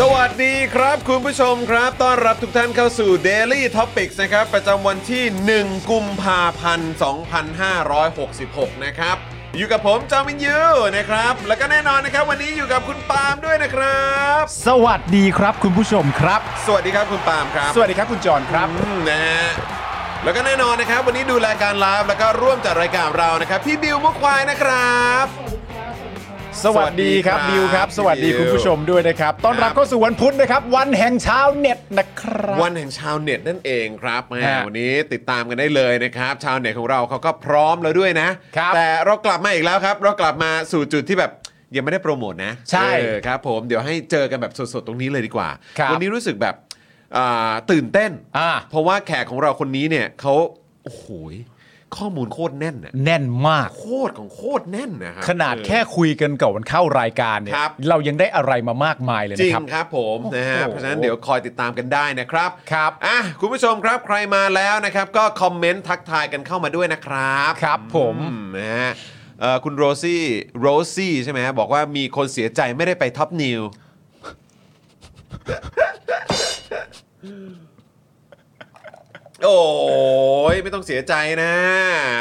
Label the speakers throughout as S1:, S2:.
S1: สวัสดีครับ คุณผู้ชมครับ ต้อนรับทุกท่านเข้าสู่ Daily Topics นะครับ ประจำวันที่ 1 กุมภาพันธ์ 2566 นะครับ อยู่กับผมจอมินยูนะครับ แล้วก็แน่นอนนะครับ วันนี้อยู่กับคุณปาล์มด้วยนะครับ
S2: สวัสดีครับคุณผู้ชมครับ
S1: สวัสดีครับคุณปาล์มครับ
S2: สวัสดีครับคุณจอห์นครับ
S1: อืมนะฮะแล้วก็แน่นอนนะครับ วันนี้ดูรายการไลฟ์แล้วก็ร่วมจัดรายการเรานะครับ พี่บิวมุกควายนะครับ
S2: สวัสดีครับ
S1: สวัสดีครับ
S2: บิวครับ สวัสดี
S1: บิว
S2: คุณผู้ชมด้วยนะครับต้อนรับ
S1: ครับ
S2: เข้าสู่วันพุธนะครับ วันแห่งชาวเน็ตนะครับ
S1: วันแห่งชาวเน็ตนั่นเองครับแหม
S2: ฮะ
S1: วันนี้ติดตามกันได้เลยนะครับ ชาวเน็ตของเราเขาก็พร้อมแล้วด้วยนะ
S2: ครับ
S1: แต่เรากลับมาอีกแล้วครับ เรากลับมาสู่จุดที่แบบยังไม่ได้โปรโมทนะ
S2: ใช่
S1: เออครับผมเดี๋ยวให้เจอกันแบบสดๆตรงนี้เลยดีกว่า
S2: ครับ
S1: วันี้รู้สึกแบบอ่าตื่นเต้น
S2: อ่า
S1: เพราะว่าแขกของเราคนนี้เนี่ยเขาโอ้โหยข้อมูลโคตรแน่นน่ะ
S2: แน่นมาก
S1: โคตรของโคตรแน่นนะครั
S2: ขนาด
S1: เออ
S2: แค่คุยกันก่อนเข้ารายการเนี่ย
S1: ครับ
S2: เรายังได้อะไรมามากมายเลย
S1: จริง
S2: นะครับ
S1: ครับผมนะฮะ
S2: โอ้โห
S1: เพราะฉะนั้นเดี๋ยวคอยติดตามกันได้นะครับ
S2: ครับ
S1: อ่ะคุณผู้ชมครับใครมาแล้วนะครับ ก็คอมเมนต์ทักทายกันเข้ามาด้วยนะครับ
S2: ครับผม
S1: อืนะฮะเอ่อคุณโรซี่โรซี่ใช่ไหมฮะบอกว่ามีคนเสียใจไม่ได้ไปท็อปนิว โอ้ยไม่ต้องเสียใจนะ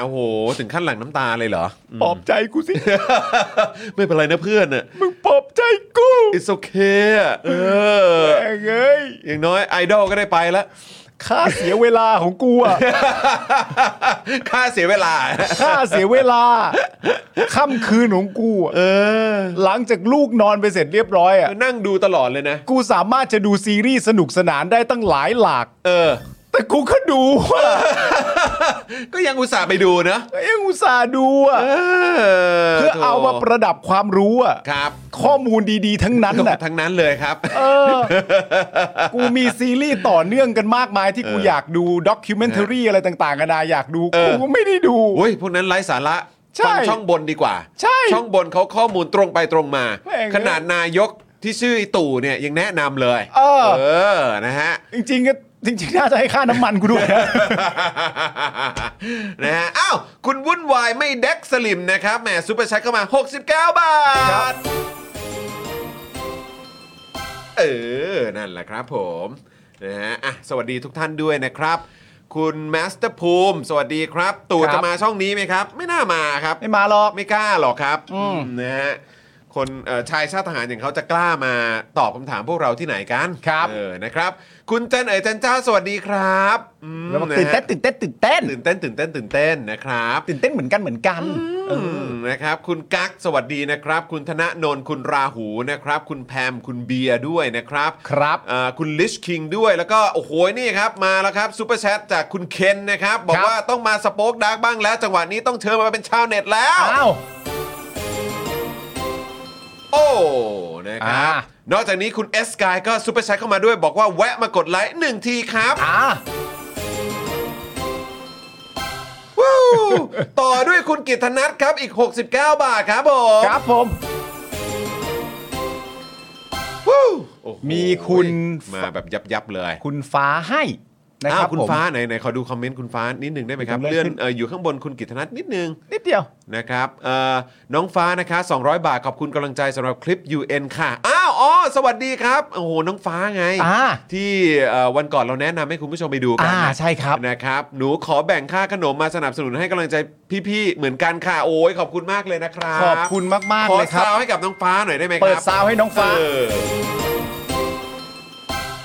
S1: โอ้โหถึงขั้นหลั่งน้ำตาเลยเหรอ
S2: ปลอบใจกูสิ
S1: ไม่เป็นไรนะเพื่อนอะ
S2: มึงปลอบใจกู
S1: it's okay อะเออ
S2: แม่งเอ้ย
S1: อย่างน้อยไอดอลก็ได้ไปแล้ว
S2: ค่าเสียเวลาของกูอะ
S1: ค่าเสียเวลา
S2: ค่าเสียเวลาค่ำคืนของกูอะ
S1: เออ
S2: หลังจากลูกนอนไปเสร็จเรียบร้อยอ่ะ
S1: นั่งดูตลอดเลยนะ
S2: กูสามารถจะดูซีรีส์สนุกสนานได้ตั้งหลายหลาก
S1: เออ
S2: แต่กูก็ดูอะ
S1: ก็ยังอุตส่าห์ไปดูนะ
S2: ก็ยังอุตส่าห์ดูอะ
S1: เออ
S2: เพื่อเอามา
S1: โถ
S2: ประดับความรู้อ่ะ
S1: ครับ
S2: ข้อมูลดีๆ ทั้งนั้น
S1: ก็
S2: น่ะ
S1: ทั้งนั้นเลยครับ
S2: เออ กูมีซีรีส์ต่อเนื่องกันมากมายที่กูอยากดูด็อกิเมนทรีอะไรต่างๆกันานาอยากดู
S1: เออ
S2: กูก็ไม่ได้ดู
S1: โอ้ยพวกนั้นไร้สาระ
S2: ใช่
S1: ฟังช่องบนดีกว่า
S2: ใช่
S1: ช่องบนเขาข้อมูลตรงไปตรงมา
S2: แม่ง
S1: ขนาดนายกที่ชื่อไอ้ตู่เนี่ยยังแนะนำเลย
S2: เออ
S1: อนะฮะ
S2: จริงๆก็จริงๆน่าจะให้ค่าน้ำมันกูด้วยนะ
S1: นะฮะอ้าว คุณวุ่นวายไม่แดกสลิมนะครับ แหมซูเปอร์แชทเข้ามา 69 บา
S2: ครับ
S1: ท เออ นั่นแหละครับผม นะฮะอ่ะสวัสดีทุกท่านด้วยนะครับ คุณแมสเตอร์ภูมิ สวัสดีครับ ตู่จะมาช่องนี้ไหมครับ ไม่น่ามาครับ
S2: ไม่มาหรอก
S1: ไม่กล้าหรอกครับ
S2: อืม
S1: นะฮะคนเอ่อชายชาติทหารอย่างเขาจะกล้ามาตอบคำถามพวกเราที่ไหนกัน
S2: ครับ
S1: เออนะครับ คุณจันเอ๋ยจันเจ้าสวัสดีครับอืม
S2: แล้วบอกตื่นเต้นตื่นเต้นตื่นเต้น
S1: ตื่นเต้นตื่นเต้นตื่นเต้นนะครับ
S2: ตื่นเต้นเหมือนกันเหมือนกัน
S1: อืมนะครับ คุณกั๊กสวัสดีนะครับ คุณธนนนท์คุณราหูนะครับ คุณแพมคุณเบียร์ด้วยนะครับ
S2: ครับ
S1: อ่าคุณลิชคิงด้วยแล้วก็โอ้โหนี่ครับมาแล้วครับซูเปอร์แชทจากคุณเคนนะครับ บอ
S2: ค
S1: ก
S2: รับ
S1: ว่าต้องมาสป็อกดาร์กบ้างแล้ว จังหวะนี้ต้องเชิญมาเป็นชาวเน็ตแล้ว
S2: อ้าว
S1: โอ้ นะครับ
S2: อ่า
S1: นอกจากนี้คุณเอสกายก็ซูเปอร์แชทเข้ามาด้วยบอกว่าแวะมากดไลค์หนึ่งทีครับ
S2: อ่า
S1: ว้าวต่อด้วยคุณกิตนัทครับอีก 69 บาทครับผม
S2: ครับผม
S1: อ้โห
S2: มีคุณ
S1: มาแบบยับยับๆเลย
S2: คุณฟ้าให้นะค
S1: อ้า
S2: รั
S1: ว
S2: บ
S1: คุณ
S2: ผม
S1: ฟ้าไหนไหนขอดูคอมเมนต์คุณฟ้านิดหนึ่งได้ไหมครับ
S2: ผมเลื่
S1: เลื่อ
S2: อน นขึ้น
S1: เอ่ออยู่ข้างบนคุณกิตนัทนิดนึง
S2: นิดเดียว
S1: นะครับเอ่อน้องฟ้านะคะ 200 บาท ขอบคุณกำลังใจสำหรับคลิป UN ค่ะ อ้าวอ๋อสวัสดีครับ โอ้โห น้องฟ้าไง
S2: อ่า
S1: ที่เอ่อวันก่อนเราแนะนำให้คุณผู้ชมไปดูกั
S2: อ่า
S1: นะ
S2: ใช่ครับ
S1: นะครับ หนูขอแบ่งค่าขนมมาสนับสนุนให้กำลังใจพี่ๆ เหมือนกันค่ะ โอ้ยขอบคุณมากเลยนะครับ
S2: ขอบคุณมาก
S1: ข
S2: ๆ
S1: อ
S2: เลยครับ
S1: ซาวให้กับน้องฟ้าหน่อยได้ไหมครับ
S2: เปิดซาวให้น้องฟ้า
S1: เออ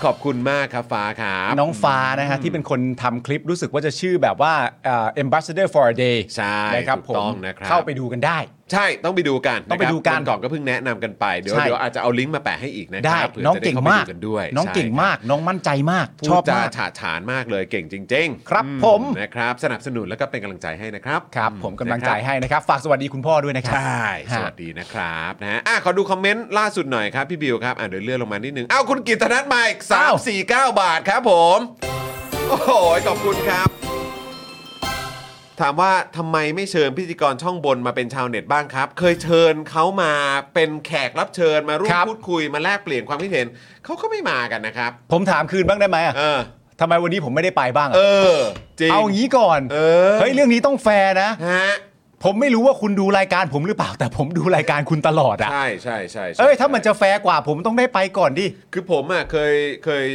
S1: ขอบคุณมากครับฟ้าครับ
S2: น้องฟ้านะฮะที่เป็นคนทำคลิปรู้สึกว่าจะชื่อแบบว่าเอ่อ ambassador for a day
S1: ใช่
S2: นะครับ
S1: ถู
S2: ผ
S1: กต้อง
S2: ม
S1: นะครับ
S2: เข้าไปดูกันได้
S1: ใช่ต้องไปดูกัน
S2: ต้องไป
S1: ะครับ
S2: ดูกัน
S1: วัก่อนก็เพิ่งแนะนำกันไปเดี๋ยว
S2: ใช่
S1: เดี๋ยวอาจจะเอาลิงก์มาแปะให้อีกนะค
S2: ได้
S1: รับผื่
S2: น้อง
S1: จะได้
S2: เก่ง
S1: ข้ไป
S2: มาก
S1: ดูนด้วย
S2: น้องเก่งมากน้องมั่นใจมาก
S1: ใช
S2: ช
S1: อ
S2: อ
S1: บบ จาม
S2: าก
S1: ฉาดฉานมากเลยเก่งจริงๆ
S2: ครับ
S1: อื
S2: ผม
S1: นะครับ สนับสนุนแล้วก็เป็นกำลังใจให้นะครับ
S2: ครับ ผมกำลังใจ
S1: นะครับ
S2: ให้นะครับ ฝากสวัสดีคุณพ่อด้วยนะครั
S1: ใช่ส
S2: ฮะ
S1: วัสดีนะครับนะฮะอ่ะขอดูคอมเมนต์ล่าสุดหน่อยครับพี่บิวครับอ่ะเดี๋ยวเลื่อนลงมานิดนึงอ้าวคุณกิตนัทมาอีกสาม
S2: อ้าว
S1: สี่เก้าบาทครับผมโอ้โหขอบคุณครับ ถามว่าทำไมไม่เชิญพิธีกรช่องบนมาเป็นชาวเน็ตบ้างครับ เคยเชิญเขามาเป็นแขกรับเชิญมาร่วม
S2: ครับ
S1: พูดคุยมาแลกเปลี่ยนความคิดเห็นเขาก็ไม่มากันนะครับ
S2: ผมถามคืนบ้างได้ไหมอะ
S1: เออ
S2: ทำไมวันนี้ผมไม่ได้ไปบ้าง
S1: เออ
S2: อะ
S1: จริง
S2: เอาอย่างนี้ก่อน
S1: เออ
S2: เฮ้ยเรื่องนี้ต้องแฟร์นะ
S1: ฮะ
S2: ผมไม่รู้ว่าคุณดูรายการผมหรือเปล่า แต่ผมดูรายการคุณตลอดอะ
S1: ใช่ใช่ใช่ใช่
S2: เอ้ยถ้ามันจะแฟร์กว่าผมต้องได้ไปก่อนดิ
S1: คือผมอ่ะเคยเคย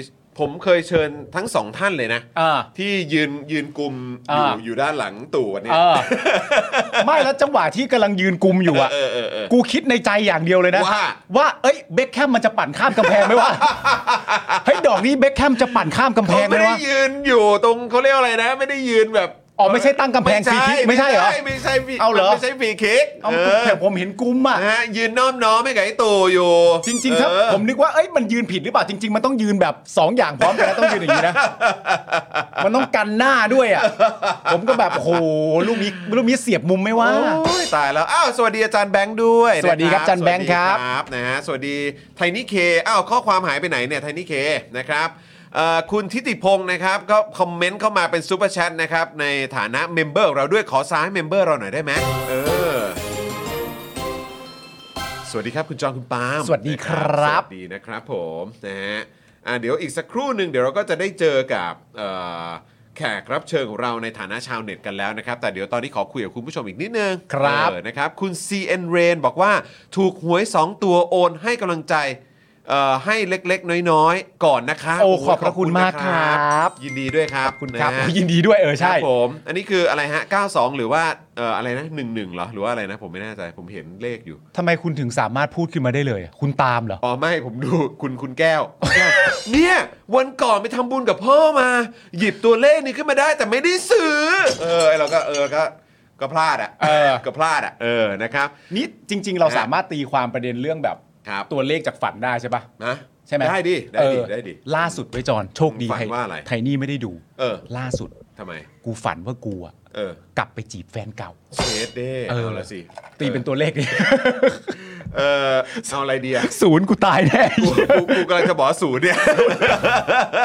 S1: ผมเคยเชิญทั้งสองท่านเลยนะ
S2: อ่า
S1: ที่ยืนยืนกลุ่มอยู่
S2: อ่า
S1: อยู่ด้านหลังตู่วันเนี้ย
S2: เออ ไม่แล้วจังหวะที่กำลังยืนกุมอยู่อะ
S1: เออเออเออ
S2: กูคิดในใจอย่างเดียวเลยนะ
S1: ว่า
S2: ว่า เอ้ยเบคแคมมันจะปั่นข้ามกำแพงไหมวะ เฮ้ยดอกนี้เบคแคมจะปั่นข้ามกำแพ
S1: เขา
S2: งไหม
S1: ไม่ได้
S2: วะ
S1: ยืนอยู่ตรงเขาเรียกว่าอะไรนะ ไม่ได้ยืนแบบ
S2: อ๋อไม่ใช่ตั้งกำแพงฟรีคิกไม่ใช่เหรอ
S1: ไม่ใช่ไม่ใช่
S2: เอาเหรอ
S1: ไม่ใช่ฟรีคิก
S2: เอา
S1: เออ
S2: แต่ผมเห็นกุมอ่ะ
S1: นะฮะยืนน้อมน้อมให้กับไอ้ตู่อยู่
S2: จริงๆถ้า
S1: เออ
S2: ผมนึกว่าเอ้ยมันยืนผิดหรือเปล่าจริง ๆ มันต้องยืนแบบ 2 อย่างพร้อมกันนะต้องยืนอย่างนี้นะ มันต้องกันหน้าด้วยอ่ะ ผมก็แบบโอ้โหลูกนี้ลูกนี้เสียบมุมไหม่ว่า
S1: โอ้ยตายแล้วอ้าวสวัสดีอาจารย์แบงค์ด้วย
S2: สวัสดีครับ
S1: นะ
S2: อาจารย์แบงค์ครับ
S1: สวัสดีนะฮะสวัสดีไทนี่เคอ้าวข้อความหายไปไหนเนี่ยไทนี่เคนะครับเอ่อคุณทิติพงศ์นะครับก็คอมเมนต์เข้ามาเป็นซูเปอร์แชทนะครับในฐานะเมมเบอร์เราด้วยขอซ้ายเมมเบอร์เราหน่อยได้ไหมเออสวัสดีครับคุณจองคุณปาล์ม
S2: สวัสดีครับ
S1: สวัสดีนะครับผมนะฮะอ่ะเดี๋ยวอีกสักครู่หนึ่งเดี๋ยวเราก็จะได้เจอกับเอ่อแขกรับเชิญของเราในฐานะชาวเน็ตกันแล้วนะครับ แต่เดี๋ยวตอนนี้ขอคุยกับคุณผู้ชมอีกนิดนึง
S2: ครับ
S1: เออนะครับ คุณ CN Rain บอกว่าถูกหวย 2 ตัวโอนให้กำลังใจเอ่อให้เล็กๆ น้อยๆ ก่อนนะคะ
S2: โอ้ขอบพระคุณมากครับ
S1: ยินดีด้วยครับ
S2: คุณครับ
S1: นะฮะ
S2: ยินดีด้วยเออ
S1: ค
S2: ใช่
S1: รับผม อันนี้คืออะไรฮะ 92 หรือว่าเอ่ออะไรนะ 11เหรอหรือว่าอะไรนะ ผมไม่แน่ใจผมเห็นเลขอยู่
S2: ทำไมคุณถึงสามารถพูดขึ้นมาได้เลยอะคุณตามเหรอ
S1: อ๋อไม่ผมดูคุณคุณแก้ว เนี่ย วันก่อนไปทำบุญกับพ่อมา หยิบตัวเลขนี้ขึ้นมาได้แต่ไม่ได้ซื้อ เออเราก็เออก็ก็พลาดอ่ะ
S2: เออ
S1: ก็พลาดอ่ะเออนะครับ
S2: นี่จริง ๆ เรา
S1: ฮะ
S2: สามารถตีความประเด็นเรื่องแบบ
S1: ครับ
S2: ตัวเลขจากฝันได้ใช่ปะ
S1: นะ
S2: ใช่ไหม
S1: ได้ดิได้ดิ
S2: เออ
S1: ได้ดิ
S2: ล่าสุดไว้ยจอนโชคดี
S1: ฝันว่าอะไร
S2: ไทนี่ไม่ได้ดู
S1: เออ
S2: ล่าสุด
S1: ทำไม
S2: กูฝันว่ากูอะ
S1: เออก
S2: ลับไปจีบแฟนเก่า
S1: เชดเด้
S2: เออ
S1: เอาละสิ
S2: ตีเป็นตัวเลขนี่
S1: เออเอาอะไรดีอ่ะ
S2: ศูนย์กูตายแน่
S1: กูกูกูกำลังจะบอกว่าศูนย์เนี่ย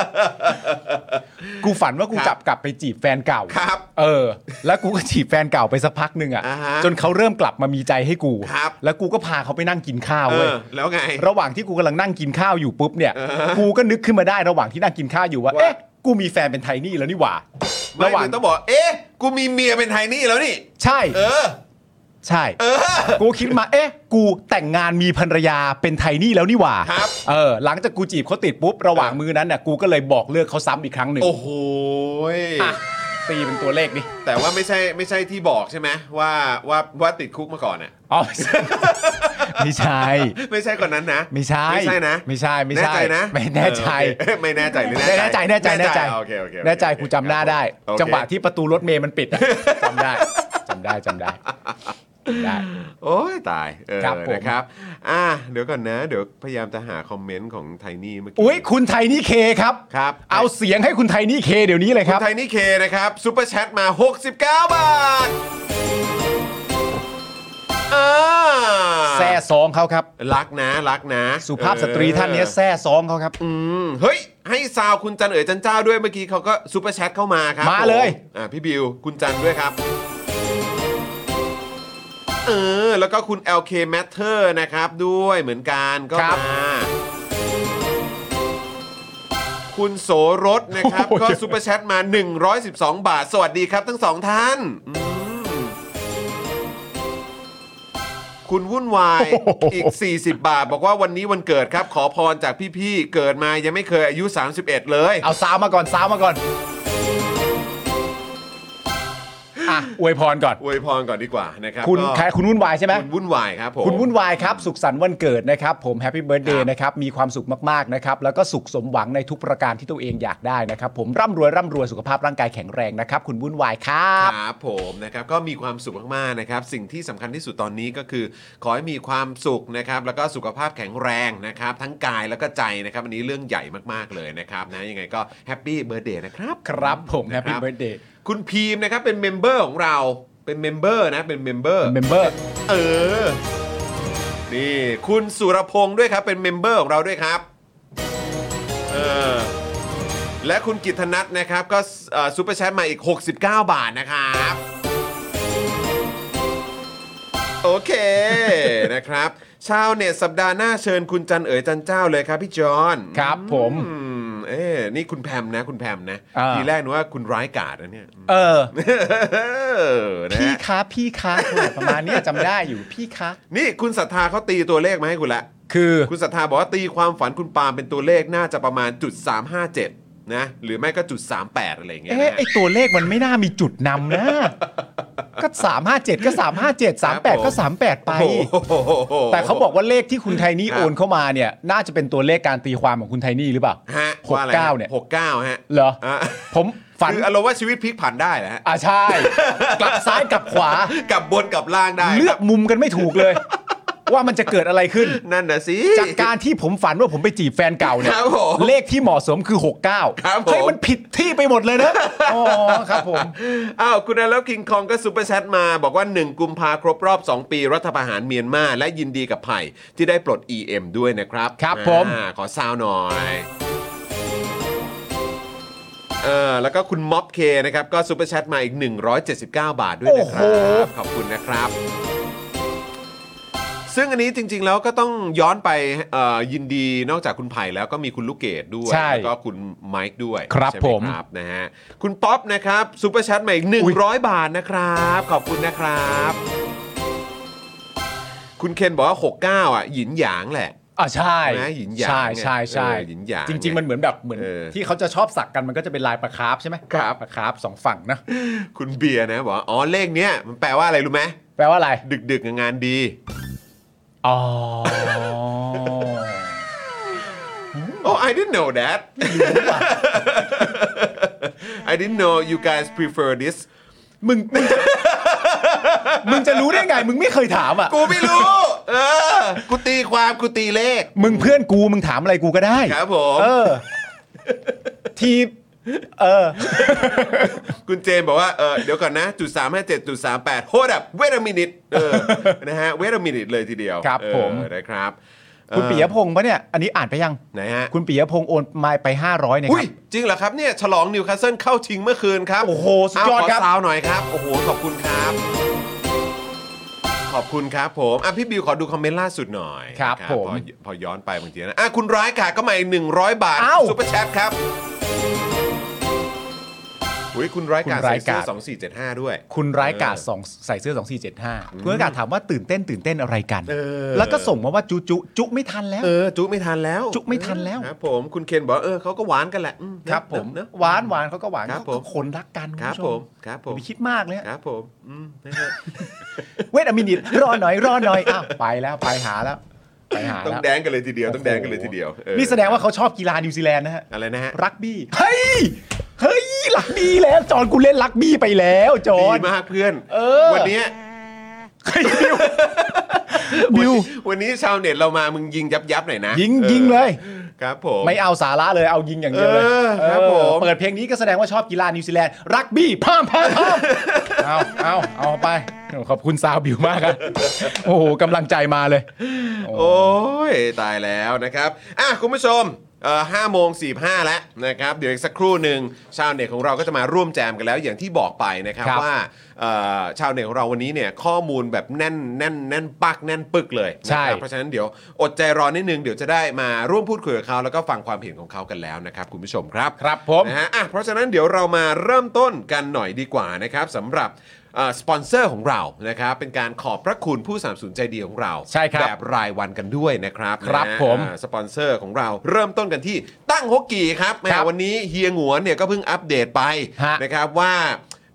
S2: กูฝันว่ากู
S1: ครับ
S2: กลับกลับไปจีบแฟนเก่า
S1: ครับ
S2: เออ แล้วกูก็จีบแฟนเก่าไปสักพักหนึ่งอะ
S1: อ่าฮะ
S2: จนเขาเริ่มกลับมามีใจให้กู
S1: ครับ
S2: แล้วกูก็พาเขาไปนั่งกินข้าว
S1: เอ
S2: เว้ย
S1: อแล้วไง
S2: ระหว่างที่กูกำลังนั่งกินข้าวอยู่ปุ๊บเนี่ย กูก็นึกขึ้นมาได้ระหว่างที่นั่งกินข้าวอยู่ว่า
S1: ว่า
S2: เอ๊ะ กูมีแฟนเป็นไทนี่แล้วนี่หว่า
S1: ไม่
S2: ระหว่าง
S1: คือต้องบอกเอ๊ะกูมีเมียเป็นไทยนี่แล้วนี่
S2: ใช่
S1: เออ
S2: ใช่กูคิดมา เอ๊ะ กูแต่งงานมีภรรยาเป็นไทนี่แล้วนี่หว่า
S1: ครับ
S2: เออ หลังจากกูจีบเขาติดปุ๊บ ระหว่างมือนั้นน่ะกูก็เลยบอกเลิกเขาซ้ำอีกครั้งหนึ่ง
S1: โอ้โห
S2: อ่ะตีเป็นตัวเลขดิ
S1: แต่ว่าไม่ใช่ไม่ใช่ที่บอกใช่ไหมว่าว่าว่าติดคุกมาก่อนอ่ะ
S2: อ๋อ ไม่ใช่ไม่
S1: ไม่
S2: ใช่
S1: ใช่คนนั้นนะ
S2: ไม่ใช่
S1: ไม่ใช่นะ
S2: ไม่ใช่ไม่ใช่
S1: แน่ใจนะ
S2: ไม่แน่ใจ
S1: เออโอเค ไม่แน่ใจหรือ
S2: แน่ใจแน่ใจแน่ใจ
S1: โอเคโอเคโอเค
S2: แน่ใจกูจำหน้าได้
S1: โอเค
S2: จังหวะที่ประตูรถเมย์มันปิด อะจำได้จำได้จำได้จำได้
S1: โอ้ยตายเออ
S2: ครับผม
S1: นะครับอ่ะเดี๋ยวก่อนนะ เดี๋ยวพยายามจะหาคอมเมนต์ของไทนี่เมื่อกี้
S2: อุ้ยคุณไทนี่เคครับ
S1: ครับ
S2: เอาเสียงให้คุณไทนี่เคเดี๋ยวนี้เลย
S1: คุณ
S2: ครับ
S1: ไทนี่เคนะครับซูเปอร์แชทมา 69 บาทอ่า
S2: แซ่ซองเขาครับ
S1: รักนะรักนะ
S2: สุภาพสตรีท่านเนี้ยแซ่ซองเขาครับ
S1: อืมเฮ้ย ให้ซาวคุณจันเอ๋ยจันเจ้าด้วยเมื่อกี้เขาก็ซูเปอร์แชทเข้ามาครับ
S2: มาเลย
S1: ผมอ่าพี่บิว คุณจันด้วยครับ เออ แล้วก็คุณ LK Matter นะครับ ด้วยเหมือนกันก็
S2: ครับ
S1: มา คุณโสรสนะครับ
S2: โอ้โห
S1: ก็ซุปเปอร์แชทมา 112 บาท สวัสดีครับทั้งสองท่านอืมคุณวุ่นวายอีก 40 บาท บอกว่าวันนี้วันเกิดครับ ขอพรจากพี่ๆ เกิดมายังไม่เคยอายุ 31 เลย
S2: เอาซาวมาก่อนซาวมาก่อนอ่ะอวยพรก่อน
S1: อวยพรก่อนดีกว่านะครับ
S2: คุณ
S1: ก็
S2: ใครคุณวุ่นวายใช่ไหม
S1: คุณวุ่นวายครับผม
S2: คุณวุ่นวายครับ สุขสันต์วันเกิดนะครับ ผมแฮปปี้เบิร์ดเด
S1: ครั
S2: ย์
S1: บ
S2: นะครับ มีความสุขมาก ๆ นะครับ แล้วก็สุขสมหวังในทุกประการที่ตัวเองอยากได้นะครับ ผมร่ำรวย ร่ำรวยสุขภาพร่างกายแข็งแรงนะครับ คุณวุ่นวายครับ
S1: ครับผมนะครับก็มีความสุขมากๆนะครับ สิ่งที่สำคัญที่สุดตอนนี้ก็คือ ขอให้มีความสุขนะครับ แล้วก็สุขภาพแข็งแรงนะครับ ทั้งกายแล้วก็ใจนะครับ อันนี้เรื่องใหญ่มากๆเลยนะครับนะยังไงก็แฮปปี้เบ r ร์ a เดย์นะครับ
S2: ครับผมแฮปปี้
S1: นะค
S2: เบิร์ดเดย์
S1: คุณพีมนะครับเป็นเมมเบอร์ของเราเป็นเมมเบอร์นะเป็นเมมเบอร์
S2: เมมเบอร์
S1: เออนี่คุณสุรพงศ์ด้วยครับ เป็นเมมเบอร์ของเราด้วยครับเออและคุณกิตนัทนะครับก็ซูเปอร์แชทมาอีก 69 บาทนะครับ โอเค นะครับ ชาวเน็ตสัปดาห์หน้าเชิญคุณจันเอ๋ยจันเจ้าเลยครับพี่จอน
S2: ครับผม
S1: อืมเอ้นี่คุณแพมนะ คุณแพมนะ
S2: อ่า
S1: ทีแรกนึกว่าคุณร้ายกาดนะเนี่ย
S2: เออ
S1: เออนะ
S2: พี่
S1: ฮะ
S2: คะพี่คะประมาณเนี้ยจำได้อยู่พี่คะ
S1: นี่คุณศรัทธาเขาตีตัวเลขมาให้คุณละ
S2: คือ
S1: คุณศรัทธาบอกว่าตีความฝันคุณปาล์มเป็นตัวเลขน่าจะประมาณจุด357 นะ หรือไม่ก็จุด38 อะไรอย่างเงี้ย
S2: เอ๊ะ
S1: นะ
S2: ไอ
S1: ฮะ
S2: ตัวเลขมันไม่น่ามีจุดนำนะ ก็สามห้าเจ็ดก็สามห้าเจ็ดสามแปดก็สามแปดไป
S1: โอ้โห
S2: แต่เขาบอกว่าเลขที่คุณไทนี่
S1: ครับ
S2: โอนเข้ามาเนี่ย น่าจะเป็นตัวเลขการตีความของคุณไทนี่หรือเปล่า
S1: ฮะ
S2: หก
S1: ว่อะไร
S2: เก้าเนี่ย
S1: หกเก้าฮะ
S2: เหรอ
S1: อ่ะ
S2: ผมฝัน
S1: คืออารมณ์ว่าชีวิตพลิกผันได้แหละฮะ
S2: อ่าใช่ กลับซ้ายกลับขวา
S1: กลับบนกลับล่างได้
S2: เลือกมุมกันไม่ถูกเลย ว่ามันจะเกิดอะไรขึ้น
S1: นั่นนะสิ
S2: จากการที่ผมฝันว่าผมไปจีบแฟนเก่าเนี่ย
S1: ครับผม
S2: เลขที่เหมาะสมคือ 69
S1: ครับผม
S2: เฮ้ยมันผิดที่ไปหมดเลยนะอ๋อครับผม
S1: อ้าวคุณแอนแล้วคิงคองก็ซูเปอร์แชทมา บอกว่า 1 กุมภาครบรอบ 2 ปีรัฐประหารเมียนมา และยินดีกับไผ่ที่ได้ปลด EM ด้วยนะครับ
S2: ครับผม
S1: อ่าขอซาวหน่อยเออแล้วก็คุณม็อบเคนะครับ ก็ซูเปอร์แชทมาอีก 179 บาทด้วยนะครับ ขอบคุณนะครับ ซึ่งอันนี้จริง ๆ แล้วก็ต้องย้อนไปเอ่อยินดีนอกจากคุณไผ่แล้วก็มีคุณลูกเกดด้วย
S2: ใช่
S1: แล้วก็คุณไมค์ด้วย
S2: ครับ
S1: ใช่ไห
S2: ผม
S1: ครับนะฮะคุณป๊อปนะครับซูเปอร์แชทมาอีก 100 บาทนะครับ ขอบคุณนะครับ คุณเคนบอกว่า 69 อ่ะ หยินหยางแหละ
S2: อ่าใช่
S1: นะหยินหยาง
S2: ใช่ใช่ใช่
S1: เออหยินหยาง
S2: จริง ๆ มันเหมือนแบบเหมือน
S1: เออ
S2: ที่เขาจะชอบสักกันมันก็จะเป็นลายประคาร์ฟใช่ไหม
S1: ครับ
S2: ประคาร์ฟสองฝั่งนะ
S1: คุณเบียร์นะบอกว่าอ๋อเลขเนี้ยมันแปลว่าอะไรรู้ไหม
S2: แปลว่าอะไร
S1: ดึกๆงานดี
S2: อ๋อ
S1: Oh, I didn't know that. I didn't know you guys prefer this.
S2: มึงมึงมึงจะรู้ได้ไง มึงไม่เคยถามอ่ะ
S1: กูไม่รู้ เออ กูตีความกูตีเลข
S2: มึงเพื่อนกูมึงถามอะไรกูก็ได้
S1: ครับผม
S2: เออ ทีเออ
S1: คุณเจมส์บอกว่า เออเดี๋ยวก่อนนะ จุดสามห้าเจ็ดจุดสามแปดโหดับเวทมินิตเอ อ นะฮะ เวทมินิตเลยทีเดียว
S2: ครับ
S1: เออ
S2: ผม
S1: นะครับ
S2: คุณ
S1: เออ
S2: ปิยพงษ์ปะเนี่ย อันนี้อ่านไปยัง
S1: ไหนฮะ
S2: คุณปิยพงษ์โอนมาไป 500เนี่ยค
S1: อุ้ย
S2: รับ
S1: จริงเหรอครับเนี่ย ฉลองนิวคาสเซิลเข้าชิงเมื่อคืนครับ
S2: โอ้โหสุดยอด
S1: เาข
S2: ครับ
S1: ซาวหน่อยครับ โอ้โห ขอบคุณครับ ขอบคุณครับผม อ่ะพี่บิวขอดูคอมเมนต์ล่าสุดหน่อย
S2: ครับ
S1: นะ
S2: ผม
S1: พอพอย้อนไปบางทีนะอ่ะคุณร้ายกาจก็มาอีก100 บาท
S2: อ้าว
S1: ซุปเปอร์แชทครับอุ้ยคุณร้ายกาจ
S2: คุณ
S1: ใส่
S2: ร้าย
S1: เสื้
S2: กา
S1: อ
S2: จ
S1: สองสี่เจ็ดห้าด้วย
S2: คุณร้ายกาดสองใส่เสื้อ 2475 คุณร้ายกาดถามว่าตื่นเต้นตื่นเต้นอะไรกัน
S1: เออ
S2: แล้วก็ส่งมาว่าจุจุจุไม่ทันแล้ว
S1: เออ จุไม่ทันแล้ว
S2: จุไม่ทันแล้ว
S1: ครับผมคุณเคนบอกว่าเออเขาก็หวานกันแหละอืม
S2: ครับ
S1: เน
S2: ผ
S1: อะ
S2: ม
S1: เนอะ
S2: หวานหวานเขาก็หวาน
S1: ครับ
S2: เขาก็
S1: ผม
S2: คนรักกันณ
S1: ครับ
S2: ผู้ช
S1: ผมครับผ
S2: อย่าม ไปคิดมากเลยฮะ
S1: ครับผมอืมนะฮะ
S2: เวทอมินิตรอหน่อยรอหน่อยอ้าวไปแล้วไปหาแล้วไปหา
S1: ต้อง
S2: แล้ว
S1: แดงกันเลยทีเดียวต้องแดงกันเลยทีเดียวเออ
S2: นี่แสดงว่าเขาชอบกีฬานิวซีแลนด์นะฮะ
S1: อะไรนะฮะ
S2: รักบี้ เฮ้ย เฮ้ย รักบี้แล้ว จอนกูเล่นรักบี้ไปแล้วจอ
S1: ดี
S2: น
S1: มากเพื่อน
S2: เออ
S1: วันเนี้ย
S2: เฮ้ยบิวบิว
S1: วันนี้ชาวเน็ตเรามามึงยิงยับยับหน่อยนะ
S2: ยิง
S1: ออ
S2: ยิงเลย
S1: ครับผม
S2: ไม่เอาสาระเลยเอายิงอย่างเดียวเลย
S1: เออครับผม
S2: เออเปิดเพลงนี้ก็แสดงว่าชอบกีฬานิวซีแลนด์ รักบี้พามพามพามเอาเอาเอาไป ขอบคุณซาวบิวมากครับ โอ้โหกำลังใจมาเลย
S1: โอ้ยตายแล้วนะครับ อ่ะคุณผู้ชม ห้าโมงสี่ห้าแล้วนะครับ เดี๋ยวอีกสักครู่หนึ่งชาวเน็ตของเราก็จะมาร่วมแจมกันแล้วอย่างที่บอกไปนะครับ
S2: ครับ
S1: ว่าเอ่อชาวเน็ตของเราวันนี้เนี่ยข้อมูลแบบแน่นแน่นแน่นปักแน่นปึกเลย
S2: ใช่
S1: นะครับเพราะฉะนั้นเดี๋ยวอดใจรอนิดนึงเดี๋ยวจะได้มาร่วมพูดคุยกับเขาแล้วก็ฟังความเห็นของเขากันแล้วนะครับคุณผู้ชมครับ
S2: ครับผม
S1: นะฮะอ่ะเพราะฉะนั้นเดี๋ยวเรามาเริ่มต้นกันหน่อยดีกว่านะครับสำหรับเอ่อสปอนเซอร์ของเรานะครับเป็นการขอบพระคุณผู้สามสูนใจดีของเรา
S2: ใช่ครับ
S1: แบบรายวันกันด้วยนะครับ
S2: ครับ
S1: นะฮะ
S2: ผม
S1: อ่าสปอนเซอร์ของเราเริ่มต้นกันที่ตั้งฮกกีครับแหม
S2: ครับ
S1: วันนี้เฮียหงวนเนี่ยก็เพิ่งอัปเดตไป
S2: ฮะ
S1: นะครับว่า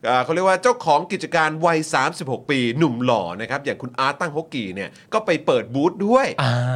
S1: เอ่อเขาเรียกว่าเจ้าของกิจการวัย 36 ปีหนุ่มหล่อนะครับอย่างคุณอาร์ตตั้งฮกกีเนี่ยก็ไปเปิดบูธด้วย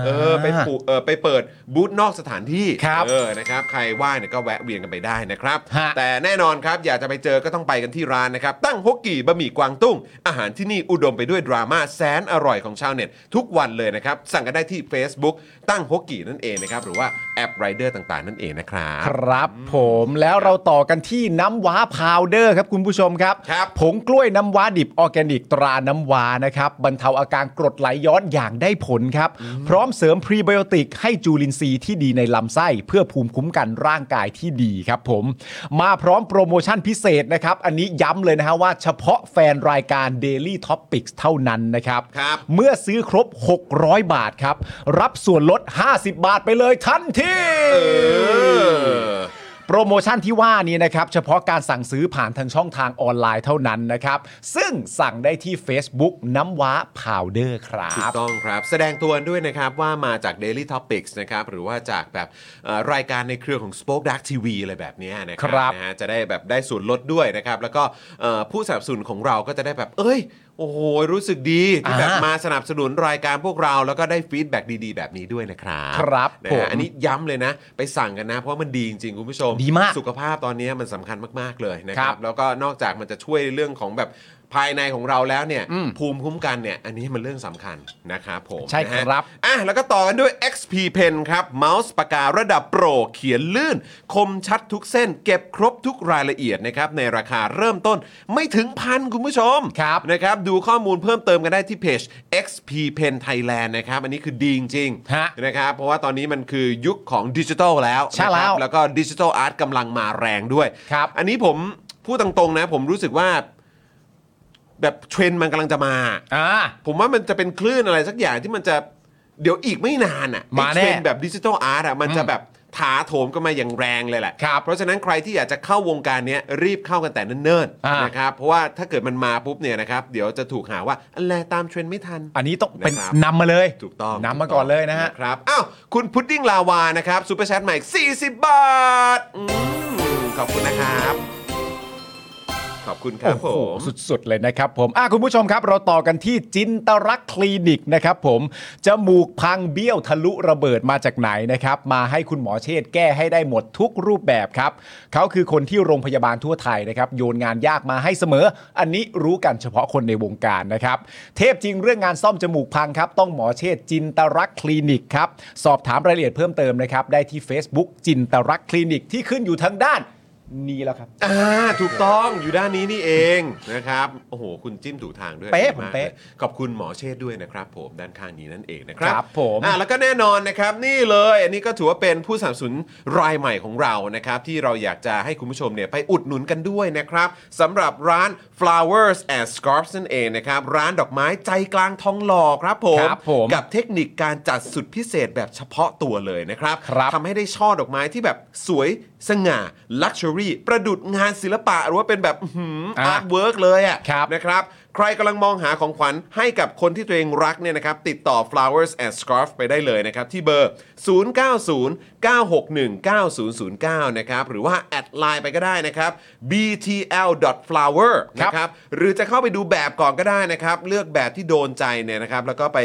S1: เออไปปลูกเออไปเปิดบูธนอกสถานที่
S2: ครับ
S1: เออนะครับใครว่างเนี่ยก็แวะเวียนกันไปได้นะครับ
S2: ฮะ
S1: แต่แน่นอนครับอยากจะไปเจอก็ต้องไปกันที่ร้านนะครับ ตั้งฮกกี่บะหมี่กวางตุ้ง อาหารที่นี่อุดมไปด้วยดราม่าแสนอร่อยของชาวเน็ต ทุกวันเลยนะครับ สั่งกันได้ที่ Facebook ตั้งฮกกี่นั่นเองนะครับ หรือว่าแอปไรเดอร์ต่างๆ นั่นเองนะครับ
S2: ครับผมแล้วเราต่อกันที่น้ำว้าพาวเดอร์ครับคุณผู้ชมครับ
S1: ครับ
S2: ผงกล้วยน้ำว้าดิบออร์แกนิกตราน้ำว้านะครับบรรเทาอาการกรดไหลย้อนอย่างได้ผลครับ พร้อมเสริมพรีไบโอติกให้จุลินทรีย์ที่ดีในลำไส้ เพื่อภูมิคุ้มกันร่างกายที่ดีครับผมมาพร้อมโปรโมชั่นพิเศษนะครับ อันนี้ย้ำเลยนะฮะว่าเฉพาะแฟนรายการ Daily Topics เท่านั้นนะครับ
S1: ครับ
S2: เมื่อซื้อครบ 600 บาทครับ รับส่วนลด 50 บาทไปเลยทันที
S1: เออ
S2: โปรโมชั่นที่ว่านี้นะครับ เฉพาะการสั่งซื้อผ่านทางช่องทางออนไลน์เท่านั้นนะครับ ซึ่งสั่งได้ที่ Facebook น้ำว้าพาวเดอร์ครั
S1: ถู
S2: บ
S1: กต้องครับ แสดงตัวด้วยนะครับว่ามาจาก Daily Topics นะครับหรือว่าจากแบบเอ่อรายการในเครือของ Spoke Dark TV อะไรแบบเนี้ยนะค
S2: ครั
S1: รับ นะฮะจะได้แบบได้ส่วนลดด้วยนะครับ แล้วก็เอ่อผู้สนับสนุนของเราก็จะได้แบบ เอ้ย โอ้โห รู้สึกดีที่แบบ
S2: อ่าม
S1: มาสนับสนุนรายการพวกเราแล้วก็ได้ฟีดแบ็กดีๆ แบบนี้ด้วยนะครับ
S2: ครับ
S1: นะ
S2: ผม
S1: ฮะอันนี้ย้ำเลยนะ ไปสั่งกันนะ เพราะมันดีจริงๆคุณผู้ชม
S2: ดีมาก
S1: สุขภาพตอนนี้มันสำคัญมากๆเลยนะค
S2: ครั
S1: รับบ แล้วก็นอกจากมันจะช่วยเรื่องของแบบภายในของเราแล้วเนี่ยภูมิคุ้มกันเนี่ยอันนี้มันเรื่องสำคัญนะครับผม
S2: ใช่ครับ
S1: นะฮะอ่ะแล้วก็ต่อกันด้วย XP Pen ครับเมาส์ปากการะดับโปร เขียนลื่น คมชัดทุกเส้น เก็บครบทุกรายละเอียดนะครับ ในราคาเริ่มต้นไม่ถึงพันคุณผู้ชม
S2: ครับ
S1: นะครับ ดูข้อมูลเพิ่มเติมกันได้ที่เพจ XP Pen Thailand นะครับ อันนี้คือดีจริงๆ
S2: ฮะ
S1: นะครับ เพราะว่าตอนนี้มันคือยุคของดิจิทัลแล้ว
S2: ใช่แล้ว
S1: นะครับแล้วก็ดิจิทัลอาร์ตกำลังมาแรงด้วย
S2: ครับ
S1: อันนี้ผมพูดตรงๆนะ ผมรู้สึกว่าแบบเทรนด์มันกำลังจะมา
S2: อ่า
S1: ผมว่ามันจะเป็นคลื่นอะไรสักอย่างที่มันจะเดี๋ยวอีกไม่นานอ่ะ
S2: มา
S1: ไอ้
S2: แน่
S1: เทรนด์แบบดิจิทัลอาร์ตอ่ะมันจะ
S2: อืม
S1: แบบถาโถมกันมาอย่างแรงเลยแหละ
S2: ครับ
S1: เพราะฉะนั้นใครที่อยากจะเข้าวงการเนี้ยรีบเข้ากันแต่เนิ่น
S2: อ่า
S1: ๆนะครับเพราะว่าถ้าเกิดมันมาปุ๊บเนี่ยนะครับเดี๋ยวจะถูกหาว่าอะไรตามเทรนด์ไม่ทัน
S2: อันนี้ต้องเป็น
S1: นะครับ
S2: นำมาเลย
S1: ถูกต้อง
S2: นำมาก่อนเลยนะฮะ
S1: ครับอ้าวคุณพุดดิ้งลาวานะครับซูเปอร์แชทใหม่ 40 บาทอืมขอบคุณนะครับ ขอบคุณครับผ
S2: โอ้โห
S1: ม
S2: สุดๆเลยนะครับผมอ่ะคุณผู้ชมครับ เราต่อกันที่จินตรักษณ์คลินิกนะครับผมจมูกพังเบี้ยวทะลุระเบิดมาจากไหนนะครับ มาให้คุณหมอเชษฐ์แก้ให้ได้หมดทุกรูปแบบครับ เขาคือคนที่โรงพยาบาลทั่วไทยนะครับ โยนงานยากมาให้เสมอ อันนี้รู้กันเฉพาะคนในวงการนะครับ เทพจริงเรื่องงานซ่อมจมูกพังครับ ต้องหมอเชษฐ์จินตรักษณ์คลินิกครับ สอบถามรายละเอียดเพิ่มเติมนะครับ ได้ที่ Facebook จินตรักษณ์คลินิกที่ขึ้นอยู่ทางด้านนี้แล้วครับ
S1: อ่าถูกต้องอยู่ด้านนี้นี่เองนะครับโอ้โห คุณจิ้มถูกทางด้วย
S2: เป๊ะ
S1: ดีาก
S2: ผม
S1: ล
S2: เป๊ะ
S1: ยขอบคุณหมอเชษฐ์ด้วยนะครับ ผมด้านข้างนี้นั่นเองนะครับ
S2: ครับผม
S1: อ่าแล้วก็แน่นอนนะครับ นี่เลย อันนี้ก็ถือว่าเป็นผู้สนับสนุนรายใหม่ของเรานะครับ ที่เราอยากจะให้คุณผู้ชมเนี่ยไปอุดหนุนกันด้วยนะครับสำหรับร้าน flowers and scarfs นั่นเองนะครับ ร้านดอกไม้ใจกลางทองหล่อครับผม
S2: ครับผม
S1: กับเทคนิคการจัดสุดพิเศษแบบเฉพาะตัวเลยนะครับ
S2: ครับ
S1: ทำให้ได้ช่อดอกไม้ที่แบบสวยสง่า ลักชัวรี่ ประดุดงานศิลปะ หรือว่าเป็นแบบ
S2: อ่ะ
S1: อาร์ตเวิร์กเลยอะ
S2: ครั่
S1: ะ
S2: บ
S1: นะครับ ใครกำลังมองหาของขวัญให้กับคนที่ตัวเองรักเนี่ยนะครับ ติดต่อ flowers and scarf ไปได้เลยนะครับ ที่เบอร์ 0909619009 นะครับ หรือว่า แอดไลน์ไปก็ได้นะครับ btl.flower
S2: ครั
S1: นะ
S2: บ
S1: ครับ หรือจะเข้าไปดูแบบก่อนก็ได้นะครับ เลือกแบบที่โดนใจเนี่ยนะครับ แล้วก็ไป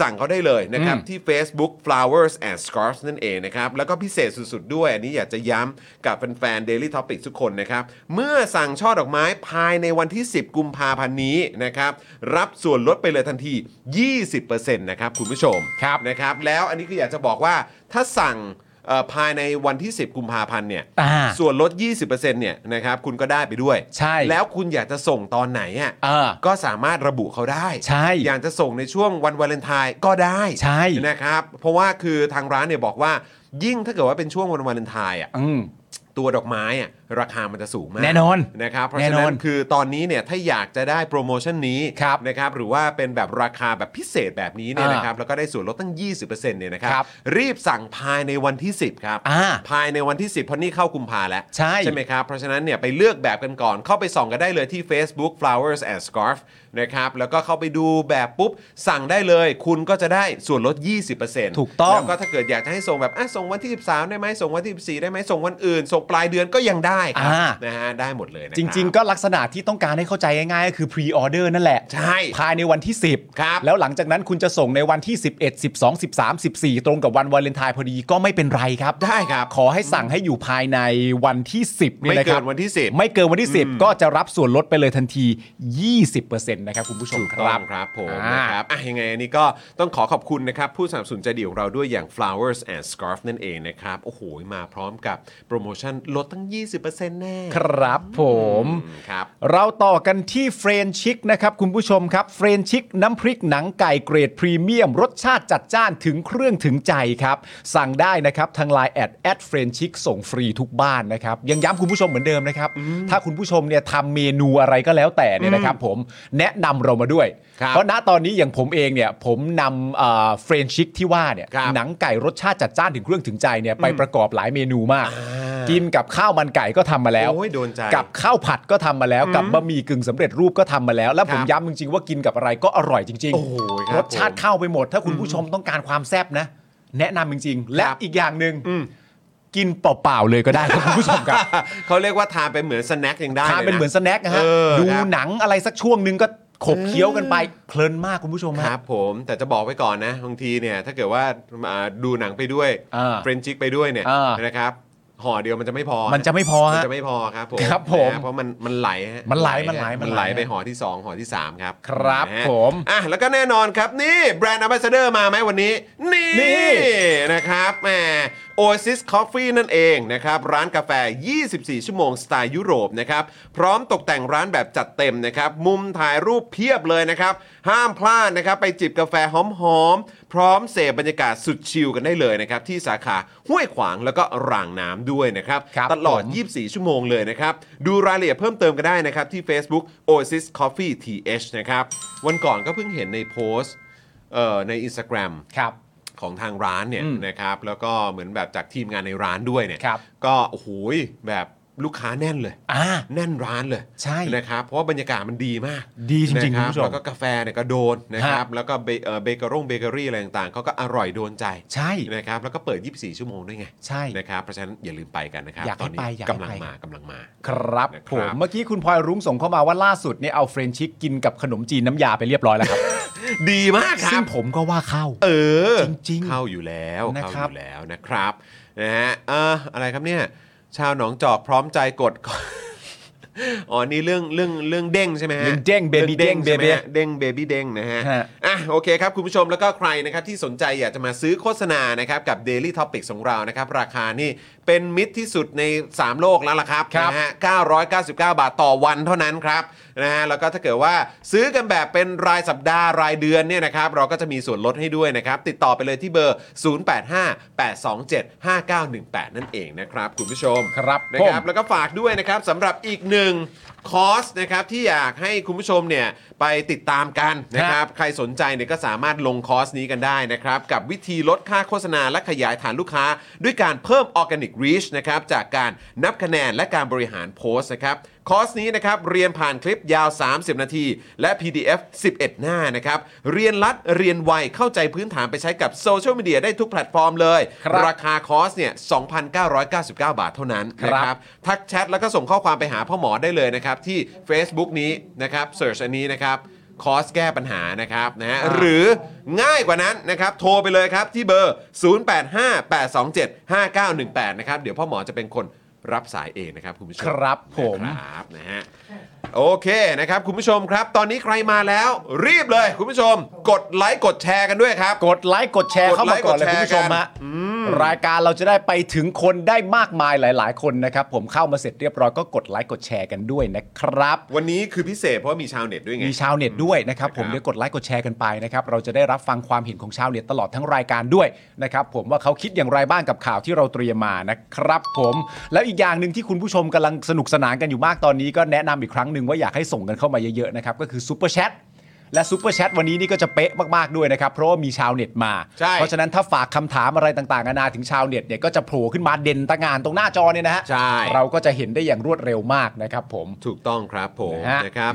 S1: สั่งเขาได้เลยนะครับ ที่ Facebook flowers and scarfs นั่นเองนะครับ แล้วก็พิเศษสุดๆด้วย อันนี้อยากจะย้ำกับแฟนๆ Daily Topic ทุกคนนะครับ เมื่อสั่งช่อดอกไม้ภายในวันที่ 10 กุมภาพันธ์นี้นะครับ รับส่วนลดไปเลยทันที 20%นะครับ คุณผู้ชม
S2: ครับ
S1: นะครับ แล้วอันนี้คืออยากจะบอกว่าถ้าสั่ง เอ่อภายในวันที่ 10 กุมภาพันธ์เนี่ย
S2: อ่า
S1: ส่วนลด 20%เนี่ยนะครับคุณก็ได้ไปด้วย
S2: ใช่
S1: แล้วคุณอยากจะส่งตอนไหนอ่ะ
S2: เออ
S1: ก็สามารถระบุเขาได้
S2: ใช่
S1: อยากจะส่งในช่วงวันวาเลนไทน์ก็ได้
S2: ใช่
S1: นะครับ เพราะว่าคือทางร้านเนี่ยบอกว่า ยิ่งถ้าเกิดว่าเป็นช่วงวันวาเลนไทน์อ่ะ
S2: อืม
S1: ตัวดอกไม้อะราคามันจะสูงมาก
S2: แน่นอน
S1: นะครับเพราะฉะ
S2: แน่น
S1: นั้
S2: อน น
S1: คือตอนนี้เนี่ยถ้าอยากจะได้โปรโมชั่นนี้
S2: ครับ
S1: นะครับหรือว่าเป็นแบบราคาแบบพิเศษแบบนี้เนี่ย
S2: อ่าน
S1: นะครับแล้วก็ได้ส่วนลดตั้ง 20%เนี่ยนะครับ
S2: ครับ
S1: รีบสั่งภายในวันที่ 10 ครับ
S2: อ่า
S1: ภายในวันที่ 10 เพราะนี่เข้ากุมภาแล้ว
S2: ใช่
S1: ไหมครับ เพราะฉะนั้นเนี่ยไปเลือกแบบกันก่อน เข้าไปส่องกันได้เลยที่ Facebook flowers and scarf นะครับแล้วก็เข้าไปดูแบบปุ๊บ สั่งได้เลย คุณก็จะได้ส่วนลด 20%
S2: ถูกต้อง
S1: แล้วก็ ถ้าเกิดอยากจะให้ส่งแบบอ่ะส่งวันที่ 13 ได้ไหมส่งวันที่ 14 ได้ไหมส่งวันอื่น ส่งปลายเดือนก็ยังได้ครั
S2: อ่า
S1: นะฮะได้หมดเลยนะค
S2: จ
S1: บ
S2: ริง ๆ ก็ลักษณะที่ต้องการให้เข้าใจง่ายๆก็คือพรีออเดอร์นั่นแหละ
S1: ใช่
S2: ภายในวันที่ 10
S1: ครับ
S2: แล้วหลังจากนั้นคุณจะส่งในวันที่ 11 12 13 14 ตรงกับวันวาเลนไทน์พอดีก็ไม่เป็นไรครับ
S1: ได้ครับ
S2: ขอให้สั่งให้อยู่ภายในวันที่ 10ยะครับ
S1: ไม่เกินวันที่10
S2: ไม่เกินวันที่ 10 ก็จะรับส่วนลดไปเลยทันที 20%นะครับคุณผู้ชมค
S1: ต้
S2: รั
S1: อบ งครับผม
S2: อ่าน
S1: นะครับอ่ะยังไงอันนี้ก็ต้องขอขอบคุณนะครับ ผู้สนับสนุนใจเดียวเราด้วยอย่าง flowers and scarf นั่นเองนะครับ โอ้โห มาพร้อมกับโปรโมชั่นลดตั้ง 20%แน่
S2: ครับผม
S1: อืมครับ
S2: เราต่อกันที่เฟรนชิกนะครับคุณผู้ชมครับเฟรนชิกน้ำพริกหนังไก่เกรดพรีเมียม รสชาติจัดจ้านถึงเครื่องถึงใจครับ สั่งได้นะครับ ทางไลน์แอดแอดเฟรนชิกส่งฟรีทุกบ้านนะครับ ยังย้ำคุณผู้ชมเหมือนเดิมนะครับ ถ้าคุณผู้ชมเนี่ยทำเมนูอะไรก็แล้วแต่เนี่ยนะครับผมแนะนำเรามาด้วย
S1: ครับ
S2: เพราะณตอนนี้อย่างผมเองเนี่ยผมนำเฟรนชิกที่ว่าเนี่ย
S1: ครับ
S2: หนังไก่รสชาติจัดจ้านถึงเครื่องถึงใจเนี่ยไปประกอบหลายเมนูมาก กินกับข้าวมันไก่ก็ทำมาแล้ว
S1: โอ้ยโดนใจ
S2: กับข้าวผัดก็ทำมาแล้ว กับบะหมี่กึ่งสำเร็จรูปก็ทำมาแล้ว แล้วผม
S1: ครับ
S2: ย้ำจริงๆว่ากินกับอะไรก็อร่อยจริง
S1: โอ้โหครับ
S2: รสชาติเข้าไปหมด ถ้าคุณผู้ชมต้องการความแซ่บนะ แนะนำจริง ๆ และ
S1: ครับ
S2: อีกอย่างหนึ่งกินเปล่าๆเลยก็ได้ครับคุณผู้ชมครับ
S1: เขาเรียกว่าทานไปนเหมือนสแน็คยัง ได้
S2: ทานเป็
S1: ล
S2: น
S1: ยะ
S2: เหมือนสแน็คนะฮะ
S1: เออ
S2: ดู
S1: ครับ
S2: หนังอะไรสักช่วงหนึงก็ขบเคี้ยวกันไปเพลินมากคุณผู้ชม
S1: ค
S2: ฮะ
S1: รับผมแต่จะบอกไว้ก่อนนะบางทีเนี่ยถ้าเกิดว่าอ่าดูหนังไปด้วย
S2: อ่า
S1: เฟรนชิกไปด้วยเนี่ย
S2: อ่า
S1: นะครับห่อเดียวมันจะไม่พอ
S2: มันจะไม่พอฮะ
S1: มันจะไม่พอครับผม
S2: ครับผม
S1: นะเพราะมันมันไหลฮะ
S2: มันไหล
S1: ฮะ
S2: มันไหล
S1: มัน
S2: มัน
S1: ไห
S2: ไห
S1: ล
S2: ล
S1: ไปห่อที่ 2ห่อที่ 3 ครับ
S2: ครับ
S1: นะฮะ
S2: ผม
S1: อ่ะแล้วก็แน่นอนครับนี่แบรนด์อ m ม a สเดอร์มาไหมวันนี้ นี่
S2: นี่
S1: นะครับแหม Oasis Coffee นั่นเองนะครับร้านกาแฟ 24 ชั่วโมงสไตล์ยุโรปนะครับพร้อมตกแต่งร้านแบบจัดเต็มนะครับมุมถ่ายรูปเพียบเลยนะครับ ห้ามพลาดนะครับไปจิบกาแฟหอมๆ พร้อมเสพบรรยากาศสุดชิลกันได้เลยนะครับ ที่สาขาห้วยขวางแล้วก็รางน้ำด้วยนะครับ
S2: ครับ
S1: ตลอด
S2: ผม
S1: 24 ชั่วโมงเลยนะครับ ดูรายละเอียดเพิ่มเติมกันได้นะครับ ที่ Facebook Oasis Coffee TH นะครับ วันก่อนก็เพิ่งเห็นในโพสต์เอ่อใน Instagram
S2: ครับ
S1: ของทางร้านเนี่ย
S2: อืม
S1: นะครับแล้วก็เหมือนแบบจากทีมงานในร้านด้วยเนี่ย
S2: ครับ
S1: ก็โอ้โหยแบบลูกค้าแน่นเลย
S2: อ่า
S1: แน่นร้านเลย
S2: ใช่
S1: นะครับเพราะว่าบรรยากาศมันดีมาก
S2: ดีจริงๆ
S1: นะค
S2: คุ
S1: บ
S2: ณผู้ชม
S1: แล้วก็กาแฟเนี่ยก็โดนนะครับ
S2: ฮะ
S1: แล้วก็เบเอ่อเบเกอรงเบเกอรี่อะไรต่างๆเขาก็อร่อยโดนใจ
S2: ใช่
S1: นะครับแล้วก็เปิด 24 ชั่วโมงด้วยไง
S2: ใช่
S1: นะครับเพราะฉะนั้นอย่าลืมไปกันนะครับ
S2: อยากให้
S1: ตอนนี้
S2: ไปอยากให้
S1: กำลัง
S2: ไป
S1: มากำลังมา
S2: ครับ
S1: นะครับ
S2: ผมเมื่อกี้คุณพลอยรุ้งส่งเข้ามาว่าล่าสุดเนี่ยเอาเฟรนชิกกินกับขนมจีนน้ำยาไปเรียบร้อยแล้วครับ
S1: ดีมากค
S2: ซึ่
S1: รั
S2: ง
S1: บ
S2: ผมก็ว่าเข้า
S1: เออ
S2: จริงๆ
S1: เข้าอยู่แล้ว
S2: นะ
S1: เข้า
S2: ครั
S1: อบ ยู่แล้วนะครับนะฮะเอ่ออะไรครับเนี่ย ชาวหนองจอกพร้อมใจกด อ๋อนี่เรื่องเรื่องเรื่องเด้งใช่ไหมฮะ
S2: เรื่องเด้ง baby เด้ง
S1: ใช่ไหม
S2: baby
S1: ฮะเด้งเบบี้เด้งนะฮะ
S2: ฮะ
S1: อ่ะโอเคครับ คุณผู้ชมแล้วก็ใครนะครับที่สนใจอยากจะมาซื้อโฆษณานะครับกับ Daily Topic ของเรานะครับ ราคานี่เป็นมิตรที่สุดใน 3 โลกแล้วล่ะครับ
S2: ครับ
S1: นะฮะ999 บาทต่อวันเท่านั้นครับนะฮะแล้วก็ถ้าเกิดว่าซื้อกันแบบเป็นรายสัปดาห์รายเดือนเนี่ยนะครับเราก็จะมีส่วนลดให้ด้วยนะครับ ติดต่อไปเลยที่เบอร์ 0858275918 นั่นเองนะครับคุณผู้ชม
S2: ครับ
S1: นะค
S2: ผ
S1: รับ
S2: ม
S1: แล้วก็ฝากด้วยนะครับสำหรับอีกหนึ่งคอร์สนะครับที่อยากให้คุณผู้ชมเนี่ยไปติดตามกันนะครับใครสนใจเนี่ยก็สามารถลงคอร์สนี้กันได้นะครับ กับวิธีลดค่าโฆษณาและขยายฐานลูกค้า ด้วยการเพิ่มออร์แกนิกรีชนะครับจากการนับคะแนนและการบริหารโพสต์นะครับคอร์สนี้นะครับเรียนผ่านคลิปยาว 30 นาที และ PDF 11 หน้านะครับเรียนรัดเรียนไวเข้าใจพื้นฐานไปใช้กับโซเชียลมีเดียได้ทุกแพลตฟอร์มเลย
S2: ครับ
S1: คาคอร์สเนี่ย2,999 บาทเท่านั้นนะค
S2: ครั
S1: รับ
S2: บ
S1: ทักแชทแล้วก็ส่งข้อความไปหาพ่อหมอได้เลยนะครับ ที่ Facebook นี้นะครับเสิร์ชอันนี้นะครับ คอร์สแก้ปัญหานะครับนะฮะ
S2: อ่า
S1: หรือง่ายกว่านั้นนะครับ โทรไปเลยครับที่เบอร์ 0858275918 นะครับ เดี๋ยวพ่อหมอจะเป็นคนรับสายเองนะครับคุณผู้ชม
S2: ครับผม
S1: นะครับนะฮะโอเคนะครับ คุณผู้ชมครับ ตอนนี้ใครมาแล้ว รีบเลย คุณผู้ชม กดไลค์กดแชร์กันด้วยครับ
S2: กดไลค์กดแชร์เข้ามาก่อนเลยคุณผู้ชมฮะ
S1: อืม
S2: รายการเราจะได้ไปถึงคนได้มากมายหลาย ๆ คนนะครับผมเข้ามาเสร็จเรียบร้อยก็กดไลค์กดแชร์กันด้วยนะครับ
S1: วันนี้คือพิเศษเพราะว่ามีชาวเน็ตด้วยไง
S2: มีชาวเน็ตด้วยนะครับผ
S1: นะครั
S2: ม
S1: บ
S2: เดี๋ยวกดไลค์กดแชร์กันไปนะครับเราจะได้รับฟังความเห็นของชาวเน็ตตลอดทั้งรายการด้วยนะครับผมว่าเขาคิดอย่างไรบ้างกับข่าวที่เราเตรียมมานะครับผมแล้วอีกอย่างหนึ่งที่คุณผู้ชมกำลังสนุกสนานกันอยู่มากตอนนี้ก็แนะนำอีกครั้งหนึ่งว่าอยากให้ส่งกันเข้ามาเยอะๆนะครับก็คือซูเปอร์แชทและซูเปอร์แชทวันนี้นี่ก็จะเป๊ะมากๆด้วยนะครับเพราะว่ามีชาวเน็ตมา
S1: ใช่
S2: เพราะฉะนั้นถ้าฝากคำถามอะไรต่างๆนานาถึงชาวเน็ตเนี่ยก็จะโผล่ขึ้นมาเด่นตะงานตรงหน้าจอเนี่ยนะฮะ
S1: ใช่
S2: เราก็จะเห็นได้อย่างรวดเร็วมากนะครับผม
S1: ถูกต้องครับผม
S2: นะฮะ
S1: นะครับ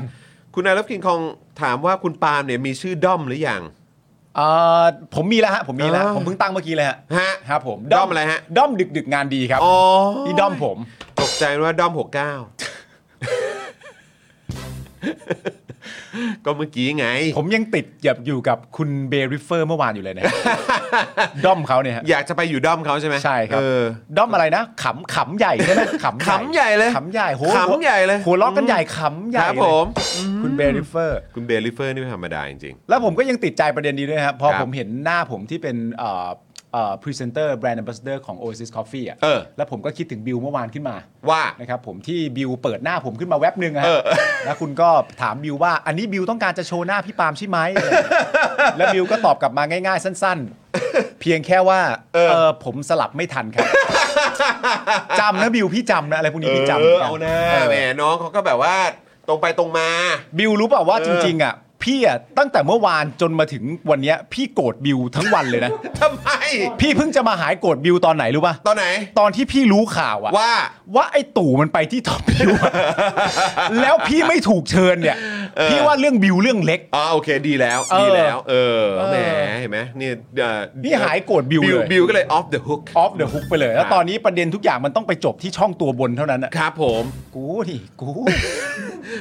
S1: คุณนายรับกินคองถามว่าคุณปาล์มเนี่ยมีชื่อด้อมหรือยัง
S2: เอ่อผมมีแล้วฮะผมมีแล้ว
S1: เออ
S2: ผมเพิ่งตั้งเมื่อกี้เลยฮะ
S1: ฮะ
S2: ครับผม
S1: ด้อมอะไรฮะ
S2: ด้อมดึกดึกงานดีครับ
S1: อ๋อ
S2: นี่ด้อมผม
S1: ตกใจว่าด้อม 69 ก็เมื่อกี้ไง
S2: ผมยังติดแบบอยู่กับคุณเบริฟเฟอร์เมื่อวานอยู่เลย นะ ด้อมเขาเนี่ยฮะ
S1: อยากจะไปอยู่ด้อมเขาใช่ไหม
S2: ใช่ครับ
S1: เออ
S2: ด้อมอะไรนะขำขำใหญ่ใช่ไหมขำ
S1: ขำใหญ่เลย
S2: ขำใหญ่โห
S1: ขำใหญ่เลย
S2: หัวล้อกันใหญ่ขำ
S1: ค
S2: ใหญ่
S1: รับผ
S2: เลย
S1: ม
S2: คุณเบริฟเฟอร์
S1: คุณเบลิเฟอร์นี่ไม่ธรรมดาจริง
S2: แล้วผมก็ยังติดใจประเด็นนี้ด้วยครับพอ
S1: ครับ
S2: ผมเห็นหน้าผมที่เป็นเอ่อเอ่อพรีเซนเตอร์แบรนด์แอมบาสเดอร์ของ Oasis Coffee อ่ะ
S1: เออ
S2: แล้วผมก็คิดถึงบิวเมื่อวานขึ้นมา
S1: ๆ ว่า
S2: นะครับผมที่บิวเปิดหน้าผมขึ้นมาแว็บหนึ่งอะ
S1: เอ
S2: ฮะ
S1: อ
S2: แล้วคุณก็ถามบิวว่าอันนี้บิวต้องการจะโชว์หน้าพี่ปาล์มใช่ไหม แล้วบิวก็ตอบกลับมาง่ายๆ สั้นๆ เพียงแค่ว่าเออผมสลับไม่ทันครับ จำนะบิวพี่จำนะอะไรพวกนี้พี่จำ
S1: เออเอาหน้า
S2: เออ
S1: แหมน้องเขาก็แบบว่าตรงไปตรงมา
S2: บิวรู้เปล่าว่า
S1: เออ
S2: จริงๆอ่ะพี่อ่ะตั้งแต่เมื่อวานจนมาถึงวันเนี้ยพี่โกรธบิวทั้งวันเลยนะ
S1: ทำไม
S2: พี่เพิ่งจะมาหายโกรธบิวตอนไหนรู้ป่ะ
S1: ตอนไหน
S2: ตอนที่พี่รู้ข่าวอ่ะ
S1: ว่า
S2: ว่าไอ้ตู่มันไปที่ท็อปบิว แล้วพี่ไม่ถูกเชิญเนี่ย พี่ว่าเรื่องบิวเรื่องเล็ก
S1: อ๋อโอเคดีแล้ว
S2: เออ
S1: ดีแล้ว เออ
S2: เออ
S1: แหมเห็นไหมนี่เอ่อ
S2: นี่หายโกรธบิวเลย
S1: บิวก็เลย off the hook
S2: ออฟเดอะฮุกไปเลย แล้วตอนนี้ประเด็นทุกอย่างมันต้องไปจบที่ช่องตัวบนเท่านั้นอะ
S1: ครับผม
S2: กูนี่กู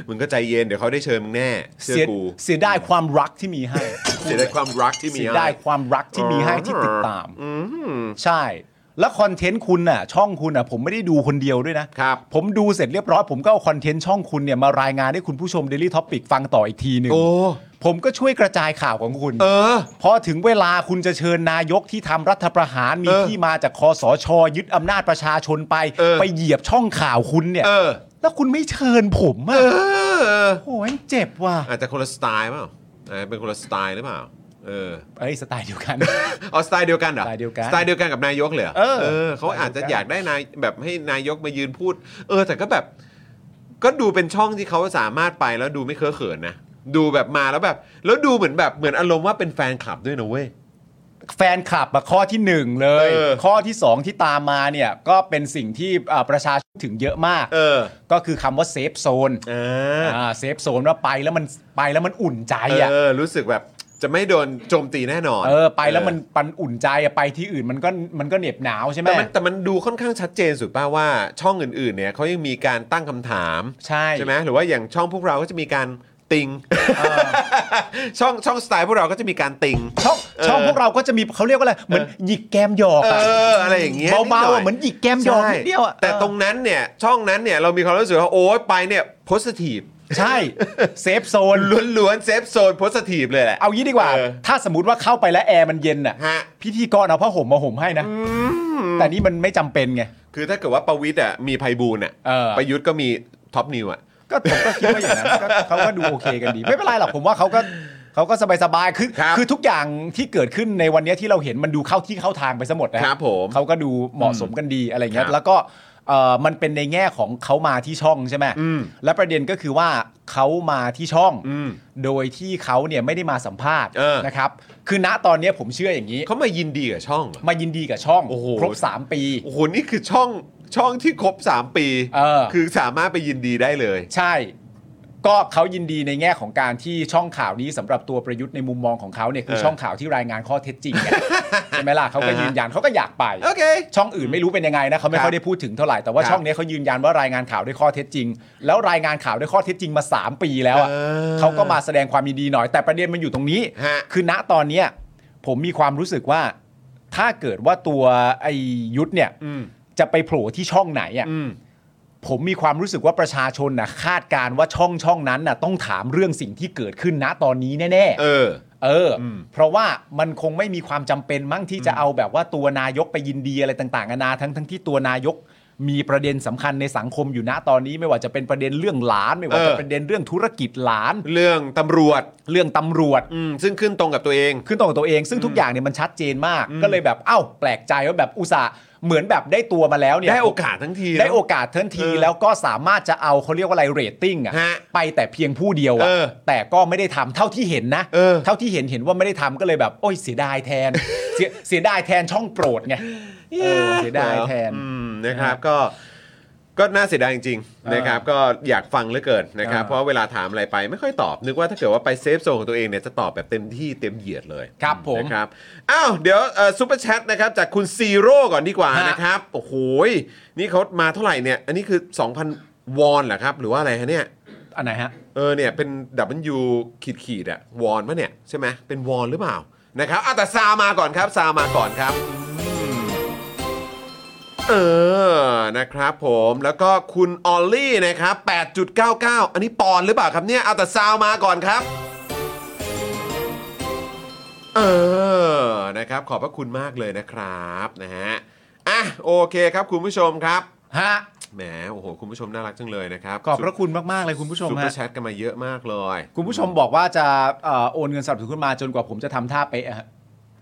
S1: มึงก็ใจเย็น เดี๋ยวเขาได้เชิญมึงแน่ เชื่
S2: เสีย
S1: อกู
S2: เสียดายความรักที่มี ให้
S1: เสียดายความรักที่มี
S2: เสีย
S1: ให้
S2: ดายความรักที่มีให้ที่ติดตาม
S1: อืม
S2: ใช่ แล้วคอนเทนต์คุณน่ะ ช่องคุณน่ะ ผมไม่ได้ดูคนเดียวด้วยนะครับ ผมดูเสร็จเรียบร้อยผมก็เอาคอนเทนต์ช่องคุณเนี่ยมารายงานให้คุณผู้ชม Daily Topic ฟังต่ออีกทีหนึ่ง
S1: โอ้
S2: ผมก็ช่วยกระจายข่าวของคุณ
S1: เออ
S2: พอถึงเวลาคุณจะเชิญนายกที่ทำรัฐประหารมี
S1: เออ
S2: ที่มาจากคอสช ยึดอำนาจประชาชนไป
S1: เออ
S2: ไปเหยียบช่องข่าวคุณเนี่ย
S1: เออ
S2: แล้วคุณไม่เชิญผมอะ
S1: เออ
S2: โอ้ยเจ็บว่ะ
S1: อาจจะคนละสไตล์เปล่าเออเป็นคนละสไตล์หรือเปล่า เออ
S2: เอ้ยสไตล์เดียวกัน
S1: เอาสไตล์เดียวกันเหรอ
S2: สไตล์เดียวกัน
S1: สไตล์เดียวกันกับนายกเลยหร
S2: เออ
S1: เขาอาจจะ
S2: สไตล์เดี
S1: อ
S2: ยวกัน
S1: ยากได้นายแบบให้นายกมายืนพูด เออ แต่ก็แบบ ก็ดูเป็นช่องที่เขาสามารถไปแล้วดูไม่เคอะเขินนะ ดูแบบมาแล้วแบบ แล้วดูเหมือนแบบเหมือนอารมณ์ว่าเป็นแฟนคลับด้วยนะเว้ย
S2: แฟนคลับอะข้อที่หนึ่งเลย
S1: เออ
S2: ข้อที่สองที่ตามมาเนี่ย ก็เป็นสิ่งที่อ่าประชาชนถึงเยอะมาก
S1: เออ
S2: ก็คือคำว่าเซฟโซน
S1: เออ
S2: อ่าเซฟโซนว่าไปแล้วมันไปแล้วมันอุ่นใจอะ
S1: เออ รู้สึกแบบจะไม่โดนโจมตีแน่นอน
S2: เออไปแล้วมันปันอุ่นใจอะไปที่อื่นมันก็มันก็เหน็บหนาวใช่ไหม
S1: แต่มันแต่มันดูค่อนข้างชัดเจนสุดป่าว่าช่องอื่นๆ เนี่ยเขายังมีการตั้งคำถาม
S2: ใช่
S1: ใช่ไหมหรือว่าอย่างช่องพวกเราก็จะมีการติง ช่องช่องสไตล์พวกเราก็จะมีการติง
S2: ช่อง
S1: เออ
S2: ช่องพวกเราก็จะมีเขาเรียกว่าอะไร เหมือนหยิกแกมหยอก
S1: เอ
S2: อะ
S1: ออะไรอย่างเงี้ย
S2: เบาๆอะเหมื
S1: ด
S2: อน
S1: ย
S2: หยิกแกมหยอก
S1: ใช่
S2: นิดเดียวอะ
S1: แต่ตรงนั้นเนี่ยช่องนั้นเนี่ยเรามีความรู้สึกว่าโอ๊ยไปเนี่ยโพสิทีฟ
S2: ใช่ เซฟโซน
S1: ล้วนๆเซฟโซนโพสิทีฟเลยแหละ
S2: เอางี้ดีกว่า
S1: เออ
S2: ถ้าสมมติว่าเข้าไปแล้วแอร์มันเย็นอ่ะ
S1: ฮะ
S2: พิธีกรเอาผ้าห่มมาห่มให้นะ แต่นี่มันไม่จำเป็นไง
S1: คือถ้าเกิดว่าประวิทย์อ่ะมีไพบูลย์อ่ะ
S2: เออ
S1: ประยุทธ์ก็มีท็อปนิวอ่ะ
S2: ก็ผมก็คิดว่าอย่างนั้นก็เขาก็ดูโอเคกันดี ไม่เป็นไรหรอกผมว่าเขาก็เขาก็สบายสบายๆคือ
S1: ครับ
S2: อทุกอย่างที่เกิดขึ้นในวันเนี้ยที่เราเห็นมันดูเข้าที่เข้าทางไปซะหมดนะครับ
S1: ผม
S2: เขาก็ดูเหมาะสมกันดีอะไรเงี้
S1: ค
S2: ย
S1: รับ
S2: แล้วก็เอ่อมันเป็นในแง่ของเขามาที่ช่องใช่ไหม
S1: อืม
S2: และประเด็นก็คือว่าเขามาที่ช่อง
S1: อืม
S2: โดยที่เขาเนี่ยไม่ได้มาสัมภาษณ์
S1: เออ
S2: นะครับคือณตอนเนี้ยผมเชื่ออย่างนี้
S1: เขามายินดีกับช่องเหรอ
S2: มายินดีกับช่อง
S1: โอ้โห
S2: ครบสามปี
S1: โอ้โหนี่คือช่องช่องที่ครบ 3 ปี
S2: เออ
S1: คือสามารถไปยินดีได้เลย
S2: ใช่ ก็เขายินดีในแง่ของการที่ช่องข่าวนี้สำหรับตัวประยุทธ์ในมุมมองของเขาเนี่ยคือ
S1: เออ
S2: ช่องข่าวที่รายงานข้อเท็จจริงไง ใช่ไหมล่ะเขาก็ยืนยันเขาก็อยากไป
S1: โอเค
S2: ช่องอื่นไม่รู้เป็นยังไงนะเขา
S1: ค
S2: ไม่
S1: รับ
S2: ค่อยได้พูดถึงเท่าไหร่แต่ว่า
S1: ครับ
S2: ช่องเนี้ยเขายืนยันว่ารายงานข่าวด้วยข้อเท็จจริง แล้วรายงานข่าวด้วยข้อเท็จจริงมา 3 ปีแล้วอะ
S1: เออ
S2: เขาก็มาแสดงความยินดีหน่อยแต่ประเด็นมันอยู่ตรงนี้
S1: ฮะ
S2: คือณตอนเนี้ยผมมีความรู้สึกว่าถ้าเกิดว่าตัวไอยุทธเนี่ย
S1: อืม
S2: จะไปโผล่ที่ช่องไหนอะ
S1: อืม
S2: ผมมีความรู้สึกว่าประชาชนนะคาดการณ์ว่าช่องช่องนั้นนะต้องถามเรื่องสิ่งที่เกิดขึ้นณตอนนี้แน่
S1: เออ
S2: ๆ เอออ เพราะว่ามันคงไม่มีความจำเป็นมั้งที่จะเอาแบบว่าตัวนายกไปยินดีอะไรต่างๆนานาทั้งทั้งที่ตัวนายกมีประเด็นสำคัญในสังคมอยู่นะตอนนี้ ไม่ว่าจะเป็นประเด็นเรื่องหลาน ไม่ว่า
S1: เออ
S2: จะเป็นประเด็นเรื่องธุรกิจหลาน
S1: เรื่องตำรวจ
S2: เรื่องตำรวจ
S1: อืมซึ่งขึ้นตรงกับตัวเอง
S2: ขึ้นตรงกับตัวเองซึ่งทุกอย่างเนี่ยมันชัดเจนมาก ก็เลยแบบเอ้า แปลกใจว่าแบบอุตส่าห์เหมือนแบบได้ตัวมาแล้วเนี่ย
S1: ได้โอกาสทั้งที
S2: ได้โอ
S1: นะ
S2: กาสทันที
S1: เออ
S2: แล้วก็สามารถจะเอาเขาเรียกว่าอะไรเรตติ้งอะ
S1: ฮะ
S2: ไปแต่เพียงผู้เดียวอะ
S1: เออ
S2: แต่ก็ไม่ได้ทำเท่าที่เห็นนะ
S1: เออ
S2: ที่เห็นเห็นว่าไม่ได้ทำก็เลยแบบ โอ้ยเสียดายแท น เสียเสียดายแทนช่องโปรดไงเออเสียดายแทน
S1: อืมนะครับก็ก็น่าเสียดายจริงๆนะครับ ก็อยากฟังเหลือเกินนะครับ
S2: เออ
S1: เพราะเวลาถามอะไรไปไม่ค่อยตอบ นึกว่าถ้าเกิดว่าไปเซฟโซนของตัวเองเนี่ยจะตอบแบบเต็มที่เต็มเหยียดเลย
S2: ครับผม
S1: นะครับอ้าวเดี๋ยวซูเปอร์แชทนะครับจากคุณซีโร่ก่อนดีกว่า
S2: ฮะ
S1: นะครับโอ้โหยนี่เขามาเท่าไหร่เนี่ย อันนี้คือ 2,000 วอนเหรอครับ หรือว่าอะไรฮะเนี่ย
S2: อันไหนฮะ
S1: เออเนี่ยเป็นดับเบิลยูขีดขีดอะวอนปะเนี่ยใช่ไหมเป็นวอนหรือเปล่านะครับอ่ะแต่ซามาก่อนครับซามาก่อนครับอืมเออนะครับผมแล้วก็คุณออลลี่นะครับ8.99 อันนี้ปอนด์หรือเปล่าครับเนี่ยเอาแต่ซาวมาก่อนครับ เออนะครับขอบพระคุณมากเลยนะครับนะฮะอ่ะโอเคครับคุณผู้ชมครับ
S2: ฮะ
S1: แหมโอ้โหคุณผู้ชมน่ารักจังเลยนะครับ
S2: ขอบพระคุณมาก ๆ เลยคุณผู้ชม
S1: ซูเปอ
S2: ฮะ
S1: ร์แชทกันมาเยอะมากเลย
S2: คุณผู้ชมบอกว่าจะเอ่อโอนเงินสนับสนุนขึ้นมาจนกว่าผมจะทำท่าเป๊ะอะฮะ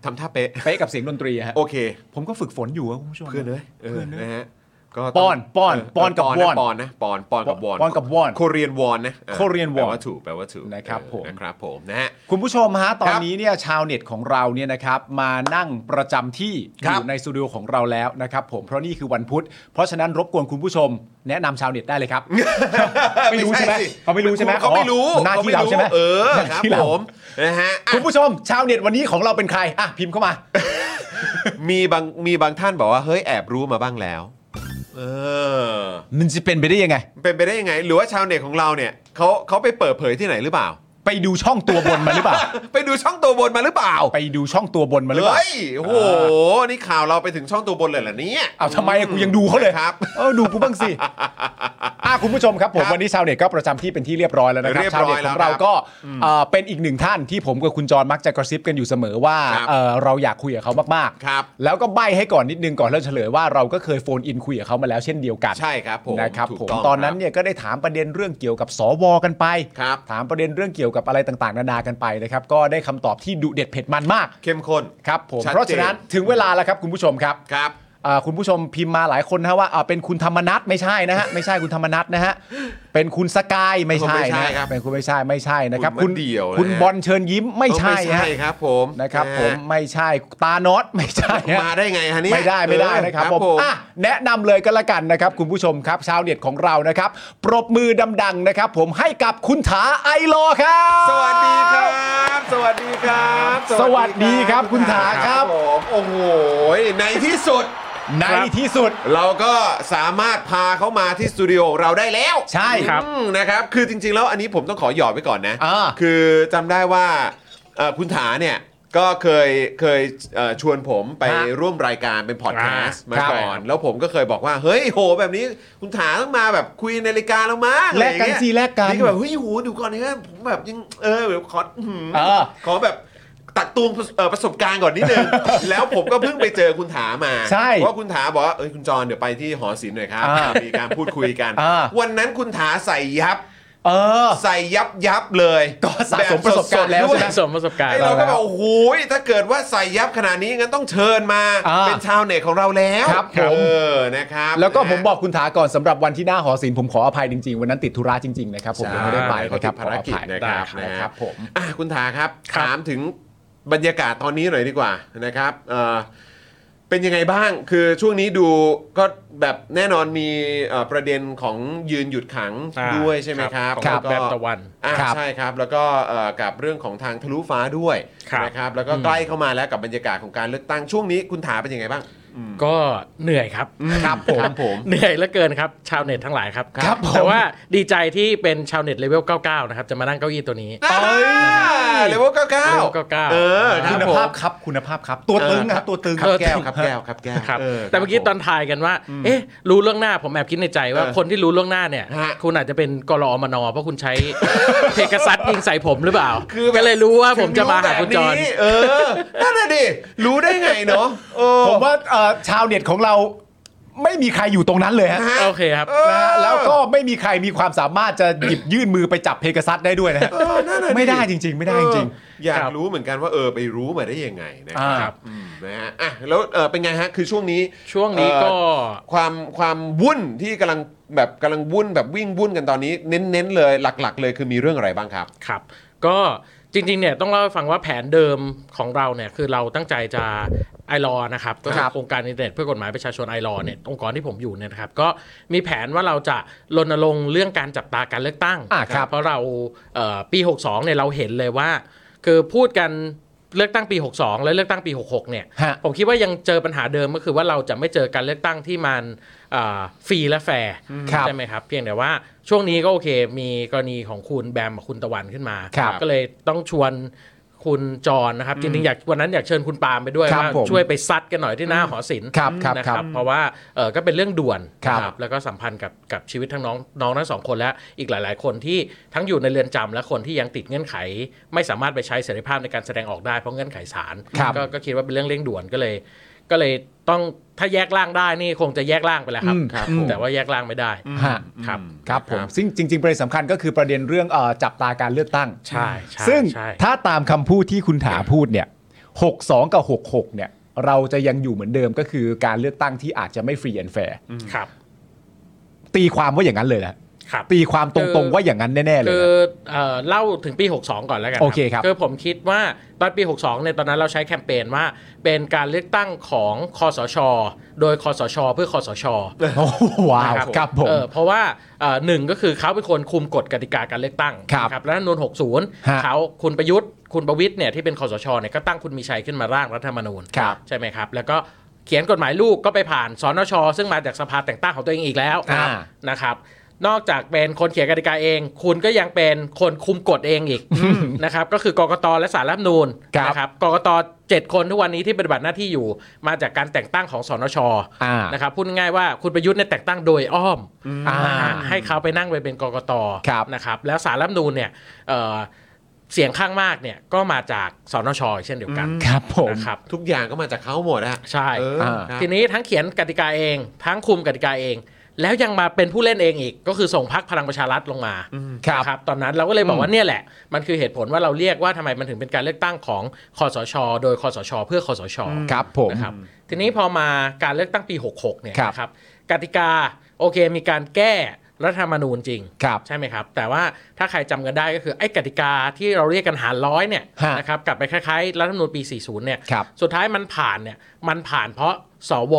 S1: ทำท่าเป๊ะ
S2: เป๊ะกับเสียงดนตรีอะฮะ
S1: โอเค
S2: ผมก็ฝึกฝนอยู่อะคุณผู้ชม
S1: เพื่อนเลยเออนะฮะก็
S2: ปอนปอนปอนกับวอน
S1: ปอนนะปอนปอนกับวอน
S2: ปอนกับวอน
S1: โคเรียนวอนนะออ
S2: Korean วอน
S1: แปลว่าถูกแปลว่าถูก
S2: นะครับ
S1: เออ
S2: ผม
S1: นะครับผมนะฮะ
S2: คุณผู้ชมฮะตอ
S1: คน รับ
S2: นี้เนี่ยชาวเน็ตของเราเนี่ยนะครับมานั่งประจำที่อ
S1: ครับ
S2: ยู่ในสตูดิโอของเราแล้วนะครับผมเพราะนี่คือวันพุธ เพราะฉะนั้นรบกวนคุณผู้ชม แนะนำชาวเน็ตได้เลยครับ ไม่รู้ใช่ไหม
S1: สิ
S2: เขาไม่รู้ใช่ไหม
S1: เขาไม่รู้
S2: อ๋อหน้าที่เราใช่ไหม
S1: เออ
S2: หน้า
S1: ครับ
S2: ที่เรา
S1: ผมนะฮะอ่ะ
S2: คุณผู้ชม ชาวเน็ตวันนี้ของเราเป็นใครอ่ะพิมพ์เข้ามา
S1: มีบางมีบางท่านบอกว่าเฮ้ยแอบรู้มาบ้างแล้ว เออ
S2: มันจะเป็นไปได้ยังไง
S1: เป็นไปได้ยังไง หรือว่าชาวเน็ตของเราเนี่ยเขาเขาไปเปิดเผยที่ไหนหรือเปล่า
S2: ไปดูช่องตัวบนมาหรือเปล่า
S1: ไปดูช่องตัวบนมาหรือเปล่า
S2: ไปดูช่องตัวบนมาหรือเปล่า
S1: เฮ้ยโอ้โหนี่ข่าวเราไปถึงช่องตัวบนเลยเหรอเนี่ย
S2: เอาทำไมอะกูยังดูเขาเลย
S1: ครับ
S2: เออดูกูบ้าง สิอ่ะคุณผู้ชมครับผม
S1: ครับ
S2: วันนี้ชาวเน็ตก็ประจำที่เป็นที่เรียบร้อยแล้วนะครับ
S1: เรียบ
S2: ชาว
S1: ร้อ
S2: เน็ต
S1: ย
S2: ข
S1: แล้ว
S2: องเราก็เอ่อเป็นอีกหนึ่งท่านที่ผมกับคุณจรมักจะกระซิบกันอยู่เสมอว่า
S1: ครับ
S2: เอ่อเราอยากคุยกับเขามาก
S1: ครับ
S2: ๆแล้วก็ใบให้ก่อนนิดนึงก่อนเราเฉลยว่าเราก็เคยโฟนอินคุยกับเขามาแล้วเช่นเดียวกัน
S1: ใช่ครับผม
S2: นะครับ
S1: ถูก
S2: ผม
S1: ง
S2: ตอนนั้น
S1: ครับ
S2: เนี่ยก็ได้ถามประเด็นเรื่องเกี่ยวกับสวกันไป
S1: ครับ
S2: ถามประเด็นเรื่องเกี่ยวกับอะไรต่างๆ นานากันไปนะครับก็ได้คำตอบที่ดุเด็ดเผ็ดมันมาก
S1: เข้มข้น
S2: ครับผม
S1: ชัดเจน
S2: เพราะฉะนั้นถึงเวลาแล้วครับคุณผู้ชมครับ
S1: ครับ
S2: อ่าคุณผู้ชมพิมพ์มาหลายคนนะฮะว่าอ่าเป็นคุณธรรมนัทไม่ใช่นะ ฮะ ไม่ใช่คุณธรรมนัทนะฮะ เป็นคุณสกายไม่ใช่
S1: ไม่ใช่
S2: นะครับ เป็นคุณไม่ใช่ไม่ใช่นะครับ
S1: คุณเดี่ยวนะฮะ
S2: คุณบอลเชิญยิ้มไม่ใช่
S1: เออไม่
S2: ฮะ
S1: ใช่ครับผม
S2: นะครับ
S1: นะฮะ
S2: ผมไม่ใช่ตาโนอตไม่ใช่ฮะ
S1: มาได้ไงฮะเนี่ย
S2: ไม่ได้ไม่ได้นะครับ
S1: เออ
S2: ผมอ่ะแนะนำเลยก็แล้วกันนะครับ คุณผู้ชมครับชาวเน็ตของเรานะครับ ปรบมือดังๆนะครับ ผมให้กับคุณถาไอรอว์ครับ
S1: สวัสดีครับ สวัสดีครับ
S2: สวัสดีครับคุณถาครับ
S1: ผมโอ้โหในที่สุด
S2: ในที่สุด
S1: เราก็สามารถพาเขามาที่สตูดิโอของเราได้แล้ว
S2: ใช่ครับ
S1: อืมนะครับ คือจริงๆ แล้วอันนี้ผมต้องขอหยอดไว้ก่อนนะ
S2: อ่า
S1: คือจำได้ว่าเอ่อคุณถาเนี่ย ก็เคยเคยเอ่อชวนผมไป
S2: ฮะ
S1: ร่วมรายการเป็นพอดแคสต์
S2: อ่าม
S1: มา
S2: ครับ
S1: ก่อน แล้วผมก็เคยบอกว่า เฮ้ยโห แบบนี้คุณถาต้องมาแบบคุยในรายการแล้วมั้ง
S2: แลกกันสิแลกกัน
S1: นี่ก็แบบเฮ้ยโหดูก่อนนะผมแบบยังเออแบบขออื้อหือ
S2: เออ
S1: ขอแบบตักตวงประสเอ่อประสบการณ์ก่อนนิด นึง แล้วผมก็เพิ่งไปเจอคุณถามา
S2: ใช่
S1: เพราะ คุณถาบอกว่าเอ้ยคุณจรเดี๋ยวไปที่หอศิลป์หน่อยครับ
S2: อ่า
S1: มีการพูดคุยกัน
S2: อ่า
S1: วันนั้นคุณถาใส่ยับ
S2: เออ
S1: ใส่ยับยับเลย
S2: ก็สะสมประสบการณ์แล้
S1: ด
S2: ว
S1: ๆด้ย
S2: ใช่ไห
S3: สะสมประสบการณ์
S1: ไอ้เราก็แบบโอ้โหถ้าเกิดว่าใส่ยับขนาดนี้งั้นต้องเชิญมา
S2: อ่า
S1: เป็นชาวเน็ตของเราแล้ว
S2: ครับผม
S1: เออนะครับ
S2: แล้วก็ผม
S1: นะ
S2: บอกคุณถาก่อนสำหรับวันที่หน้าหอศิลป์ผมขออภัยจริงๆ วันนั้นติดธุระจริงๆนะครับผม
S1: ใช่
S2: ยังไม่ได้ไปนะครับ
S1: เขาติดภารกิจ
S2: ขออภัย
S1: นะครับ
S2: ได้
S1: นะฮะ
S2: ครับผม
S1: อ่ะคุณถาครับ
S2: ครับ
S1: ถามถึงบรรยากาศตอนนี้หน่อยดีกว่านะครับเอ่อเป็นยังไงบ้างคือช่วงนี้ดูก็แบบแน่นอนมีเอ่อประเด็นของยืนหยุดขัง
S3: อ่า
S1: ด้วยใช่ไหมครับ
S3: ของ
S1: แล้วก็
S3: แบบตะวัน
S1: อ่า
S2: ครับ
S1: ใช่ครับ แล้วก็เอ่อกับเรื่องของทางทะลุฟ้าด้วย
S3: ครับ
S1: นะครับแล้วก็ใกล้เข้ามาแล้วกับบรรยากาศของการเลือกตั้งช่วงนี้คุณถาเป็นยังไงบ้าง
S3: ก็เหนื่อยครับ
S2: ครับผม
S3: เหนื่อยเหลือเกินครับชาวเน็ตทั้งหลายครับ
S2: ครับผม
S3: แต่ว่าดีใจที่เป็นชาวเน็ตเลเวล 99 นะครับ จะมานั่งเก้าอี้ตัวนี้
S1: เอ้ยเลเวลเก้าเก้า
S3: เลเวลเก้าเก้า
S1: เออ
S3: ค
S1: ครั
S3: รั
S1: บ
S2: คุ
S3: ผม
S2: ณภาพครับคุณภาพครับ ตัวตึงนะครับตัวตึง
S1: ครับแก้วครับแก้วครับแก้ว
S3: ครับ
S1: ครับ
S3: แต่เมื่อกี้
S1: ผ
S3: ตอนทายกันว่า เอ๊ะ รู้เรื่องหน้าผมแอบคิดในใจว่า
S1: เออ
S3: คนที่รู้เรื่องหน้าเนี่ย
S1: ฮะ
S3: คุณอาจจะเป็นกรอมนอเพราะคุณใช้ เพกซัสยิงใส่ผมหรือเปล่า
S1: คือแบบ
S3: ก็เลยรู้ว่าผมจะมาหาคุณจ
S1: ถึ
S3: ร
S1: งแบบนี้เออนั่นน่ะดิรู้ได้ไงเนาะเออ
S2: ผมว่าเอ่อชาวเน็ตของเราไม่มีใครอยู่ตรงนั้นเลยฮะ
S3: โอเคครับ
S1: เออ
S2: นะฮะแล้วก็ไม่มีใครมีความสามารถจะหยิบยื่นมือไปจับเพกาซัสได้ด้วยนะฮะ
S1: เออนั่นน่ะ
S2: ไม่ได้จริง ๆ ไม่ได้จริง
S1: เอออยาก
S3: ครับ
S1: รู้เหมือนกันว่าเออไปรู้มาได้ยังไงนะค
S2: ครั
S1: รับบ อืมนะฮะอ่ะแล้วเออเป็นไงฮะคือช่วงนี้
S3: ช่วงนี้ก็
S1: เอ่อความความวุ่นที่กำลังแบบกำลังวุ่นแบบวิ่งวุ่นกันตอนนี้เน้นๆเลยหลัก ๆ เลยคือมีเรื่องอะไรบ้างครับ
S3: ครับก็จริงๆเนี่ยต้องเล่าให้ฟังว่าแผนเดิมของเราเนี่ยคือเราตั้งใจจะไอรอนะครับก็คือ
S1: ครับ
S3: โครงการอินเทอร์เน็ตเพื่อกฎหมายประชาชนไอรอเนี่ยองค์กรที่ผมอยู่เนี่ยนะครับก็มีแผนว่าเราจะรณรงค์เรื่องการจับตาการเลือกตั้ง
S2: อ่าครับ
S3: เพราะเราเอ่อปี 62เนี่ยเราเห็นเลยว่า คือพูดกันเลือกตั้งปี 62 และเลือกตั้งปี 66เนี่ย
S2: ๆฮะ
S3: ผมคิดว่ายังเจอปัญหาเดิมก็คือว่าเราจะไม่เจอการเลือกตั้งที่มันอ่าฟรีและแฟร์
S2: ครับ
S3: ใช่ไหมครับ เพียงแต่ว่าช่วงนี้ก็โอเค มีกรณีของคุณแบมกับคุณตะวันขึ้นมา
S2: ครับ
S3: ก็เลยต้องชวนคุณจรนะครับ จริงๆอยากวันนั้นอยากเชิญคุณปาล์มไปด้วย
S2: ครับ
S3: ว่า
S2: ผม
S3: ช่วยไปซัดกันหน่อยที่หน้าหอศิลป์
S2: ครับครับ
S3: นะ
S2: ค
S3: ค
S2: รั
S3: รั
S2: บบ
S3: เพราะว่าเออก็เป็นเรื่องด่วน
S2: ครับ
S3: นะแล้วก็สัมพันธ์กับกับชีวิตทั้งน้องน้องทั้งสองคนและอีกหลาย ๆ คนที่ทั้งอยู่ในเรือนจำและคนที่ยังติดเงื่อนไข ไม่สามารถไปใช้เสรีภาพในการแสดงออกได้เพราะเงื่อนไขศาล
S2: ครับ
S3: ก็ก็คิดว่าเป็นเรื่องเร่งด่วนก็เลย ก็เลยต้องถ้าแยกร่างได้นี่คงจะแยกร่างไปแล้วครับ
S2: อืมครับผม
S3: แต่ว่าแยกร่างไม่ได้
S2: ฮะ
S3: ครับ
S2: ครับ
S1: ค
S2: ผม
S1: รับ
S2: ซึ่งจริง ๆ ประเด็นสำคัญก็คือประเด็นเรื่องเอ่อจับตาการเลือกตั้ง
S3: ใช่ใช่
S2: ซึ่ง
S3: ใช่
S2: ถ้าตามคำพูดที่คุณถาพูดเนี่ย62 กับ 66 เนี่ย เราจะยังอยู่เหมือนเดิมก็คือการเลือกตั้งที่อาจจะไม่ฟรีแอนแฟร์
S3: ครับ
S2: ตีความว่าอย่างนั้นเลยนะครับ ตีความตรงๆว่าอย่างนั้นแน่ๆเลย
S3: คือ
S2: นะ
S3: เอ่อเล่าถึงปี 62 ก่อนแล้วกัน
S2: โอเคครับ
S3: คือผมคิดว่าตอนปี 62เนี่ยตอนนั้นเราใช้แคมเปญว่า เป็นการเลือกตั้งของคอสช โดยคอสช เพื่อคอสช
S2: โอ้ว้าว
S3: นะครับ
S2: ครับผม
S3: เออเพราะว่าเอ่อหนึ่งก็คือเขาเป็นคนคุมกฎกติกาการเลือกตั้ง
S2: ครับ
S3: นะครับรัฐธรรมนูญ
S2: ฮะ
S3: 60 เขาคุณประยุทธ์ คุณประวิทย์เนี่ยที่เป็นคอสชเนี่ยก็ตั้งคุณมีชัยขึ้นมาร่างรัฐธรรมนูญ
S2: ครับ
S3: ใช่ไหมครับ แล้วก็เขียนกฎหมายลูกก็ไปผ่านสนช ซึ่งมาจากสภาแต่งตั้งของตัวเองอีกแล้ว
S2: อ่า
S3: นะครับ นอกจากเป็นคนเขียนกติกาเอง คุณก็ยังเป็นคนคุมกฎเองอีกนะครับก็คือกกตและสารรัฐธรรมนูญ
S2: ครับ
S3: นะครับกกตเจ็ดคนทุกวันนี้ที่ปฏิบัติหน้าที่อยู่มาจากการแต่งตั้งของสนช
S2: อ่า
S3: นะครับพูดง่ายๆว่าคุณประยุทธ์เนี่ยแต่งตั้งโดยอ้อม
S2: อ่า
S3: นะฮะให้เขาไปนั่งไปเป็นกกต
S2: ครับ
S3: นะครับแล้วสารรัฐธรรมนูลเนี่ยเอ่อเสียงข้างมากเนี่ยก็มาจากสนชเช่นเดียวกัน
S2: ครับผม
S3: นะครับ
S1: ทุกอย่างก็มาจากเขาหมดอะ
S3: ใช่
S1: เออ
S2: อ่า
S1: ครับ
S3: ทีนี้ทั้งเขียนกติกาเอง ทั้งคุมกติกาเอง แล้วยังมาเป็นผู้เล่นเองอีก ก็คือส่งพักพลังประชารัฐลงมา
S2: ครับ
S3: นะครับตอนนั้นเราก็เลยบอกว่าเนี่ยแหละ มันคือเหตุผลว่าเราเรียกว่าทำไมมันถึงเป็นการเลือกตั้งของคอสช โดยคอสช เพื่อคอสช
S2: ครับผม
S3: นะครับทีนี้พอมาการเลือกตั้งปี 66 เนี่ย
S2: ครับ
S3: นะครับกติกาโอเคมีการแก้รัฐธรรมนูญจริง
S2: ครับ
S3: ใช่ไหมครับ แต่ว่าถ้าใครจำกันได้ก็คือไอ้กติกาที่เราเรียกกันหารร้อยเนี่ย
S2: ฮะ
S3: นะครับกลับไปคล้ายๆ รัฐธรรมนูญปี 40 เนี่ย
S2: ครับ
S3: สุดท้ายมันผ่านเนี่ยมันผ่านเพราะสว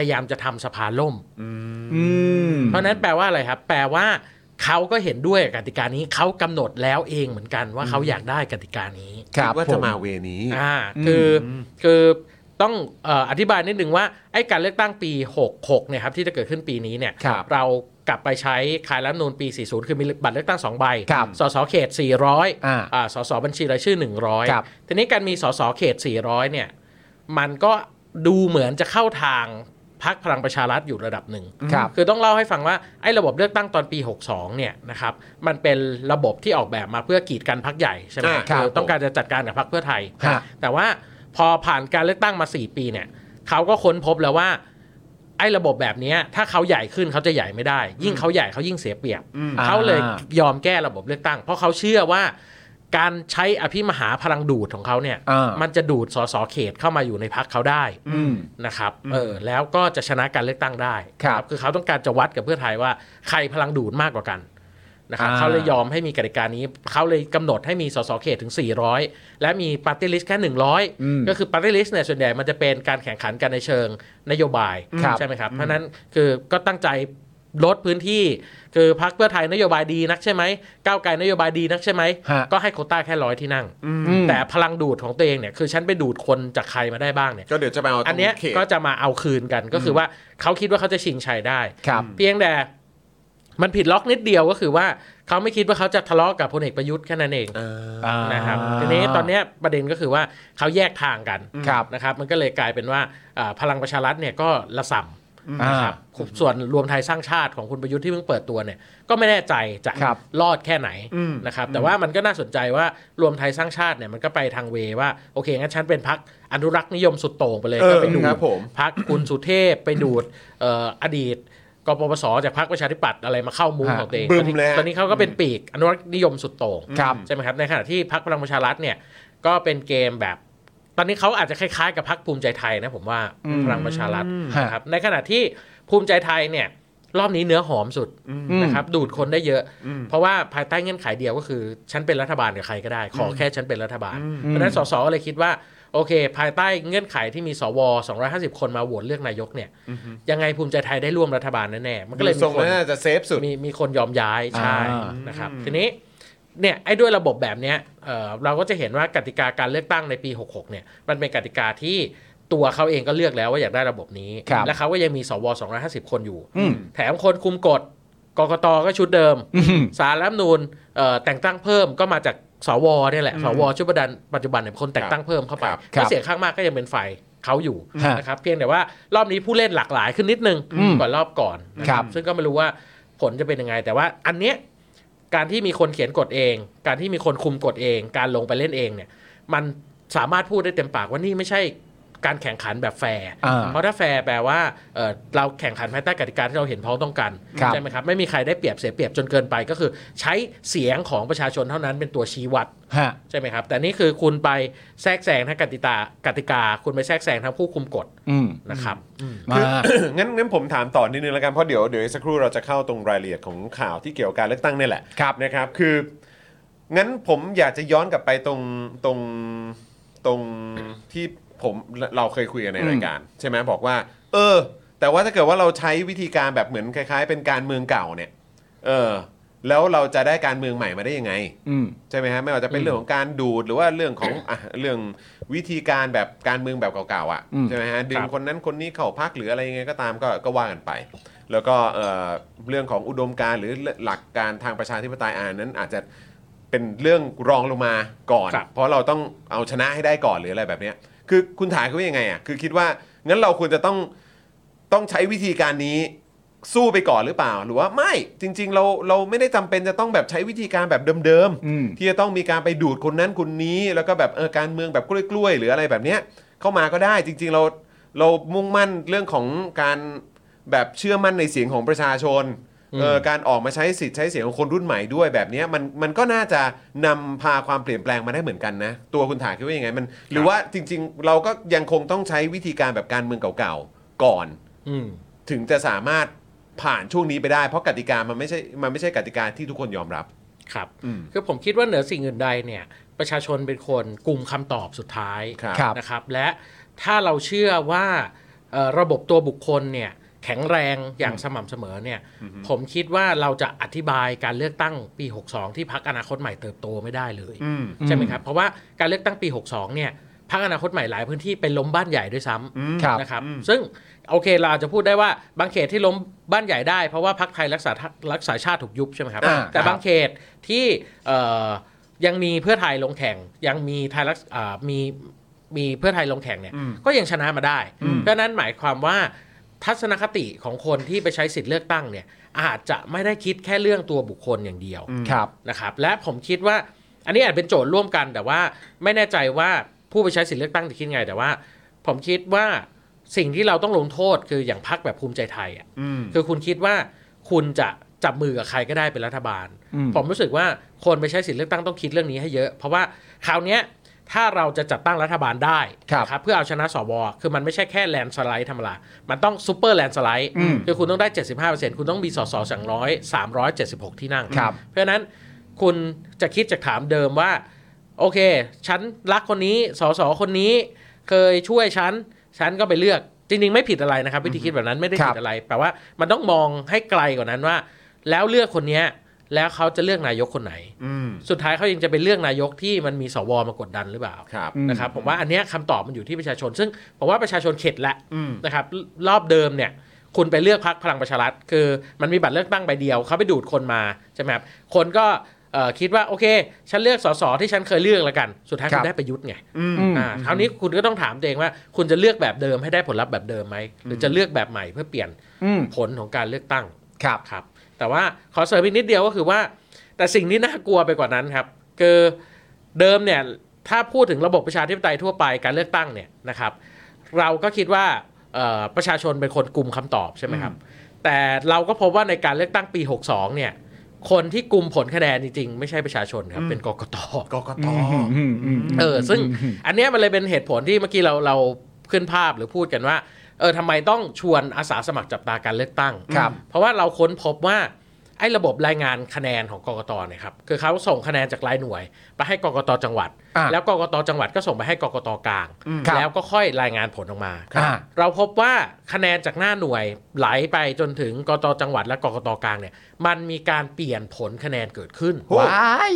S3: พยายามจะทำสภาล่ม
S2: ืม
S3: เพราะฉะนั้นแปลว่าอะไรครับ แปลว่าเขาก็เห็นด้วยกับกติกานี้เขากำหนดแล้วเองเหมือนกันว่าเขาอยากได้กติกานี้
S2: ครับ
S1: ว่า
S2: ผ
S1: จะ
S2: ม
S1: มาเวนี้
S3: อ่าคืออคือต้องเอ่ออธิบายนิดนึงว่าไอ้การเลือกตั้งปี 66เนี่ยครับที่จะเกิดขึ้นปีนี้เนี่ย
S2: ครับ
S3: เรากลับไปใช้คายรัฐธรรมนูนปี 40 คือมีบัตรเลือกตั้ง 2 ใบ
S2: ครับ
S3: สสเขต 400
S2: อ่า
S3: อ่าสสบัญชีรายชื่อ 100
S2: ครับ
S3: ทีนี้การมีสสเขต 400เนี่ยมันก็ดูเหมือนจะเข้าทางพักพลังประชารัฐอยู่ระดับหนึ่ง
S2: ครับ
S3: คือต้องเล่าให้ฟังว่าไอ้ระบบเลือกตั้งตอนปี 62เนี่ยนะครับมันเป็นระบบที่ออกแบบมาเพื่อกีดกันพักใหญ่ใช่ไหม
S1: อ่าครับ
S3: คือต้องการจะจัดการกับพักเพื่อไทย
S2: ฮะ
S3: แต่ว่าพอผ่านการเลือกตั้งมา 4 ปีเนี่ยเขาก็ค้นพบแล้วว่าไอ้ระบบแบบเนี้ยถ้าเขาใหญ่ขึ้นเขาจะใหญ่ไม่ได้ ยิ่งเขาใหญ่เขายิ่งเสียเปรียบ เขาเลยยอมแก้ระบบเลือกตั้ง เพราะเขาเชื่อว่าการใช้อภิมหาพลังดูดของเขาเนี่ย
S2: อ่ามั
S3: มันจะดูดสสเขตเข้ามาอยู่ในพักเขาได้
S2: อืม
S3: นะครับ เออ แล้วก็จะชนะการเลือกตั้งได้
S2: ครับ
S3: คือเขาต้องการจะวัดกับเพื่อไทยว่าใครพลังดูดมากกว่ากันนะครับ
S2: อ่า
S3: เขาเลยยอมให้มีกติกานี้ เขาเลยกำหนดให้มีสสเขตถึง 400 และมีปาร์ตี้ลิสต์แค่
S2: อืม
S3: 100 ก็คือปาร์ตี้ลิสต์เนี่ยส่วนใหญ่มันจะเป็นการแข่งขันกันในเชิงนโยบาย
S2: ครับ
S3: ใช่ไหมครับ เพราะฉะนั้นคือก็ตั้งใจ ลดพื้นที่ คือพักเพื่อไทยนโยบายดีนักใช่ไหมก้าวไกลนโยบายดีนักใช่ไหม
S2: ฮะ
S3: ก็ให้โควต้าแค่ร้อยที่นั่ง
S2: อืม
S3: แต่พลังดูดของตัวเองเนี่ยคือฉันไปดูดคนจากใครมาได้บ้างเนี่ย
S1: ก็เดี๋ยวจะไปเอาตรง
S3: อันเนี้ย
S1: เขต
S3: ก็จะมาเอาคืนกันก็คือว่าเขาคิดว่าเขาจะชิงชัยได้
S2: ครับ
S3: เพียงแต่มันผิดล็อกนิดเดียวก็คือว่าเขาไม่คิดว่าเขาจะทะเลาะกับพลเอกประยุทธ์แค่นั้นเองนะครับทีนี้ตอนเนี้ยประเด็นก็คือว่าเขาแยกทางกัน
S2: ครับ
S3: นะครับ มันก็เลยกลายเป็นว่าอ่าพลังประชารัฐเนี่ยก็ละส่ำนะครับส่วนรวมไทยสร้างชาติของคุณประยุทธ์ที่เพิ่งเปิดตัวเนี่ยก็ไม่แน่ใจจะ
S2: ครับ
S3: รอดแค่ไหน
S1: อืม
S3: นะครับแต่ว่ามันก็น่าสนใจว่ารวมไทยสร้างชาติเนี่ยมันก็ไปทางเวว่าโอเคงั้นฉันเป็นพักอนุรักษ์นิยมสุดโต่งไปเลย
S1: เอ
S3: ก็
S1: อ
S3: ไปดู
S1: ครับผม
S3: พักคุณสุเทพไปดูดเอ่ออดีตกปปสจากพรรคประชาธิปัตย์อะไรมาเข้ามุม
S2: ฮะ
S3: ของตัวเอง
S1: บึ้
S3: ตอ
S1: ม
S3: นนี้
S1: เลยฮะ
S3: ตอนนี้เขาก็เป็นปีกอนุรักษ์นิยมสุดโต่ง
S2: ครับ
S3: ใช่ไหมครับในขณะที่พรรคพลังประชารัฐเนี่ยก็เป็นเกมแบบ ตอนนี้เขาอาจจะคล้ายๆกับพรรคภูมิใจไทยนะผมว่า
S2: อืม
S3: พลังประชารัฐ
S2: ฮะ
S3: นะครับในขณะที่ภูมิใจไทยเนี่ยรอบนี้เนื้อหอมสุดนะครับดูดคนได้เยอะ เพราะว่าภายใต้เงื่อนไขเดียวก็คือ ฉันเป็นรัฐบาลกับใครก็ได้ ขอแค่ฉันเป็นรัฐบาล เพราะฉะนั้นสสก็เลยคิดว่า โอเค ภายใต้เงื่อนไขที่มีสว 250 คนมาโหวตเลือกนายกเนี่ยยังไงภูมิใจไทยได้ร่วมรัฐบาลแน่ๆมันก็เลย
S1: ดู
S3: มี
S1: ทรง
S3: คน
S1: แล้วน่าจะเซฟสุด
S3: มีมีคนยอมย้ายใช่
S2: อ่า
S3: นะครับทีนี้เนี่ยไอ้ด้วยระบบแบบเนี้ยเอ่อเราก็จะเห็นว่ากติกาการเลือกตั้งในปี 66 เนี่ยมันเป็นกติกาที่ตัวเขาเองก็เลือกแล้วว่าอยากได้ระบบนี้
S2: ครับ
S3: และเขาก็ยังมีสว 250 คนอยู่
S2: อืม
S3: แถมคนคุมกฎกกตก็ชุดเดิม
S2: อืม
S3: สารรัฐธรรมนูลเอ่อแต่งตั้งเพิ่มก็มาจากสวเนี่ยแหละสวชุดประดันปัจจุบันเนี่ยเป็นคนแต่งตั้งเพิ่มเข้าไป
S1: ครับ
S2: ครับ
S3: ถ้าเสียงข้างมากก็ยังเป็นฝ่ายเขาอยู่
S2: ฮะ
S3: นะครับเพียงแต่ว่ารอบนี้ผู้เล่นหลากหลายขึ้นนิดนึง
S2: อืม
S3: กว่ารอบก่อนนะครับ ซึ่งก็ไม่รู้ว่าผลจะเป็นยังไง แต่ว่าอันเนี้ยการที่มีคนเขียนกฎเอง การที่มีคนคุมกฎเอง การลงไปเล่นเองเนี่ยมันสามารถพูดได้เต็มปากว่านี่ไม่ใช่การแข่งขันแบบแฟร์
S2: อ่า
S3: เพราะถ้าแฟร์แปลว่าเอ่อเราแข่งขันภายใต้กติกาที่เราเห็นพ้องต้องกัน
S2: ครับ
S3: ใช่ไหมครับ ไม่มีใครได้เปรียบเสียเปรียบจนเกินไปก็คือ ใช้เสียงของประชาชนเท่านั้นเป็นตัวชี้วัด
S2: ฮะ
S3: ใช่ไหมครับ แต่นี่คือคุณไปแทรกแซงทั้งกติกากติกา คุณไปแทรกแซงทั้งผู้คุมกฎ
S2: อืม
S3: นะครับอืม
S2: มา
S1: งั้นงั้นผมถามต่อนิดนึงแล้วกันเพราะเดี๋ยวเดี๋ยวอีกสักครู่เราจะเข้าตรงรายละเอียดของข่าวที่เกี่ยวกับการเลือกตั้งเนี่ยแหละ
S2: ครับ
S1: นะครับคืองั้นผมอยากจะย้อนกลับไปตรงตรงตรงที่ผมเราเคยคุยกันในรายการ ใช่ไหมบอกว่า เออ แต่ว่าถ้าเกิดว่าเราใช้วิธีการแบบเหมือนคล้าย ๆ เป็นการเมืองเก่าเนี่ย เออ แล้วเราจะได้การเมืองใหม่มาได้ยังไง
S2: อืม
S1: ใช่ไหมฮะไม่ว่าจะเป็น
S3: อืม
S1: เรื่องของการดูดหรือว่าเรื่อง ของอ่ะเรื่องวิธีการแบบการเมืองแบบเก่าๆอ่ะ
S2: อืม
S1: ใช่ไหมฮะดึงคนนั้นคนนี้เข้าพักหรืออะไรยังไงก็ตามก็ก็ว่ากันไป แล้วก็เอ่อเรื่องของอุดมการณ์หรือหลักการทางประชาธิปไตยอันนั้นอาจจะเป็นเรื่องรองลงมาก่อน
S3: ครับ
S1: เพราะเราต้องเอาชนะให้ได้ก่อนหรืออะไรแบบเนี้ยคือคุณถ่ายเขาว่ายังไงอ่ะคือคิดว่างั้นเราควรจะต้องต้องใช้วิธีการนี้ สู้ไปก่อนหรือเปล่า หรือว่าไม่จริง ๆ เราเราไม่ได้จำเป็นจะต้องแบบใช้วิธีการแบบเดิม
S2: อืม
S1: ที่จะต้องมีการไปดูดคนนั้นคนนี้ แล้วก็แบบเออการเมืองแบบกล้วยๆหรืออะไรแบบเนี้ยเข้ามาก็ได้จริง ๆ เราเรามุ่งมั่นเรื่องของการแบบเชื่อมั่นในเสียงของประชาชนเออการออกมาใช้สิทธิ์ใช้เสียงของคนรุ่นใหม่ด้วยแบบเนี้ยมันมันก็น่าจะนำพาความเปลี่ยนแปลงมาได้เหมือนกันนะ ตัวคุณถาคิดว่ายังไงมัน หรือว่าจริง ๆ เราก็ยังคงต้องใช้วิธีการแบบการเมืองเก่าๆก่อน
S3: อืม
S1: ถึงจะสามารถผ่านช่วงนี้ไปได้ เพราะกติกามันไม่ใช่มันไม่ใช่กติกาที่ทุกคนยอมรับ
S3: ครับ
S1: อืม
S3: คือผมคิดว่าเหนือสิ่งอื่นใดเนี่ยประชาชนเป็นคนกลุ่มคำตอบสุดท้าย
S1: ครับ
S2: ครับ
S3: นะครับ และถ้าเราเชื่อว่าเอ่อระบบตัวบุคคลเนี่ยแข็งแรงอย่างสม่ำเสมอเนี่ยผมคิดว่าเราจะอธิบายการเลือกตั้งปี 62 ที่พักอนาคตใหม่เติบโตไม่ได้เลย
S1: อืม
S3: ใช่ไหมครับเพราะว่าการเลือกตั้งปี 62 เนี่ยพักอนาคตใหม่หลายพื้นที่เป็นล้มบ้านใหญ่ด้วยซ้ำ
S2: ครับ
S3: นะครับซึ่งโอเคเราอาจจะพูดได้ว่าบางเขตที่ล้มบ้านใหญ่ได้ เพราะว่าพักไทยรักษารักษาชาติถูกยุบใช่ไหมครับ
S1: อ่า
S3: แต่
S1: ครับ
S3: บางเขตที่เอ่อยังมีเพื่อไทยลงแข่ง ยังมีไทยรักษอ่ามีมีเพื่อไทยลงแข่งเนี่ย
S1: อืม
S3: ก็ยังชนะมาได้
S1: อืม
S3: เพราะฉะนั้นหมายความว่าทัศนคติของคนที่ไปใช้สิทธิ์เลือกตั้งเนี่ยอาจจะไม่ได้คิดแค่เรื่องตัวบุคคลอย่างเดียว
S2: ครับ
S3: นะครับและผมคิดว่าอันนี้อาจเป็นโจทย์ร่วมกัน แต่ว่าไม่แน่ใจว่าผู้ไปใช้สิทธิเลือกตั้งจะคิดไง แต่ว่า ผมคิดว่าสิ่งที่เราต้องลงโทษคืออย่างพักแบบภูมิใจไทยอ่ะ
S1: อืม
S3: คือคุณคิดว่าคุณจะจับมือกับใครก็ได้เป็นรัฐบาล
S2: อืม
S3: ผมรู้สึกว่าคนไปใช้สิทธิเลือกตั้งต้องคิดเรื่องนี้ให้เยอะ เพราะว่าคราวเนี้ยถ้าเราจะจัดตั้งรัฐบาลได้
S2: ครับ
S3: นะเพื่อเอาชนะสวคือมันไม่ใช่แค่แลนด์สไลด์ธรรมดามันต้องซูเปอร์แลนด์สไลด์
S2: อืม
S3: คือคุณต้องได้ 75%คุณต้องมีสสสองร้อยสามร้อยเจ็ดสิบหกที่นั่ง
S2: ครับ
S3: เพราะฉะนั้นคุณจะคิดจากถามเดิมว่า โอเค ฉันรักคนนี้สสคนนี้ เคยช่วยฉัน ฉันก็ไปเลือก จริงๆไม่ผิดอะไรนะครับ วิธีคิดแบบนั้นไม่ได้ผิดอะไรแปลว่ามันต้องมองให้ไกลกว่านั้นว่า แล้วเลือกคนเนี้ยแล้วเขาจะเลือกนายกคนไหน
S1: อืม
S3: สุดท้ายเขายังจะเป็นเลือกนายกที่มันมีสวมากดดันหรือเปล่า
S1: ครับ
S2: อืม
S3: นะครับผมว่าอันเนี้ยคำตอบมันอยู่ที่ประชาชน ซึ่งผมว่าประชาชนเข็ดละ
S1: อืม
S3: นะครับรอบเดิมเนี่ย คุณไปเลือกพักพลังประชารัฐคือมันมีบัตรเลือกตั้งใบเดียวเขาไปดูดคนมาใช่ไหมครับคนก็เอ่อคิดว่าโอเค ฉันเลือกสสที่ฉันเคยเลือกแล้วกัน สุดท้าย
S2: ครั
S3: คุณ
S2: บ
S3: ได้ประยุทธ์ไง
S1: อืม
S2: อืม
S3: อ่าคราวนี้คุณก็ต้องถามตัวเองว่า คุณจะเลือกแบบเดิมให้ได้ผลลัพธ์แบบเดิมไหมหรือจะเลือกแบบใหม่เพื่อเปลี่ยน
S2: อืม
S3: ผลของการเลือกตั้ง
S2: ครับ
S3: ครับ แต่ว่าขอเสริมอีกนิดเดียวก็คือว่า แต่สิ่งที่น่ากลัวไปกว่านั้นครับคือเดิมเนี่ยถ้าพูดถึงระบบประชาธิปไตยทั่วไปการเลือกตั้งเนี่ยนะครับ เราก็คิดว่าเอ่อประชาชนเป็นคนกลุ่มคำตอบใช่ไหมครับ แต่เราก็พบว่าในการเลือกตั้งปี 62 เนี่ย คนที่กลุ่มผลคะแนนจริงๆไม่ใช่ประชาชนครับเป็นกกต
S1: กกต
S2: อืมมม
S3: เออซึ่งอันเนี้ยมันเลยเป็นเหตุผลที่เมื่อกี้เราเราขึ้นภาพหรือพูดกันว่าเออทำไมต้องชวนอาสาสมัครจับตาการเลือกตั้ง
S2: ครับ
S3: เพราะว่าเราค้นพบว่าไอ้ระบบรายงานคะแนนของกกตเนี่ยครับคือเขาส่งคะแนนจากรายหน่วย ไปให้กกตจังหวัด
S2: อ่ะ
S3: แล้วกกตจังหวัดก็ส่งไปให้กกตกลาง
S1: อืม
S2: ครับ
S3: แล้วก็ค่อยรายงานผลออกมา
S2: ครับ
S3: เราพบว่าคะแนนจากหน้าหน่วยไหลไปจนถึงกตจังหวัดและกกตกลางเนี่ยมันมีการเปลี่ยนผลคะแนนเกิดขึ้น
S2: ว้าย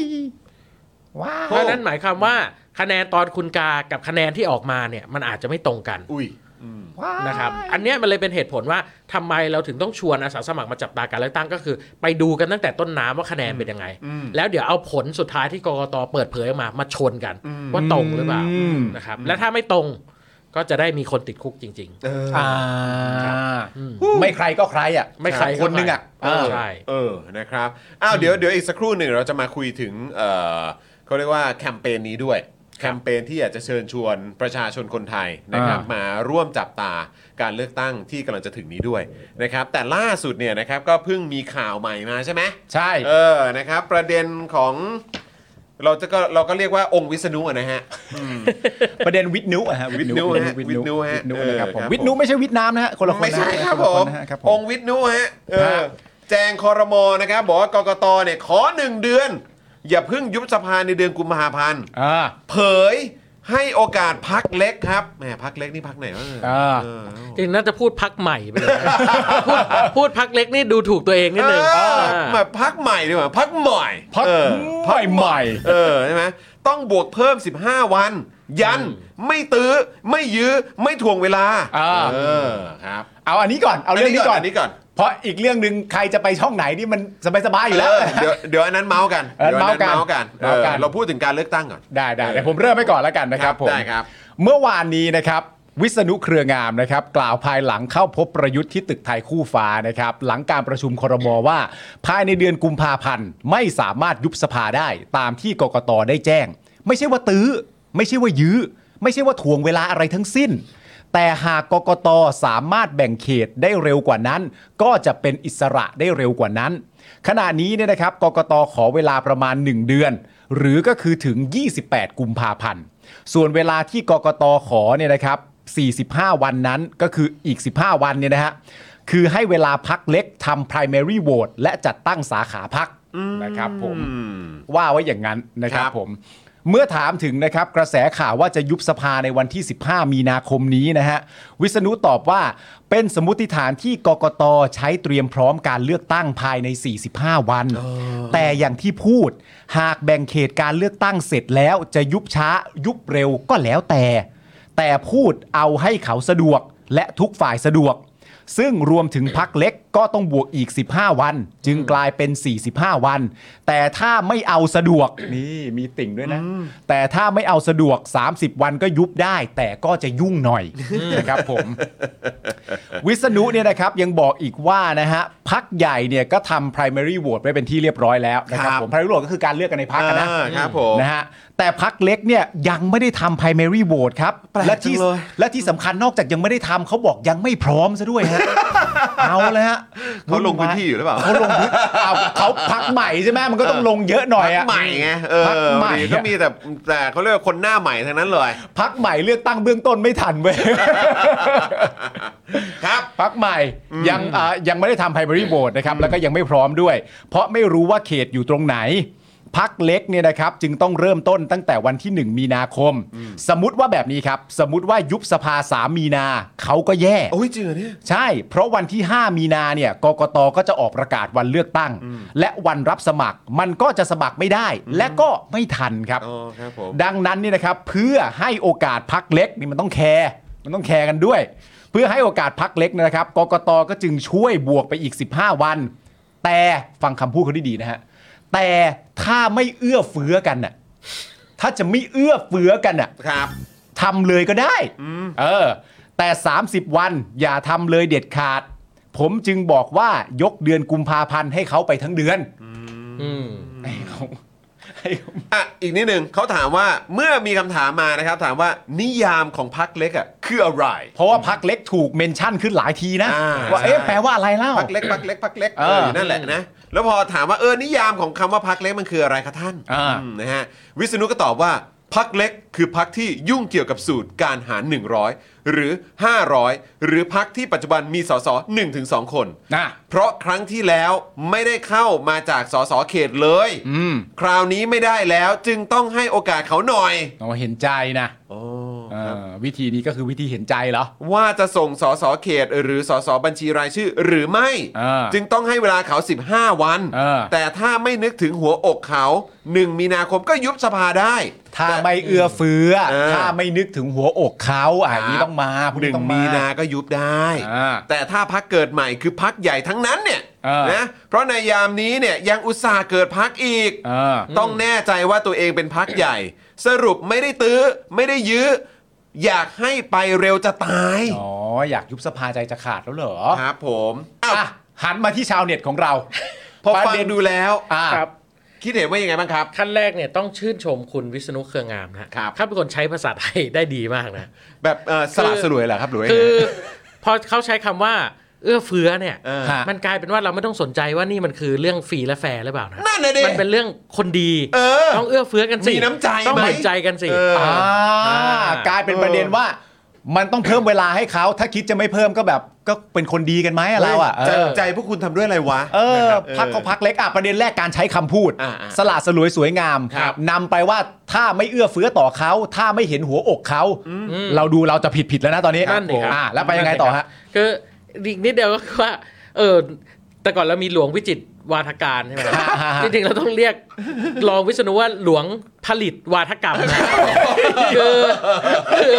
S2: ว้าย
S3: เพราะฉะนั้นหมายความว่าคะแนนตอนคุณกากับคะแนนที่ออกมาเนี่ยมันอาจจะไม่ตรงกัน
S1: อุ้ยอืม
S2: ว้าย
S3: นะครับ อันเนี้ยมันเลยเป็นเหตุผลว่าทำไมเราถึงต้องชวนอาสาสมัครมาจับตาการเลือกตั้งก็คือ ไปดูกันตั้งแต่ต้นน้ำว่าคะแนนเป็นยังไง
S1: อืม
S3: แล้วเดี๋ยวเอาผลสุดท้ายที่กกตเปิดเผยออกมามาชนกัน
S1: อืม
S3: ว่าตรงหรือเปล่า
S2: อืม
S3: นะครับและถ้าไม่ตรงก็จะได้มีคนติดคุกจริง
S1: เออ
S2: อ่า
S3: ครับอืม
S2: ไม่ใครก็ใครอ่ะ
S3: ไม่ใครก็
S2: คนหนึงอ่ะ
S3: ใคร
S2: เออ
S3: ใช่
S1: เออนะครับอ้าวเดี๋ยวเดี๋ยวอีกสักครู่หนึ่งเราจะมาคุยถึงเออเขาเรียกว่าแคมเปญนี้ด้วย แคมเปญที่อยากจะเชิญชวนประชาชนคนไทยนะครับ
S2: อ่าม
S1: มาร่วมจับตาการเลือกตั้งที่กำลังจะถึงนี้ด้วยนะครับแต่ล่าสุดเนี่ยนะครับก็เพิ่งมีข่าวใหม่มาใช่ไหม
S2: ใช่
S1: เออ นะครับ ประเด็นของเราจะก็เราก็เรียกว่าองค์วิษณุอะนะฮะ
S2: ประเด็นวิทนุอะฮะ
S1: วิทนุฮะ
S2: วิทนุ
S1: วิทนุฮะ
S2: วิทนุนะครับผ
S1: เออ
S2: ม
S1: ครับ
S2: วิทนุไม่ใช่วิทน้ำนะฮะคนละคน
S1: ไม่ใช่
S2: นะฮะ
S1: ครับผ
S2: น
S1: ม
S2: ละนนะฮะครับผ
S1: อ
S2: ม
S1: งค์วิษณุฮะเออ
S2: ฮะ
S1: แจงคอรมอนะครับ บอกว่ากกตเนี่ยขอหนึ่งเดือน อย่าเพิ่งยุบสภาในเดือนกุมภาพันธ์
S2: อ่า
S1: เผยให้โอกาสพักเล็กครับแหมพักเล็กนี่พักไหนวะเนี่ย
S2: อ่า
S1: เออ
S3: จริงน่าจะพูดพักใหม่ไปเลยนะ พูดพูดพักเล็กนี่ดูถูกตัวเองนิดนึง
S1: เออ
S3: อ่า
S1: มาพักใหม่ดีกว่าพักใหม่
S2: พัก
S1: เออ
S2: ใหม่ใหม่
S1: เออใช่ไหมต้องบวกเพิ่ม 15 วัน ยัน
S3: อืม
S1: ไม่ตื้อ ไม่ยื้อ ไม่ถ่วงเวลา
S2: อ่า
S1: เออครับ
S2: เอาอันนี้ก่อนเอาเรื่องนี้ก่อน
S1: นี้ก่อน
S2: เพราะอีกเรื่องหนึ่งใครจะไปช่องไหนนี่มันสบายสบายๆอยู่แล้ว
S1: เออเดี๋ยวเดี๋ยวอันนั้นเมาส์กัน
S2: อันนั้น
S1: ดี๋ยว
S2: เมาส์กัน
S1: เมาส์กันเออ
S2: เมาส์กัน
S1: เราพูดถึงการเลือกตั้งก่อน
S2: ได้ได้เดี๋ยวผมเริ่มไปก่อนแล้วกันนะครับผม
S1: ได้ครับ
S2: เมื่อวานนี้นะครับวิษณุเครืองามนะครับ กล่าวภายหลังเข้าพบประยุทธ์ที่ตึกไทยคู่ฟ้านะครับ หลังการประชุมครมว่า ภายในเดือนกุมภาพันธ์ไม่สามารถยุบสภาได้ตามที่กกตได้แจ้ง ไม่ใช่ว่าตื้อ ไม่ใช่ว่ายื้อ ไม่ใช่ว่าถ่วงเวลาอะไรทั้งสิ้น แต่หากกกตสามารถแบ่งเขตได้เร็วกว่านั้น ก็จะเป็นอิสระได้เร็วกว่านั้น ขณะนี้เนี่ยนะครับกกตขอเวลาประมาณ 1 เดือน หรือก็คือถึง 28 กุมภาพันธ์ ส่วนเวลาที่กกตขอเนี่ยนะครับ 45 วันนั้นก็คืออีก 15 วันเนี่ยนะฮะคือให้เวลาพักเล็กทำ primary vote และจัดตั้งสาขาพักนะครับผม
S1: อืม
S2: ว่าไว้อย่างนั้นนะครั
S1: ครับ บ
S2: ผม เมื่อถามถึงนะครับกระแสข่าวว่าจะยุบสภาในวันที่ 15 มีนาคมนี้นะฮะ วิษณุตอบว่าเป็นสมมติฐานที่กกตใช้เตรียมพร้อมการเลือกตั้งภายใน 45 วัน แต่อย่างที่พูด หากแบ่งเขตการเลือกตั้งเสร็จแล้วจะยุบช้ายุบเร็วก็แล้วแต่ แต่พูดเอาให้เขาสะดวกและทุกฝ่ายสะดวก ซึ่งรวมถึงพักเล็กก็ต้องบวกอีก 15 วัน จึงกลายเป็น 45 วัน แต่ถ้าไม่เอาสะดวก นี่มีติ่งด้วยนะ แต่ถ้าไม่เอาสะดวก 30 วันก็ยุบได้ แต่ก็จะยุ่งหน่อยนะครับผม วิษณุเนี่ยนะครับยังบอกอีกว่านะฮะพักใหญ่เนี่ยก็ทำ primary vote ไปเป็นที่เรียบร้อยแล้วนะครั
S1: ครั
S2: บ
S1: บ
S2: ผม primary vote ก็คือการเลือกกันในพักนะ
S1: อ่าครับผม
S2: นะฮะแต่พักเล็กเนี่ยยังไม่ได้ทำ primary vote ครับ
S1: แปลก
S2: และที่
S1: จังเลย
S2: และที่สำคัญนอกจากยังไม่ได้ทำเขาบอกยังไม่พร้อมซะด้วย ฮะ เอาเลยฮะ
S1: เขาลงพื้นที่อยู่หรือเปล่า
S2: เขาลงพื้นเอาเขาพักใหม่ใช่ไหมมันก็ต้องลงเยอะหน่อยอะ
S1: ใหม่ไงเออ
S2: พักใหม่
S1: พอดีก็
S2: อะ
S1: มีแต่แต่เขาเรียกว่าคนหน้าใหม่ทั้งนั้นเลย
S2: พักใหม่เลือกตั้งเบื้องต้นไม่ทันเว้ย
S1: ครับ
S2: พักใหม่ยังอ่ายังไม่ได้ทำไพร m a รี v โ t วนะครับแล้วก็ยังไม่พร้อมด้วย เพราะไม่รู้ว่าเขตอยู่ตรงไหน พักเล็กเนี่ยนะครับจึงต้องเริ่มต้นตั้งแต่วันที่ 1 มีนาคม สมมติว่าแบบนี้ครับ สมมติว่ายุบสภา 3 มีนาเขาก็แย่
S1: โอ้ยจริงเหรอเนี่ย
S2: ใช่ เพราะวันที่ 5 มีนาเนี่ย กกตก็จะออกประกาศวันเลือกตั้ง และวันรับสมัคร มันก็จะสมัครไม่ได้ และก็ไม่ทันครับ
S1: อ๋อครับผม
S2: ดังนั้นเนี่ยนะครับเพื่อให้โอกาสพักเล็กนี่มันต้องแคร์มันต้องแคร์กันด้วย เพื่อให้โอกาสพักเล็กนะครับกกตก็จึงช่วยบวกไปอีก 15 วัน แต่ฟังคำพูดเขาดีๆนะฮะแต่ถ้าไม่เอื้อเฟื้อกันน่ะถ้าจะไม่เอื้อเฟื้อกันน่ะ
S1: ครับ
S2: ทำเลยก็ได้ เออ แต่ 30 วันอย่าทำเลยเด็ดขาด ผมจึงบอกว่ายกเดือนกุมภาพันธ์ให้เขาไปทั้งเดือน
S3: อืม
S2: ให้เขาให้เขา
S1: อ่ะ อีกนิดหนึ่งเขาถามว่าเมื่อมีคำถามมานะครับ ถามว่านิยามของพักเล็กอ่ะคืออะไร
S2: เพราะว่าพักเล็กถูกเมนชั่นขึ้นหลายทีนะ
S1: อ่า
S2: ว่าเอ๊ะ
S1: ใช่
S2: แปลว่าอะไรเล่า
S1: พักเล็กพักเล็กพักเล็ก
S2: เอ
S1: เอ
S2: อ
S1: อนั่นแหละนะ แล้วพอถามว่าเออนิยามของคำว่าพักเล็กมันคืออะไรคะท่าน
S2: อ่า
S1: อืมนะฮะวิษณุก็ตอบว่าพักเล็กคือพักที่ยุ่งเกี่ยวกับสูตรการหาร 100 หรือ 500 หรือพักที่ปัจจุบันมีสส1ถึง2คน
S2: นะ
S1: เพราะครั้งที่แล้วไม่ได้เข้ามาจากสสเขตเลย
S2: อืม
S1: คราวนี้ไม่ได้แล้วจึงต้องให้โอกาสเขาหน่อย
S2: เราเห็นใจนะ
S1: โอ้
S2: เออวิธีนี้ก็คือวิธีเห็นใจเหรอ
S1: ว่าจะส่งสสเขตหรือสสบัญชีรายชื่อหรือไม่
S2: อ่า
S1: จึงต้องให้เวลาเขา 15 วัน
S2: อ่า
S1: แต่ถ้าไม่นึกถึงหัวอกเขา 1 มีนาคมก็ยุบสภาได้
S2: ถ้าไม่เอื้อเฟื้อ
S1: เออ
S2: ถ้าไม่นึกถึงหัวอกเขาอ่ะ
S1: ครับ
S2: นี้ต้องมาพวก
S1: หนึ่ง
S2: ต้อง
S1: มี
S2: มา
S1: นาก็ยุบได้
S2: อ่า
S1: แต่ถ้าพักเกิดใหม่คือพักใหญ่ทั้งนั้นเนี่ย
S2: เออ
S1: นะเพราะในยามนี้เนี่ยยังอุตส่าห์เกิดพักอีก
S2: เออ
S1: ต้องแน่ใจว่าตัวเองเป็นพักใหญ่ สรุปไม่ได้ตื้อ ไม่ได้ยื้อ อยากให้ไปเร็วจะตาย
S2: อ๋ออยากยุบสภาใจจะขาดแล้วเหรอ
S1: ครับผมอ้าว
S2: อ่ะหันมาที่ชาวเน็ตของเรา
S1: พอ
S2: ประ
S1: ฟัง
S2: เด็น
S1: ดูแล้ว
S2: อ่ะ
S3: ครับ
S1: คิดเห็นว่ายังไงบ้างครับ
S3: ขั้นแรกเนี่ยต้องชื่นชมคุณวิษณุเครืองามนะฮะ
S1: ครับ
S3: เขาเป็นคนใช้ภาษาไทยได้ดีมากนะ
S1: แบบเอ่อสละสลวยเหรอครับหรือว่ายัง
S3: คื
S1: ไง
S3: อพอเขาใช้คำว่า เอื้อเฟื้อเนี่ย
S1: เออ
S3: มันกลายเป็นว่าเราไม่ต้องสนใจว่านี่มันคือเรื่องฟรีและแฟร์หรือเปล่านะ
S1: นั่นน่ะดิ
S3: มันเป็นเรื่องคนดี
S1: เออ
S3: ต้องเอื้อเฟื้อกันสิ
S1: มีน้ำใจไหม
S3: ต้องเห็นใจกันสิ
S1: เอออ่
S2: อ่า
S3: อ่า
S2: กลายเป็นประเด็นว่า มันต้องเพิ่มเวลาให้เขา ถ้าคิดจะไม่เพิ่มก็แบบก็เป็นคนดีกันไหมอะเราอ่ะเอ
S1: ใจ
S2: อ
S1: ใจพวกคุณทำด้วยอะไรวะ
S2: เออ
S1: นะครับ
S2: พักก็พักเล็กอ่ะประเด็นแรกการใช้คำพูด
S1: อ่าอ่า
S2: สละสลวยสวยงาม
S1: ครับ
S2: นำไปว่าถ้าไม่เอื้อเฟื้อต่อเขา ถ้าไม่เห็นหัวอกเขา เราดูเราจะผิดผิดแล้วนะตอนนี้
S3: นั่นดิครับ
S2: อ่าแล้วไปยังไงต่อฮะ
S3: คืออีกนิดเดียวก็คือว่า เออแต่ก่อนเรามีหลวงวิจิตรวาทการใช่ไหมครับ
S2: ฮะฮะ
S3: จริงๆเราต้องเรียกรองวิษณุว่าหลวงผลิตวาทกรรมนะคือคือ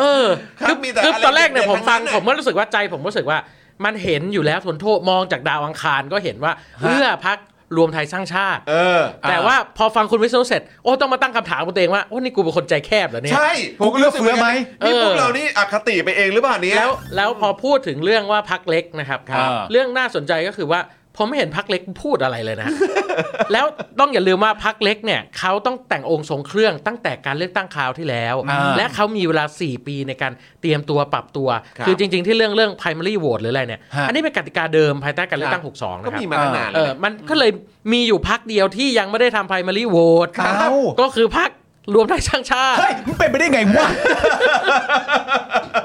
S3: เออ
S1: ครับมีแต่
S3: คือ
S1: อะไร
S3: ตอนแรกเนี่ย
S1: เด็ดๆ
S3: ผมฟัง
S1: ทั้งนั้นน่ะ
S3: ผมก็รู้สึกว่าใจผมรู้สึกว่ามันเห็นอยู่แล้วทนโทษมองจากดาวอังคารก็เห็นว่าเพื่อพักรวมไทยสร้างชาติ
S1: เออ
S3: แต่ว่าพอฟังคุณวิษณุเสร็จโอ้ต้องมาตั้งคำถามกับตัวเองว่าโอ้นี่กูเป็นคนใจแคบเหรอเนี่ย
S1: ใช่ผมก็รู้สึก
S2: เอื้อเฟื้อไหม
S1: นี่พวก
S3: เออ
S1: เรานี่อคติไปเองหรือเปล่าเนี้ย
S3: แล้วแล้วพอพูดถึงเรื่องว่าพักเล็กนะครับ
S2: ครับ
S3: เรื่องน่าสนใจก็คือว่าผมไม่เห็นพักเล็กพูดอะไรเลยนะ แล้วต้องอย่าลืมว่าพักเล็กเนี่ยเขาต้องแต่งองค์ทรงเครื่องตั้งแต่การเลือกตั้งคราวที่แล้ว
S2: อ่า
S3: และเขามีเวลา 4 ปีในการเตรียมตัวปรับตัว
S1: ครับ
S3: คือจริง ๆ ที่เรื่องเรื่อง primary vote หรืออะไรเนี่ย
S2: ฮะ
S3: อันนี้เป็นกติกาเดิมภายใต้การเลือกตั้ง 62
S1: ก็
S3: นะครับ
S1: มีมาตั้งนาน
S3: เอ
S1: แล้ว
S3: อ
S1: นะ
S3: มันก็เลยมีอยู่พักเดียวที่ยังไม่ได้ทำ primary vote
S2: อ้าว
S3: ก็คือพักรวมไทยสร้างชาติ
S2: เฮ้ยมันเป็นไปได้ไงวะ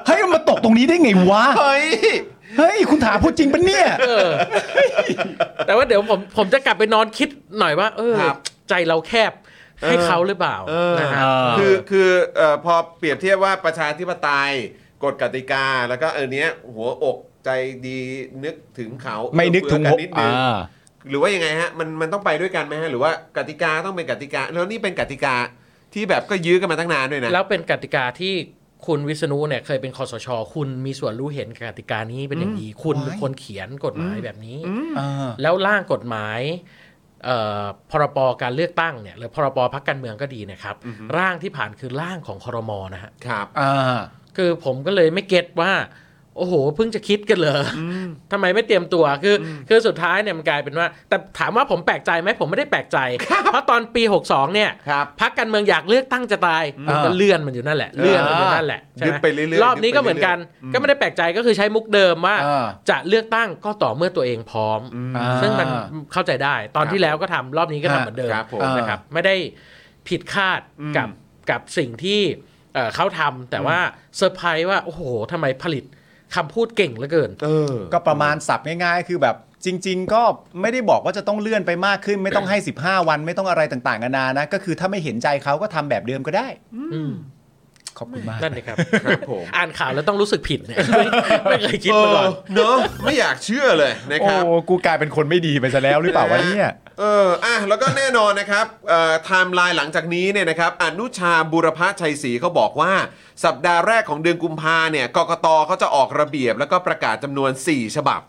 S2: เฮ้ยมันมาตกตรงนี้ได้ไงวะ
S1: เฮ้ย
S2: เฮ้ยคุณถามพูดจริงปะเนี่ย
S3: เออแต่ว่าเดี๋ยวผมผมจะกลับไปนอนคิดหน่อยว่า เออ
S1: ครับ
S3: ใจเราแคบให้
S1: เออ
S3: เขาหรือเปล่า
S1: เออ
S3: นะฮะ
S1: คือคือเอ่อพอเปรียบเทียบว่าประชาธิปไตยกฎกติกาแล้วก็เออเนี้ยหัวอกใจดีนึกถึงเขา
S2: ไม่นึกถึง
S1: หั
S2: หั
S1: ว
S2: ว
S1: นิดนึ
S2: อ่
S1: ง
S2: า
S1: หรือว่ายังไงฮะมันมันต้องไปด้วยกันไหมฮะหรือว่ากติกาต้องเป็นกติกา แล้วนี่เป็นกติกาที่แบบก็ยื้อกันมาตั้งนานด้วยนะ
S3: แล้วเป็นกติกาที่คุณวิษณุเนี่ยเคยเป็นคอสช คุณมีส่วนรู้เห็นกับกติกานี้เป็นอย่างดีคุณเป็นคนเขียนกฎหมายแบบนี้
S2: อ่า
S3: แล้วร่างกฎหมายเอ่อพรบการเลือกตั้งเนี่ยหรือพรบพักการเมืองก็ดีนะครับ ร่างที่ผ่านคือร่างของคอรมอนะฮะ
S1: ครับ
S2: อ่า
S3: คือผมก็เลยไม่เก็ตว่า โอ้โหเพิ่งจะคิดกันเหรออทำไมไม่เตรียมตัวคืออคือสุดท้ายเนี่ยมันกลายเป็นว่า แต่ถามว่าผมแปลกใจไหมผมไม่ได้แปลกใจ เพราะตอนปี 62 เนี่ย
S1: ครับ
S3: พักการเมืองอยากเลือกตั้งจะตายผมก็
S2: อ่า
S3: เลื่อนมันอยู่นั่นแหละเลื่อนมันอยู่นั่นแหละใช่หม
S1: ยึดไปเรื่อยๆ
S3: รอบนี้ก็เหมือนกัน
S1: ยึดไปเรื่อยๆ
S3: ก็ไม่ได้แปลกใจก็คือใช้มุกเดิมว่า
S2: อ่า
S3: จะเลือกตั้งก็ต่อเมื่อตัวเองพร้อม
S2: อ่า
S3: ซึ่งมันเข้าใจได้ ตอนที่แล้วก็ทำรอบนี้ก็ทำ
S2: อ่า
S3: เหมือนเดิม
S1: ครับผม
S3: นะครับไม่ได้ผิดคาดกับกับสิ่งที่เอ่อเขาทำแต่ว่าเซอร์ไพรส์ว่า โอ้โหทำไมผลิต คำพูดเก่งเหลือเกิน
S1: เออ
S2: ก็ประมาณสับง่ายๆ คือแบบจริง ๆ ก็ไม่ได้บอกว่าจะต้องเลื่อนไปมากขึ้น ไม่ต้องให้ 15 วันไม่ต้องอะไรต่างๆนานานะก็คือถ้าไม่เห็นใจเขาก็ทำแบบเดิมก็ได้
S3: อืม
S2: ขอบคุณมาก
S3: นั่นเลยครับ
S1: ครับผม
S3: อ่านข่าวแล้วต้องรู้สึกผิด เนี่ย ไม่เคยคิดมาก่อน
S1: เเนอะไม่อยากเชื่อเลยนะครับ
S2: โอ้ กูกลายเป็นคนไม่ดีไปซะแล้วหรือเปล่าวะเนี่ย
S1: เอออ่ะแล้วก็แน่นอนนะครับไทม์ไลน์หลังจากนี้เนี่ยนะครับอนุชาบุรพชัยศรีเขาบอกว่า สัปดาห์แรกของเดือนกุมภาเนี่ยกกตเขาจะออกระเบียบแล้วก็ประกาศจำนวน 4 ฉบับ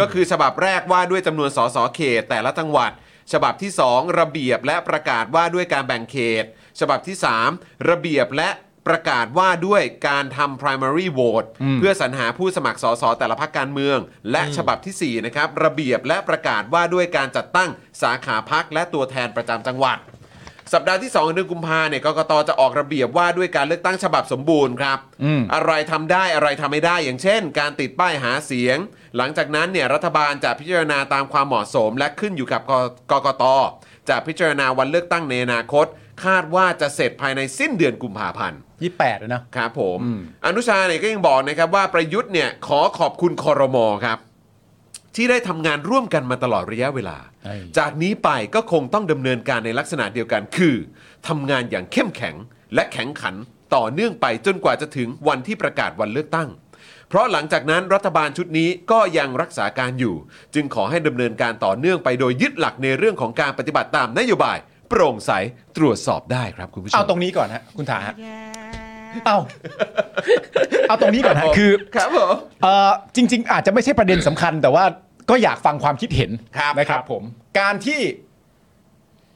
S1: ก็คือฉบับแรกว่าด้วยจำนวนสสเขต แต่ละจังหวัด ฉบับที่ 2 ระเบียบและประกาศว่าด้วยการแบ่งเขต ฉบับที่ 3 ระเบียบและประกาศว่าด้วยการทำ primary vote เพื่อสรรหาผู้สมัครสสแต่ละพรรคการเมือง และฉบับที่ 4 นะครับ ระเบียบและประกาศว่าด้วยการจัดตั้งสาขาพักและตัวแทนประจำจังหวัด สัปดาห์ที่ 2 เดือนกุมภาเนี่ยกกตจะออกระเบียบว่าด้วยการเลือกตั้งฉบับสมบูรณ์ครับ
S2: อืม
S1: อะไรทำได้อะไรทำไม่ได้ อย่างเช่น การติดป้ายหาเสียง หลังจากนั้นเนี่ยรัฐบาลจะพิจารณาตามความเหมาะสม และขึ้นอยู่กับกกกตจะพิจารณาวันเลือกตั้งในอนาคต คาดว่าจะเสร็จภายในสิ้นเดือนกุมภาพันธ์
S2: ยี่แปดแล้วนะ
S1: ครับผม
S2: อืม
S1: อนุชาเนี่ยก็ยังบอกนะครับว่าประยุทธ์เนี่ยขอขอบคุณคอรมอครับ ที่ได้ทำงานร่วมกันมาตลอดระยะเวลา
S2: เอ้ย
S1: จากนี้ไปก็คงต้องดำเนินการในลักษณะเดียวกันคือทำงานอย่างเข้มแข็งและแข็งขันต่อเนื่องไปจนกว่าจะถึงวันที่ประกาศวันเลือกตั้ง เพราะหลังจากนั้นรัฐบาลชุดนี้ก็ยังรักษาการอยู่ จึงขอให้ดำเนินการต่อเนื่องไปโดยยึดหลักในเรื่องของการปฏิบัติตามนโยบาย โปร่งใสตรวจสอบได้ครับคุณผู้ชม
S2: เอาตรงนี้ก่อนฮะคุณถาฮะเอาเอาตรงนี้ก่อนฮ ะคือ
S1: ครับผม
S2: เออจริง ๆ อาจจะไม่ใช่ประเด็นสำคัญ แต่ว่าก็อยากฟังความคิดเห็น
S1: ครับ
S2: นะครับ
S1: ครับ
S2: ผมการที่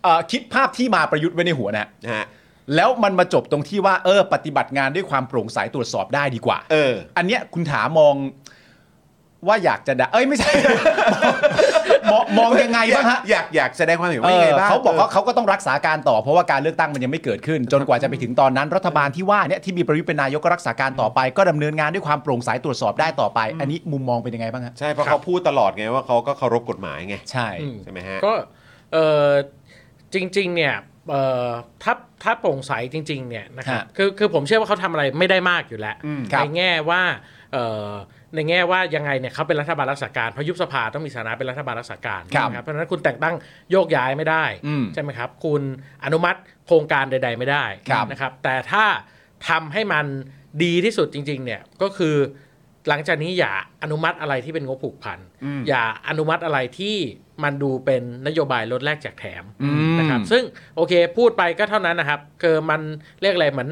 S2: เอ่อคิดภาพที่มาประยุทธ์ไว้ในหัวนะฮะ
S1: นะฮะ
S2: แล้วมันมาจบตรงที่ว่าเออ ปฏิบัติงานด้วยความโปร่งใสตรวจสอบได้ดีกว่า
S1: เออ
S2: อันเนี้ยคุณถามองว่าอยากจะด่าเอ้ยไม่ใช่ มองมองยังไงบ้างฮะ
S1: อยากอยากแสดงความเห็นว่ายังไงบ้าง
S2: เขาบอกว่าเขาก็ต้องรักษาการต่อเพราะว่าการเลือกตั้งมันยังไม่เกิดขึ้น จนกว่าจะไปถึงตอนนั้นรัฐบาลที่ว่าเนี่ยที่มีประยุทธ์เป็นนายกก็รักษาการต่อไป ก็ดำเนินงานด้วยความโปร่งใสตรวจสอบได้ต่อไป อันนี้มุมมองเป็นยังไงบ้างฮะ
S1: ใช่เพราะเขาพูดตลอดไงว่าเขาก็เคารพกฎหมายไง
S2: ใช่
S3: อืม
S1: ใช่ไหมฮะ
S3: ก็เออจริง ๆ เนี่ยเออถ้าถ้าโปร่งใสจริง ๆ เนี่ยนะครับ
S2: ฮะ
S3: คือคือผมเชื่อว่าเขาทำอะไรไม่ได้มากอยู่แล้ว
S1: อืม
S2: ครับ
S3: ในแง่ว่าเออในแง่ว่ายังไงเนี่ยเขาเป็นรัฐบาลรักษาการเพราะยุบสภาต้องมีสถานะเป็นรัฐบาลรักษาการ
S2: ครับ
S3: นะเพราะฉะนั้นคุณแต่งตั้งโยกย้ายไม่ได้
S2: อืม
S3: ใช่ไหมครับ คุณอนุมัติโครงการใด ๆ ไม่ได้
S2: ครับ
S3: นะครับแต่ถ้าทำให้มันดีที่สุดจริง ๆ เนี่ยก็คือหลังจากนี้อย่าอนุมัติอะไรที่เป็นงบผูกพัน อย่าอนุมัติอะไรที่มันดูเป็นนโยบายลดแลกแจกแถม
S2: อืม
S3: นะครับซึ่งโอเคพูดไปก็เท่านั้นนะครับคือมันเรียกอะไรเหมือน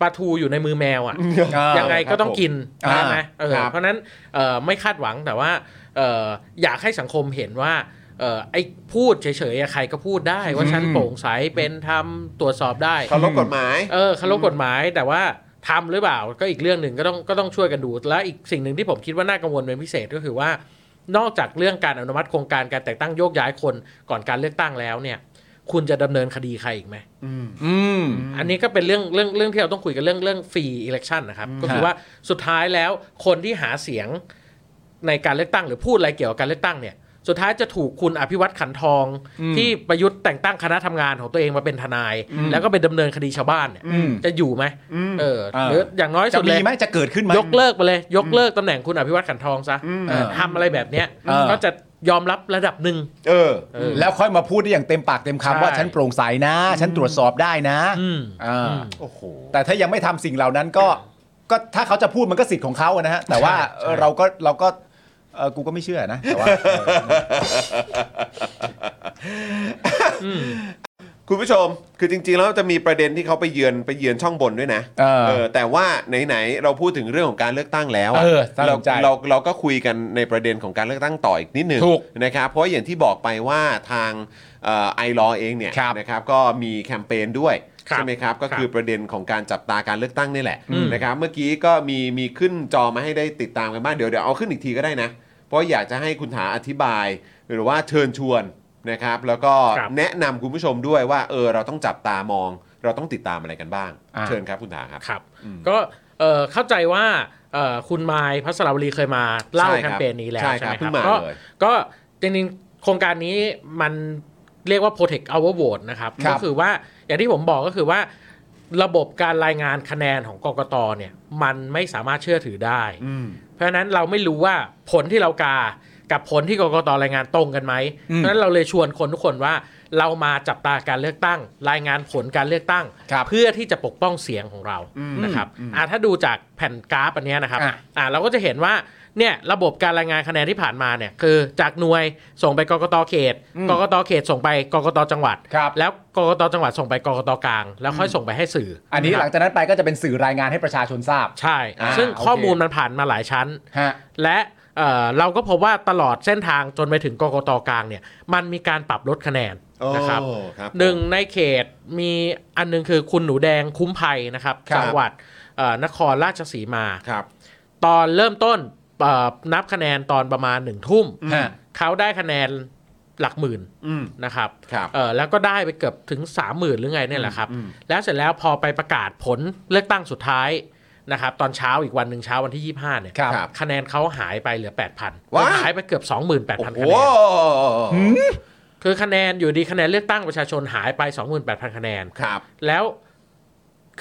S3: ปลาทูอยู่ในมือแมวอ่ะ
S2: เออ
S3: ยังไงก็ต้องกิน
S2: อ่า
S3: ใช่ไหมเออ
S1: ครับ
S3: เพราะฉะนั้นเอ่อไม่คาดหวังแต่ว่าเอ่ออยากให้สังคมเห็นว่าเอ่อไอ้พูดเฉยๆอะใครก็พูดได้ ว่าฉัน
S2: อืม
S3: โปร่งใสเป็นธรรมตรวจสอบได้
S1: เคารพกฎหมาย
S3: เออเคารพกฎหมายแต่ว่าทำหรือเปล่าก็อีกเรื่องหนึ่งก็ต้องก็ต้องช่วยกันดู และอีกสิ่งหนึ่งที่ผมคิดว่าน่ากังวลเป็นพิเศษก็คือว่า นอกจากเรื่องการอนุมัติโครงการการแต่งตั้งโยกย้ายคนก่อนการเลือกตั้งแล้วเนี่ย คุณจะดำเนินคดีใครอีกไหม
S2: อืม
S3: อันนี้ก็เป็นเรื่องเรื่องเรื่องที่เราต้องคุยกันเรื่องเรื่องฟรีอิเล็กชันนะครับ ก็คือว่าสุดท้ายแล้วคนที่หาเสียงในการเลือกตั้งหรือพูดอะไรเกี่ยวกับการเลือกตั้งเนี่ย สุดท้ายจะถูกคุณอภิวัตขันทอง ที่ประยุทธ์แต่งตั้งคณะทำงานของตัวเองมาเป็นทนาย แล้วก็ไปดำเนินคดีชาวบ้านเนี่ย
S2: อืม
S3: จะอยู่ไหมเออ
S2: อ่า
S3: หรืออย่างน้อย
S2: จะ
S3: สุดเล
S2: มี
S3: ย
S2: ไหมจะเกิดขึ้นไหม
S3: ยกเลิกไปเลย ยกเลิกตำแหน่งคุณอภิวัตขันทองซะเออทำอะไรแบบเนี้ย
S2: เออ
S3: ก็จะยอมรับระดับหนึ่ง
S1: เออ
S3: เออ
S2: แล้วค่อยมาพูดได้อย่างเต็มปากเต็มคำว่า
S3: ใช่
S2: ฉันโปร่งใสนะ ฉันตรวจสอบได้นะ
S3: อืม
S2: อ่า
S1: โอ้โห
S2: แต่ถ้ายังไม่ทำสิ่งเหล่านั้นก็ก็ถ้าเขาจะพูดมันก็สิทธิ์ของเขาอะนะฮะ แต่ว่าเอ่อเราก็เราก็เออกูก็ไม่เชื่อนะแต่ ว่าเออ
S1: คุณผู้ชม คือจริงๆ แล้วจะมีประเด็นที่เขาไปเยือนไปเยือนช่องบนด้วยนะ
S2: เออ
S1: แต่ว่าไหนๆ เราพูดถึงเรื่องของการเลือกตั้งแล้วอะ
S2: เออน่า
S1: เรา
S2: สนใจ
S1: เราเราก็คุยกันในประเด็นของการเลือกตั้งต่ออีกนิดหนึง
S2: ถูก
S1: นะครับ เพราะอย่างที่บอกไปว่าทางไอรอ ILAW เองเนี่ย
S2: ครับ
S1: นะครับ ก็มีแคมเปญด้วย
S3: ครับ
S1: ใช่ไหมครับ ก็คือ
S3: ครับ
S1: ประเด็นของการจับตาการเลือกตั้งนี่แหละ
S3: อืม
S1: นะครับ เมื่อกี้ก็มีมีขึ้นจอมาให้ได้ติดตามกันบ้าง เดี๋ยวเดี๋ยวเอาขึ้นอีกทีก็ได้นะ เพราะอยากจะให้คุณถาอธิบาย หรือว่าเชิญชวนนะครับ แล้วก็
S3: ครับ
S1: แนะนำคุณผู้ชมด้วยว่าเออเราต้องจับตามอง เราต้องติดตามอะไรกันบ้าง
S2: อ่า
S1: เชิญครับคุณถาครับ
S3: ครับก็เอ่อเข้าใจว่าเอ่อคุณมายพัสราวลีเคยมาเล่า
S1: ใช่
S3: แค
S1: ครับ
S3: มเปญนี้แล้ว
S1: ใช่
S3: ใช่ไห
S1: ครับ
S3: ม
S1: เพิ่ง
S3: ค
S1: มา
S3: รับก็
S1: เลย
S3: ก็จริงๆ โครงการนี้มันเรียกว่า protect our vote นะครับ
S2: ครั
S3: ก็
S2: บ
S3: คือว่าอย่างที่ผมบอกก็คือว่า ระบบการรายงานคะแนนของกกตเนี่ยมันไม่สามารถเชื่อถือได้ เพราะฉะนั้นเราไม่รู้ว่าผลที่เรากา กับผลที่กกตรายงานตรงกันไหม
S2: อืม
S3: เพราะฉะนั้นเราเลยชวนคนทุกคนว่าเรามาจับตาการเลือกตั้ง รายงานผลการเลือกตั้ง
S2: ครับ
S3: เพื่อที่จะปกป้องเสียงของเรานะครับอ่าถ้าดูจากแผ่นกราฟอันเนี้ยนะครับ
S2: อ่ะ
S3: อ่าเราก็จะเห็นว่าเนี่ยระบบการรายงานคะแนนที่ผ่านมาเนี่ยคือจากหน่วยส่งไปกกตเขตกกตเขตส่งไปกกตจังหวัด
S2: ครับ
S3: แล้วกกตจังหวัดส่งไปกกตกลาง แล้วค่อยส่งไปให้สื่อ
S2: อันนี้หลังจากนั้นไปก็จะเป็นสื่อรายงานให้ประชาชนทราบ
S3: ใช่
S2: อ่า
S3: ซึ่ง
S2: โอเค
S3: ข้อมูลมันผ่านมาหลายชั้น
S2: ฮะ
S3: และเอ่อเราก็พบว่าตลอดเส้นทางจนไปถึงกกตกลางเนี่ยมันมีการปรับลดคะแนนนะครับ
S1: โอ้ครับ
S3: หนึ่งในเขตมีอันหนึงคือคุณหนูแดงคุ้มภัยนะครับ
S1: ครับ
S3: จังหวัดเอ่อนครราชสีมา
S1: ครับ
S3: ตอนเริ่มต้นเอ่อนับคะแนนตอนประมาณหนึ่งทุ่ม
S2: ฮะ
S3: เขาได้คะแนนหลักหมื่น
S1: อืม
S3: นะครับ
S1: ครับ
S3: เอ่อแล้วก็ได้ไปเกือบถึง 3 0,000หรือไงเนี่ยแหละครับ
S1: อืม
S3: แล้วเสร็จแล้วพอไปประกาศผลเลือกตั้งสุดท้ายนะครับตอนเช้าอีกวันหนึ่งเช้าวันที่ 25เนี่ย
S2: ครับ
S1: ครับ
S3: คะแนนเขาหายไปเหลือ 8,000
S1: ว้า
S3: หายไปเกือบ
S1: โอ้
S3: 28,000
S1: โห
S3: คะแนน คือคะแนนอยู่ดีคะแนนเลือกตั้งประชาชนหายไป 28,000 คะแนน
S1: ครับ
S3: แล้ว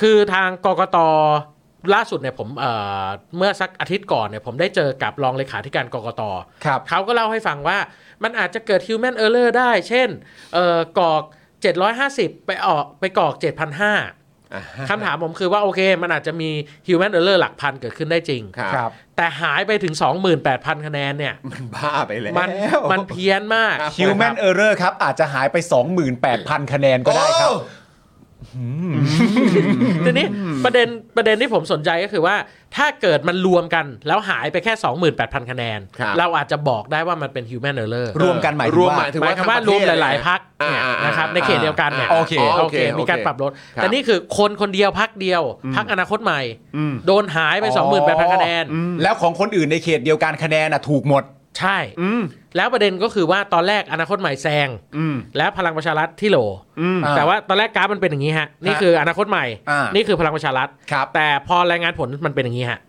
S3: คือทางกกตล่าสุดเนี่ยผมเอ่อเมื่อสักอาทิตย์ก่อนเนี่ยผมได้เจอกับรองเลขาธิการกกต
S2: ครับ
S3: เขาก็เล่าให้ฟังว่ามันอาจจะเกิด human error ได้ เช่นเอ่อกรอก 750 ไปออกไปกรอก 7,500คำถามผมคือว่าโอเค มันอาจจะมี human error หลักพันเกิดขึ้นได้จริง
S1: ครับ
S2: ครับ
S3: แต่หายไปถึง 28,000 คะแนนเนี่ย
S1: มันบ้าไปแล้ว
S3: มันมันเพี้ยนมาก
S1: ครับ
S2: Human Error ครับ อาจจะหายไป 28,000 คะแนนก็ได้ครับ
S1: โอ้
S3: ทีนี้ประเด็นประเด็นที่ผมสนใจก็คือว่า ถ้าเกิดมันรวมกันแล้วหายไปแค่ 28,000 คะแนน
S1: ครับ
S3: เราอาจจะบอกได้ว่ามันเป็น human error
S2: รวมกันหมายถึ
S1: รง วมห
S2: ว่า
S1: มายถึง
S3: หมาย
S1: ว่า
S3: ความว่ารวมหลายๆพัก
S1: อ่า
S3: เนี่ย
S1: อ่าอ่า
S3: นะครับในเขตเดียวกันเนี่ย
S1: า
S2: โอเค
S3: โอเค มีการปรับลด
S1: ครับ
S3: แต่นี่คือคนคนเดียวพักเดียวพักอนาคตใหม่ โดนหายไป 28,000 คะแนน
S2: อ๋อแล้วของคนอื่นในเขตเดียวกันคะแนนน่ะถูกหมด
S3: ใช่ แล้วประเด็นก็คือว่าตอนแรกอนาคตใหม่แซงและพลังประชารัฐที่โหล
S2: อ่า
S3: แต่ว่าตอนแรกกราฟมันเป็นอย่างนี้ฮะ นี่คืออนาคตใหม่
S2: อ่านี่
S3: นี่คือพลังประชารัฐ
S2: ครับ
S3: แต่พอรายงานผลมันเป็นอย่างนี้ฮะ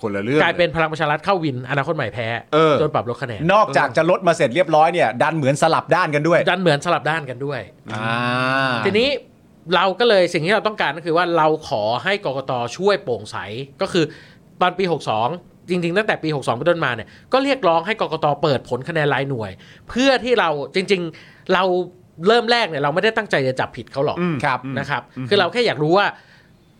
S1: คนละเรื่อง
S3: กลายเป็นพลังประชารัฐเข้าวินอนาคตใหม่แพ้
S1: เออ
S3: จนปรับลดคะแนน
S2: นอกจากจะลดมาเสร็จเรียบร้อยเนี่ย ดันเหมือนสลับด้านกันด้วย
S3: ดันเหมือนสลับด้านกันด้วย
S2: อ่า
S3: ทีนี้เราก็เลยสิ่งที่เราต้องการก็คือว่าเราขอให้กกตช่วยโปร่งใสก็คือตอนปี 62 จริงๆ ตั้งแต่ปี 62เป็นต้นมาเนี่ยก็เรียกร้องให้กกตเปิดผลคะแนนรายหน่วย เพื่อที่เราจริงๆเราเริ่มแรกเนี่ยเราไม่ได้ตั้งใจจะจับผิดเขาหรอก
S2: ครับ
S3: นะครับคือเราแค่อยากรู้ว่า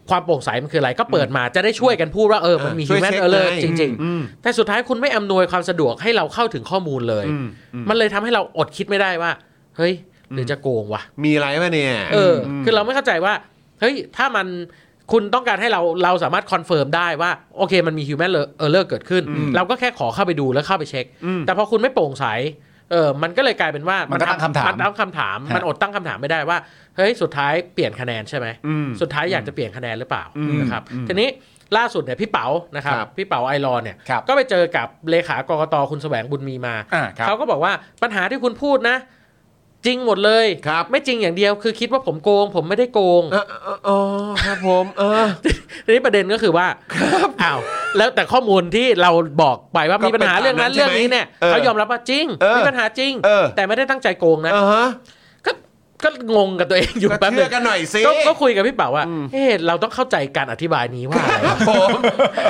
S3: ความโปร่งใสมันคืออะไรก็เปิดมาจะได้ช่วยกันพูดว่าเออมันมี
S1: ช่วย
S3: human
S1: เช็ค
S3: error
S1: ไง
S3: จริง ๆ แต่สุดท้ายคุณไม่อำนวยความสะดวกให้เราเข้าถึงข้อมูลเลย มันเลยทำให้เราอดคิดไม่ได้ว่า เฮ้ยหรือจะโกงวะ
S1: มีอะไรป่ะเนี่ย
S3: เอออ คือเราไม่เข้าใจว่า เฮ้ย ถ้ามันคุณต้องการให้เราเราสามารถคอนเฟิร์มได้ว่า โอเค มันมี human error เกิดขึ้น เราก็แค่ขอเข้าไปดูแล้วเข้าไปเช็ค แต่พอคุณไม่โปร่งใสเออมันก็เลยกลายเป็นว่า
S2: มันก็
S3: ท
S2: ตั้งคำถาม
S3: นตั้งคำถาม มันอดตั้งคำถามไม่ได้ว่าเฮ้ยสุดท้ายเปลี่ยนคะแนนใช่ไหม สุดท้ายอยากจะเปลี่ยนคะแนนหรือเปล่านะครับทีนี้ล่าสุดเนี่ยพี่เป๋านะครับ
S1: ครับ
S3: พี่เป๋าไอรอว์เนี่ย
S2: ครับ
S3: ก็ไปเจอกับเลขากกตคุณแสวงบุญมีมา
S2: อ่าครับ
S3: เขาก็บอกว่าปัญหาที่คุณพูดนะ จริงหมดเลย
S1: ครับ
S3: ไม่จริงอย่างเดียวคือคิดว่าผมโกง ผมไม่ได้โกง
S1: เออเออเออครับผมเออ
S3: ทีนี้ประเด็นก็คือว่าอ้าวแล้วแต่ข้อมูลที่เราบอกไปว่ามีปัญหา
S1: ก็เป็น
S3: เรื่องนั้น
S1: ตามนั้น
S3: เรื่องนี้เนี่ย
S1: ใช่ไหมเออ
S3: เขายอมรับว่าจริง
S1: เออ
S3: มีปัญหาจริง
S1: เออ
S3: แต่ไม่ได้ตั้งใจโกงนะ
S1: เออฮะ
S3: ก็ก็งงกับตัวเองอยู่
S1: ก็
S3: แป๊บห
S1: เชื่
S3: นึ
S1: อง กันหน่อยสิ
S3: ก็ก็คุยกับพี่เป๋าว่าเอ๊ะเราต้องเข้าใจการอธิบายนี้ว่าอะไร
S1: ครับผม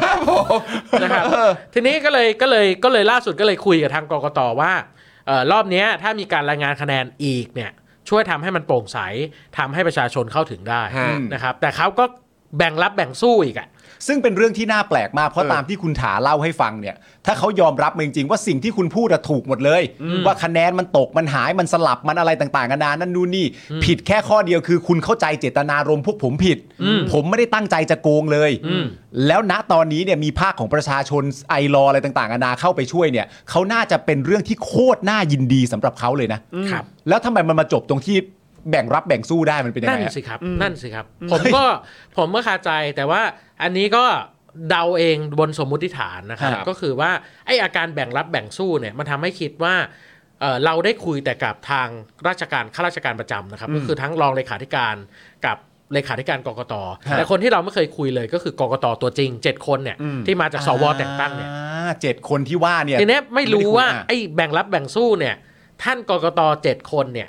S1: ครับผม
S3: นะครับ
S1: เออ
S3: ทีนี้ก็เลยก็เลยก็เลยล่าสุดก็เลยคุยกับทางกกตว่าเอ่อรอบเนี้ยถ้ามีการรายงานคะแนนอีกเนี่ยช่วยทำให้มันโปร่งใสทำให้ประชาชนเข้าถึงได้
S1: ฮะ
S3: นะครับ แต่เขาก็แบ่งรับแบ่งสู้อีกอ่ะ
S2: ซึ่งเป็นเรื่องที่น่าแปลกมาก เพราะ
S1: เออ
S2: ตามที่คุณถาเล่าให้ฟังเนี่ย ถ้าเขายอมรับมาจริงๆว่าสิ่งที่คุณพูดอะถูกหมดเลย ว่าคะแนนมันตกมันหายมันสลับมันอะไรต่างๆกันานานั่นนู่นนี่ ผิดแค่ข้อเดียวคือคุณเข้าใจเจตนารมณ์พวกผมผิด ผมไม่ได้ตั้งใจจะโกงเลย
S3: อืม
S2: แล้วณตอนนี้เนี่ยมีภาคของประชาชนไอรออะไรต่างๆนานาเข้าไปช่วยเนี่ยเขาน่าจะเป็นเรื่องที่โคตรน่ายินดีสำหรับเขาเลยนะครับ แล้วทำไมมันมาจบตรงที่แบ่งรับแบ่งสู้ได้มันเป็นยัง
S3: นั่น
S2: ไงอะ
S3: สิครับ นั่นสิครับ ผมก็ ผมก็คาใจแต่ว่าอันนี้ก็เดาเองบนสมมุติฐานนะครับ
S2: ครับ
S3: ก็คือว่าไออาการแบ่งรับแบ่งสู้เนี่ยมันทำให้คิดว่าเอ่อเราได้คุยแต่กับทางราชการข้าราชการประจำนะครับ ก็คือทั้งรองเลขาธิการกับเลขาธิการกกต
S2: ครับ
S3: แต่คนที่เราไม่เคยคุยเลยก็คือกกตตัวจริง 7 คนเนี่ยที่มาจากสวแต่งตั้งเนี่ย
S2: อ่าเจ็ดคนที่ว่าเนี่ย
S3: ทีเนี้ยไม่รู้ว่า
S2: ไม่ได้คุยอ่ะ
S3: ไอ้แบ่งรับแบ่งสู้เนี่ย ท่านกกตเจ็ดคนเนี่ย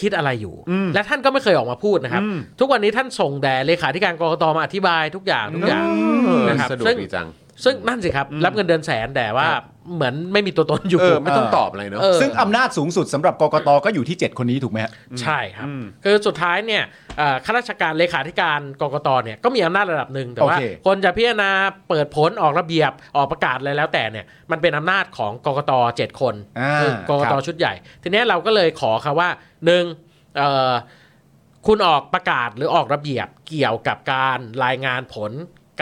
S3: คิดอะไรอยู่ และท่านก็ไม่เคยออกมาพูดนะครับ ทุกวันนี้ท่านส่งแต่เลขาธิการกกตมาอธิบายทุกอย่างทุกอย่าง
S1: เออ
S3: นะครับ
S1: สะดวก
S3: ซึ่ง
S1: ดีจัง
S3: ซึ่งนั่นสิครับ รับเงินเดือนแสนแต่ว่าเหมือนไม่มีตัวตนอยู่
S1: เออไม่ต้องตอบอะไรเนอะ
S3: เออ
S2: ซึ่งอำนาจสูงสุดสำหรับกกตก็อยู่ที่ 7 คนนี้ถูกไหมฮะ
S3: ใช่ครับ
S1: อืม
S3: คือสุดท้ายเนี่ยเอ่อข้าราชการเลขาธิการกกตเนี่ยก็มีอำนาจระดับหนึ่งแต่ว่า
S2: โอเค
S3: คนจะพิจารณาเปิดผลออกระเบียบออกประกาศอะไรแล้วแต่เนี่ยมันเป็นอำนาจของกกตเจ็ดคน
S2: อ่า
S3: คือกก
S2: ค
S3: ต
S2: รับ
S3: ชุดใหญ่ ทีเนี้ยเราก็เลยขอค่ะว่าหนึ่งเอ่อคุณออกประกาศหรือออกระเบียบเกี่ยวกับการรายงานผล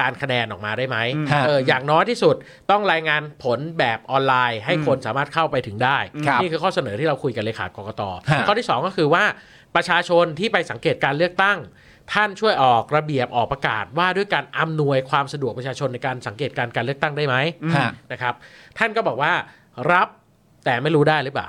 S3: การคะแนนออกมาได้ไหม
S2: ฮะ
S3: เอออย่างน้อยที่สุดต้องรายงานผลแบบออนไลน์ ให้คนสามารถเข้าไปถึงได้
S2: ครับ
S3: นี่คือข้อเสนอที่เราคุยกับเลขากกต
S2: ฮะ
S3: ข้อที่ 2 ก็คือว่าประชาชนที่ไปสังเกตการเลือกตั้ง ท่านช่วยออกระเบียบออกประกาศว่าด้วยการอำนวยความสะดวกประชาชนในการสังเกตการการเลือกตั้งได้ไหม
S2: ฮะ
S3: นะครับ ท่านก็บอกว่ารับแต่ไม่รู้ได้หรือเปล่า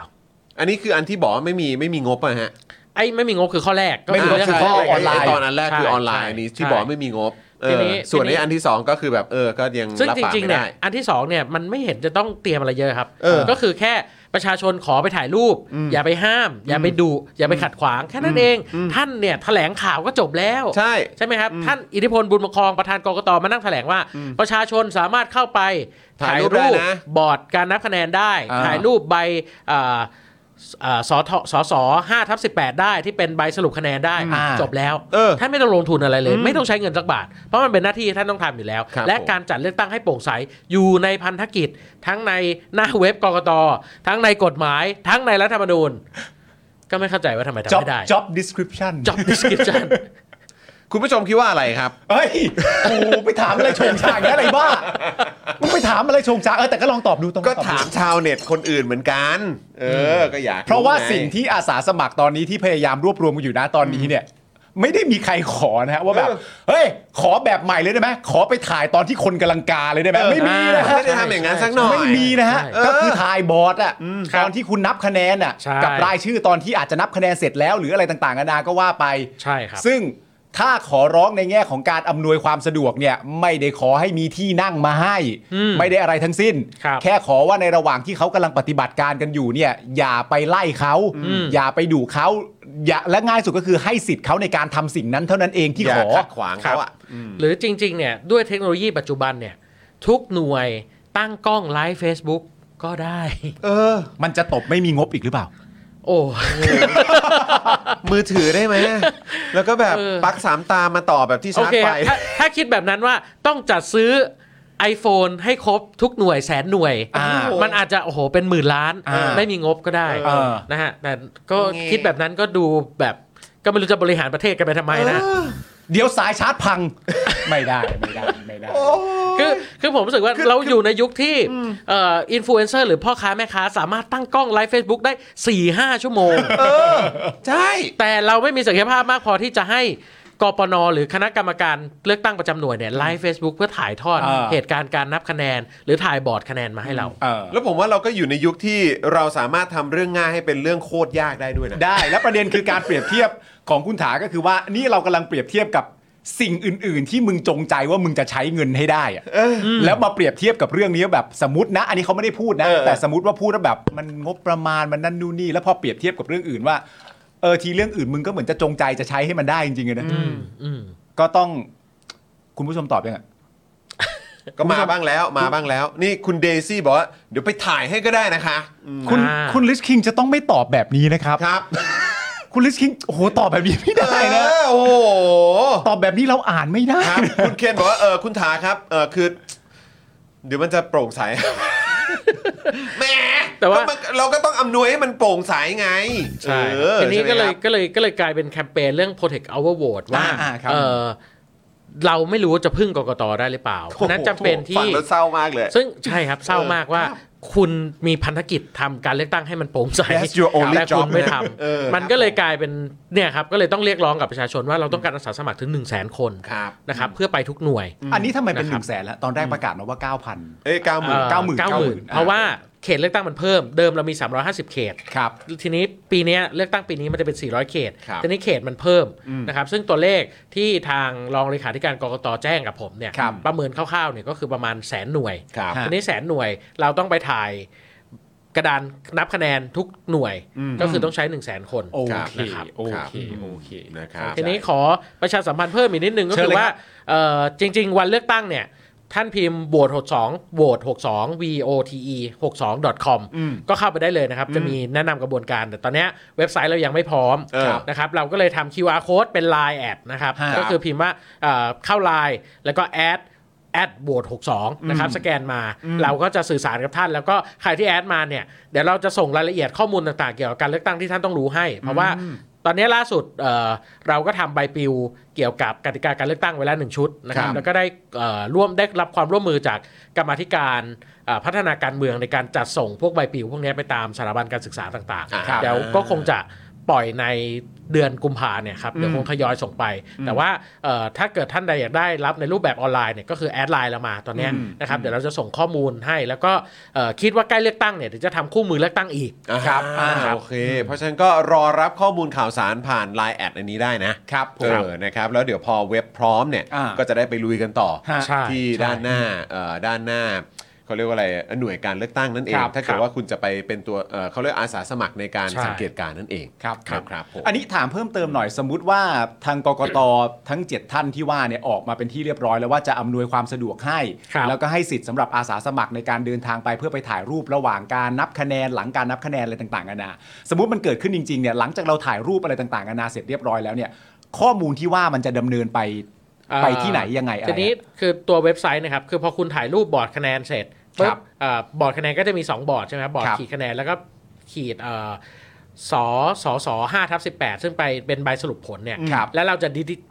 S1: อันนี้คืออันที่บอกว่าไม่มีไม่มีงบอะฮะ
S3: ไอ้ไม่มีงบคือข้อแรกก็
S2: ไม่มีงบ
S3: เรื่ง
S2: คือข้อออนไลน์
S1: ตอนนั้นแรกคือออนไลน์อันนี้ที่บอกว่าไม่มีงบเอ
S3: ที
S1: อ
S3: นี้
S1: ส่วนในอันที่สองก็คือแบบเออก็ยัง
S3: ซึ่ง
S1: รับ
S3: จ
S1: ปาก
S3: ริงๆ
S1: ไม่
S3: เนี่ย
S1: ได้
S3: อันที่2เนี่ยมันไม่เห็นจะต้องเตรียมอะไรเยอะครับ
S1: เออ
S3: ก็คือแค่ประชาชนขอไปถ่ายรูป อย่าไปห้าม อย่าไปดุอย่าไปขัดขวางแค่นั้นเอง ท่านเนี่ยแถลงข่าวก็จบแล้ว
S1: ใช่
S3: ใช่ไหมครับ ท่านอิทธิพลบุญประคองประธานกกตมานั่งแถลงว่า ประชาชนสามารถเข้าไป
S1: ถ่ายรูปได้นะ
S3: บอร์ดการนับคะแนนได้
S1: อ่า
S3: ถ่ายรูปใบอ่าอ่าสอทสอสอห้าทับสิบแปดได้ที่เป็นใบสรุปคะแนนได้
S2: อ่า
S3: จบแล้ว
S1: เออ
S3: ท่านไม่ต้องลงทุนอะไรเลย ไม่ต้องใช้เงินสักบาท เพราะมันเป็นหน้าที่ที่ท่านต้องทำอยู่แล้ว
S1: ครับ
S3: และ
S1: ผม
S3: การจัดเลือกตั้งให้โปร่งใส อยู่ในพันธกิจ ทั้งในหน้าเว็บกกตทั้งในกฎหมาย ทั้งในรัฐธรรมนูญ ก็ไม่เข้าใจว่าทำไมทำ
S2: จ็อบ
S3: ไม่ได้
S2: job description
S3: job description
S1: คุณผู้ชมคิดว่าอะไรครับ
S2: เฮ้ยกูไปถามอะไรโชงชางอย่างนี้อะไรบ้ามึงไปถามอะไรโชงชางเออแต่ก็ลองตอบดูตรง
S1: ก็
S2: ตอบดู
S1: ถามชาวเน็ตคนอื่นเหมือนกัน เออ ก็อยาก
S2: เพราะว่า
S1: ไ
S2: สิ่งที่อาสาสมัครตอนนี้ที่พยายามรวบรวมกันอยู่นะตอนนี้เนี่ย ไม่ได้มีใครขอนะฮะว่าแบบ
S1: เออ
S2: เฮ้ย ขอแบบใหม่เลยได้ไหมขอไปถ่ายตอนที่คนกำลังกาเลยได้ไหมไม่มีนะฮะ
S1: ไม่ได้ทำอย่างนั้นสักหน่อย
S2: ไม่มีนะฮะ
S3: ใช่
S2: ก็คือทายบอร์ดอะ
S3: ครั
S2: ต
S3: บ
S2: อนที่คุณนับคะแนนอะ
S3: ใช่
S2: กับรายชื่อตอนที่อาจจะนับคะแนนเสร็จแล้ว หรืออะไรต่างๆนานาก็ว่าไป
S3: ใช่ครับ
S2: ซึ่งถ้าขอร้องในแง่ของการอำนวยความสะดวกเนี่ย ไม่ได้ขอให้มีที่นั่งมาให้
S3: อืม
S2: ไม่ได้อะไรทั้งสิ้น
S3: ครับ
S2: แค่ขอว่าในระหว่างที่เขากำลังปฏิบัติการกันอยู่เนี่ย อย่าไปไล่เขา
S3: อืม
S2: อย่าไปดุเขาอย่าและง่ายสุดก็คือให้สิทธิ์เขาในการทำสิ่งนั้นเท่านั้นเองที่
S1: อย่า
S2: ขอ
S1: ขัดขวางเขาอ่ะ
S3: หรือจริง ๆ เนี่ย ด้วยเทคโนโลยีปัจจุบันเนี่ย ทุกหน่วยตั้งกล้องไลฟ์ Facebook ก็ได้
S1: เออ
S2: มันจะตบไม่มีงบอีกหรือเปล่า
S3: โอ้
S1: มือถือได้ไหม แล้วก็แบบ
S3: เออ
S1: ปลั๊กสามตามาต่อแบบที่
S3: โอ
S1: ชาร์จ
S3: เค
S1: ไฟ
S3: ครับถ้าถ้าคิดแบบนั้นว่าต้องจัดซื้อ iPhone ให้ครบทุกหน่วยแสนหน่วย
S2: อ่า
S3: มันอาจจะ โอ้โห เป็นหมื่นล้าน
S2: อ่า
S3: ไม่มีงบก็ได้
S2: เออ
S3: นะฮะ แต่ก็
S1: นี่
S3: คิดแบบนั้นก็ดูแบบก็ไม่รู้จะบริหารประเทศกันไปทำไมนะ
S2: เดี๋ยวสายชาร์จพั ง ไม่ได้ไม่ได้ไม่ได้
S3: คือคือผมรู้สึกว่าเราอยู่ในยุคที่เอ่อินฟลูเอนเซอร์หรือพ่อค้าแม่ค้า สามารถตั้งกล้องไลฟ์ Facebook ได้ 4 5 ชั่วโมง
S1: ใช่
S3: แต่เราไม่มีศักยภาพมากพอที่จะให้กปนหรือคณะกรรมการเลือกตั้งประจำหน่วยเนี่ยไลฟ์ Facebook เพื่อถ่ายทอด
S2: อ่า
S3: เหตุการณ์การนับคะแนน หรือถ่ายบอร์ดคะแนนมาให้เรา
S2: เออ
S1: แล้วผมว่าเราก็อยู่ในยุคที่เราสามารถทำเรื่องง่ายให้เป็นเรื่องโคตรยากได้ด้วยนะ
S2: ได้แล้วประเด็นคือการเปรียบเทียบของคุณถาก็คือว่านี่เรากำลังเปรียบเทียบกับสิ่งอื่น ๆ ที่มึงจงใจว่ามึงจะใช้เงินให้ได้อะแล้วมาเปรียบเทียบกับเรื่องนี้แบบสมมตินะ อันนี้เขาไม่ได้พูดนะ
S1: เออ
S2: แต่สมมติว่าพูดแล้วแบบมันงบประมาณมันนั่นนู่นนี่แล้วพอเปรียบเทียบกับเรื่องอื่นว่าเออทีเรื่องอื่นมึงก็เหมือนจะจงใจจะใช้ให้มันได้จริงๆอะนะ
S3: อืม
S2: ก็ต้องคุณผู้ชมตอบยังไง
S1: ก็มาบ้างแล้วมาบ้างแล้ว นี่คุณเดซี่บอกว่า เดี๋ยวไปถ่ายให้ก็ได้นะคะอืม
S2: คุณ
S3: อ่า
S2: คุณลิสคิงจะต้องไม่ตอบแบบนี้นะครับ
S1: ครับ
S2: คุณลิสคิงโอ้โหตอบแบบนี้ไม่ได้นะ
S1: เออโอ้โห
S2: ตอบแบบนี้เราอ่านไม่ได้
S1: ครับ คุณเคนบอกว่าเออคุณถาครับเออคือ เดี๋ยวมันจะโปร่งใส แหม
S3: แต่ว่า
S1: ก็มันเราก็ต้องอำนวยให้มันโปร่งใสไงเออ
S3: ทีนี้ก็เลย
S1: ใช่ไหมครับ
S3: ก็เลยก็เลยกลายเป็นแคมเปญเรื่อง protect our vote ว่า
S2: อ่าครับ
S3: เออเราไม่รู้ว่าจะพึ่งกกตได้หรือเปล่าเพราะฉะนั้นจำเป็น
S1: ฟัง
S3: ที่
S1: แล้วเศร้ามากเลย
S3: ซึ่งใช่ครับเศร้ามากว่า คุณมีพันธกิจทำการเลือกตั้งให้มันโปร่งใส
S1: That's your only
S3: แต่คุ
S1: job
S3: ณไม่ท
S1: เออ
S3: ำมัน
S1: ครับ
S3: ก็เลยกลายเป็นเนี่ยครับก็เลยต้องเรียกร้องกับประชาชนว่าเราต้องการอาสาสมัครถึง 1 0 0 0 0แสนคน
S1: ครับ
S3: นะครับเพื่อไปทุกหน่วย
S2: อันนี้ทำไมเป็นห
S3: นะครับ
S2: นึ่งแสนแล้ว ตอนแรกประกาศมาว่าเก้าพัน
S1: เอ้ยก้าหมื่น
S3: อ่อ
S2: 90,000
S3: เพราะว่าเขตเลือกตั้งมันเพิ่มเดิมเรามี 350 เขต
S2: ครับ
S3: ทีนี้ปีเนี้ยเลือกตั้งปีนี้มันจะเป็น 400 เขต
S1: ครับ
S3: ทีนี้เขตมันเพิ่มนะครับ ซึ่งตัวเลขที่ทางรองเลขาธิการกรกตแจ้งกับผมเนี่ย
S2: ครับ
S3: ประเมินคร่าวๆเนี่ยก็คือประมาณแสนหน่วย
S1: ครับ
S3: ทีนี้แสนหน่วยเราต้องไปถ่ายกระดานนับคะแนนทุกหน่วย ก็คือต้องใช้ 1 0 0 0 0แสนคน
S2: โอ
S1: ครับ
S2: เค
S3: นะครับ
S2: โอ
S1: ครับ
S2: เค โอเค
S1: นะครับ
S3: ทีนี้ขอประชาสัมพันธ์เพิ่มอีกนิดนึงก็
S2: เชิญ
S3: คือ
S2: เลย
S3: ว่า
S2: ครับ
S3: เอ่อจริง ๆ วันเลือกตั้งเนี่ย ท่านพิมพ์โหวต62โหวต62 vote 62 com
S1: อืม
S3: ก็เข้าไปได้เลยนะครับ จะมีแนะนำกระบวนการ แต่ตอนเนี้ยเว็บไซต์เรายังไม่พร้อม
S1: เออ
S3: นะครับเราก็เลยทำ QR code เป็น Line แอดนะครับ
S2: ฮะ
S3: ก็คือพิมพ์ว่าเอ่อเข้า Line แล้วก็แอดแอดโหวต62 นะครับ สแกนมา เราก็จะสื่อสารกับท่าน แล้วก็ใครที่แอดมาเนี่ย เดี๋ยวเราจะส่งรายละเอียดข้อมูลต่างๆ เกี่ยวกับการเลือกตั้งที่ท่านต้องรู้ให้ เพราะว่าตอนนี้ล่าสุดเอ่อเราก็ทำใบปลิวเกี่ยวกับกติกาการเลือกตั้งไว้แล้วหนึ่งชุดนะครับ
S2: ครับ
S3: แล้วก็ได้เอ่อร่วมได้รับความร่วมมือจากกรรมาธิการเอ่อพัฒนาการเมืองในการจัดส่งพวกใบปลิวพวกนี้ไปตามสถาบันการศึกษาต่าง
S1: อ่าครับ
S3: ๆเดี๋ยวก็คงจะปล่อยในเดือนกุมภาเนี่ยครับเดี๋ยว
S1: อืม
S3: คงทยอยส่งไป แต่ว่าเอ่อถ้าเกิดท่านใดอยากได้รับในรูปแบบออนไลน์เนี่ยก็คือแอดไลน์เรามาตอนเนี้ยนะครับเดี๋ยวเราจะส่งข้อมูลให้ แล้วก็เอ่อคิดว่าใกล้เลือกตั้งเนี่ยเดี๋ยวจะทำคู่มือเลือกตั้งอีก
S1: ครับ
S2: อ่า
S1: โอเค เพราะฉะนั้นก็รอรับข้อมูลข่าวสารผ่าน Line แอดอันนี้ได้นะครับ
S2: ผ
S1: เอ
S2: ม
S1: อนะครับ แล้วเดี๋ยวพอเว็บพร้อมเนี่ย
S2: อ่า
S1: ก็จะได้ไปลุยกันต่อ
S2: ฮะ
S3: ใช่
S1: ที่ด้านหน้าเอ่อด้านหน้าเขาเรียกว่าอะไรหน่วยการเลือกตั้งนั่นเอง
S2: ครับ
S1: ถ้าเกิดว่าคุณจะไปเป็นตัวเอ่อเขาเรียกอาสาสมัครในการ
S3: ใช่
S1: สังเกตการณ์นั่นเอง
S2: ครับ
S1: ครับครับผม
S2: อันนี้ถามเพิ่มเติมหน่อยสมมติว่าทางกกตทั้ง 7 ท่านที่ว่าเนี่ยออกมาเป็นที่เรียบร้อยแล้วว่าจะอำนวยความสะดวกให้
S3: ครับ
S2: แล้วก็ให้สิทธิ์สำหรับอาสาสมัครในการเดินทางไปเพื่อไปถ่ายรูประหว่างการนับคะแนนหลังการนับคะแนนอะไรต่างๆกันานาสมมติมันเกิดขึ้นจริงๆเนี่ยหลังจากเราถ่ายรูปอะไรต่างๆกันานาเสร็จเรียบร้อยแล้วเนี่ยข้อมูลที่ว่ามันจะดำเนินไป
S3: เอ่อ
S2: ไปที่ไหนยังไงอะไร
S3: ทีนี้
S2: อะ
S3: คือตัวเว็บไซต์นะครับ คือพอคุณถ่ายรูปบอร์ดคะแนนเสร็จ
S2: ค
S3: ปุ๊
S2: รับ บ
S3: เอ่อบอร์ดคะแนนก็จะมี 2 บอร์ดใช่ไหมครับบอร์ด
S2: ครับ
S3: ขีดคะแนนแล้วก็ขีดเอ่อสอสอสอห้าทับสิบแปดซึ่งไปเป็นใบสรุปผลเนี่ย
S2: ครับ
S3: แล้วเราจะ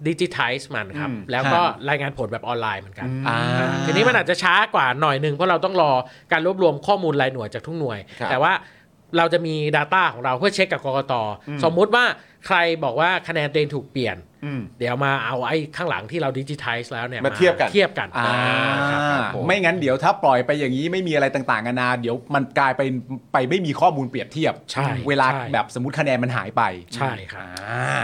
S3: ดิจิทัลมันครับ
S1: อืม
S3: แล้วก็
S2: ฮะ
S3: รายงานผลแบบออนไลน์เหมือนกัน
S2: อ่า
S3: ทีนี้มันอาจจะช้ากว่าหน่อยหนึ่งเพราะเราต้องรอการรวบรวมข้อมูลรายหน่วยจากทุกหน่วย
S1: ครับ
S3: แต่ว่าเราจะมี Data ของเราเพื่อเช็คกับกกตสมมุติว่าใครบอกว่าคะแนนตัวเองถูกเปลี่ยน เดี๋ยวมาเอาไอ้ข้างหลังที่เราดิจิทัลแล้วเนี่ย
S1: มาเทียบกัน
S3: เทียบกัน
S2: อ่า
S1: ครับครับผม
S2: ไม่งั้นเดี๋ยวถ้าปล่อยไปอย่างนี้ไม่มีอะไรต่างๆนานาเดี๋ยวมันกลายไปไปไม่มีข้อมูลเปรียบเทียบ
S3: ใช่
S2: เวลา
S3: ใช่
S2: แบบสมมติคะแนนมันหายไป
S3: ใช่ครับ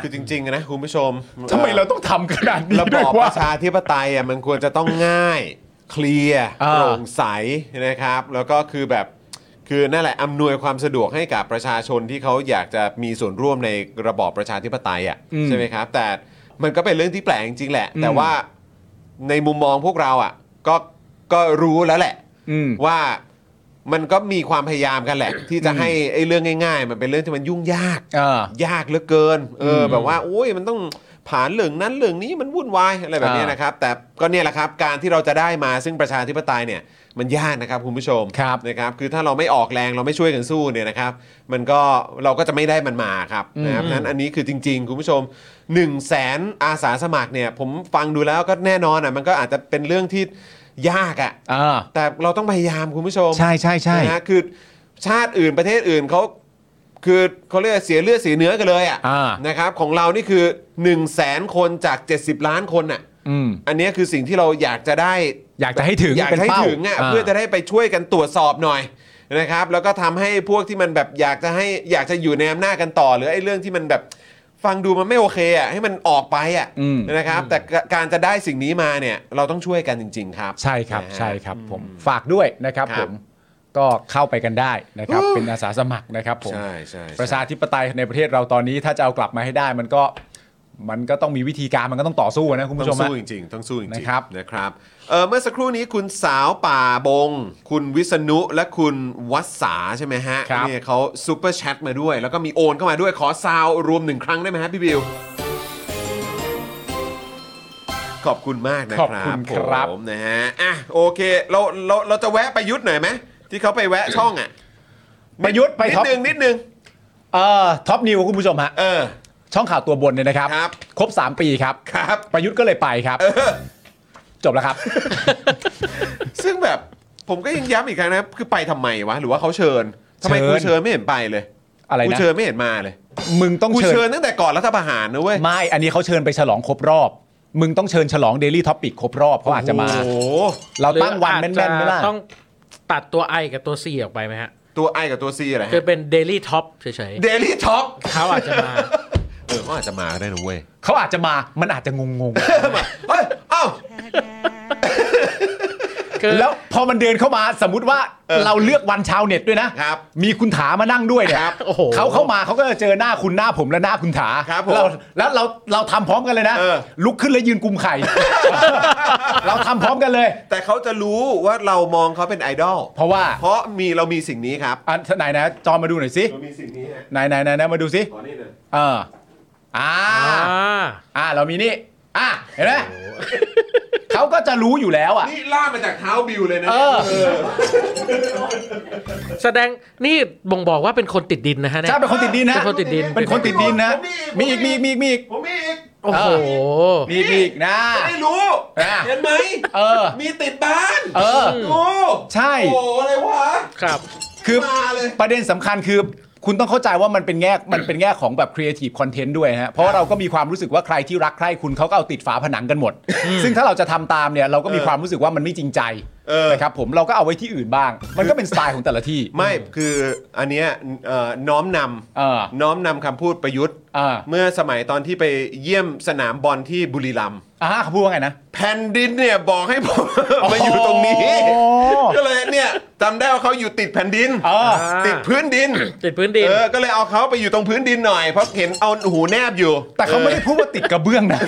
S1: คือจริงๆนะคุณผู้ชม
S2: ทำไมเราต้องทำขนาดนี้
S1: ระบ
S2: ด้วย
S1: อบป
S2: วะ
S1: ระชาธิปไตยอ่ะมันควรจะต้องง่าย เคลียร์
S2: อ่า
S1: โปร่งใสนะครับ แล้วก็คือแบบคือนั่นแหละอำนวยความสะดวกให้กับประชาชนที่เขาอยากจะมีส่วนร่วมในระบอบประชาธิปไตยอ่ะ
S2: อืม
S1: ใช่ไหมครับ แต่มันก็เป็นเรื่องที่แปลกจริงๆแหละ แต่
S2: อืม
S1: ว่าในมุมมองพวกเราอ่ะก็ก็รู้แล้วแหละ
S2: อืม
S1: ว่ามันก็มีความพยายามกันแหละ ที่จะให้ไอ้เรื่องง่าย ๆ มันเป็นเรื่องที่มันยุ่งยาก
S2: เออ
S1: ยากเหลือเกิน เอออแบบว่าโอ้ยมันต้องผ่านเรื่องนั้นเรื่องนี้มันวุ่นวายอะไรแบบเนี้ย
S2: อ่าน
S1: นะครับ แต่ก็เนี่ยแหละครับ การที่เราจะได้มาซึ่งประชาธิปไตยเนี่ยมันยากนะครับคุณผู้ชม
S2: ครับ
S1: นะครับ คือถ้าเราไม่ออกแรงเราไม่ช่วยกันสู้เนี่ยนะครับ มันก็เราก็จะไม่ได้มันมาครับนะครับ
S2: อืม
S1: นั้นอันนี้คือจริง ๆ คุณผู้ชม 1 0 0 0 0แสนอาสาสมัครเนี่ย ผมฟังดูแล้วก็แน่นอนอ่ะมันก็อาจจะเป็นเรื่องที่ยากอ่ะ
S2: เออ
S1: แต่เราต้องพยายามคุณผู้ชม
S2: ใช่ใช่ใช่
S1: นะฮะคือชาติอื่นประเทศอื่นเขาคือเขาเรียกเสียเลือดเสียเนื้อกันเลยอ่ะ
S2: อ่าน
S1: นะครับของเรานี่คือ 1 0 0 0 0แสนคนจาก 70 ล้านคนอ่ะ
S2: อืม
S1: อันเนี้ยคือสิ่งที่เราอยากจะได้
S2: อยากจะให้ถึง
S1: อยากจะให้
S2: เป็นเป้า
S1: ถึงอ่ะ
S2: อ่า
S1: เพื่อจะได้ไปช่วยกันตรวจสอบหน่อยนะครับแล้วก็ทำให้พวกที่มันแบบอยากจะให้อยากจะอยู่ในอำนาจกันต่อ หรือไอ้เรื่องที่มันแบบฟังดูมันไม่โอเคอ่ะให้มันออกไปอ่ะ
S2: อืม
S1: นะครับแต่การจะได้สิ่งนี้มาเนี่ยเราต้องช่วยกันจริง ๆ ครับ
S2: ใช่ครับใช่ครับผมฝากด้วยนะครับ
S1: ครับ
S2: ผมก็เข้าไปกันได้นะครับ เป็นอาสาสมัครนะครับผม
S1: ใช่ใช่ใช่
S2: ประชาธิปไตยในประเทศเราตอนนี้ถ้าจะเอากลับมาให้ได้มันก็มันก็ต้องมีวิธีการมันก็ต้องต่อสู้นะคุณผู้ชม
S1: ต้อง
S2: นะ
S1: สู้จริงๆ ต้องสู้จริงๆ
S2: นะครับ
S1: นะครับเอ่อเมื่อสักครู่นี้คุณสาวป่าบง คุณวิษณุและคุณวัสสาใช่ไหมฮะ
S2: ครับ
S1: เนี่ยเขาซูเปอร์แชทมาด้วย แล้วก็มีโอนเข้ามาด้วยขอซาวรวมหนึ่งครั้งได้ไหมฮะพี่บิว ขอบคุณมากนะค
S2: ข
S1: รั
S2: อ
S1: บบ
S2: คุณครับ
S1: ผมนะฮะอ่ะโอเคเราเราเราจะแวะประยุทธ์หน่อยไหมที่เขาไปแวะช่องอ่ะ
S2: ประยุทธ์ไป
S1: นิ
S2: ท็
S1: ด
S2: อป
S1: นึงนิดนึง
S2: เอ่อท็อปนิวคุณผู้ชมฮะ
S1: เออ
S2: ช่องข่าวตัวบนเนี่ยนะครับ
S1: ครับ
S2: ครบ 3 ปีครับ
S1: ครับ
S2: ประยุทธ์ก็เลยไปครับ จบแล้วครับ
S1: ซึ่งแบบผมก็ยังย้ำอีกครั้งนะคือไปทำไมวะ หรือว่าเขาเชิญทำไม
S2: เชิญ
S1: กูเชิญไม่เห็นไปเลย
S2: อะไร
S1: กู
S2: นะ
S1: เชิญไม่เห็นมาเลย
S2: มึงต้อง
S1: กู
S2: เชิ
S1: เชิญ
S2: ญ
S1: ตั้งแต่ก่อนรัฐประหารนะเว้ย
S2: ไม่ อันนี้เขาเชิญไปฉลองครบรอบ มึงต้องเชิญฉลอง Daily Topic ครบรอบเขาอาจจะมา
S1: โอ้โห
S2: เราตั้งวัน
S3: หรือ
S2: แน่นๆไหมล่ะ
S3: อาจจะต้องตัดตัว I กับตัว C ออกไปไหมฮะ
S1: ตัวไอกับตัวซีอะไร
S3: คือเป็น Daily Top เฉย
S1: เดลี่ท็อป
S3: ๆเขาอาจจะมา
S1: เออเขาอาจจะมาก็ได้นะเว้ย
S2: เขาอาจจะมา มันอาจจะงง
S1: เฮ้ยเอ้า
S2: ๆ
S3: คือ
S2: แล้วพอมันเดินเข้ามาสมมติว่า
S1: เออ
S2: เราเลือกวันชาวเน็ตด้วยนะครับมีคุณถามานั่งด้วยเนี่ย
S1: ครับ
S3: โอ้โห
S2: เขาเข้ามาเขาก็จะเจอหน้าคุณหน้าผมและหน้าคุณถา
S1: ครับผม
S2: เราแล้วเราเราทำพร้อมกันเลยนะ
S1: เออ
S2: ลุกขึ้นแล้วยืนกุมไข่ เราทำพร้อมกันเลย
S1: แต่เขาจะรู้ว่าเรามองเขาเป็นไอดอล
S2: เพราะว่า
S1: เพราะมีเรามีสิ่งนี้ครับ
S2: อันไหนนะจอมาดูหน่อยสิ
S1: เรามีสิ่งนี้ฮะ
S2: ไหนไหนไหนไหนมาดูสิ
S1: ขอนี่เลย
S2: เอออ่า
S3: อ่า
S2: อ่าเรามีนี่อ่ะเห็นไหมเขาก็จะรู้อยู่แล้วอ่ะ
S1: นี่ล่ากมาจากเท้าบิวเลยนะ
S2: เออ
S1: อ
S3: แสดงนี่บ่งบอกว่าเป็นคนติดดินนะฮะย
S2: ใช่เป็นคนติดดินนะ
S3: เป็นคนติดดิน
S2: เป็นคนติดดินนะ
S1: มี
S2: มี
S1: อี
S2: อี
S1: ก
S2: กมีอีกมีอีกมีอีก
S1: ผมมีอีก
S3: โอ้โห
S2: เอ มีอีกมีอีกนะ
S1: จะได้รู้
S2: อ่ะ
S1: เห็นไหม
S2: เออ
S1: มีติดบ้าน
S2: เออ
S1: ดู
S2: ใช่
S1: โอ้โหอะไรวะ
S3: ครับ
S2: คือ
S1: มาเลย
S2: ประเด็นสำคัญคือ คุณต้องเข้าใจว่ามันเป็นแง่ มันเป็นแง่ของแบบครีเอทีฟคอนเทนต์ด้วยนะฮะ เพราะว่าเราก็มีความรู้สึกว่าใครที่รักใครคุณเขาก็เอาติดฝาผนังกันหมด ซึ่งถ้าเราจะทำตามเนี่ยเราก็มีความรู้สึกว่ามันไม่จริงใจ
S1: เออ
S2: นะครับผมเราก็เอาไว้ที่อื่นบ้าง มันก็เป็นสไตล์ของแต่ละที่
S1: ไม่คืออันเนี้ยเอ่อน้อมน
S2: เออ
S1: ำน้อมนำคำพูดประยุทธ์
S2: อ่า
S1: เมื่อสมัยตอนที่ไปเยี่ยมสนามบอลที่บุรีรัมย์
S2: อ่าเขาพูดว่าไงนะ
S1: แผ่นดินเนี่ยบอกให้ผม มาอยู่ตรงนี้
S2: โอ้
S1: ก็เลยเนี่ยจำได้ว่าเขาอยู่ติดแผ่นดิน
S2: เออ
S3: อ่า
S1: ติดพื้นดิน
S3: ติดพื้นดิน
S1: เออ ก็เลยเอาเขาไปอยู่ตรงพื้นดินหน่อย เพราะเห็นเอาหูแนบอยู่
S2: แต่เขาไม่ได้
S1: ออ
S2: พูดว่าติดกระเบื้องนะ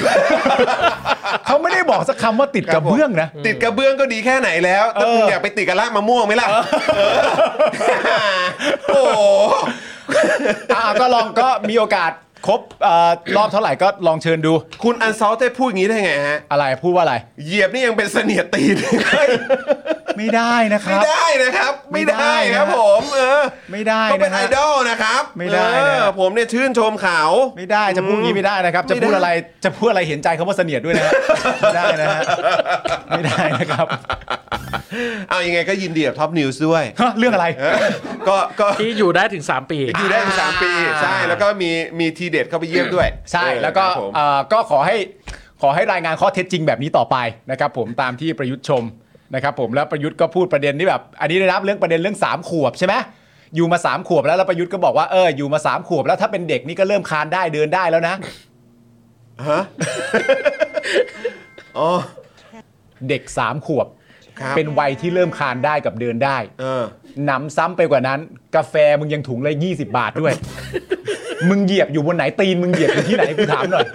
S2: เขาไม่ได้บอกสักคำว่าติดกระเบื้องนะ
S1: ติดกระเบื้องก็ดีแค่ไหนแล้วแต่คุณ
S2: เออ
S1: อ
S2: อ
S1: ยากไปติดกระลากมะม่วงไหมล่ะเออโอ้โห
S2: อ่าก็ลองก็มีโอกาสครบเอ่อรอบเท่าไหร่ก็ลองเชิญดู
S1: คุณอันซอลเต้พูดอย่างนี้ได้ไงฮะ
S2: อะไรพูดว่าอะไร
S1: เหยียบนี่ยังเป็นเสนียดตีน เลย
S2: ไม่ได้นะค
S1: ไม่
S2: รับ
S1: ได้นะครับ ไม่ได้
S2: ไม่ได้นะ
S1: ครับผมเออ
S2: ไม่ได้
S1: เขาเป็น
S2: นะ
S1: ไอ
S2: ฮะ
S1: ดอลนะครับ
S2: ไม่ได้นะ
S1: เออผมเนี่ยชื่นชมเขา
S2: ไม่ได้จะพูดอย่างนี้ไม่ได้นะครับ จะ
S1: ไม่ได้
S2: พูดอะไรจะพูดอะไรเห็นใจคำว่าเสนียดด้วยนะฮะไม่ได้นะฮะไม่ได้นะครับ
S1: เอายังไงก็ยินดีกับท็อปนิวส์ด้วย
S2: ฮะเรื่องอะไร
S1: เอ อก็ก็
S3: ที่อยู่ได้ถึง 3 ปี
S1: อยู่ได้ถึงสามปี ใช่แล้วก็มีมีทีเด็ดเข้าไปเยี่ยมด้วย
S2: ใช่
S1: เออ
S2: แล้วก็
S1: ครับผม
S2: เอ่อก็ขอให้ขอให้รายงานข้อเท็จจริงแบบนี้ต่อไปนะครับผมตามที่ประยุทธ์ชมนะครับผมแล้วประยุทธ์ก็พูดประเด็นที่แบบ อันนี้นะครับเรื่องประเด็นเรื่องสามขวบใช่ไหมอยู่มาสามขวบแล้วแล้วประยุทธ์ก็บอกว่าเอออยู่มาสามขวบแล้วถ้าเป็นเด็กนี่ก็เริ่มคลานได้เดินได้แล้วนะ
S1: ฮะ อ๋อ
S2: เด็กสามขวบ
S1: ครับ
S2: เป็นวัยที่เริ่มคลานได้กับเดินได้
S1: เออ
S2: หนำซ้ำไปกว่านั้น กาแฟมึงยังถุงละ20 บาทด้วย มึงเหยียบอยู่บนไหนตีนมึงเหยียบอยู่ที่ไหนกูถามหน่อย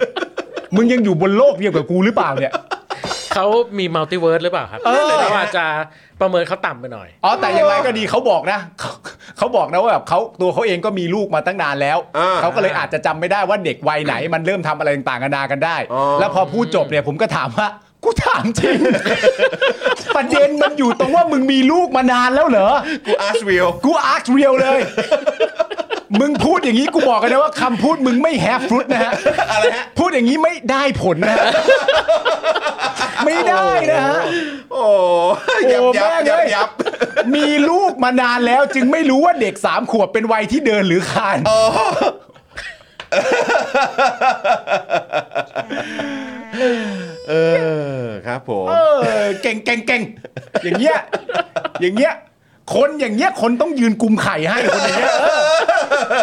S2: มึงยังอยู่บนโลกเดียวกับกูหรือเปล่าเนี่ย
S3: เขามีมัลติเวิร์สหรือเปล่าครับ
S1: เออ
S3: เราอาจจะประเมินเขาต่ำไปหน่อย
S2: อ๋อแต่อย่างไรก็ดีเขาบอกนะเขาเขาบอกนะว่าแบบเขาตัวเขาเองก็มีลูกมาตั้งนานแล้ว
S1: อ่า
S2: เขาก็เลยอาจจะจำไม่ได้ว่าเด็กวัยไหน มันเริ่มทำอะไรต่างๆนานากันได้
S1: อ๋อ
S2: แล้วพอพูดจบเนี่ยผมก็ถามว่า กูถามจริง ประเด็นมันอยู่ตรงว่ามึงมีลูกมานานแล้วเหรอ
S1: กูอาร์ชวิล
S2: กูอาร์คเรียว เลย มึงพูดอย่างนี้กูบอกกันนะว่าคำพูดมึงไม่แฮฟฟรุตนะฮะ
S1: อะไรฮะ
S2: พูดอย่างนี้ไม่ได้ผลนะฮะ ไม่ได้นะฮะ
S1: โอ้ยับ
S2: โอ้
S1: ยับ
S2: แม่ง
S1: ยับ
S2: เอ้ย
S1: ยับ
S2: มีลูกมานานแล้วจึงไม่รู้ว่าเด็กสามขวบเป็นวัยที่เดินหรือคลาน
S1: เออครับผม
S2: เออเก่งเก่งเก่งอย่างเงี้ยอย่างเงี้ยคนอย่างเงี้ยคนต้องยืนกุมไข่ให้คนอย่างเงี้ยเออ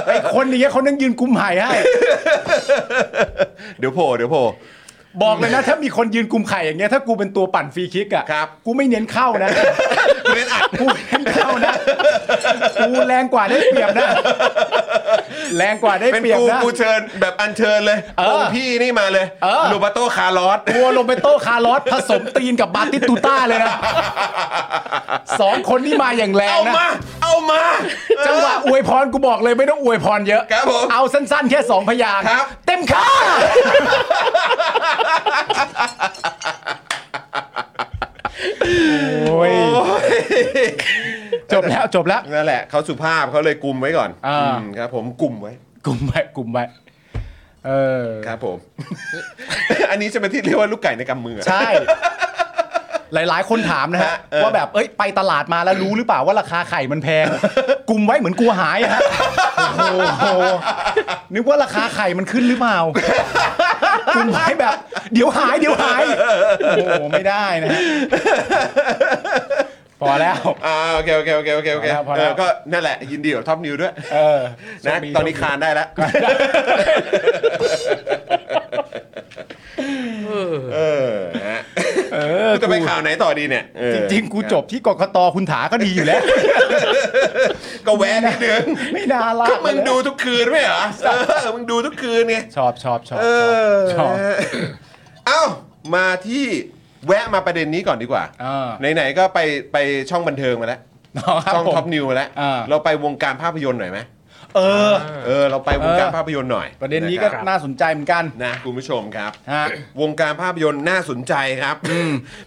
S2: ไอคนอย่างเงี้ยคนต้องยืนกุมไข่ให้
S1: เดี๋ยวโผล่เดี๋ยวโผล่
S2: บอกเลยนะถ้ามีคนยืนกุมไข่อย่างเงี้ยถ้ากูเป็นตัวปั่นฟรีคิกอ่ะ
S1: ครับ
S2: กูไม่เน้นเข้านะ
S1: เล่นอัด
S2: กูเน้นเข้านะกูแรงกว่าได้เปรียบนะ แรงกว่าได้
S1: เป็น
S2: เปรียบ
S1: กู
S2: นะ
S1: กูเชิญแบบอันเชิญเลย
S2: เออ
S1: องค์พี่นี่มาเลย
S2: เออ
S1: โรเบาโตคาร์ลอส
S2: กัวโรเบโตคาร์ลอสผสมตีนกับบาติสตูต้าเลยนะสองคนนี่มาอย่างแรง
S1: เอา
S2: นะ
S1: มา เอามา
S2: จังหวะอวยพรกูบอกเลยไม่ต้องอวยพรเยอะ
S1: ครับผม
S2: เอาสั้นๆ แค่ 2 พยางค์
S1: ครับ
S2: เต็มค่าโอ้ย
S1: โอ้ย
S2: จบแล้วจบแล้ว
S1: นั่นแหละเขาสุภาพเขาเลยกลุ่มไว้ก่อน
S2: อ่า
S1: มครับ ผมกลุ่มไว้
S2: กลุ่มไว้กลุ่มไว้เออ
S1: ครับ ผม อันนี้ใช่ไหมที่เรียกว่าลูกไก่ในกำมืออะ
S2: ใช่ หลายๆ คนถามนะฮะ
S1: เออ
S2: ว่าแบบเอ้ยไปตลาดมาแล้วรู้หรือเปล่าว่าราคาไข่มันแพง กลุ่มไว้เหมือนกลัวหายอะฮะโอ้โหนึกว่าราคาไข่มันขึ้นหรือเปล่ากลุ่มไว้แบบ เดี๋ยวหายเดี๋ยวหายโอ้โหไม่ได้นะฮะพอแล้ว
S1: อ่าโอเคโอเคโอเคโอเคโอเค
S2: พอ
S1: เอ
S2: แล้วพอแล้ว
S1: อก็นั่นแหละ ยินดีกับท็อปนิวด้วย
S2: เออ
S1: นะตอนนี้คานได้แล้ว
S3: เออ
S1: เออฮะ
S2: เออ อ
S1: กูจะไปข่าวไหนต่อดีเนี่ยเออ
S2: จริงๆ กูจบที่กกตคุณถาก็ดีอยู่แล้ว
S1: ก็แวะนิดนึง
S2: ไม่น่าละ
S1: ก็มึงดูทุกคืนไม่เหรอเออมึงดูทุกคืนไง
S2: ชอบชอบชอบ
S1: เออ
S2: ชอบ
S1: นะฮะเอ้า มาที่แวะมาประเด็นนี้ก่อนดีกว่า
S2: เออ
S1: ไหนๆก็ไปไปช่องบันเทิงมาแล้ว
S2: ครับ
S1: ช่อง
S2: ผม
S1: ท็อปนิวมาแล้ว
S2: เออ
S1: เราไปวงการภาพยนตร์หน่อยไหม
S2: เออ
S1: เออ เราไปวงการ
S2: เออ
S1: ภาพยนตร์หน่อย
S2: ประเด็นนี้ก็
S1: คบ
S2: น่าสนใจเหมือนกัน
S1: นะคุณผู้ชมครับ
S2: ฮะ
S1: วงการภาพยนตร์น่าสนใจครับ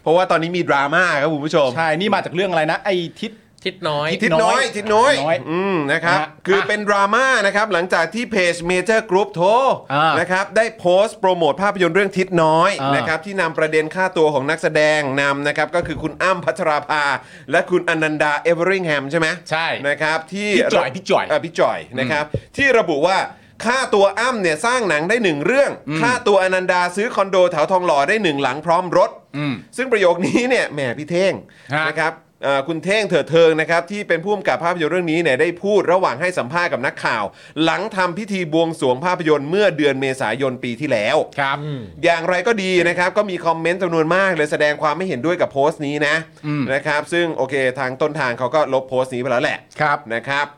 S1: เพราะว่าตอนนี้มีดราม่าครับคุณผู้ชม
S2: ใช่ นี่มาจากเรื่องอะไรนะ ไอทิศ
S3: ทิศน้อย
S1: ทิศน้อยทิศน้อย
S2: ทิศน้อย
S1: อืมนะครับ
S2: นะฮะ
S1: คือเป็นดราม่านะครับ หลังจากที่เพจ Major Group โทร
S2: อ่าน
S1: นะครับได้โพสต์โปรโมทภาพยนตร์เรื่องทิศน้อย
S2: อ่าน
S1: นะครับที่นำประเด็นค่าตัวของนักแสดงนำนะครับ ก็คือคุณอ้ำพัชราภา และคุณอนันดาเอเวอริงแฮมใช่ไหม
S2: ใช่
S1: นะครับที่
S2: พี่จ่อยพี่จ่อย
S1: เพี่จ่อยนะครับที่ระบุว่าค่าตัวอ้ำเนี่ยสร้างหนังได้หนึ่งเรื่อง ค่าตัวอนันดาซื้อคอนโดแถวทองหล่อได้หนึ่งหลังพร้อมรถ
S2: อืม
S1: ซึ่งประโยคนี้เนี่ยแหมพี่เท่ง
S2: ฮะ
S1: นะครับเอ่อคุณเท่งเถิดเทิงนะครับที่เป็นผู้กำกับภาพยนตร์เรื่องนี้เนี่ยได้พูดระหว่างให้สัมภาษณ์กับนักข่าว หลังทำพิธีบวงสรวงภาพยนตร์เมื่อเดือนเมษายนปีที่แล้ว
S2: ครับ
S1: อย่างไรก็ดีนะครับ ก็มีคอมเมนต์จำนวนมากเลยแสดงความไม่เห็นด้วยกับโพสต์นี้นะ
S2: อืม
S1: นะครับซึ่งโอเคทางต้นทางเขาก็ลบโพสต์นี้ไปแล้วแหละ
S2: ครับ
S1: นะครับ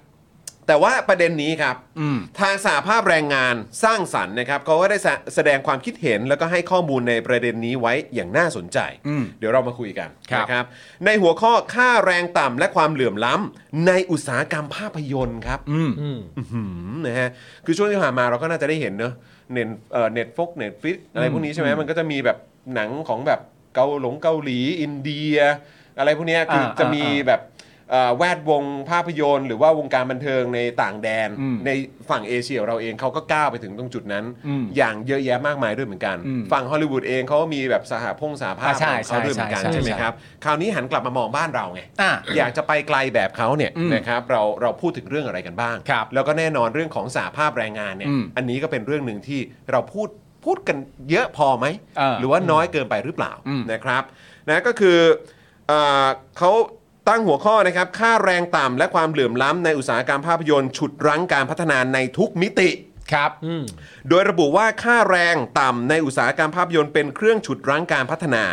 S1: แต่ว่าประเด็นนี้ครับ
S2: อืม
S1: ทางสหภาพแรงงานสร้างสรรค์นะครับเขาก็ได้แสแสดงความคิดเห็นแล้วก็ให้ข้อมูลในประเด็นนี้ไว้อย่างน่าสนใจ
S2: อืม
S1: เดี๋ยวเรามาคุยกัน
S2: ครับ
S1: นะครับ ในหัวข้อค่าแรงต่ำและความเหลื่อมล้ำในอุตสาหกรรมภาพยนตร์ครับ
S2: อืม
S1: อื้อหือนะฮะคือช่วงที่ผ่านมาเราก็น่าจะได้เห็นเนอะเน็ตเอ่อเน็ตฟกเน็ตฟิกอะไรพวกนี้ใช่ไหมมันก็จะมีแบบหนังของแบบเกาหลงเกาหลี อินเดีย อะไรพวกเนี้ยคืออา จะมี
S2: อ่า
S1: แบบเอ่อแวดวงภาพยนตร์หรือว่าวงการบันเทิงในต่างแดน
S2: อืม
S1: ในฝั่งเอเชียของเราเองเขาก็ก้าวไปถึงตรงจุดนั้น
S2: อืม
S1: อย่างเยอะแยะมากมายด้วยเหมือนกัน
S2: อืม
S1: ฝั่งฮอลลีวูดเองเขาก็มีแบบสหพงสหภาพ
S2: อ่าใช่
S1: ของเขาด้วยเหมือนกัน
S2: ใช่ใช่
S1: ใช่ไหม
S2: ใช่
S1: ครับ คราวนี้หันกลับมามองบ้านเราไง
S2: อ่ะ
S1: อยากจะไปไกลแบบเขาเนี่ย
S2: อืม
S1: นะครับเราเราพูดถึงเรื่องอะไรกันบ้าง
S2: ครับ
S1: แล้วก็แน่นอนเรื่องของสาภาพแรงงานเนี่ย
S2: อืม
S1: อันนี้ก็เป็นเรื่องหนึ่งที่เราพูดพูดกันเยอะพอไหม
S2: เออ
S1: หรือว่าน้อยเกินไปหรือเปล่า
S2: อืม
S1: นะครับนะก็คือเอ่อเขาตั้งหัวข้อนะครับค่าแรงต่ำและความเหลื่อมล้ำในอุตสาหกรรมภาพยนตร์ฉุดรั้งการพัฒนาในทุกมิติ
S2: ครับ
S1: โดยระบุว่าค่าแรงต่ำในอุตสาหกรรมภาพยนตร์เป็นเครื่องฉุดรั้งการพัฒนา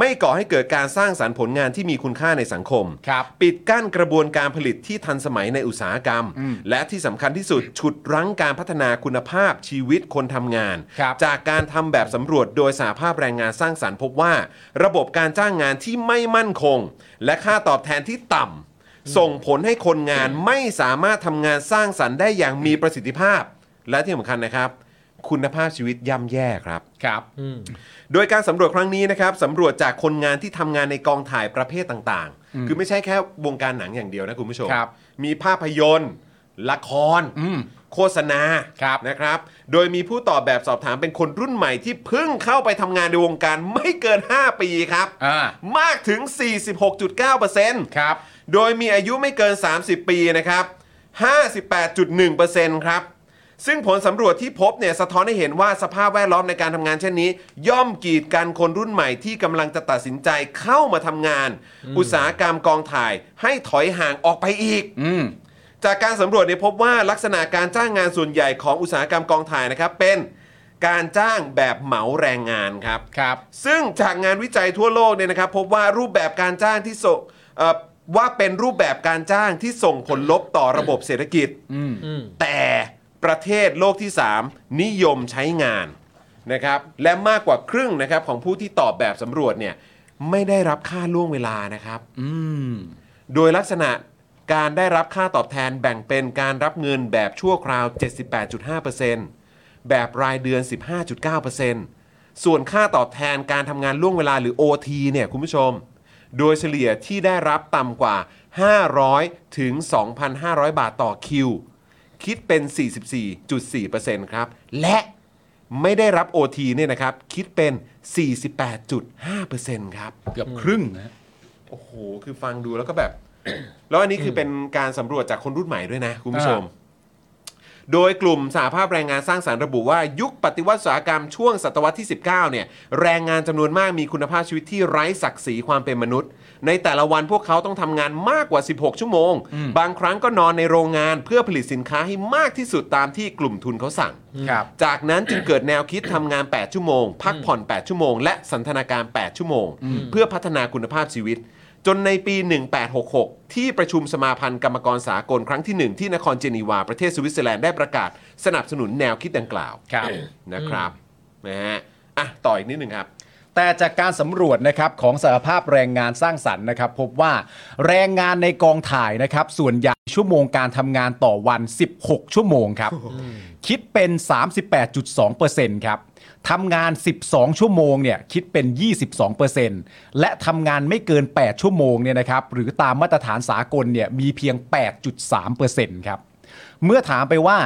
S1: ไม่ก่อให้เกิดการสร้างสรรค์ผลงานที่มีคุณค่าในสังคม
S2: ครับ
S1: ปิดกั้นกระบวนการผลิตที่ทันสมัยในอุตสาหกรรม และที่สำคัญที่สุดฉุดรั้งการพัฒนาคุณภาพชีวิตคนทำงาน
S2: ครับ
S1: จากการทำแบบสำรวจโดยสาภาพแรงงานสร้างสรรค์พบว่า ระบบการจ้างงานที่ไม่มั่นคง และค่าตอบแทนที่ต่ำส่งผลให้คนงานไม่สามารถทำงานสร้างสรรค์ได้อย่างมีประสิทธิภาพ และที่สำคัญนะครับ คุณภาพชีวิตย่ำแย่ครับ
S2: ครับ
S1: โดยการสำรวจครั้งนี้นะครับสำรวจจากคนงานที่ทำงานในกองถ่ายประเภทต่างๆ คือไม่ใช่แค่วงการหนังอย่างเดียวนะคุณผู้ชม
S2: ครับ
S1: มีภาพยนตร์ ละคร
S2: อืม
S1: โฆษณา
S2: ครับ
S1: นะครับ โดยมีผู้ตอบแบบสอบถามเป็นคนรุ่นใหม่ที่เพิ่งเข้าไปทำงานในวงการไม่เกิน 5 ปีครับ
S2: อ่าม
S1: ากถึง 46.9%
S2: ครับ
S1: โดยมีอายุไม่เกิน 30 ปีนะครับ 58.1%ครับ ซึ่งผลสำรวจที่พบเนี่ยสะท้อนให้เห็นว่าสภาพแวดล้อมในการทำงานเช่นนี้ ย่อมกีดกันคนรุ่นใหม่ที่กำลังจะตัดสินใจเข้ามาทำงาน อุตสาหกรรมกองถ่ายให้ถอยห่างออกไปอีก
S2: อืม
S1: จากการสำรวจเนี่ยพบว่าลักษณะการจ้างงานส่วนใหญ่ของอุตสาหกรรมกองถ่ายนะครับ เป็นการจ้างแบบเหมาแรงงานครับ
S2: ครับ
S1: ซึ่งจากงานวิจัยทั่วโลกเนี่ยนะครับ พบว่ารูปแบบการจ้างที่ส่งเอ่อว่าเป็นรูปแบบการจ้างที่ส่งผลลบต่อระบบเศรษฐกิจ
S2: อืม
S1: แต่ประเทศโลกที่ 3 นิยมใช้งานนะครับ และมากกว่าครึ่งนะครับของผู้ที่ตอบแบบสำรวจเนี่ยไม่ได้รับค่าล่วงเวลานะครับ
S2: อืม
S1: โดยลักษณะการได้รับค่าตอบแทนแบ่งเป็นการรับเงินแบบชั่วคราว 78.5%แบบรายเดือน 15.9%ส่วนค่าตอบแทนการทำงานล่วงเวลาหรือ OT เนี่ยคุณผู้ชม โดยเฉลี่ยที่ได้รับต่ำกว่า 500 ถึง 2,500 บาทต่อคิว คิดเป็น 44.4%ครับ และไม่ได้รับ OT เนี่ยนะครับ คิดเป็น 48.5%ครับ
S2: เกือบครึ่งนะ
S1: โอ้โห คือฟัง ดูแล้วก็แบบ แล้วอันนี้คือเป็นการสำรวจจากคนรุ่นใหม่ด้วยนะ คุณผู้ชม โดยกลุ่มสหภาพแรงงานสร้างสรรค์ระบุว่ายุคปฏิวัติอุตสาหกรรมช่วงศตวรรษที่ 19 เนี่ยแรงงานจำนวนมากมีคุณภาพชีวิตที่ไร้ศักดิ์ศรีความเป็นมนุษย์ ในแต่ละวันพวกเขาต้องทำงานมากกว่า 16 ชั่วโมง บางครั้งก็นอนในโรงงานเพื่อผลิตสินค้าให้มากที่สุดตามที่กลุ่มทุนเขาสั่ง
S2: ครับ
S1: จากนั้นจึงเกิดแนวคิดทำงาน 8 ชั่วโมง พักผ่อน 8 ชั่วโมง และสันทนาการ 8 ชั่วโมง เพื่อพัฒนาคุณภาพชีวิต จนในปี 1866 ที่ประชุมสมาพันธ์กรรมกรสากลครั้งที่ 1 ที่นครเจนีวา ประเทศสวิตเซอร์แลนด์ได้ประกาศสนับสนุนแนวคิดดังกล่าว
S2: ครับ
S1: นะครับนะฮะอ่ะต่ออีกนิดหนึ่งครับ
S2: แต่จากการสำรวจนะครับของสหภาพแรงงานสร้างสรรค์นะครับ พบว่าแรงงานในกองถ่ายนะครับ ส่วนใหญ่ชั่วโมงการทำงานต่อวัน 16 ชั่วโมงครับ คิดเป็น 38.2%ครับทำงาน 12 ชั่วโมงเนี่ยคิดเป็น 22%และทำงานไม่เกิน 8 ชั่วโมงเนี่ยนะครับหรือตามมาตรฐานสากลเนี่ยมีเพียง 8.3%ครับ เมื่อถามไปว่า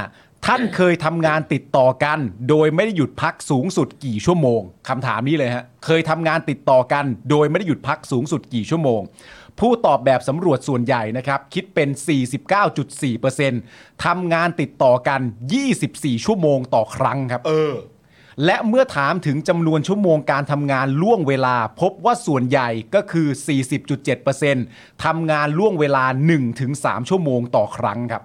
S2: ท่านเคยทำงานติดต่อกัน โดยไม่ได้หยุดพักสูงสุดกี่ชั่วโมงคำถามนี้เลยฮะเคยทำงานติดต่อกัน โดยไม่ได้หยุดพักสูงสุดกี่ชั่วโมง ผู้ตอบแบบสำรวจส่วนใหญ่นะครับคิดเป็น 49.4%ทำงานติดต่อกัน 24 ชั่วโมงต่อครั้งครับ
S1: เออ
S2: และเมื่อถามถึงจำนวนชั่วโมงการทำงานล่วงเวลา พบว่าส่วนใหญ่ก็คือ 40.7%ทำงานล่วงเวลา 1-3 ชั่วโมงต่อครั้งครับ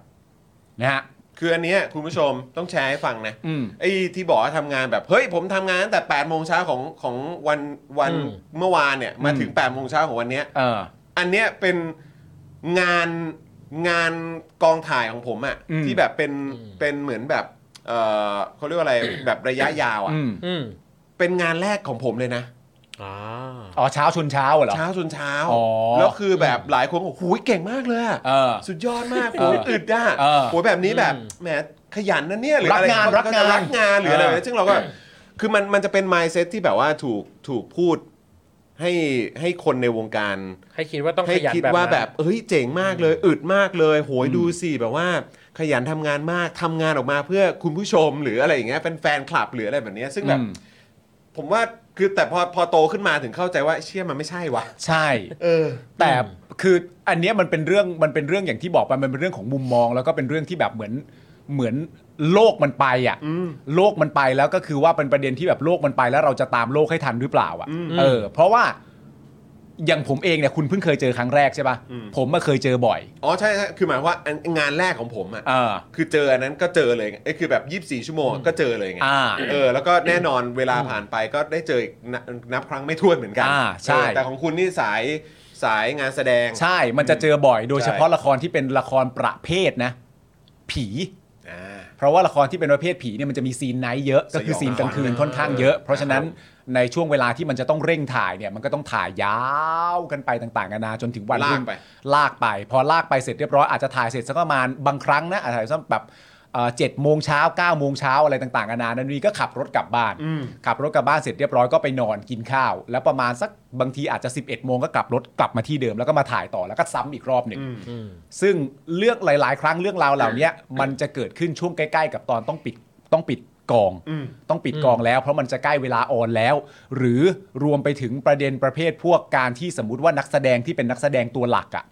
S2: นะฮะ
S1: คืออันเนี้ยคุณผู้ชมต้องแชร์ให้ฟังนะ
S2: อืม
S1: ไอ้ที่บอกว่าทำงานแบบ เฮ้ยผมทำงานตั้งแต่8โมงเช้าของของวันวัน
S3: อืม
S1: เมื่อวานเนี่ยมาถึง8โมงเช้าของวันเนี้ย
S2: เออ
S1: อันเนี้ยเป็นงานงานกองถ่ายของผมอะ่ะ
S2: อืม
S1: ที่แบบเป็นเป็นเหมือนแบบเออเขาเรียกว่า อะไร แบบระยะยาว
S2: อื
S1: อะ่ะ
S2: ม
S3: อืม
S1: เป็นงานแรกของผมเลยนะ
S3: อ๋อ
S2: อ๋อเช้าชนเช้าเหรอ
S1: เช้าจนเช้า
S2: อ๋อ
S1: แล้วคือแบบหลายคนบอกหูยเก่งมากเลยอะ
S2: เออ
S1: สุดยอดมาก
S2: เอ
S1: โอ้
S2: อย
S1: อึดอ่ะ
S2: เออ
S1: โอ้ยแบบนี้แบบ
S3: อืม
S1: แหมขยันนะเนี่ยหรือ
S2: รัก
S1: อะไร
S2: งานรักงาน
S1: รักงานหรืออะไร
S2: เออ
S1: แบบนี้ซึ่งเราก็คือมันมันจะเป็น mindset ที่แบบว่าถูกถูกพูดให้ให้คนในวงการ
S3: ให้คิดว่าต้อง
S1: ให้
S3: ขยัน
S1: คิด
S3: แบบ
S1: ว่า
S3: นั้น
S1: แบบเอ้ยเจ๋งมากเลย อึดมากเลย โหยดูสิแบบว่า ขยันทำงานมากทำงานออกมาเพื่อคุณผู้ชมหรืออะไรอย่างเงี้ยเป็นแฟนคลับหรืออะไรแบบเนี้ยซึ่งแบบ
S2: อืม
S1: ผมว่าคือแต่พอพอโตขึ้นมาถึงเข้าใจว่าเชี่ยมันไม่ใช่วะ
S2: ใช่
S1: เออ
S2: แต่คืออันเนี้ยมันเป็นเรื่องมันเป็นเรื่องอย่างที่บอกไปมันเป็นเรื่องของมุมมอง แล้วก็เป็นเรื่องที่แบบเหมือนเหมือนโลกมันไปอ่ะโลกมันไปแล้วก็คือว่าเป็นประเด็นที่แบบโลกมันไปแล้วเราจะตามโลกให้ทันหรือเปล่าอ่ะเออ เพราะว่าอย่างผมเองเนี่ยคุณเพิ่งเคยเจอครั้งแรกใช่ป่ะ
S1: อืม
S2: ผมมาเคยเจอบ่อย
S1: อ๋อใช่ใช่คือหมายความว่าอันงานแรกของผมอะ
S2: เออ
S1: คือเจออันนั้นก็เจอเลยไงเอ้ยคือแบบ 24 ชั่วโมงก็เจอเลยไง
S2: อ่า
S1: เออแล้วก็แน่นอนเวลาผ่านไปก็ได้เจออีกนับนับครั้งไม่ถ้วนเหมือนกัน
S2: อ่าใช่
S1: เออแต่ของคุณนี่สายสายงานแสดง
S2: ใช่ มันจะเจอบ่อย โดย
S1: ใช่
S2: เฉพาะละครที่เป็นละครประเภทนะ ผี
S1: อ่า
S2: เพราะว่าละครที่เป็นประเภทผีเนี่ยมันจะมีซีนไนท์เยอะก็คื
S1: สยอ
S2: อ
S1: ง
S2: ซีนกลางคืน
S1: ขวัญ
S2: ค่อนข้างเยอะ เพราะฉะนั้น
S1: ครั
S2: ในช่วงเวลาที่มันจะต้องเร่งถ่ายเนี่ยมันก็ต้องถ่ายยาวกันไปต่างๆกันานาจนถึงวัน
S1: ลา
S2: รุ่
S1: ก
S2: ง
S1: ไป
S2: ลากไป พอลากไปเสร็จเรียบร้อยอาจจะถ่ายเสร็จสักประมาณบางครั้งนะอาจจะถ่ายสักแบบเจ็ดโมงเช้าเก้าโมงเช้าอะไรต่างๆกันานานั่นนี่ก็ขับรถกลับบ้าน ขับรถกลับบ้านเสร็จเรียบร้อยก็ไปนอนกินข้าว แล้วประมาณสักบางทีอาจจะ 11บเอ็ดโมงก็กลับรถกลับมาที่เดิมแล้วก็มาถ่ายต่อแล้วก็ซ้ำอีกรอบหนึ่ง
S3: อืม
S2: ซึ่งเรื่องหลาย ๆ ครั้งเรื่องราวเหล่าเนี้ยมันจะเกิดขึ้นช่วงใกล้ ๆ กับตอนต้องปิดต้องปิดกอง ต้องปิดกองแล้ว เพราะมันจะใกล้เวลาออนแล้ว หรือรวมไปถึงประเด็นประเภทพวกการที่สมมติว่านักแสดงที่เป็นนักแสดงตัวหลักอะ่ะ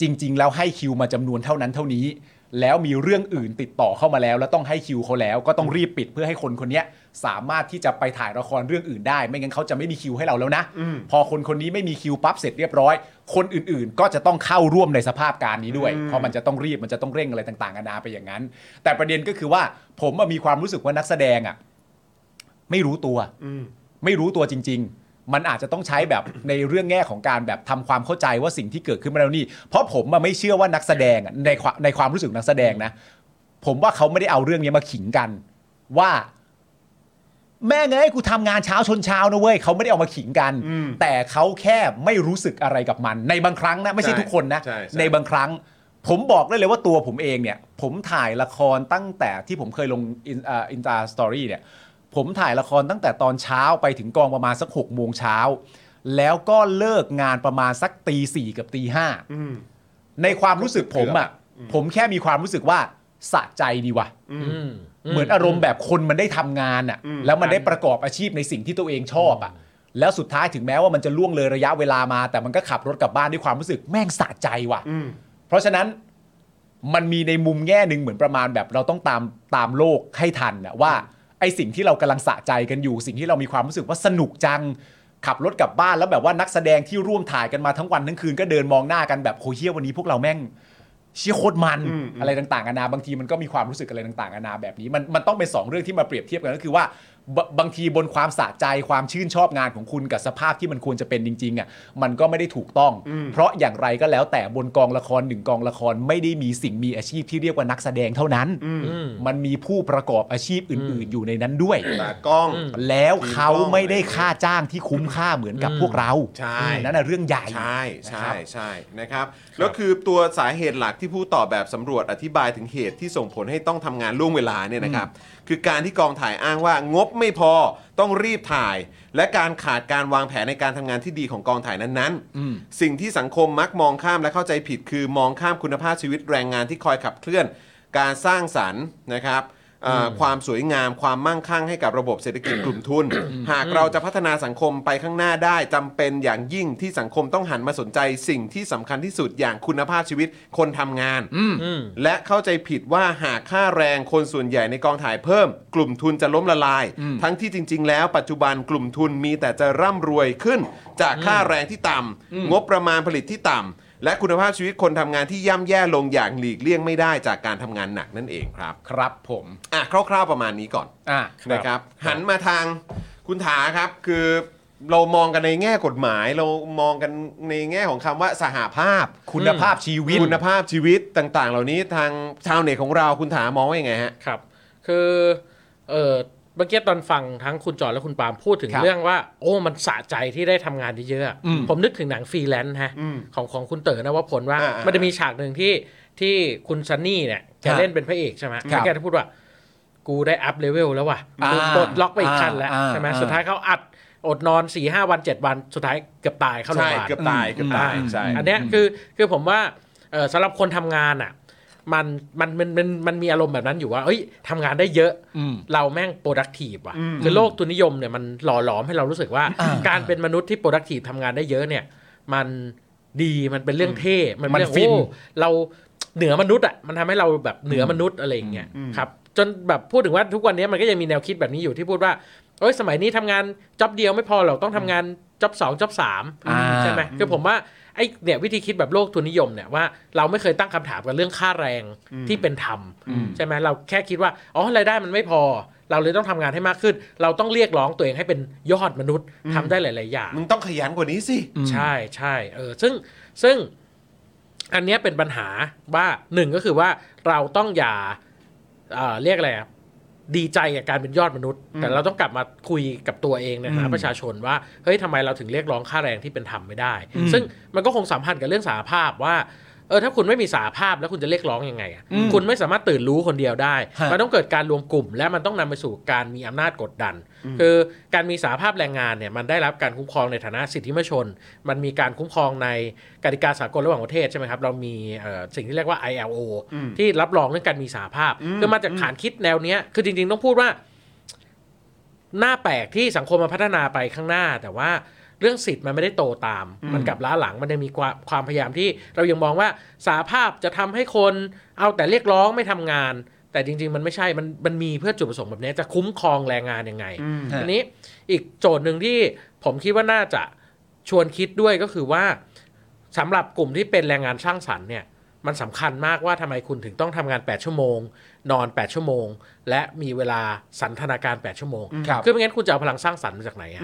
S2: จริง ๆ แล้วให้คิวมาจำนวนเท่านั้นเท่านี้ แล้วมีเรื่องอื่นติดต่อเข้ามาแล้ว แล้วต้องให้คิวเขาแล้ว ก็ต้องรีบปิดเพื่อให้คนคนเนี้ยสามารถที่จะไปถ่ายละครเรื่องอื่นได้ ไม่งั้นเขาจะไม่มีคิวให้เราแล้วนะ
S1: อืม
S2: พอคนคนนี้ไม่มีคิวปั๊บเสร็จเรียบร้อย คนอื่นๆ ก็จะต้องเข้าร่วมในสภาพการนี้ด้วย เพราะมันจะต้องรีบมันจะต้องเร่งอะไรต่างๆนานาไปอย่างนั้น แต่ประเด็นก็คือว่าผมอะมีความรู้สึกว่านักแสดงอ่ะไม่รู้ตัว
S1: อืม
S2: ไม่รู้ตัวจริง ๆ มันอาจจะต้องใช้แบบ ในเรื่องแง่ของการแบบทำความเข้าใจว่าสิ่งที่เกิดขึ้นมาแล้วนี่ เพราะผมอะไม่เชื่อว่านักแสดงอะในความในความรู้สึกนักแสดงนะ ผมว่าเขาไม่ได้เอาเรื่องนี้มาขิงกัน ว่า แม่งเอ้ยกูทำงานเช้าชนเช้านะเว้ยเขาไม่ได้เอามาขิงกัน
S1: อืม
S2: แต่เขาแค่ไม่รู้สึกอะไรกับมัน ในบางครั้งนะ ไม่ใช่
S1: ใช่
S2: ทุกคนนะ
S1: ใช่ใช่
S2: บางครั้ง ผมบอกได้เลยว่าตัวผมเองเนี่ย ผมถ่ายละครตั้งแต่ที่ผมเคยลงอินตาสตอรี่เนี่ย ผมถ่ายละครตั้งแต่ตอนเช้าไปถึงกองประมาณสัก6กโมงเช้า แล้วก็เลิกงานประมาณสักตีสี่กับตีห้า
S1: อืม
S2: ในความรู้สึกผมอ่ะผมแค่มีความรู้สึกว่าสะใจดีว่ะ
S3: อืม
S2: เหมือนอารมณ์แบบคนมันได้ทำงานอ่ะ
S1: อืม
S2: แล้วมันได้ประกอบอาชีพในสิ่งที่ตัวเองชอบอ่ะ แล้วสุดท้ายถึงแม้ว่ามันจะล่วงเลยระยะเวลามา แต่มันก็ขับรถกลับบ้านด้วยความรู้สึกแม่งสะใจว่ะ
S1: อืม
S2: เพราะฉะนั้น มันมีในมุมแง่หนึ่งเหมือนประมาณแบบเราต้องตามตามโลกให้ทันนะว่าไอสิ่งที่เรากำลังสะใจกันอยู่ สิ่งที่เรามีความรู้สึกว่าสนุกจัง ขับรถกลับบ้านแล้วแบบว่านักแสดงที่ร่วมถ่ายกันมาทั้งวันทั้งคืนก็เดินมองหน้ากันแบบโคเฮียวันนี้พวกเราแม่ง เชี่ยโคตรมัน
S1: อืม
S2: อะไรต่างๆนานาบางทีมันก็มีความรู้สึกอะไรต่างๆนานาแบบนี้มันมันต้องเป็นสองเรื่องที่มาเปรียบเทียบกันก็คือว่าบบางทีบนความสะใจความชื่นชอบงานของคุณกับสภาพที่มันควรจะเป็นจริงๆอ่ะมันก็ไม่ได้ถูกต้อง เพราะอย่างไรก็แล้วแต่บนกองละครหนึ่งกองละครไม่ได้มีสิ่งมีอาชีพที่เรียกว่านักแสดงเท่านั้น
S3: อืม
S2: มันมีผู้ประกอบอาชีพอื่น ๆ อยู่ในนั้นด้วย
S1: ตากล้อง
S2: แล้วเขาไม่ได้ค่าจ้างที่คุ้มค่าเหมือนกับพวกเรา
S1: ใช่
S2: นั่นน่ะเรื่องใหญ่
S1: ใช่ใช่
S2: นะครับ
S1: ใช่นะครับ แล้วคือตัวสาเหตุหลักที่ผู้ตอบแบบสำรวจอธิบายถึงเหตุที่ส่งผลให้ต้องทำงานล่วงเวลาเนี่ยนะครับ คือการที่กองถ่ายอ้างว่างบไม่พอต้องรีบถ่าย และการขาดการวางแผนในการทำงานที่ดีของกองถ่ายนั้น
S2: อืม
S1: ๆ สิ่งที่สังคมมักมองข้ามและเข้าใจผิด คือมองข้ามคุณภาพชีวิตแรงงานที่คอยขับเคลื่อน การสร้างสรรค์นะครับเอ่ออความสวยงามความมั่งคั่งให้กับระบบเศรษฐกิจ กลุ่มทุน หากเราจะพัฒนาสังคมไปข้างหน้าได้จำเป็นอย่างยิ่งที่สังคมต้องหันมาสนใจสิ่งที่สำคัญที่สุดอย่างคุณภาพชีวิตคนทำงาน
S3: อืม
S1: และเข้าใจผิดว่าหากค่าแรงคนส่วนใหญ่ในกองถ่ายเพิ่ม กลุ่มทุนจะล้มละลาย ทั้งที่จริง ๆ แล้วปัจจุบันกลุ่มทุนมีแต่จะร่ำรวยขึ้น จากค่าแรงที่ต่ำงบประมาณผลิตที่ต่ำและคุณภาพชีวิตคนทำงานที่ย่ำแย่ลงอย่างหลีกเลี่ยงไม่ได้จากการทำงานหนักนั่นเองครับ
S2: ครับผม
S1: อ่ะคร่าวๆประมาณนี้ก่อน
S2: อ่ะ
S1: นะครับ หันมาทางคุณถาครับ คือเรามองกันในแง่กฎหมาย เรามองกันในแง่ของคำว่าสหภาพ
S2: คุณภาพชีวิต
S1: คุณภาพชีวิตต่างๆ เหล่านี้ทางชาวเน็ตของเราคุณถามองว่ายังไงฮะ
S3: ครับ คือ เออเมื่อกี้ตอนฟังทั้งคุณจอห์นและคุณปาล์มพูดถึง
S2: ครับ
S3: เรื่องว่า โอ้ มันสะใจที่ได้ทำงานเยอะๆอะ
S2: อืม
S3: ผมนึกถึงหนังฟรีแลนซ์ฮะ
S1: อืม
S3: ของของคุณเต๋อนะว่าผลว่า
S1: อ่าๆ
S3: มันจะมีฉากหนึ่งที่ที่คุณซันนี่เนี่ยแก
S2: ครับ
S3: เล่นเป็นพระเอกใช่ไหม
S2: ครั
S3: แล้ว
S2: บ
S3: แกจะพูดว่า กูได้อัพเลเวลแล้วว่ะ
S2: อ่า
S3: กูปลดล็อกไปอีกขั้นแล้ว
S2: อ่า
S3: ใช่ไหม
S2: อ่า
S3: สุดท้ายเขาอัดอดนอน4ี่ห้าวัน 7 วันสุดท้ายเกือบตายเข้าโรงพยาบาล
S1: ใช่เกือบตายเกือบตาย
S3: อืม
S1: ใช่
S3: อันเนี้ยคือคือผมว่าเอ่อสำหรับคนทำงานอ่ะมันมันมันมันมันมีอารมณ์แบบนั้นอยู่ว่าเอ้ยทำงานได้เยอะ
S2: อืม
S3: เราแม่ง productive ว่ะคือโลกทุนนิยมเนี่ยมันหล่อหลอมให้เรารู้สึกว่า
S2: อ่า
S3: การเป็นมนุษย์ที่ productive ทำงานได้เยอะเนี่ย มันดีมันเป็นเรื่องเท่มันเป็นเรื่อง
S2: มันฟิน
S3: โอ้เราเหนือมนุษย์อ่ะมันทำให้เราแบบเหนือมนุษย์อะไรอย่างเงี้ยครับจนแบบพูดถึงว่าทุกวันนี้มันก็ยังมีแนวคิดแบบนี้อยู่ที่พูดว่าเอ้ยสมัยนี้ทำงานจ็อบเดียวไม่พอหรอกต้องทำงานจ็อบสองจ็อบสาม
S2: อ่า
S3: ใช่ไหม คือผมว่าไอ้เนี่ยวิธีคิดแบบโลกทุนนิยมเนี่ยว่าเราไม่เคยตั้งคำถามกับเรื่องค่าแรงที่เป็นธรรมใช่ไหมเราแค่คิดว่าอ๋อรายได้มันไม่พอ เราเลยต้องทำงานให้มากขึ้น เราต้องเรียกร้องตัวเองให้เป็นยอดมนุษย์ทำได้หลาย ๆ อย่าง
S1: มึงต้องขยันกว่านี้สิ
S3: ใช่ใช่เออซึ่งซึ่งอันเนี้ยเป็นปัญหาว่าหนึ่งก็คือว่าเราต้องอย่าเอ่อเรียกอะไรอะดีใจกับการเป็นยอดมนุษย์ แต่เราต้องกลับมาคุยกับตัวเองในฐานะประชาชนว่าเฮ้ยทำไมเราถึงเรียกร้องค่าแรงที่เป็นธรรมไม่ได้ ซึ่งมันก็คงสัมพันธ์กับเรื่องสาภาพว่าเออถ้าคุณไม่มีสาภาพแล้วคุณจะเรียกร้องยังไงอะคุณไม่สามารถตื่นรู้คนเดียวได้
S2: ฮะ
S3: มันต้องเกิดการรวมกลุ่ม และมันต้องนำไปสู่การมีอำนาจกดดัน คือการมีสาภาพแรงงานเนี่ยมันได้รับการคุ้มครองในฐานะสิทธิมชน มันมีการคุ้มครองในกติกาสากลระหว่างประเทศใช่ไหมครับ เรามีเอ่อสิ่งที่เรียกว่า ILO ที่รับรองเรื่องการมีสาภาพคือมาจากฐานคิดแนวเนี้ยคือจริงๆต้องพูดว่า หน้าแปลกที่สังคมมันพัฒนาไปข้างหน้า แต่ว่าเรื่องสิทธิ์มันไม่ได้โตตาม มันกลับล้าหลังมันยังมีความความพยายามที่เรายังมองว่าสาภาพจะทำให้คนเอาแต่เรียกร้องไม่ทำงาน แต่จริง ๆ มันไม่ใช่มันมันมีเพื่อจุดประสงค์แบบนี้จะคุ้มครองแรงงานยังไงอันนี้อีกโจทย์หนึ่งที่ผมคิดว่าน่าจะชวนคิดด้วยก็คือว่าสำหรับกลุ่มที่เป็นแรงงานสร้างสรรค์เนี่ย มันสำคัญมากว่าทำไมคุณถึงต้องทำงาน 8 ชั่วโมง นอน 8 ชั่วโมง และมีเวลาสันทนาการ 8 ชั่วโมง
S2: ครับ
S3: คือไม่งั้นคุณจะเอาพลังสร้างสรรค์มาจากไหนอะ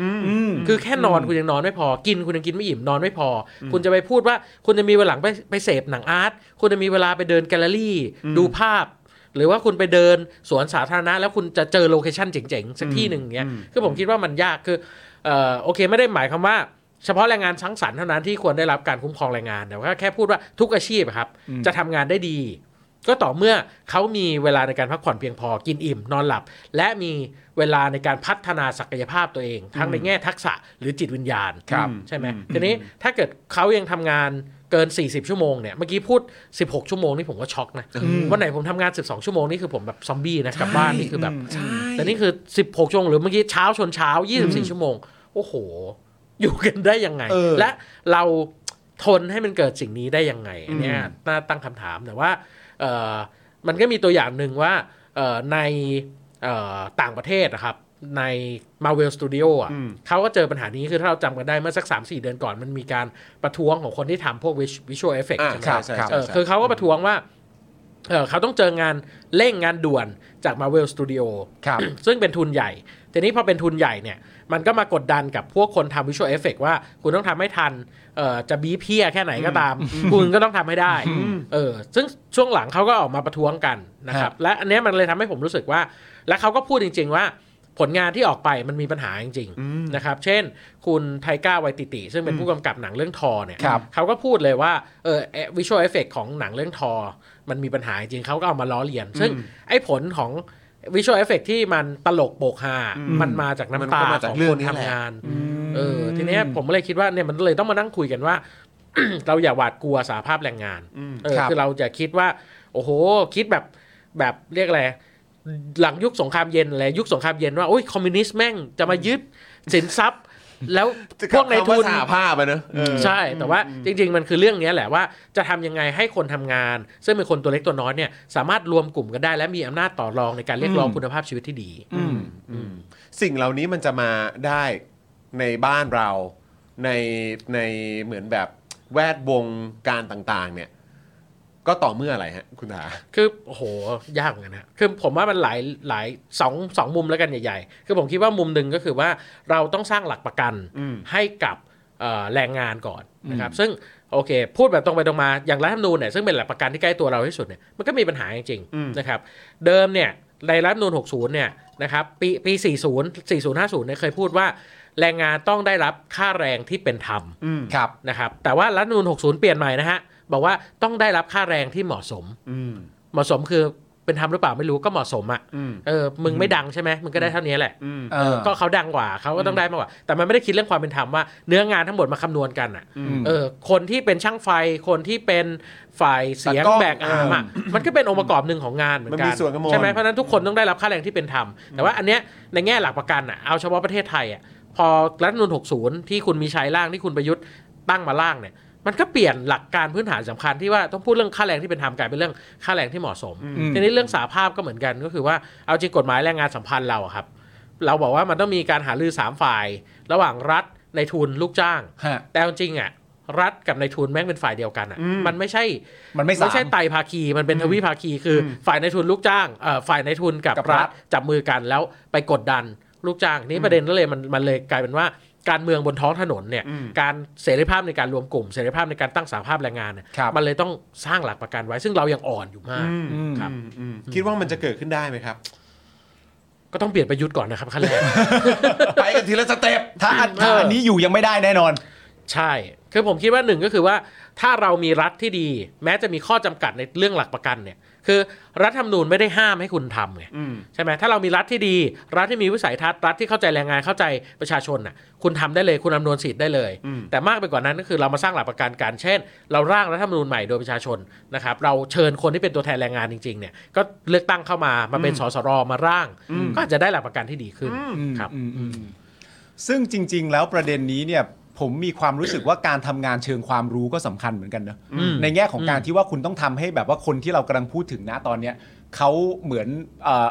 S3: คือแค่นอนคุณยังนอนไม่พอ กินคุณยังกินไม่อิ่มนอนไม่พออคุณจะไปพูดว่าคุณจะมีเวลาหลังไปไปเสพหนังอาร์ต คุณจะมีเวลาไปเดินแกลเลอรี่ ดูภาพ หรือว่าคุณไปเดินสวนสาธารณะแล้วคุณจะเจอโลเคชั่นเจ๋งๆ สักที่หนึ่งอย่างเงี้ย คือผมคิดว่ามันยากคือเอ่อโอเคไม่ได้หมายความว่า เฉพาะแรงงานสังสรรค์เท่านั้นที่ควรได้รับการคุ้มครองแรงงานแต่ว่าแค่พูดว่าทุกอาชีพอะครับ จะทำงานได้ดี ก็ต่อเมื่อเขามีเวลาในการพักผ่อนเพียงพอกินอิ่ม นอนหลับ และมีเวลาในการพัฒนาศักยภาพตัวเอง ทั้งในแง่ทักษะหรือจิตวิญญาณ
S2: ครับ
S3: ใช่ไหมทีนี้ถ้าเกิดเขายังทำงานเกิน 40 ชั่วโมงเนี่ยเมื่อกี้พูด 16 ชั่วโมงนี่ผมก็ช็อกนะวันไหนผมทำงาน 12 ชั่วโมงนี่คือผมแบบซอมบี้นะกลับบ้านนี่คือแบบแต่นี่คือ 16 ชั่วโมงหรือเมื่อกี้เช้าชนเช้า 24 ชั่วโมงโอ้โห อยู่กันได้ยังไง
S2: เออ
S3: และเราทนให้มันเกิดสิ่งนี้ได้ยังไงอันเนี่ยน่าตั้งคำถามแต่ว่า เ เอ่อมันก็มีตัวอย่างหนึ่งว่าเอ่อในเอ่อต่างประเทศนะครับ ใน Marvel Studio อ่ะ
S1: อืม
S3: เขาก็เจอปัญหานี้คือถ้าเราจำกันได้เมื่อสัก 3-4 เดือนก่อนมันมีการประท้วงของคนที่ทำพวก vis- visual effect
S1: อ่า
S3: ใช่ไหม
S1: ใช่ใช่
S3: เอ
S1: ใช่
S3: อ
S1: ใช่
S3: คือเขาก็ประท้วงว่าเออเขาต้องเจองานเร่งงานด่วนจาก Marvel Studio
S2: ครับ
S3: ซึ่งเป็นทุนใหญ่ ทีนี้พอเป็นทุนใหญ่เนี่ย มันก็มากดดันกับพวกคนทำวิชวลเอฟเฟกว่า คุณต้องทำให้ทันเอ่อจะบีบเพี้ยแค่ไหนก็ตาม คุณก็ต้องทำให้ได้เออซึ่งช่วงหลังเขาก็ออกมาประท้วงกันนะครับ และอันเนี้ยมันเลยทำให้ผมรู้สึกว่า และเขาก็พูดจริง ๆ ว่า ผลงานที่ออกไปมันมีปัญหาจริง ๆ นะครับ เช่น คุณไทก้าไวติติ ซึ่งเป็นผู้กำกับหนังเรื่องทอเนี่ย
S2: ครับ
S3: เขาก็พูดเลยว่าเออวิชวลเอฟเฟกของหนังเรื่องทอ มันมีปัญหาจริงเขาก็เอามาล้อเลียน ซึ่งไอ้ผลของวิชวลเอฟเฟกที่มันตลกโปกฮามันมาจาก
S1: มัน
S3: น้ำ
S1: ก็
S3: ตา
S1: มาจาก
S3: ของ
S1: เรื่อ
S3: ค
S1: ง
S3: น
S1: นี้แหละ
S3: ทำงาน เออทีเนี้ยผมเลยคิดว่าเนี่ยมันเลยต้องมานั่งคุยกันว่า เราอย่าหวาดกลัวสาภาพแรงงานเออ
S2: ครับ
S3: คือเราจะคิดว่า โอ้โห คิดแบบแบบเรียกอะไรหลังยุคสงครามเย็นอะไรยุคสงครามเย็นว่าโอ้ยคอมมิวนิสต์แม่งจะมายึดสินทรัพย์ แล้ว
S1: จะ
S3: พ
S1: พ
S3: ว
S1: ว
S3: ก
S1: ก
S3: ใน
S1: ใน
S3: ทุ
S1: ทุ
S3: น
S1: นสาภาพอะเนอะเออ
S3: ใช่ แต่ว่าจริง ๆ มันคือเรื่องเนี้ยแหละว่าจะทำยังไงให้คนทำงาน ซึ่งเป็นคนตัวเล็กตัวน้อยเนี่ยสามารถรวมกลุ่มกันได้ และมีอำนาจต่อรองในการเรียกร้องคุณภาพชีวิตที่ดี
S1: สิ่งเหล่านี้มันจะมาได้ในบ้านเราในในเหมือนแบบแวดวงการต่างๆ เนี่ย ก็ต่อเมื่ออะไรฮะ คุณถา
S3: คือโอ้โหยากเหมือนกันนะคือผมว่ามันหลายหลายสองสองมุมแล้วกันใหญ่ๆ คือผมคิดว่ามุมหนึ่งก็คือว่าเราต้องสร้างหลักประกัน
S1: อืม
S3: ให้กับเอ่อแรงงานก่อนนะครับซึ่งโอเค พูดแบบตรงไปตรงมาอย่างรัฐธรรมนูญเนี่ยซึ่งเป็นหลักประกันที่ใกล้ตัวเราที่สุดเนี่ยมันก็มีปัญหาจริงๆนะครับเดิมเนี่ยในรัฐธรรมนูญ60เนี่ยนะครับปีปี 40 40 50เนี่ยเคยพูดว่าแรงงานต้องได้รับค่าแรงที่เป็นธรรม
S2: ครับ
S3: นะครับแต่ว่ารัฐธรรมนูญ60 เปลี่ยนใหม่นะฮะ บอกว่าต้องได้รับค่าแรงที่เหมาะสม เหมาะสมคือเป็นธรรมหรือเปล่าไม่รู้ก็เหมาะสมอ่ะเออมึงไม่ดังใช่ไหมมึงก็ได้เท่านี้แหละ
S2: เออ
S3: ก็เขาดังกว่าเขาก็ต้องได้มากกว่า แต่มันไม่ได้คิดเรื่องความเป็นธรรมว่าเนื้องานทั้งหมดมาคำนวณกันอ่ะเออคนที่เป็นช่างไฟคนที่เป็นฝ่ายเสียง
S1: ตากล้อง
S3: แบกอาร์มอะมันก็เป็นองค์ประกอบหนึ่งของงานเหมือน
S1: มัน
S3: กั
S1: มี
S3: น
S1: ส่วนกันหมด
S3: ใช่ไหมเพราะฉะนั้นทุกคนต้องได้รับค่าแรงที่เป็นธรรมแต่ว่าอันเนี้ยในแง่หลักประกันอ่ะเอาเฉพาะประเทศไทยอ่ะพอรัฐธรรมนูญ60 ที่คุณมีชัยร่างที่คุณประยุทธ์ตั้งมาร่างเนี่ย มันก็เปลี่ยนหลักการพื้นฐานสำคัญที่ว่าต้องพูดเรื่องค่าแรงที่เป็นธรรมกลายเป็นเรื่องค่าแรงที่เหมาะสมทีนี้เรื่องสาภาพก็เหมือนกันก็คือว่าเอาจริงกฎหมายแรงงานสัมพันธ์เราอะครับ เราบอกว่ามันต้องมีการหารือสามฝ่าย ระหว่างรัฐในายทุนลูกจ้าง
S2: ฮะ
S3: แต่เอาจริงอ่ะรัฐกับในายทุนแม่งเป็นฝ่ายเดียวกันอ่ะมันไม่ใช่
S2: มันไม่สาม
S3: ใช่ไตรภาคีมันเป็นทวิภาคีคืออฝ่ายในายทุนลูกจ้างเอ่อฝ่ายในายทุนกับ
S2: กับรัฐ
S3: รัฐจับมือกันแล้วไปกดดันลูกจ้างนี่ประเด็นก็เลยมันมันเลยกลายเป็นว่าการเมืองบนท้องถนนเนี่ยการเสรีภาพในการรวมกลุ่มเสรีภาพในการตั้งสาภาพแรงงานเนี่ย
S2: ครับ
S3: มันเลยต้องสร้างหลักประกันไว้ซึ่งเรายังอ่อนอยู่มาก ครับ
S1: อืมอืมคิดว่ามันจะเกิดขึ้นได้ไหมครับ
S3: ก็ต้องเปลี่ยนประยุทธ์ก่อนนะครับขั้นแรก
S1: ไปกันทีละสเต็ป
S2: ถ้าอันถ้าอันนี้อยู่ยังไม่ได้แน่นอน
S3: ใช่ คือผมคิดว่าหนึ่งก็คือว่าถ้าเรามีรัฐที่ดี แม้จะมีข้อจำกัดในเรื่องหลักประกันเนี่ย คือรัฐธรรมนูญไม่ได้ห้ามให้คุณทำไงใช่ไหมถ้าเรามีรัฐที่ดี รัฐที่มีวิสัยทัศน์รัฐที่เข้าใจแรงงานเข้าใจประชาชนน่ะคุณทำได้เลยคุณอำนวยสิทธิ์ได้เลย แต่มากไปกว่านั้นก็คือเรามาสร้างหลักประกันการเช่น เราร่างรัฐธรรมนูญใหม่โดยประชาชนนะครับเราเชิญคนที่เป็นตัวแทนแรงงานจริงๆเนี่ยก็เลือกตั้งเข้ามามาเป็นสสรมาร่าง ก็อาจจะได้หลักประกันที่ดีขึ้นครับ
S2: ซึ่งจริง ๆ แล้วประเด็นนี้เนี่ยผมมีความรู้สึกว่าการทำงานเชิงความรู้ก็สำคัญเหมือนกันเนอะในแง่ของการที่ว่าคุณต้องทำให้แบบว่าคนที่เรากำลังพูดถึงนะตอนเนี้ยเขาเหมือนเอ่อ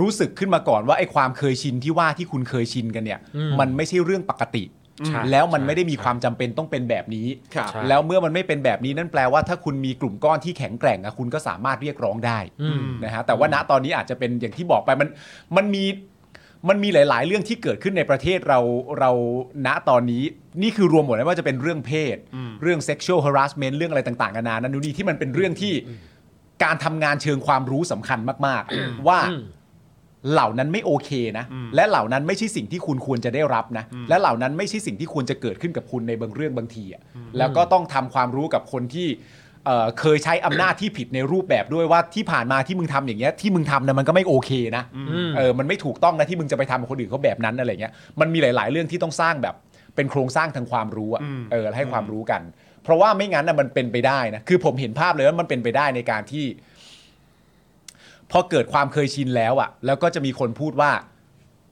S2: รู้สึกขึ้นมาก่อนว่าไอ้ความเคยชินที่ว่าที่คุณเคยชินกันเนี่ย มันไม่ใช่เรื่องปกติ
S3: ใช่
S2: แล้วมัน
S3: ใช่
S2: ไม่ได้มีความจำเป็นต้องเป็นแบบนี้
S1: ครับ
S3: ใช่
S2: แล้วเมื่อมันไม่เป็นแบบนี้นั่นแปลว่าถ้าคุณมีกลุ่มก้อนที่แข็งแกร่งอะคุณก็สามารถเรียกร้องได้
S3: อืม
S2: นะฮะแต่ว่าณตอนนี้อาจจะเป็นอย่างที่บอกไปมันมันมีมันมีหลาย ๆ เรื่องที่เกิดขึ้นในประเทศเราเราณตอนนี้ นี่คือรวมหมดเลยว่าจะเป็นเรื่องเพศ เรื่อง sexual harassment เรื่องอะไรต่างๆนานานั่นนู่นนี่ที่มันเป็นเรื่องที่การทำงานเชิงความรู้สำคัญมาก ๆ ว่า
S3: อืม
S2: เหล่านั้นไม่โอเคนะ และเหล่านั้นไม่ใช่สิ่งที่คุณควรจะได้รับนะ และเหล่านั้นไม่ใช่สิ่งที่ควรจะเกิดขึ้นกับคุณในบางเรื่องบางทีอะแล้วก็ต้องทำความรู้กับคนที่เอ่อเคยใช้อำนาจที่ผิดในรูปแบบด้วยว่าที่ผ่านมาที่มึงทำอย่างเงี้ยที่มึงทำนะมันก็ไม่โอเคนะ
S3: ม
S2: เออมันไม่ถูกต้องนะที่มึงจะไปทำกับคนอื่นเขาแบบนั้นอะไรเงี้ยมันมีหลาย ๆ เรื่องที่ต้องสร้างแบบเป็นโครงสร้างทางความรู้อะเออให้ความรู้กัน เพราะว่าไม่งั้นนะมันเป็นไปได้นะคือผมเห็นภาพเลยว่ามันเป็นไปได้ในการที่ พอเกิดความเคยชินแล้วอะ่ะ แล้วก็จะมีคนพูดว่า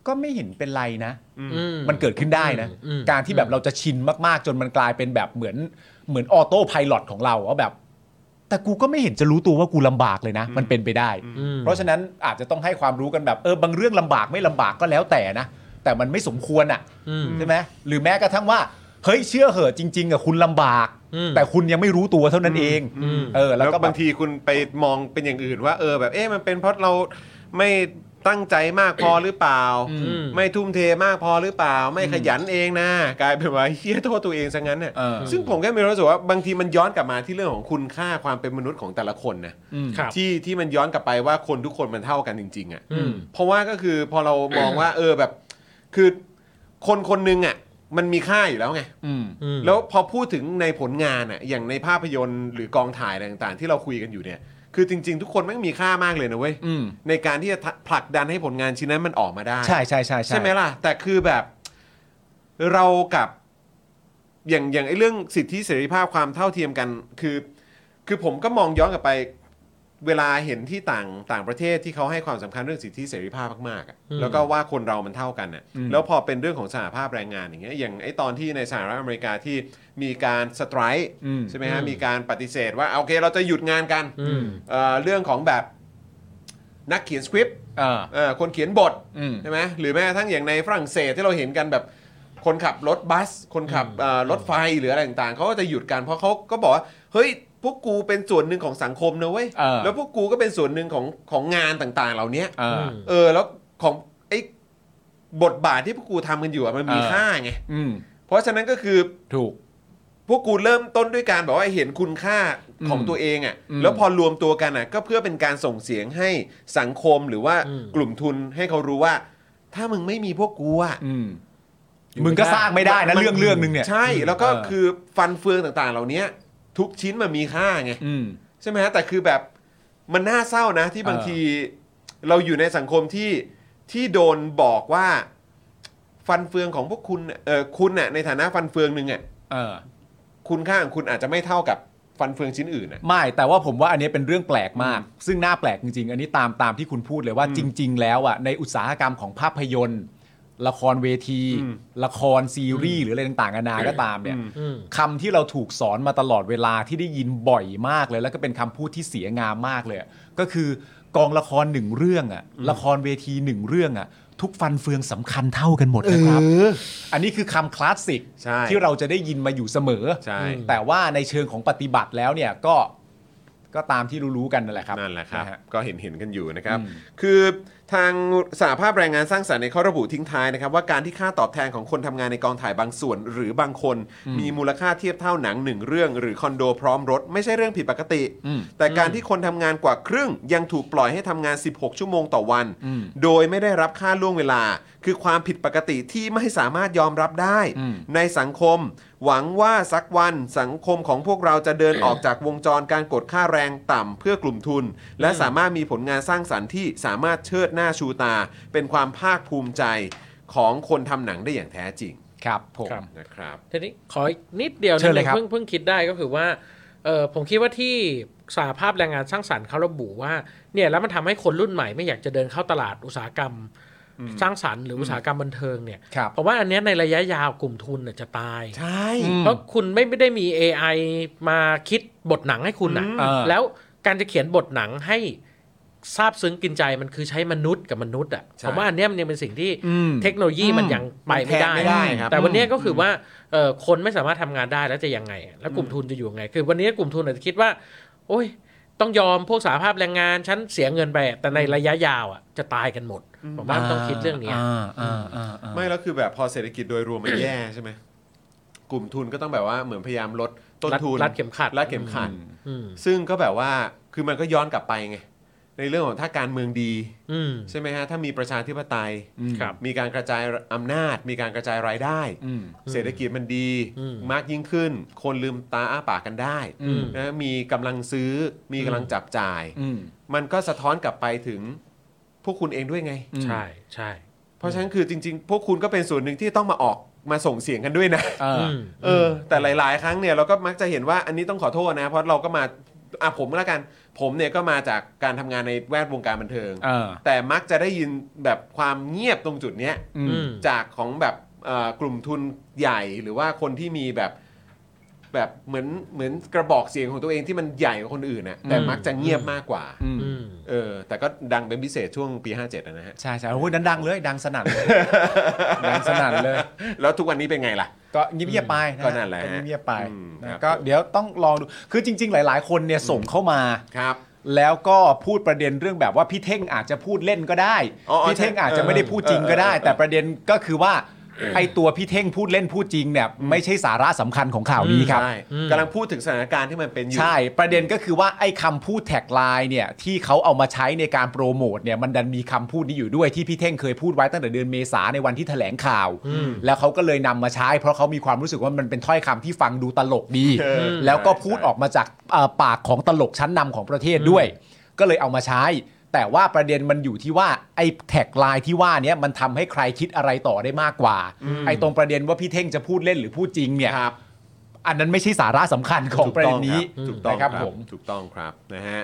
S2: ก็ไม่เห็นเป็นไรนะ
S3: อืม
S2: มันเกิดขึ้นได้นะ
S3: อืม
S2: การที่แบบเราจะชินมากๆ จนมันกลายเป็นแบบเหมือนเหมือนออโต้ไพายロของเราว่าแบบ แต่กูก็ไม่เห็นจะรู้ตัวว่ากูลำบากเลยนะ มันเป็นไปได้
S3: อืม
S2: เพราะฉะนั้นอาจจะต้องให้ความรู้กันแบบเออบางเรื่องลำบากไม่ลำบากก็แล้วแต่นะ แต่มันไม่สมควรอ่ะ
S3: อืม
S2: ใช่ไหมหรือแม้กระทั่งว่าเฮ้ยเชื่อเหอะจริงๆอะคุณลำบาก
S3: อืม
S2: แต่คุณยังไม่รู้ตัวเท่านั้นเอง
S3: อืม
S2: เออ
S1: แล้
S2: แล้วว
S1: ก็
S2: ก็
S1: บาง
S2: แบบ
S1: ทีคุณไปมองเป็นอย่างอื่นว่า เออแบบเอ๊ะมันเป็นเพราะเราไม่ตั้งใจมากพอหรือเปล่า
S3: ม
S1: ไม่ทุ่มเทมากพอหรือเปล่า ไม่ขยันเองนะกลายเป็นว่าเฮียโทษตัวเองซะงั้นเนี่ย
S2: เออ
S1: ซึ่งผมก็มีรู้สึกว่าบางทีมันย้อนกลับมาที่เรื่องของคุณค่าความเป็นมนุษย์ของแต่ละคนนะ
S2: อืม
S3: ครับ
S1: ที่ที่มันย้อนกลับไปว่าคนทุกคนมันเท่ากันจริง ๆอะ่ะ
S3: อืม
S1: เพราะว่าก็คือพอเรามองว่า เออแบบ คือคนคนหนึงอะ่ะ มันมีค่าอยู่แล้วไง
S2: อืม
S3: อืม
S1: แล้วพอพูดถึงในผลงานอะ่ะอย่างในภาพยนตร์หรือกองถ่ายอะไรต่างๆ ที่เราคุยกันอยู่เนี่ย คือจริง ๆ ทุกคนแมันมีค่ามากเลยนะเว้ย
S2: อืม
S1: ในการที่จะผลักดันให้ผลงานชิ้นนั้นมันออกมาได้
S2: ใช่ใช่ใช่
S1: ใช่ไหมล่ะ แต่คือแบบเรากับอย่างอย่างไอ้เรื่องสิทธิเสรีภาพความเท่าเทียมกัน คือ คือผมก็มองย้อนกลับไป เวลาเห็นที่ต่างต่างประเทศที่เขาให้ความสำคัญเรื่องสิทธิเสรีภาพมากๆอะ
S3: อืม
S1: แล้วก็ว่าคนเรามันเท่ากันน่ะแล้วพอเป็นเรื่องของสหภาพแรงงานอย่างเงี้ยอย่างไอ้ตอนที่ในสหรัฐอเมริกาที่มีการสไตรค์
S2: อืม
S1: ใช่ไหมฮะมีการปฏิเสธว่าโอเค เราจะหยุดงานกัน
S3: อืม
S1: เอ่อเรื่องของแบบนักเขียนสคริปต์
S2: เออ
S1: เอ่อคนเขียนบท
S2: อืม
S1: ใช่ไหมหรือแม้กระทั่งอย่างในฝรั่งเศสที่เราเห็นกันแบบคนขับรถบัส คนขับเอ่อรถไฟหรืออะไรต่างๆเขาก็จะหยุดกันเพราะเขาก็บอกว่าเฮ้ยพวกกูเป็นส่วนหนึ่งของสังคมนะเว้ย
S2: เออ
S1: แล้วพวกกูก็เป็นส่วนหนึ่งของของงานต่างๆ เหล่านี้
S2: เออ
S1: เออแล้วของไอ้บทบาทที่พวกกูทำกันอยู่อะมันมี
S2: เออ
S1: ค่าไง
S2: อืม
S1: เพราะฉะนั้นก็คือ
S2: ถูก
S1: พวกกูเริ่มต้นด้วยการแบบว่าเห็นคุณค่าของ
S2: อืม
S1: ตัวเองอะ่ะ
S2: อืม
S1: แล้วพอรวมตัวกันอ่ะก็เพื่อเป็นการส่งเสียงให้สังคมหรือว่า
S3: อืม
S1: กลุ่มทุนให้เขารู้ว่า ถ้ามึงไม่มีพวกกูอ่ะ
S2: อืม มึงก็สร้างไม่ได้นะ เรื่องเรื่องนึงเนี่ย
S1: ใช่แล้วก็
S2: เออ
S1: คือฟันเฟืองต่างๆ เหล่านี้ทุกชิ้นมันมีค่าไง
S2: อืม
S1: ใช่ไหมฮะแต่คือแบบมันน่าเศร้านะที่บาง
S2: เออ
S1: ทีเราอยู่ในสังคมที่ที่โดนบอกว่าฟันเฟืองของพวกคุณเออคุณน่ะในฐานะฟันเฟืองหนึ่งอ่ะ
S2: เออ
S1: คุณค่าของคุณอาจจะไม่เท่ากับฟันเฟืองชิ้นอื่นอ่ะ
S2: ไม่แต่ว่าผมว่าอันนี้เป็นเรื่องแปลกมาก ซึ่งน่าแปลกจริงๆ อันนี้ตามตามที่คุณพูดเลยว่าจริง ๆ แล้วอ่ะในอุตสาหกรรมของภาพยนตร์ ละครเวที
S1: อืม
S2: ละครซีรีส์หรืออะไรต่างๆนานาก็ตามเนี่ย
S3: อืม
S2: คำที่เราถูกสอนมาตลอดเวลาที่ได้ยินบ่อยมากเลย แล้วก็เป็นคำพูดที่เสียงามมากเลยอะก็คือกองละครหนึ่งเรื่องอะละครเวทีหนึ่งเรื่องอะทุกฟันเฟืองสำคัญเท่ากันหมดนะครับ อันนี้คือคำคลาสสิก
S1: ใช่
S2: ที่เราจะได้ยินมาอยู่เสมอ
S1: ใช่
S2: แต่ว่าในเชิงของปฏิบัติแล้วเนี่ยก็ก็ตามที่รู้ๆกันนั่นแหละครับ
S1: นั่นแหละครับ
S2: ฮ
S1: ก็เห็นเห็นกันอยู่นะครับ
S2: อืม
S1: คือทางสหภาพแรงงานสร้างสรรค์เนี่ยเขาระบุทิ้งท้ายนะครับ ว่าการที่ค่าตอบแทนของคนทำงานในกองถ่ายบางส่วน หรือบางคน มีมูลค่าเทียบเท่าหนังหนึ่งเรื่อง หรือคอนโดพร้อมรถ ไม่ใช่เรื่องผิดปกติ
S2: อืม
S1: แต่การที่คนทำงานกว่าครึ่ง ยังถูกปล่อยให้ทำงาน 16 ชั่วโมงต่อวัน
S2: อืม
S1: โดยไม่ได้รับค่าล่วงเวลา คือความผิดปกติที่ไม่สามารถยอมรับได้
S2: อืม
S1: ในสังคม หวังว่าสักวันสังคมของพวกเราจะเดิน ออกจากวงจรการกดค่าแรงต่ำเพื่อกลุ่มทุน และสามารถมีผลงานสร้างสรรค์ที่สามารถเชิดหน้าชูตา เป็นความภาคภูมิใจของคนทำหนังได้อย่างแท้จริง
S2: ครับผม
S3: ครับ
S1: นะครับ
S3: ทีนี้ขออีกนิดเดียว
S2: เชิญเลย
S3: นิดนึง
S2: ครับ
S3: เพิ่งเพิ่งคิดได้ก็คือว่าเออผมคิดว่าที่สาภาพแรงงานสร้างสรรค์เขาระบุว่าเนี่ยแล้วมันทำให้คนรุ่นใหม่ไม่อยากจะเดินเข้าตลาดอุตสาหกรรมสร้างสรรค์หรืออุตสาหกรรมบันเทิงเนี่ย
S2: ครับ
S3: ผมว่าอันเนี้ยในระยะยาวกลุ่มทุนน่ะจะตาย
S1: ใช่
S2: อืม
S3: เพราะคุณไม่ได้มี AI มาคิดบทหนังให้คุณนะ
S2: อืม
S3: แล้วการจะเขียนบทหนังให้ซาบซึ้งกินใจมันคือใช้มนุษย์กับมนุษย์อ่ะ
S1: ใช่
S3: ผมว่าอันเนี้ยมันยังเป็นสิ่งที่
S2: อืม
S3: เทคโนโลยีมันยังไปไม่ได้
S1: มันแทนไม่ได้ครับ
S3: แต่วันเนี้ยก็คือว่าเอ่อคนไม่สามารถทำงานได้แล้วจะยังไงอะแล้วกลุ่มทุนจะอยู่ยังไง คือวันนี้กลุ่มทุนอาจจะคิดว่า โอ้ย ต้องยอมพวกสาภาพแรงงาน ฉันเสียเงินไป แต่ในระยะยาวอ่ะจะตายกันหมด ผมว่ามันต้องคิดเรื่องเนี้ย
S2: าอ่าอ่าอ่า
S1: ไม่แล้วคือแบบพอเศรษฐกิจโดยรวมมันแย่ใช่ไหมกลุ่มทุนก็ต้องแบบว่าเหมือนพยายามลดต้น
S3: รัด
S1: ทุน
S3: รัดเข็มขัด
S1: รัดเข็มขัด
S3: อืม
S1: ซึ่งก็แบบว่าคือมันก็ย้อนกลับไปไงในเรื่องของถ้าการเมืองดี
S3: อืม
S1: ใช่ไหมฮะถ้ามีประชาธิปไตย
S3: ครับ
S1: มีการกระจายอำนาจ มีการกระจายรายได้
S2: อืม
S1: เศรษฐกิจมันดี
S3: อืม
S1: มากยิ่งขึ้น คนลืมตาอ้าปากกันได้
S3: อืม
S1: นะมีกำลังซื้อมีกำลังจับจ่าย
S2: อืม
S1: มันก็สะท้อนกลับไปถึงพวกคุณเองด้วยไง
S2: อืม
S3: ใช่ใช่
S1: เพราะฉะนั้นคือจริง ๆ พวกคุณก็เป็นส่วนหนึ่งที่ต้องมาออกมาส่งเสียงกันด้วยนะ
S2: เอออ
S3: อืม
S1: เออแต่หลาย ๆ ครั้งเนี่ยเราก็มักจะเห็นว่าอันนี้ต้องขอโทษนะ เพราะเราก็มาอ่ะผมก็แล้วกัน ผมเนี่ยก็มาจากการทำงานในแวดวงการบันเทิง
S2: เออ
S1: แต่มักจะได้ยินแบบความเงียบตรงจุดเนี้ย
S2: อืม
S1: จากของแบบเอ่อกลุ่มทุนใหญ่หรือว่าคนที่มีแบบ แบบเหมือนเหมือนกระบอกเสียงของตัวเองที่มันใหญ่กว่าคนอื่นนะแต่มักจะเงียบมากกว่า
S3: อืม
S1: เออ แต่ก็ดังเป็นพิเศษช่วงปี 57อะนะฮะ
S2: ใช่ใช่โอ้ยดังๆเลย ดังสนั่น เลย ดังสนั่นเลย
S1: แล้วทุกวันนี้เป็นไงล่ะ
S2: ก็เงียบๆไปฮ
S1: ก็นั่นแหละฮะ
S2: ก็เงียบๆไป
S1: อืม
S2: นะครับ ก็เดี๋ยวต้องลองดู คือจริง ๆ หลาย ๆ คนเนี่ยส่งเข้ามา
S1: ครับ
S2: แล้วก็พูดประเด็นเรื่องแบบว่าพี่เท่งอาจจะพูดเล่นก็ได้
S1: อ๋ออ๋อ
S2: พี่เท่ง
S1: ใช่
S2: อาจจะไม่ได้พูดจริงก็ได้
S1: เออเออเออ
S2: แต่ประเด็นก็คือว่าไอ้ตัวพี่เท่งพูดเล่นพูดจริงเนี่ยไม่ใช่สาระสำคัญของข่าวนี้ครับ
S1: ใช่
S3: อืม
S1: กำลังพูดถึงสถานการณ์ที่มันเป็นอยู่
S2: ใช่ ประเด็นก็คือว่าไอ้คำพูดแท็กไลน์เนี่ยที่เขาเอามาใช้ในการโปรโมทเนี่ยมันดันมีคำพูดนี้อยู่ด้วยที่พี่เท่งเคยพูดไว้ตั้งแต่เดือนเมษาในวันที่แถลงข่าว แล้วเขาก็เลยนำมาใช้ เพราะเขามีความรู้สึกว่ามันเป็นถ้อยคำที่ฟังดูตลกดี
S1: เออ
S2: แล้วก็พูดออกมาจากเอ่อปากของตลกชั้นนำของประเทศด้วย ก็เลยเอามาใช้ แต่ว่าประเด็นมันอยู่ที่ว่าไอ้แท็กไลน์ที่ว่าเนี้ยมันทำให้ใครคิดอะไรต่อได้มากกว่า ไอ้ตรงประเด็นว่าพี่เท่งจะพูดเล่นหรือพูดจริงเนี่ย
S1: ครับ
S2: อันนั้นไม่ใช่สาระสำคัญของประเด็นนี้
S1: ถูกต้อง
S2: นะ
S1: ค
S2: ค
S1: รั
S2: รั
S1: บบ ผ
S2: ผม ม
S1: ถูกต้องครับนะฮะ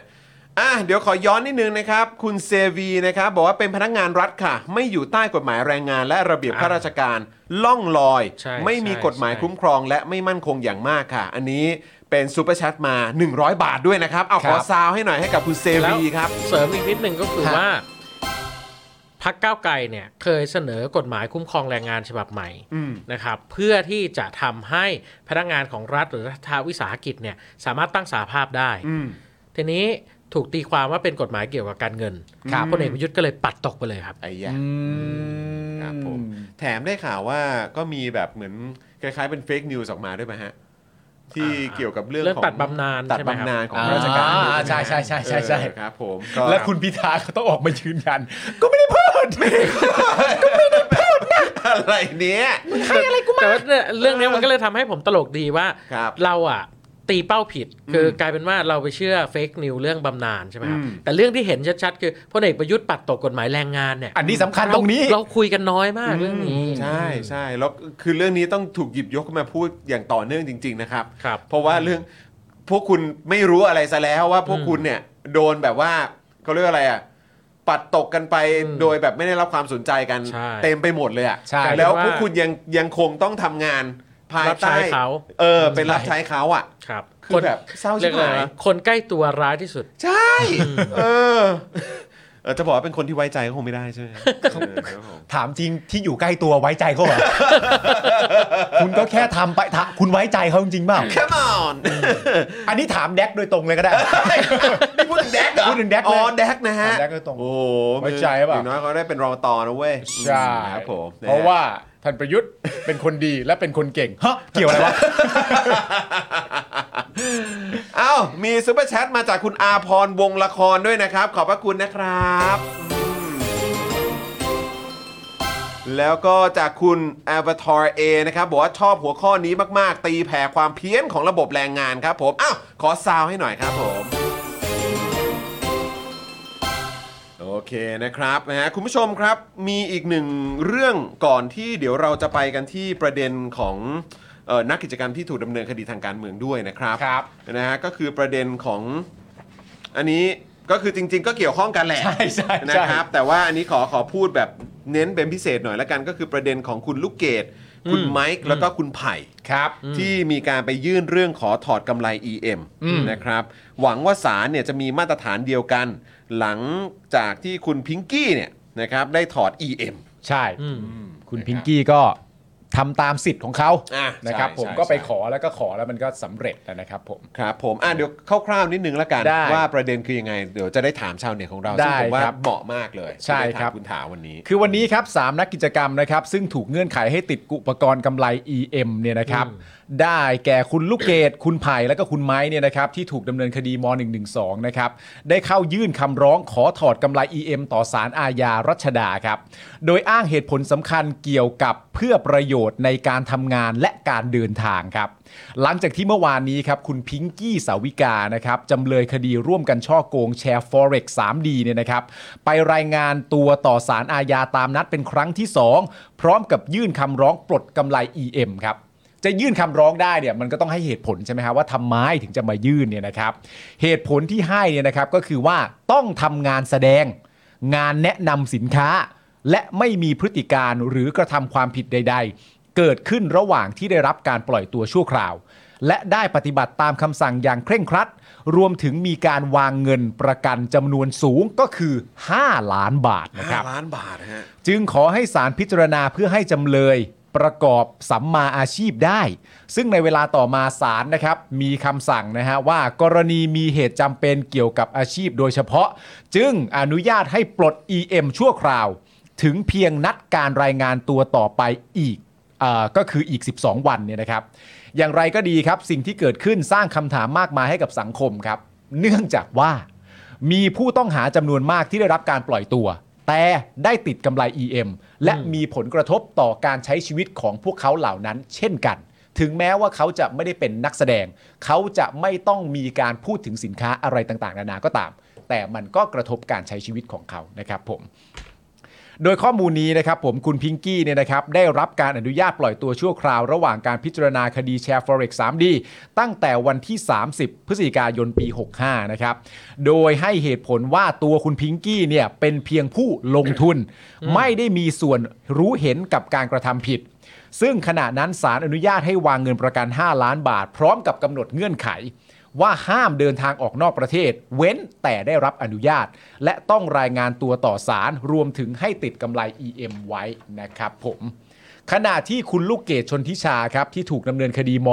S1: อ่ะเดี๋ยวขอย้อนนิดนึงนะครับ คุณเซวีนะครับ บอกว่าเป็นพนักงานรัฐค่ะ ไม่อยู่ใต้กฎหมายแรงงานและระเบียบ
S3: อ่า
S1: ข้าราชการ ล่องลอย
S3: ใช่
S1: ไม่มี
S3: ใช่
S1: กฎหมาย
S3: ใช่
S1: คุ้มครองและไม่มั่นคงอย่างมากค่ะ อันนี้เป็นซูเปอร์แชทมา 100 บาทด้วยนะครับเอาขอ
S2: ครับ
S1: ซาวให้หน่อยให้กับคุณเซ
S3: แล้ว
S1: วีครับ
S3: เสริมอีกนิดหนึ่งก็คือ
S2: ฮะ
S3: ว่าพักก้าวไกลเนี่ยเคยเสนอกฎหมายคุ้มครองแรงงานฉบับใหม่
S1: อืม
S3: นะครับ เพื่อที่จะทำให้พนักงานของรัฐหรือรัฐวิสาหกิจเนี่ยสามารถตั้งสาภาพได้
S1: อืม
S3: ทีนี้ถูกตีความว่าเป็นกฎหมายเกี่ยวกับการเงิน
S2: ครับ
S3: พลเอกประยุทธ์ก็เลยปัดตกไปเลยครับ
S1: ไอ้ยา
S2: อืม
S1: ครับผม แถมได้ข่าวว่าก็มีแบบเหมือนคล้ายๆเป็นเฟกนิวส์ออกมาด้วยไหมฮะ ที่
S3: อ่า
S1: เกี่ยวกับเรื่อง
S3: เรื่อง
S1: ของ
S3: ตัดบำนาญ
S1: ตัด
S3: ใช่ไหมครับ
S1: บำนาญของข้าราชการ
S2: อ่
S1: ด้วยไหม
S2: ใช่
S1: ฮะ
S2: ใช่ใช่ใช่ใช่
S1: เออครับ ผมก็
S2: และคุณพิธาก็ต้องออกมายืนยัน ก็ไม่ได้พูด
S1: อะไรเนี้ย
S3: แต่ว่าเนี่ยเรื่องเนี้ยมันก็เลยทำให้ผมตลกดีว่า
S1: ครับ
S3: เราอ่ะตีเป้าผิด คือกลายเป็นว่าเราไปเชื่อเฟกนิวเรื่องบำนาญใช่ไหมครับ
S1: อืม
S3: แต่เรื่องที่เห็นชัดๆ คือพลเอกประยุทธ์ปัดตกกฎหมายแรงงานเนี่ย
S2: อันนี้สำคัญตรงนี้
S3: เาเราคุยกันน้อยมากเรื่องนี้
S1: ใช่ใช่แล้วคือเรื่องนี้ต้องถูกหยิบยกขึ้นมาพูดอย่างต่อเนื่องจริง ๆ นะครับ
S3: ครับ
S1: เพราะว่าเรื่องพวกคุณไม่รู้อะไรซะแล้วว่าพวกคุณเนี่ยโดนแบบว่าเขาเรียกอะไรอ่ะปัดตกกันไป
S3: อืม
S1: โดยแบบไม่ได้รับความสนใจกัน
S3: ใช่
S1: เต็มไปหมดเลยอ่ะ
S2: ใช่
S1: แล้ว
S3: ว่า
S1: พวกคุณยังยังคงต้องทำงานภาย
S3: รับใช้
S1: ใต้
S3: เขา
S1: เออเป็นรับใช้เขาอ่ะ
S3: ครับ
S1: คือแบบเศร้าชิบหาย
S3: รียกอะไรคนใกล้ตัวร้ายที่สุด
S1: ใช่ เออเออจะบอกว่าเป็นคนที่ไว้ใจก็คงไม่ได้ใช่ไหมเออครับผม
S2: ถามจริงที่อยู่ใกล้ตัวไว้ใจเขา เหรอ คุณก็แค่ทำไปทะคุณไว้ใจเขาจริงเปล่า
S1: Come on
S2: อันนี้ถามแดกโดยตรงเลยก็ได้
S1: นี่พูดถึงแดกเหรอ
S2: พูดถึงแดกเลย
S1: อ๋อแดกนะฮะ
S2: แดกโดยตรง
S1: โอ้
S2: ไว้ใจเปล่า
S1: อย่างน้อยเขาได้เป็นรองตอนะเว้ยครับผมนฮ
S2: เพราะว่าท่านประยุทธ์ เป็นคนดีและเป็นคนเก่งฮะเกี่ยวอะไรวะ
S1: เอ้า มีซุปเปอร์แชทมาจากคุณอาพรวงละครด้วยนะครับ ขอบพระคุณนะครับอืมแล้วก็จากคุณ Avatar A นะครับ บอกว่าชอบหัวข้อนี้มาก ๆ ตีแผ่ความเพี้ยนของระบบแรงงานครับผมอ้าวขอซาวให้หน่อยครับผม โอเคนะครับนะฮะคุณผู้ชมครับมีอีกหนึ่งเรื่องก่อนที่เดี๋ยวเราจะไปกันที่ประเด็นของเอ่อนักกิจกรรมที่ถูกดำเนินคดีทางการเมืองด้วยนะครับ
S2: ครับ
S1: นะฮะก็คือประเด็นของอันนี้ก็คือจริง ๆ ก็เกี่ยวข้องกันแหละ
S2: ใช่ใช่ใช่
S1: นะครับ แต่ว่าอันนี้ขอขอพูดแบบเน้นเป็นพิเศษหน่อยละกัน ก็คือประเด็นของคุณลูกเกดคุณไมค์แล้วก็คุณไผ่
S2: ครับ
S1: ที่มีการไปยื่นเรื่องขอถอดกำไร EM นะครับ หวังว่าศาลเนี่ยจะมีมาตรฐานเดียวกัน หลังจากที่คุณพิงกี้เนี่ยนะครับได้ถอด EM
S2: ใช่
S3: อืม
S2: คุณพิงกี้ก็ทำตามสิทธิ์ของเขา
S1: อ่ะ
S2: นะครับ
S1: ใช่
S2: ผม
S1: ใช่
S2: ก็ไป
S1: ใช่
S2: ขอแล้วก็ขอแล้วมันก็สำเร็จนะครับผม
S1: ครับผมอ่ะเดี๋ยวคร่าวๆนิดนึงละกัน
S2: ได้
S1: ว่าประเด็นคือยังไง เดี๋ยวจะได้ถามชาวเน็ตของเรา ซึ่ง
S2: ได้
S1: ผมว่า
S2: ครับ
S1: เหมาะมากเลย
S2: ใช่
S1: จะได้ถาม
S2: ครับ
S1: คุณถาวันนี้
S2: คือวันนี้ครับสามนักกิจกรรมนะครับ ซึ่งถูกเงื่อนไขให้ติดอุปกรณ์กำไร EM เนี่ยนะครับ ได้แก่คุณลูกเกด คุณไผ่และก็คุณไม้เนี่ยนะครับ ที่ถูกดำเนินคดีม .112 นะครับ ได้เข้ายื่นคำร้องขอถอดกำไร EM ต่อศาลอาญารัชดาครับ โดยอ้างเหตุผลสำคัญเกี่ยวกับเพื่อประโยชน์ในการทำงานและการเดินทางครับ หลังจากที่เมื่อวานนี้ครับ คุณพิงกี้สาวิกานะครับจำเลยคดีร่วมกันช่อโกงแชร์ Forex 3D เนี่ยนะครับ ไปรายงานตัวต่อสารอาญาตามนัดเป็นครั้งที่ 2 พร้อมกับยื่นคำร้องปลดกำไร EM ครับ จะยื่นคำร้องได้เนี่ยมันก็ต้องให้เหตุผลใช่ไหมครับว่าทำไมถึงจะมายื่นเนี่ยนะครับ เหตุผลที่ให้เนี่ยนะครับก็คือว่าต้องทำงานแสดง งานแนะนำสินค้า และไม่มีพฤติการหรือกระทำความผิดใด ๆ เกิดขึ้นระหว่างที่ได้รับการปล่อยตัวชั่วคราว และได้ปฏิบัติตามคำสั่งอย่างเคร่งครัด รวมถึงมีการวางเงินประกันจำนวนสูงก็คือ 5 ล้านบาทนะค
S1: ห้า
S2: รับ
S1: ล้านบาทฮะ
S2: จึงขอให้ศาลพิจารณาเพื่อให้จำเลยประกอบสัมมาอาชีพได้ ซึ่งในเวลาต่อมาศาลนะครับ มีคำสั่งนะฮะว่ากรณีมีเหตุจำเป็นเกี่ยวกับอาชีพโดยเฉพาะ จึงอนุญาตให้ปลด EM ชั่วคราว ถึงเพียงนัดการรายงานตัวต่อไปอีก เอ่อก็คืออีก 12 วันเนี่ยนะครับ อย่างไรก็ดีครับสิ่งที่เกิดขึ้นสร้างคำถามมากมายให้กับสังคมครับ เนื่องจากว่า มีผู้ต้องหาจำนวนมากที่ได้รับการปล่อยตัว แต่ได้ติดกำไร EM และมีผลกระทบต่อการใช้ชีวิตของพวกเขาเหล่านั้น เช่นกัน ถึงแม้ว่าเขาจะไม่ได้เป็นนักแสดง เขาจะไม่ต้องมีการพูดถึงสินค้าอะไรต่างๆ นานาก็ตาม แต่มันก็กระทบการใช้ชีวิตของเขานะครับผม โดยข้อมูลนี้นะครับผมคุณพิงกี้เนี่ยนะครับได้รับการอนุญาตปล่อยตัวชั่วคราว ระหว่างการพิจารณาคดีแชร์ Forex 3D ตั้งแต่วันที่ 30 พฤศจิกายนปี 65 นะครับ โดยให้เหตุผลว่าตัวคุณพิงกี้เนี่ยเป็นเพียงผู้ลงทุน ไม่ได้มีส่วนรู้เห็นกับการกระทำผิด ซึ่งขณะนั้นศาลอนุญาตให้วางเงินประกัน 5 ล้านบาท พร้อมกับกำหนดเงื่อนไข ว่าห้ามเดินทางออกนอกประเทศ เว้นแต่ได้รับอนุญาต และต้องรายงานตัวต่อศาลรวมถึงให้ติดกำไร EM ไว้นะครับผม ขณะที่คุณลูกเกดชนทิชาครับที่ถูกดำเนินคดีม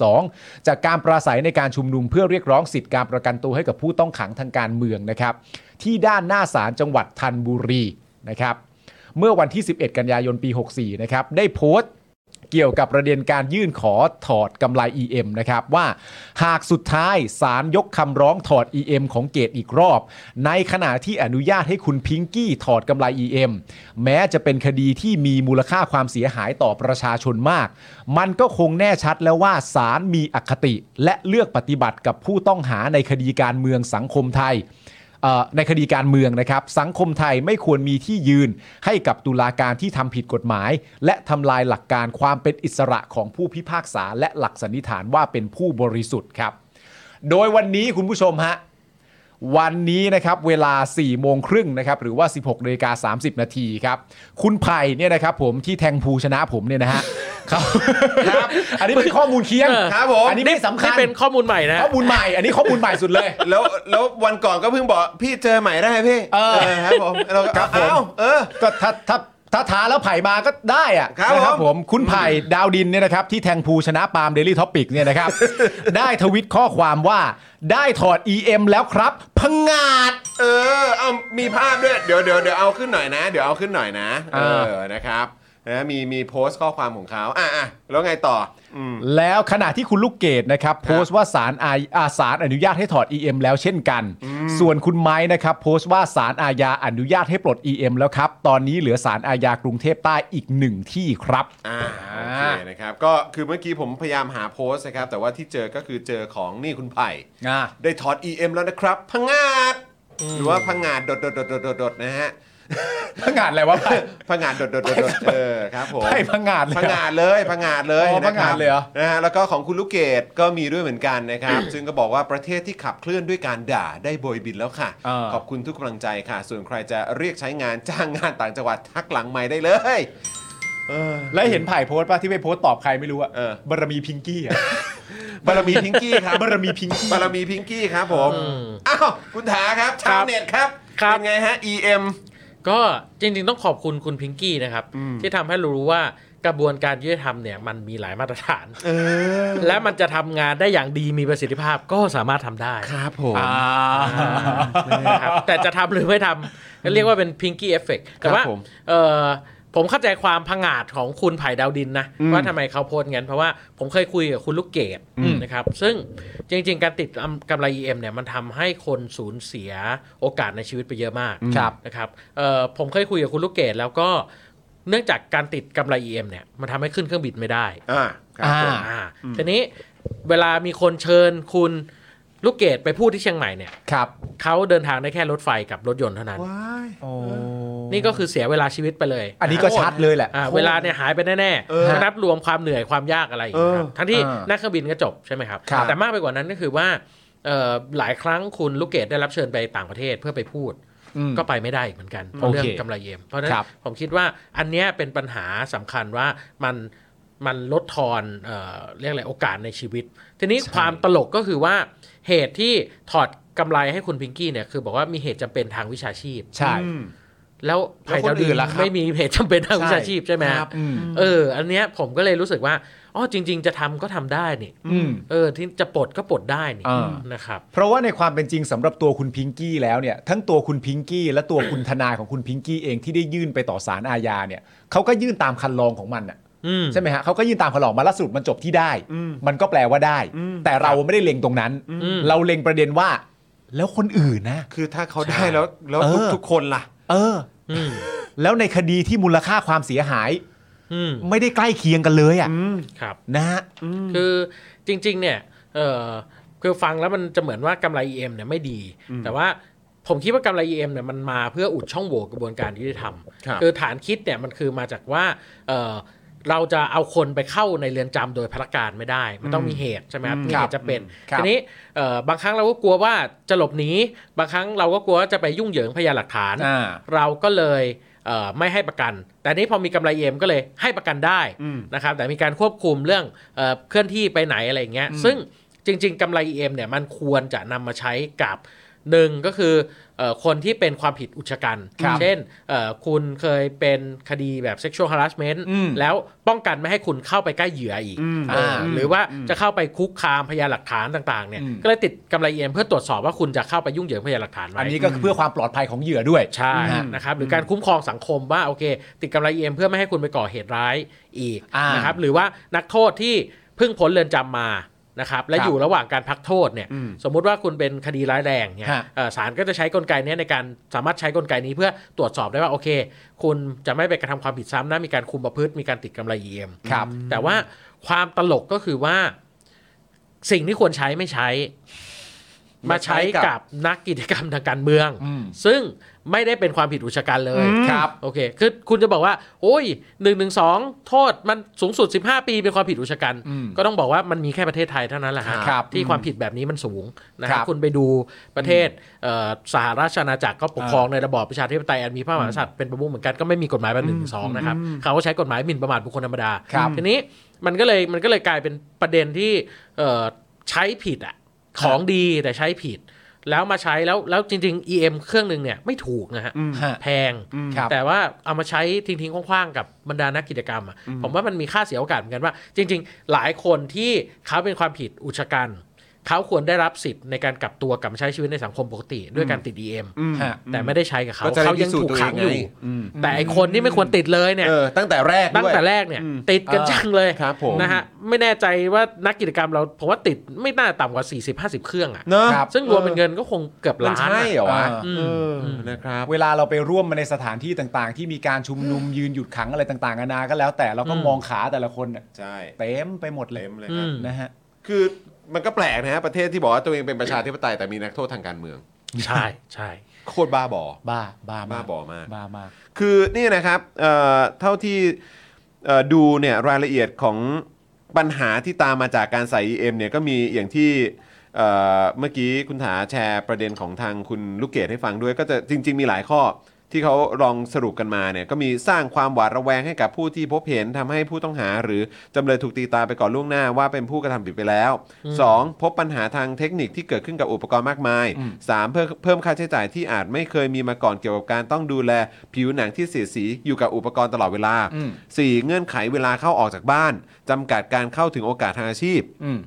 S2: .112 จากการปราศัยในการชุมนุมเพื่อเรียกร้องสิทธิการประกันตัวให้กับผู้ต้องขังทางการเมืองนะครับ ที่ด้านหน้าศาลจังหวัดธัญบุรีนะครับ เมื่อวันที่ 11 กันยายนปี 64 นะครับ ได้โพสต์เกี่ยวกับประเด็นการยื่นขอถอดกำไร EM นะครับ ว่าหากสุดท้ายศาลยกคำร้องถอด EM ของเกตอีกรอบ ในขณะที่อนุญาตให้คุณพิงกี้ถอดกำไร EM แม้จะเป็นคดีที่มีมูลค่าความเสียหายต่อประชาชนมาก มันก็คงแน่ชัดแล้วว่าศาลมีอคติ และเลือกปฏิบัติกับผู้ต้องหาในคดีการเมืองสังคมไทย เอ่อในคดีการเมืองนะครับ สังคมไทยไม่ควรมีที่ยืนให้กับตุลาการที่ทำผิดกฎหมาย และทำลายหลักการความเป็นอิสระของผู้พิพากษา และหลักสันนิษฐานว่าเป็นผู้บริสุทธิ์ครับ โดยวันนี้คุณผู้ชมฮะ วันนี้นะครับเวลา 4 โมงครึ่งนะครับหรือว่า 16นาฬิกา30 นาทีครับ คุณไผ่เนี่ยนะครับผมที่แทงภูชนะผมเนี่ยนะฮะเขาครับ อันนี้เป็นข้อมูลเคียง
S3: เออ
S1: ครับผม
S2: อันนี้ไม่สำคัญ
S3: นี่เป็นข้อมูลใหม่นะ
S2: ข้อมูลใหม่ อันนี้ข้อมูลใหม่สุดเลย
S1: แล้วแล้ววันก่อนก็เพิ่งบอกพี่เจอใหม่ได้พี่
S2: เออ
S1: ครับผมเราก็
S2: ครับผม
S1: เอ้าเออ
S2: ก็ถ้าถ้าถ้าท้าแล้วไผ่มาก็ได้อะ
S1: ครับ
S2: นะ
S1: ผม
S2: ผมคุณไผ่ดาวดินเนี่ยนะครับที่แทงภูชนะปาล์มเดลี่ท็อปิกเนี่ย นะครับ ได้ทวิตข้อความว่าได้ถอด EM แล้วครับพังงาด
S1: เออเอามีภาพด้วยเดี๋ยวเดี๋ยวเดี๋ยวเอาขึ้นหน่อยนะ เดี๋ยวเอาขึ้นหน่อยนะเอ
S2: อ่า
S1: อนะครับนะมีมีโพสต์ข้อความของเขาอ่ะอ่ะแล้วไงต่ออืม
S2: แล้วขณะที่คุณลูกเกดนะครับ โพสต์ว่าสารอาอาสารอนุญาตให้ถอด EM แล้วเช่นกัน ส่วนคุณไม้นะครับ โพสต์ว่าสารอาญาอนุญาตให้ปลด EM แล้วครับ ตอนนี้เหลือสารอาญากรุงเทพใต้อีกหนึ่งที่ครับ
S1: อ่าโอเคนะครับก็คือเมื่อกี้ผมพยายามหาโพสต์นะครับ แต่ว่าที่เจอก็คือเจอของนี่คุณไผ่
S2: อ่า
S1: ได้ถอด EM แล้วนะครับพังงาด หรือว่าพังงาดดดดดดดดนะฮะ
S2: พังงาดอะไรวะ
S1: พังงาดดดดดดเออครับผม
S2: ไผ่พังงาดเลยเหรอ
S1: พังงาดเลยพังงาดเลย
S2: อ๋อพังงาดเลยเหรอ
S1: นะฮะแล้วก็ของคุณลูกเกดก็มีด้วยเหมือนกันนะครับ ซึ่งก็บอกว่าประเทศที่ขับเคลื่อนด้วยการด่าได้โบยบินแล้วค่ะ
S2: เออ
S1: ขอบคุณทุกกำลังใจค่ะ ส่วนใครจะเรียกใช้งานจ้างงานต่างจังหวัดทักหลังใหม่ได้เลย เออ
S2: แล้วเห็นไผ่โพสต์ป่ะที่ไปโพสต์ตอบใครไม่รู้อะ
S1: เออ
S2: บารมีพิงกี้อะ
S1: บารมีพิงกี้ครับ
S2: บารมีพิงกี้
S1: บารมีพิงกี้ครับผมอ้าวคุณถาครับชาวเน็ตครับ
S3: ครับ
S1: เป็นไงฮะ EM
S3: ก็จริงๆต้องขอบคุณคุณพิงกี้นะครับ ที่ทำให้เรารู้ว่ากระบวนการยุติธรรมเนี่ยมันมีหลายมาตรฐาน
S1: เออ
S3: และมันจะทำงานได้อย่างดีมีประสิทธิภาพก็สามารถทำได้
S1: ครับผม
S3: นะครับแต่จะทำหรือไม่ทำก็เรียกว่าเป็นพิงกี้เอฟเฟกแต่ว่า
S1: ครับผม
S3: เอ่อผมเข้าใจความผงาดของคุณไผ่ดาวดินนะ
S1: อืม
S3: ว่าทำไมเขาโพสต์งั้นเพราะว่าผมเคยคุยกับคุณลูกเกดนะครับ ซึ่งจริง ๆ การติดกำไร EM เนี่ยมันทำให้คนสูญเสียโอกาสในชีวิตไปเยอะมาก
S2: ครับ
S3: นะครับเอ่อผมเคยคุยกับคุณลูกเกดแล้วก็เนื่องจากการติดกำไร EM เนี่ยมันทำให้ขึ้นเครื่องบินไม่ได้
S1: อ่าครับผม
S3: อ่าทีนี้เวลามีคนเชิญคุณลูกเกดไปพูดที่เชียงใหม่เนี่ย
S2: ครับ
S3: เขาเดินทางได้แค่รถไฟกับรถยนต์เท่านั้น นี่ก็คือเสียเวลาชีวิตไปเลย
S2: อันนี้ก็ชัดเลยแหละ
S3: อ่าเวลาเนี่ยหายไปแน่
S1: เออ
S3: ๆถ้านับรวมความเหนื่อยความยากอะไรอย่างเงี้ยครับ
S1: เออ
S3: ทั้งที่
S2: เออ
S3: นั่งเครื่องบินก็จบใช่ไหมครับ
S2: ครับ
S3: แต่มากไปกว่านั้นก็คือว่าเอ่อหลายครั้งคุณลูกเกดได้รับเชิญไปต่างประเทศเพื่อไปพูด
S2: อืม
S3: ก็ไปไม่ได้อีกเหมือนกันเพ
S2: โอเค
S3: ราะเรื่องกำไรเยมเพราะฉะนั้
S2: คน รับ
S3: ผมคิดว่าอันเนี้ยเป็นปัญหาสำคัญว่ามัน มันลดทอนเอ่อเรียกอะไรโอกาสในชีวิต ทีนี้ความตลกก็คือว่าเหตุที่ถอดกำไรให้คุณพิงกี้เนี่ยคือบอกว่ามีเหตุจำเป็นทางวิชาชีพ
S2: ใช่
S1: อืม
S3: แล้วภัยดาว
S2: แล้วคน
S3: ดิ
S2: อื่
S3: น
S2: นล่ะครับ
S3: ไม่มีเหตุจำเป็นทางวิชาชีพใช่ไหมฮะ
S2: ครับอืม
S3: เออ อันเนี้ยผมก็เลยรู้สึกว่าอ๋อจริง ๆ จะทำก็ทำได้นี่
S2: อืม
S3: เออที่จะปลดก็ปลดได้นี่
S2: อ่า
S3: นะครับ
S2: เพราะว่าในความเป็นจริงสำหรับตัวคุณพิงกี้แล้วเนี่ยทั้งตัวคุณพิงกี้และตัวคุณทนายของคุณพิงกี้เองที่ได้ยื่นไปต่อศาลอาญาเนี่ยเขาก็ยื่นตามคันลองของมันน่ะ
S3: อืม
S2: ใช่ไหมฮะเขาก็ยื่นตามคันลองมาแล่าสุดมันจบที่ได้ มันก็แปลว่าได้
S1: อืม
S2: แต่เราไม่ได้เล็งตรงนั้น
S3: อืม
S2: เราเล็งประเด็นว่า แล้วคนอื่นนะ
S1: คือถ้าเขาได้แล้วแล้ว
S2: เออ
S1: ทุกทุกคนล่ะ
S2: เออ
S3: อืม
S2: แล้วในคดีที่มูลค่าความเสียหาย
S3: อืม
S2: ไม่ได้ใกล้เคียงกันเลยอ่ะ
S3: ครับ
S2: นะฮะ
S3: คือจริง ๆ เนี่ยเออคือฟังแล้วมันจะเหมือนว่ากำไร EM เนี่ยไม่ดี แต่ว่าผมคิดว่ากำไร EM เนี่ยมันมาเพื่ออุดช่องโหว่กระบวนการยุติธรรม
S1: ครับ
S3: อฐานคิดเนี่ยมันคือมาจากว่าเออเราจะเอาคนไปเข้าในเรือนจำโดยพละการไม่ได้ มันต้องมีเหตุใช่ไหมครับ
S1: อืม
S3: มี
S1: ครับ
S3: เหตุจะเป็น
S2: ครับ
S3: ทีนี้เอ่อบางครั้งเราก็กลัวว่าจะหลบหนีบางครั้งเราก็กลัวว่าจะไปยุ่งเหยิงพยานหลักฐาน
S2: อ่า
S3: เราก็เลยเอ่อไม่ให้ประกัน แต่นี้พอมีกำไรเอ็มก็เลยให้ประกันได้
S1: อืม
S3: นะครับแต่มีการควบคุมเรื่องเออเคลื่อนที่ไปไหนอะไรอย่างเงี้ยซึ่งจริง ๆกำไร EM เนี่ยมันควรจะนำมาใช้กับหนึ่งก็คือเอ่อคนที่เป็นความผิดอุกชะกัน
S2: ครับ
S3: เช่นเอ่อคุณเคยเป็นคดีแบบ sexual harassment
S2: อืม
S3: แล้วป้องกันไม่ให้คุณเข้าไปใกล้เหยื่ออีก
S1: อืม
S3: เอออา หรือว่าจะเข้าไปคุกคามพยานหลักฐานต่างๆเนี่ย
S2: อืม
S3: ก็เลยติดกำไร EM เพื่อตรวจสอบว่าคุณจะเข้าไปยุ่งเหยิงพยานหลักฐานไหม
S2: อันนี้ก็เพื่อความปลอดภัยของเหยื่อด้วย
S3: ใช่
S2: อืม
S3: นะครับหรือการคุ้มครองสังคมว่าโอเค ติดกำไรเอ็มเพื่อไม่ให้คุณไปก่อเหตุร้ายอีก
S2: อ่าน
S3: นะครับหรือว่านักโทษที่เพิ่งพ้นเรือนจำมานะครับและ
S2: ครับ
S3: อยู่ระหว่างการพักโทษเนี่ย
S1: อืม
S3: สมมุติว่าคุณเป็นคดีร้ายแรงเนี่ย
S2: ฮะ
S3: เอ่อศาลก็จะใช้กลไกเนี้ยในการสามารถใช้กลไกนี้เพื่อตรวจสอบได้ว่าโอเค คุณจะไม่ไปกระทำความผิดซ้ำนะมีการคุมประพฤติมีการติดกำไรเอ็ม
S2: ครับ
S3: แต่ว่าความตลกก็คือว่าสิ่งที่ควรใช้ไม่ใช้ มาใช้กับนักกิจกรรมทางการเมือง
S2: อืม
S3: ซึ่งไม่ได้เป็นความผิดอุกชะกันเลย
S2: ครับ
S3: โอเค คือคุณจะบอกว่า โอ้ยหนึ่งหนึ่งสองโทษมันสูงสุด 15 ปีเป็นความผิดอุกชะกัน
S2: อืม
S3: ก็ต้องบอกว่ามันมีแค่ประเทศไทยเท่านั้นแหละฮะ
S2: ครับ
S3: ที่ความผิดแบบนี้มันสูงนะค
S2: ครั
S3: รับบ คุณไปดูประเทศเอ่อสหราชอาณาจักรก็ปกครองในระบอบประชาธิปไตยอันมีพระมหากษัตริย์เป็นประมุขเหมือนกันก็ไม่มีกฎหมายแบบหนึ่งสองนะครับเขาก็ใช้กฎหมายหมิ่นประมาทบุคคลธรรมดา
S2: ครับ
S3: ทีนี้มันก็เลยมันก็เลยกลายเป็นประเด็นที่เอ่อใช้ผิดอะของดีแต่ใช้ผิด แล้วมาใช้แล้วแล้วจริง ๆ EM เครื่องหนึ่งเนี่ยไม่ถูกนะฮะ
S2: ฮะ
S3: แพง
S2: ครับ
S3: แต่ว่าเอามาใช้ทิ้งๆคว้างๆกับบรรดานักกิจกรรมอะผมว่ามันมีค่าเสียโอกาสเหมือนกันว่า จริง ๆ หลายคนที่เขาเป็นความผิดอุกชะกันเขาควรได้รับสิทธิ์ในการกลับตัวกลับมาใช้ชีวิตในสังคมปกติ ด้วยการติด EM
S2: ฮะ
S3: แต่ไม่ได้ใช้กับเขา
S1: ก็จะได้
S3: เขายังถูกขังอยู่
S1: พิสูจน์ตัวเองไงอืม
S3: แต่ไอคนที่ไม่ควรติดเลยเนี่ย
S1: เออตั้งแต่แรกด้วย
S3: ตั้งแต่แรกเนี่ย
S1: อืม
S3: ติดกัน
S2: เออ
S3: จังเลย
S1: ครับผม
S3: นะฮะไม่แน่ใจว่านักกิจกรรมเราผมว่าติดไม่น่าต่ำกว่า 40-50 เครื่องอะ
S1: เนอะ
S2: ครับ
S3: ซึ่งรวมเป็นเงินก็คงเกือบ
S1: มัน
S3: ล้าน
S1: ใช่
S3: อะ
S1: เหรอวะ
S3: อืม
S1: เออนะครับ
S2: เวลาเราไปร่วมมาในสถานที่ต่างๆ ที่มีการชุมนุมยืนหยุดขังอะไรต่างๆนานาก็แล้ว แต่เราก็มองขาแต่ละคนน่ะ
S1: ใช่
S2: เต็มไปหมดเลย
S1: เต็มเลย
S3: อื
S1: ครับ
S3: ม
S2: นะฮะ
S1: คือมันก็แปลกนะฮะประเทศที่บอกว่าตัวเองเป็นประชาธิปไตยแต่มีนักโทษทางการเมือง
S3: ใช่ใช่
S1: โคตรบ้าบอ
S2: บ้าบ้ามาก
S1: บ้าบอมาก
S2: บ้ามาก
S1: คือนี่นะครับเอ่อเท่าที่เอ่อดูเนี่ยรายละเอียดของปัญหาที่ตามมาจากการใส่ EM เนี่ยก็มีอย่างที่เอ่อเมื่อกี้คุณถาแชร์ประเด็นของทางคุณลูกเกดให้ฟังด้วย ก็จะจริง ๆ มีหลายข้อที่เขาลองสรุปกันมาเนี่ยก็มีสร้างความหวาดระแวงให้กับผู้ที่พบเห็นทำให้ผู้ต้องหาหรือจำเลยถูกตีตาไปก่อนล่วงหน้าว่าเป็นผู้กระทำผิดไปแล้วสองพบปัญหาทางเทคนิคที่เกิดขึ้นกับอุปกรณ์มากมาย
S2: อืม
S1: สามเพิ่มเพิ่มค่าใช้จ่ายที่อาจไม่เคยมีมาก่อนเกี่ยวกับการต้องดูแลผิวหนังที่เสียดสีอยู่กับอุปกรณ์ตลอดเวลา
S2: อืม
S1: 4. เงื่อนไขเวลาเข้าออกจากบ้านจำกัดการเข้าถึงโอกาสทางอาชีพ
S2: อืม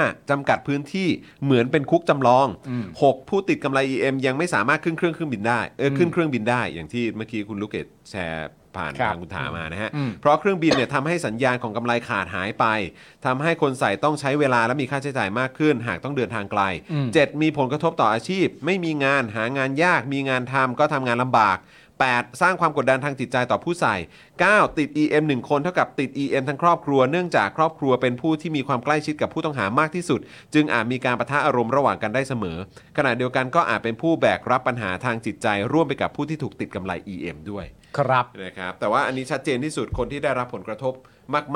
S1: 5. จำกัดพื้นที่เหมือนเป็นคุกจำลอง
S2: อืม
S1: 6. ผู้ติดกำไร EM ยังไม่สามารถขึ้นเครื่องเครื่องบินได้เออขึ้นเครื่องบินได้ อย่างที่เมื่อกี้คุณลูกเกดแชร์ผ่าน
S2: ครับ
S1: ทางคุณถามานะฮะ
S2: อืม
S1: เพราะเครื่องบินเนี่ยทำให้สัญญาณของกำไรขาดหายไปทำให้คนใส่ต้องใช้เวลาและมีค่าใช้จ่ายมากขึ้น หากต้องเดินทางไกล
S2: อืม
S1: 7. มีผลกระทบต่ออาชีพ ไม่มีงานหางานยาก มีงานทำก็ทำงานลำบาก 8. สร้างความกดดันทางจิตใจต่อผู้ใส่ 9. ติด EM 1 คนเท่ากับติด EM ทั้งครอบครัว เนื่องจากครอบครัวเป็นผู้ที่มีความใกล้ชิดกับผู้ต้องหามากที่สุด จึงอาจมีการประทะอารมณ์ระหว่างกันได้เสมอ ขณะเดียวกันก็อาจเป็นผู้แบกรับปัญหาทางจิตใจ ร่วมไปกับผู้ที่ถูกติดกำไร EM ด้วย
S2: ครับ
S1: นะครับแต่ว่าอันนี้ชัดเจนที่สุดคนที่ได้รับผลกระทบ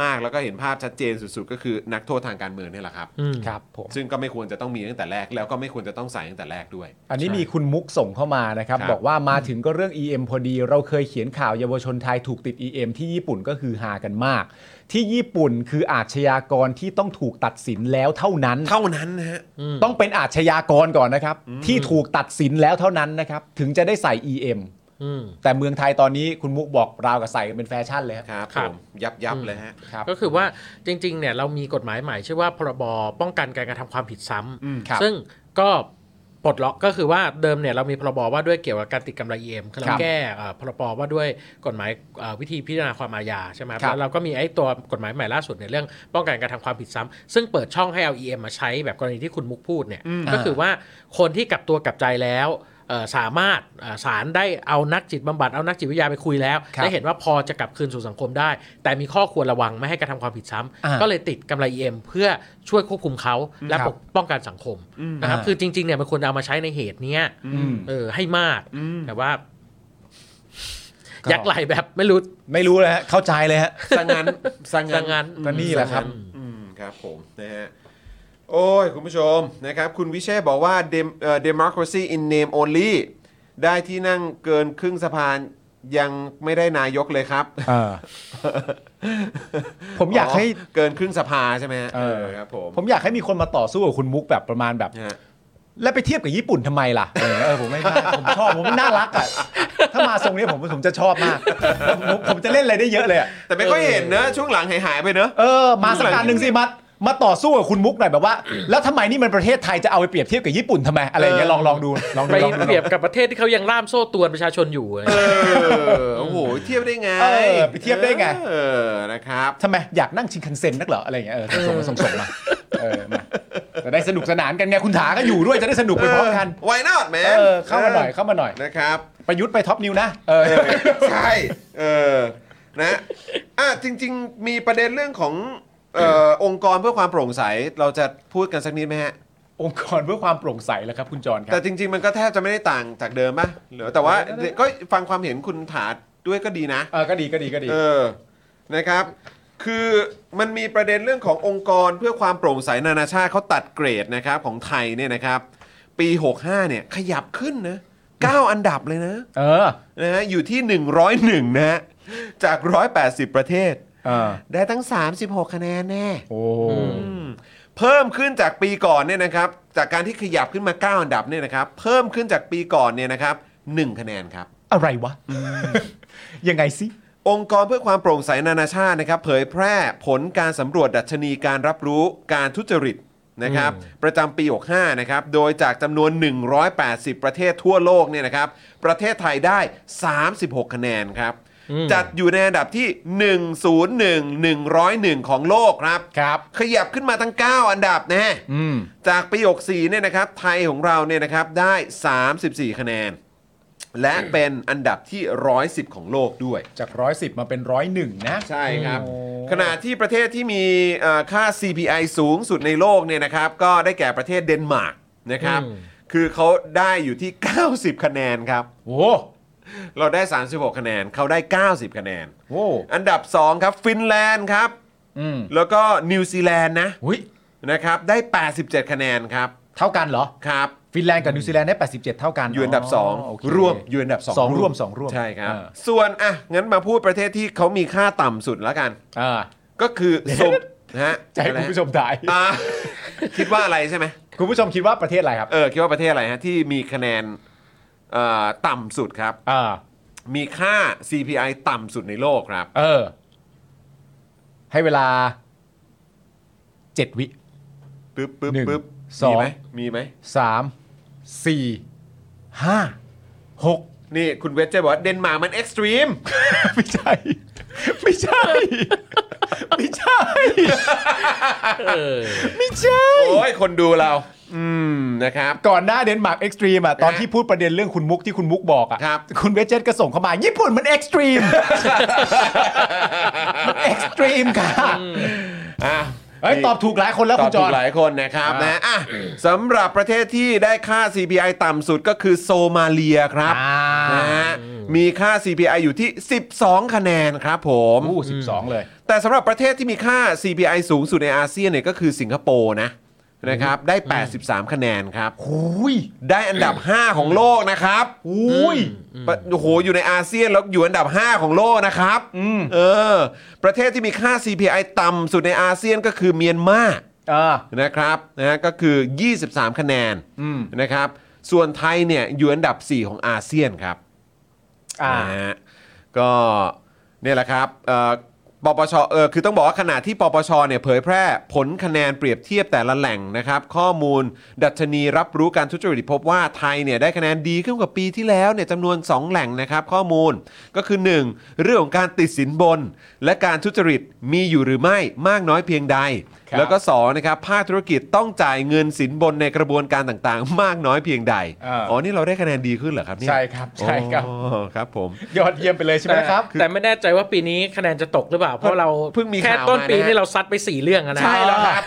S1: มาก ๆ แล้วก็เห็นภาพชัดเจนสุด ๆ ก็คือนักโทษทางการเมืองเนี่ยแหละครับ
S3: อืม
S2: ครับผม
S1: ซึ่งก็ไม่ควรจะต้องมีตั้งแต่แรก แล้วก็ไม่ควรจะต้องใส่ตั้งแต่แรกด้วย
S2: อันนี้มีคุณมุกส่งเข้ามานะครับ
S1: ครับ
S2: บอกว่ามาถึงก็เรื่อง EM พอดี เราเคยเขียนข่าวเยาวชนไทยถูกติด EM ที่ญี่ปุ่นก็คือหากันมาก ที่ญี่ปุ่นคืออาชญากรที่ต้องถูกตัดสินแล้วเท่านั้น
S1: เท่านั้นนะฮะ
S2: ต้องเป็นอาชญากรก่อนนะครับ ที่ถูกตัดสินแล้วเท่านั้นนะครับ ถึงจะได้ใส่ EM
S3: อืม
S2: แต่เมืองไทยตอนนี้คุณมุกบอกราวกับใส่กันเป็นแฟชั่นเลยค
S1: ครับ รับ
S3: ค
S1: ผ
S3: รับ
S1: มยับยับเลยฮะ
S2: ครับ
S3: ก็คือว่าจริงๆ เนี่ยเรามีกฎหมายใหม่ชื่อว่าพรบป้องกันการกระทำความผิดซ้ำ
S2: ครับ
S3: ซึ่งก็ปลดล็อกก็คือว่าเดิมเนี่ยเรามีพรบว่าด้วยเกี่ยวกับการติดกำไร EM คือเรา
S2: ครับ
S3: แก้เอ่อพรบว่าด้วยกฎหมายเอ่อวิธีพิจารณาความอาญาใช่ไหม
S2: ครับ
S3: แล้วเราก็มีไอ้ตัวกฎหมายใหม่ล่าสุดในยเรื่องป้องกันการกระทำความผิดซ้ำซึ่งเปิดช่องให้เอา EM มาใช้แบบกรณีที่คุณมุกพูดเนี่ยก็คือว่าคนที่กลับตัวกลับใจแล้วเอ่อสามารถเอ่อศาลได้เอานักจิตบำบัดเอานักจิตวิทยาไปคุยแล้ว
S2: ครับ
S3: ได้เห็น เห็นว่าพอจะกลับคืนสู่สังคมได้ แต่มีข้อควรระวังไม่ให้กระทำความผิดซ้ำ
S2: อ่า
S3: ก็เลยติดกำไร EM เพื่อช่วยควบคุมเขาและ
S2: ครับ
S3: ปกป้องกันสังคมนะครับ
S2: อ่า
S3: คือจริงๆเนี่ยมันควรเอามาใช้ในเหตุเนี้ย
S2: อืม
S3: เออให้มาก
S1: อืม
S3: แต่ว่า
S2: ก็
S3: ยักไหลแบบไม่รู้
S2: ไม่รู้เลยฮะเข้าใจเลยฮะ
S1: สังงานสังงา
S3: ซะงั้น
S2: ก็นี่แหละครับ
S1: อืมครับผมนะฮะ โอ้ย คุณผู้ชมนะครับ คุณวิเชษบอกว่า Dem- เอ่อ democracy in name only ได้ที่นั่งเกินครึ่งสะพานยังไม่ได้นายกเลยครับ
S2: ผมอยากให้
S1: เกินครึ่งสภาใช่ไหมฮะ
S2: เออ
S1: เครับผม
S2: ผมอยากให้มีคนมาต่อสู้กับคุณมุกแบบประมาณแบบ
S1: ฮะ
S2: แล้วไปเทียบกับญี่ปุ่นทำไมล่ะอะไรอย่างเงี้ยเออผมไม่ไม่ผมชอบผมน่ารักอ่ะถ้ามาทรงเนี้ยผมผมจะชอบมากผมผมจะเล่นอะไรได้เยอะเลยอะ
S1: แต่ไม่ค่อยเห็นนะ ช่วงหลังหายหายๆไปเนอะ
S2: เออมาสักการหนึ่งสิมามาต่อสู้กับคุณมุกหน่อยแบบว่า แล้วทำไมนี่มันประเทศไทยจะเอาไปเปรียบเทียบกับญี่ปุ่นทำไมอะไรอย่างเงี้ยลองลองดูลองดู
S3: ไป
S2: ลองดู
S3: เปรียบกับประเทศที่เขายังล่ามโซ่ตรวนประชาชนอยู่
S1: เออ โอ้โห เทียบได้ไง
S2: เออไปเทียบได้ไง
S1: เออ นะครับ
S2: ทำไม อยากนั่งชิงคันเซ็นนักเหรออะไรอย่างเงี้ยเออส่งๆมาส่งๆมาเออมาจะได้สนุกสนานกันไงคุณถาก็อยู่ด้วยจะได้สนุกไปพร้อมกัน
S1: Why not
S2: เอ
S1: man
S2: อเข้ามาหน่อยเข้ามาหน่อย
S1: นะครับ
S2: ประยุทธ์ไปท็อปนิวนะเออ
S1: เออใช่ เออ นะ อ่ะ จริง ๆ มีประเด็นเรื่องของเอ่อองค์กรเพื่อความโปร่งใส เราจะพูดกันสักนิดไหมฮะ
S2: องค์กรเพื่อความโปร่งใสแล้วครับคุณจรครั
S1: แต่
S2: บ
S1: จริง ๆ มันก็แทบจะไม่ได้ต่างจากเดิมป่ะหรือแต่ว่า
S2: เออ
S1: ก็ฟังความเห็นคุณถาดด้วยก็ดีนะ
S2: เออก็ดีก็ดีก็ดี
S1: เออ นะครับ คือมันมีประเด็นเรื่องขององค์กรเพื่อความโปร่งใสนานาชาติเขาตัดเกรดนะครับของไทยเนี่ยนะครับ ปี 65 เนี่ยขยับขึ้นนะ 9 อันดับเลยนะ
S2: เออ
S1: นะฮะอยู่ที่ 101 นะฮะจาก 180 ประเทศ
S2: เออ
S1: ได้ทั้ง 36 คะแนนแน่
S2: โอ้
S1: เพิ่มขึ้นจากปีก่อนเนี่ยนะครับ จากการที่ขยับขึ้นมา 9 อันดับเนี่ยนะครับ เพิ่มขึ้นจากปีก่อนเนี่ยนะครับ 1 คะแนนครับ
S2: อะไรวะ ยังไงสิ
S1: องค์กรเพื่อความโปร่งใสนานาชาตินะครับ เผยแพร่ผลการสำรวจดัชนีการรับรู้การทุจริตนะครับ ประจำปี 65 นะครับ โดยจากจำนวน 180 ประเทศทั่วโลกเนี่ยนะครับ ประเทศไทยได้ 36 คะแนนครับ จัดอยู่ในอันดับที่ 101 101 ของโลกครับ
S2: ครับ
S1: ขยับขึ้นมาทั้ง 9 อันดับนะฮะ
S2: อืม
S1: จากปี 64 เนี่ยนะครับ ไทยของเราเนี่ยนะครับ ได้ 34 คะแนน และเป็นอันดับที่ 110 ของโลกด้วย
S2: จากร้อยสิบมาเป็นร้อยหนึ่งนะ
S1: ใช่ครับ
S2: โอ้
S1: ขณะที่ประเทศที่มีเอ่อค่า CPI สูงสุดในโลกเนี่ยนะครับ ก็ได้แก่ประเทศเดนมาร์กนะครับ
S3: อืม
S1: คือเขาได้อยู่ที่ 90 คะแนนครับ
S2: โอ้
S1: เราได้ 36 คะแนนเขาได้ 90 คะแนน
S2: โอ้
S1: อันดับ 2 ครับฟินแลนด์ครับ
S2: อืม
S1: แล้วก็นิวซีแลนด์นะ
S2: อุ้ย
S1: นะครับ ได้ 87 คะแนนครับ
S2: เท่ากันเหรอ
S1: ครับ
S2: ฟินแลนด์กับนิวซีแลนด์ได้ 87 เท่ากัน
S1: อยู่อันดับ
S2: โอเค
S1: 2 ร่วมอยู่อันดับ
S2: สอง
S1: 2
S2: ร่วมสองร่วม
S1: ใช่ครับ
S2: อ่า
S1: ส่วนอ่ะงั้นมาพูดประเทศที่เขามีค่าต่ำสุดแล้วกัน
S2: อ่า
S1: ก็คือสมนะฮะ
S2: จะให้
S1: อะไรฮะ
S2: คุณผู้ชมถ่าย
S1: อ่า คิดว่าอะไรใช่ไหม
S2: คุณผู้ชมคิดว่าประเทศอะไรครับ
S1: เออคิดว่าประเทศอะไรฮะที่มีคะแนนเอ่อต่ำสุดครับ
S2: อ่า
S1: มีค่า CPI ต่ำสุดในโลกครับ
S2: เออ ให้เวลาเจ็ดวิ
S1: ปึ๊บปึ๊บ
S2: หนึ่ง
S1: ปึ๊บ
S2: สอ
S1: มี
S2: ง
S1: ไหมมีไหม
S2: สามสี่ห้าหก
S1: นี่คุณเวทเจบอกว่าเดนมาร์กมันเอ็กซ์ตรีม
S2: ไม่ใช่ ไม่ใช่ ไม่ใช่
S3: เออ
S2: ไม่ใช่
S1: โอ้ย คนดูเรา อืมนะครับ
S2: ก่อนหน้าเดนมาร์กเอ็กซ์ตรีมอะตอนที่พูดประเด็นเรื่องคุณมุกที่คุณมุกบอกอะ
S1: ครับ
S2: คุณเวจเจตก็ส่งเข้ามา ญี่ปุ่นมันเอ็กซ์ตรีม มันเอ็กซ์ตรีมค่ะ
S1: อ่ะ
S2: เฮ้ยตอบถูกหลายคนแล้ว
S1: ต
S2: คุ
S1: อบ
S2: ณจ
S1: ถู
S2: อห์
S1: กห
S2: น
S1: ลายคนนะครับ
S2: อ่าน
S1: นะอ่ะสำหรับประเทศที่ได้ค่า CPI ต่ำสุดก็คือโซมาเลียครับ
S2: อ่าน
S1: นะฮะ มีค่า CPI อยู่ที่ 12 คะแนนครับผม
S2: อู้สิบสองเลย
S1: แต่สำหรับประเทศที่มีค่า CPI สูงสุดในอาเซียนเนี่ยก็คือสิงคโปร์นะนะครับได้ 83 คะแนนครับ
S2: หูย
S1: ได้อันดับ 5 ของโลกนะครับอุ้ยโอ้โห อยู่ในอาเซียนแล้วอยู่อันดับ 5 ของโลกนะครับ เออ ประเทศที่มีค่า CPI ต่ำสุดในอาเซียนก็คือเมียนมา
S2: อ่า
S1: นะครับนะฮะก็คือ 23 คะแนน
S2: อืม
S1: นะครับ ส่วนไทยเนี่ยอยู่อันดับ 4 ของอาเซียนครับ
S2: อ่า
S1: นะฮะก็เนี่ยแหละครับเอ่อปปชเออคือต้องบอกว่าขณะที่ปปชเนี่ยเผยแพร่ผลคะแนนเปรียบเทียบแต่ละแหล่งนะครับ ข้อมูลดัชนีรับรู้การทุจริตพบว่าไทยเนี่ยได้คะแนนดีขึ้นกว่าปีที่แล้วเนี่ยจำนวน 2 แหล่งนะครับ ข้อมูลก็คือ 1. เรื่องของการติดสินบน และการทุจริตมีอยู่หรือไม่มากน้อยเพียงใด
S2: ครับ
S1: แล้วก็2นะครับภาคธุรกิจต้องจ่ายเงินสินบนในกระบวนการต่างๆ มากน้อยเพียงใดอ๋อนี่เราได้คะแนนดีขึ้นเหรอครับเนี่ย
S2: ใช่ครับ ใช่ครับ
S1: อ๋อครับผม
S2: ยอดเยี่ยมไปเลยใช่ไหมครับ
S3: แต่แต่ไม่แน่ใจว่าปีนี้คะแนนจะตกหรือเปล่า เพราะเรา
S1: เพิ่งมี
S3: แค่
S1: ข่าว
S3: ต้นปี
S1: มานะ
S3: นี่เราซัดไปสี่เรื่องอะนะ
S2: ใช่แล้วครับ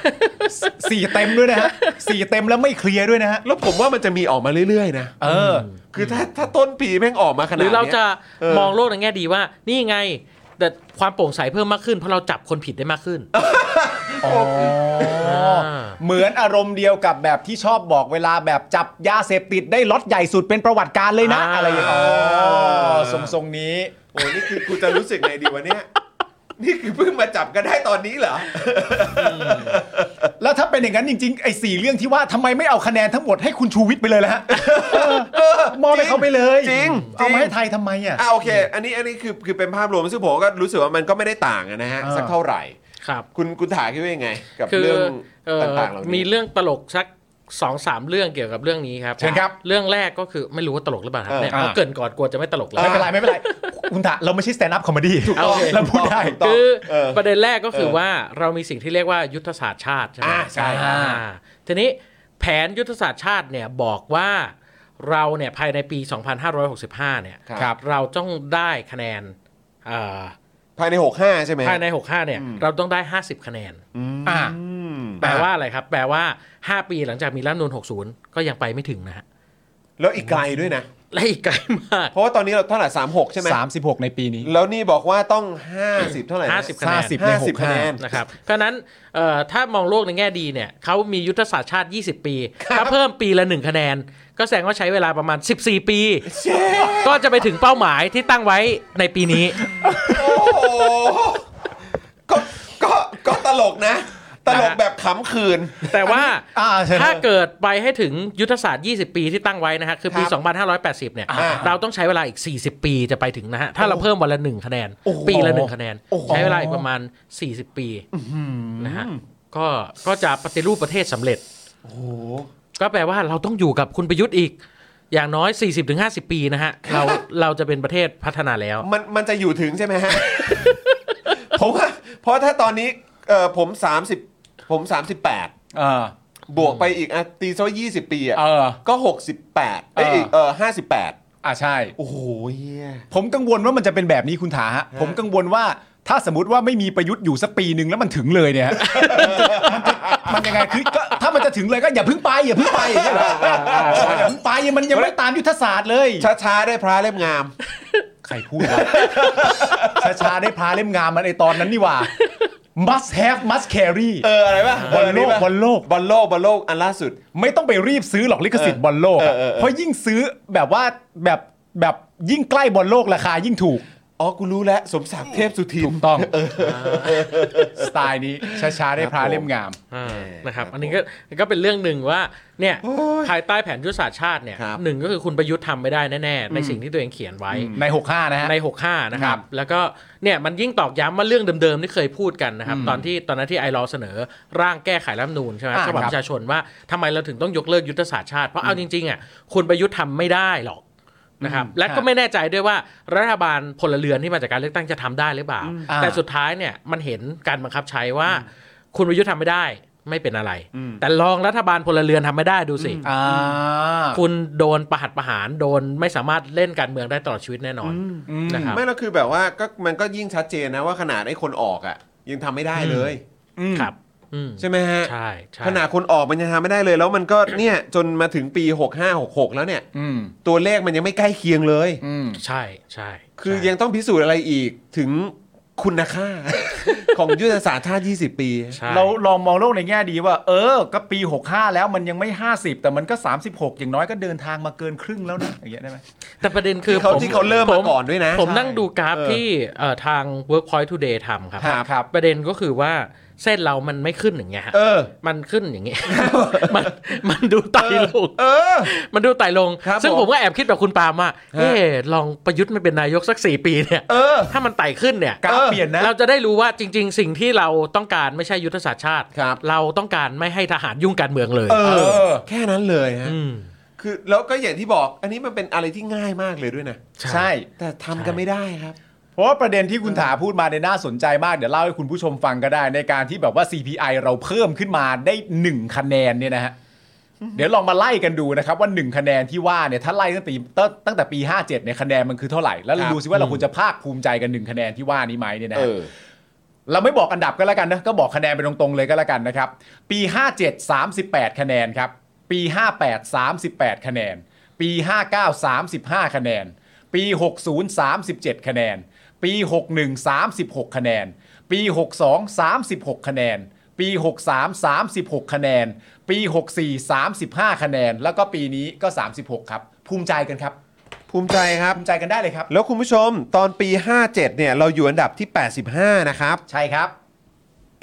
S2: สสี่เต็มด้วยนะฮะสี่เต็มแล้วไม่เคลียร์ด้วยนะฮะ
S1: แล้วผมว่ามันจะมีออกมาเรื่อยๆนะ
S2: เออ
S1: คือถ้าถ้าต้นปีแม่งออกมาขนาด
S3: หรือ
S1: นี้ย
S3: เราจะ
S1: เออ
S3: มองโลกในแง่ดีว่า นี่ไง แต่ความโปร่งใสเพิ่มมากขึ้นเพราะเราจับคนผิดได้มากขึ้น
S2: อ๋อเหมือนอารมณ์เดียวกับแบบที่ชอบบอกเวลาแบบจับยาเสพติดได้ล็อตใหญ่สุดเป็นประวัติการเลยนะ
S3: อ่า
S2: อะไรอย่างเงี้ยอ๋อทรงทรงๆนี้
S1: โอ้นี่คือกูจะรู้สึกไงดีวะเนี่ยนี่คือเพิ่งมาจับกันได้ตอนนี้เหรอ
S2: แล้วถ้าเป็นอย่างนั้นจริงๆ ไอ้สี่เรื่องที่ว่าทำไมไม่เอาคะแนนทั้งหมดให้คุณชูวิทย์ไปเลยล่ะฮะมอบให้เขาไปเลย
S1: จริง
S2: เอา
S1: จริ
S2: มาง ให้ไทยทำไมอ่ะ
S1: อ่ะโอเค อันนี้อันนี้คือคือเป็นภาพรวมซึ่งผมก็รู้สึกว่ามันก็ไม่ได้ต่างอะนะฮะ
S2: เออ
S1: สักเท่าไหร่
S3: ครับ
S1: คุณคุณถาคิดว่ายังไง กับ
S3: คือ
S1: เรื่อง
S3: เอ่อ
S1: ต่างๆเหล่า
S3: มี
S1: นี้
S3: เรื่องตลกสักสองสามเรื่องเกี่ยวกับเรื่องนี้ครับ
S2: เชิญครับ
S3: เรื่องแรกก็คือไม่รู้ว่าตลกหรือเปล่าครับ
S1: เออ
S3: เนี่ย
S2: อ่า
S3: เขาเกรินก่อนกลัวจะไม่ตลกเลย
S2: ไม่เป็นไรไม่เป็นไรคุณถาเราไม่ใช่ stand up comedy
S1: ถูกต้อง
S2: โเคเราพูดได้
S1: ถูกต้ง
S3: คือ
S1: เออ
S3: ประเด็นแรกก็คือ
S1: เออ
S3: ว่าเรามีสิ่งที่เรียกว่ายุทธศาสตร์ชาติ ใช่ไหม
S1: อ่าใช่
S3: อ่าทีนี้แผนยุทธศาสตร์ชาติเนี่ยบอกว่าเราเนี่ยภายในปี 2565 เนี่ย
S2: ครับ
S3: เราต้องได้คะแนนเอ่อ
S1: ภายใน 65 ใช่ไหม
S3: ภายใน 65 เนี่ยเราต้องได้ 50 คะแนน
S2: อ่า
S1: อืม
S3: แปลว่าอะไรครับ แปลว่า 5 ปีหลังจากมีรัฐธรรมนูล60 ก็ยังไปไม่ถึงนะฮะ
S1: แล้วอีกไกลด้วยนะ
S3: และอีกไกลมาก
S1: เพราะว่าตอนนี้เราเท่าไหร่36 ใช่ไหม
S2: สามสิบหกในปีนี้
S1: แล้วนี่บอกว่าต้อง 50 เท่าไหร่นะ
S3: 50คะแนน
S2: 50ใน
S1: 50
S2: 65
S1: คะแนน
S3: นะครับเพราะฉะนั้นเอ่อถ้ามองโลกในแง่ดีเนี่ยเขามียุทธศาสตร์ชาติ 20 ปี ถ้าเพิ่มปีละ 1 คะแนน ก็แสดงว่าใช้เวลาประมาณ 14 ปี ก็จะไปถึงเป้าหมายที่ตั้งไว้ในปีนี้
S1: โอ้โหก็ ก็ ก็ตลกนะ ตลกแบบขำคืน
S3: แต่ว่า
S2: อ่าเชิญครับ
S3: ถ้าเกิดไปให้ถึงยุทธศาสตร์ 20 ปีที่ตั้งไว้นะฮะคือปี
S1: ครับ
S3: 2580 เนี่ย
S1: อ่า
S3: เราต้องใช้เวลาอีก 40 ปีจะไปถึงนะฮะถ้าเราเพิ่มวันละ 1 คะแนน ปีละ 1 คะแนน ใช้เวลาอีกประมาณ 40 ปีนะฮะก็ก็จะปฏิรูปประเทศสำเร็จ
S1: โอ้โห
S3: ก็แปลว่าเราต้องอยู่กับคุณประยุทธ์อีก อย่างน้อย 40-50 ปีนะฮะ เราเราจะเป็นประเทศพัฒนาแล้ว
S1: มัน มันจะอยู่ถึงใช่ไหมฮะ ผมว่า เพราะถ้าตอนนี้เออผม 30 ผม 38
S2: เออ
S1: บวกไปอีกอ่ะตีซะว่า20 ปีอ่ะ
S2: เออ
S1: ก็ 68เอ้ย
S2: เออ
S1: เออ58
S2: อ่าใช่
S1: โอ้โหเหี้ย
S2: ผมกังวลว่ามันจะเป็นแบบนี้คุณถาฮะ ผมกังวลว่าถ้าสมมติว่าไม่มีประยุทธ์อยู่สักปีหนึ่งแล้วมันถึงเลยเนี่ยฮะ มันจะมันยังไงคือก็ถ้ามันจะถึงเลยก็อย่าเพิ่งไปอย่าเพิ่งไปอย่างเงี้ยเหรออย่าเพิ่งไปมันยังไม่ตามยุทธศาสตร์เลย
S1: ช้า ๆ ได้พระเล่มงาม
S2: ใครพูดวะช้าๆได้พาเล่มงามมันไอตอนนั้นนี่หว่า must have must carry
S1: เออ อะไรป่ะ
S2: บอลโลก
S1: เนี่ป่ะ
S2: บอลโลก
S1: บอลโลก บอลโลก อันล่าสุด
S2: ไม่ต้องไปรีบซื้อหรอกลิขสิทธิ์บอลโลกอะ
S1: เออเออเออ
S2: เพราะยิ่งซื้อแบบว่าแบบแบบยิ่งใกล้บอลโลกราคายิ่งถูก
S1: อ๋อ กูรู้แล้ว สมศักดิ์เทพสุทิน
S2: ถูกต้องสไตล์นี้ช้าๆได้พระเล่มงาม
S3: อ่านะครั
S1: ค
S3: บ
S1: รับ
S3: อันนี้ก็ก็เป็นเรื่องหนึ่งว่าเนี่ย
S1: โอ้ย
S3: ภายใต้แผนยุทธศาสตร์ชาติเนี่ย
S1: ครับ
S3: หนึ่งก็คือคุณประยุทธ์ทำไม่ได้แน่ ๆ ในสิ่งที่ตัวเองเขียนไว้
S2: ใน 65 นะฮะ
S3: ใน 65 นะครั
S2: ครับ บ
S3: แล้วก็เนี่ยมันยิ่งตอกย้ำว่าเรื่องเดิมๆที่เคยพูดกันนะครับ ตอนที่ตอนนั้นที่ไอรอว์เสนอร่างแก้ไขรัฐธรรมนูญใช่ไหม
S2: อ่า
S3: ฉบับ
S2: ครั
S3: ป
S2: บ
S3: ระชาชนว่าทำไมเราถึงต้องยกเลิกยุทธศาสตร์ชาติ เพราะเอาจริงๆอ่ะคุณประยุทธ์ทำไม่ได้หรอกนะครับ และก็ไม่แน่ใจด้วยว่ารัฐบาลพลเรือนที่มาจากการเลือกตั้งจะทำได้หรือเปล่า
S2: อ่า
S3: แต่สุดท้ายเนี่ยมันเห็นการบังคับใช้ว่า คุณประยุทธ์ทำไม่ได้ไม่เป็นอะไร แต่ลองรัฐบาลพลเรือนทำไม่ได้ดูสิ
S2: อ่า
S3: คุณโดนประหัตประหารโดนไม่สามารถเล่นการเมืองได้ตลอดชีวิตแน่นอนนะครับ
S1: ไม่แล้วคือแบบว่าก็มันก็ยิ่งชัดเจนนะว่าขนาดไอ้คนออกอะ่ะ ยังทำไม่ได้เลย
S3: ครับอืม
S1: ใช่ไหมฮะ
S3: ใช่ใช่
S1: ขนาดคนออกมันยังทำไม่ได้เลย แล้วมันก็ เนี่ยจนมาถึงปี 65 66 แล้วเนี่ย
S2: อืม
S1: ตัวเลขมันยังไม่ใกล้เคียงเลย
S2: อืม
S3: ใช่ใช่
S1: คือ
S3: ใช่
S1: ยังต้องพิสูจน์อะไรอีกถึงคุณ ค่า ของยุทธศาสตร์ชาติ 20 ปี
S3: ใช่
S2: เราลองมองโลกในแง่ดีว่า เออ ก็ปี 65 แล้วมันยังไม่ 50 แต่มันก็ 36 อย่างน้อยก็เดินทางมาเกินครึ่งแล้วนะอย่างเงี้ยได้ไหม
S3: แต่ประเด็นคื
S1: ที่
S3: อ
S1: เขา
S3: ผม
S1: ที่เขาเริ่มมา
S3: ผ
S1: ก่อนด้วยนะ
S3: ผม
S1: ใช่
S3: นั่งดูกราฟ
S1: เออ
S3: ที่เอ่อทาง Workpoint Today ทำครับ
S1: ครับครับ
S3: ประเด็นก็คือว่าเส้นเรามันไม่ขึ้นอย่างเงี้ยฮะ
S1: เออ
S3: มันขึ้นอย่า งเงี้ย มันมันดูไต่ลง
S1: เออ
S3: มันดูไต่ลง
S1: ครับ
S3: ซึ่ง
S1: ผม
S3: ผมก็แอบคิดแบบคุณปาล์มว่าเอ๊ะลองประยุทธ์มันเป็นนายกสักสี่ปีเนี่ย
S1: เออ
S3: ถ้ามันไต่ขึ้นเนี่ย
S2: กราฟเปลี่ยนนะ
S3: เราจะได้รู้ว่าจริง ๆ สิ่งที่เราต้องการไม่ใช่ยุทธศาสตร์ชาติ
S1: ครับ
S3: เราต้องการไม่ให้ทหารยุ่งการเมืองเลย
S1: เออ แค่นั้นเลยฮะ
S3: ม
S1: คือแล้วก็อย่างที่บอกอันนี้มันเป็นอะไรที่ง่ายมากเลยด้วยนะ
S3: ใช่
S1: แต่ทำกันไม่ได้ครับ
S2: เพราะว่าประเด็นที่คุณถาพูดมาในยน่าสนใจมาก เดี๋ยวเล่าให้คุณผู้ชมฟังก็ได้ ในการที่แบบว่า CPI เราเพิ่มขึ้นมาได้ 1 คะแนนเนี่ยนะฮะ เดี๋ยวลองมาไล่กันดูนะครับว่า 1 คะแนนที่ว่าเนี่ยถ้าไล่ตั้งแต่ตั้งตั้งแต่ปี 57เนี่ยคะแนนมันคือเท่าไหร่ แล้วเรา
S1: ครับ
S2: ดูซิว่าเราควรจะภาคภูมิใจกันหนึ่งคะแนนที่ว่านี้ไหมเนี่ยนะ
S1: เอ
S2: ฮะ
S1: อ
S2: เราไม่บอกอันดับก็แล้วกันนะ ก็บอกคะแนนไปตรงๆเลยก็แล้วกันนะครับ ปี 57 38 คะแนนครับ ปี 58 38 คะแนน ปี 59 35 คะแนน ปี 60 37 คะแนน ปี 61 36 คะแนน ปี 62 36 คะแนน ปี 63 36 คะแนน ปี 64 35 คะแนน แล้วก็ปีนี้ก็ 36 ครับ ภูมิใจกันครับ
S1: ภูมิใจครับ
S2: ภูมิใจกันได้เลยครับ
S1: แล้วคุณผู้ชมตอนปี 57 เนี่ย เราอยู่อันดับที่ 85 นะครับ
S2: ใช่ครับ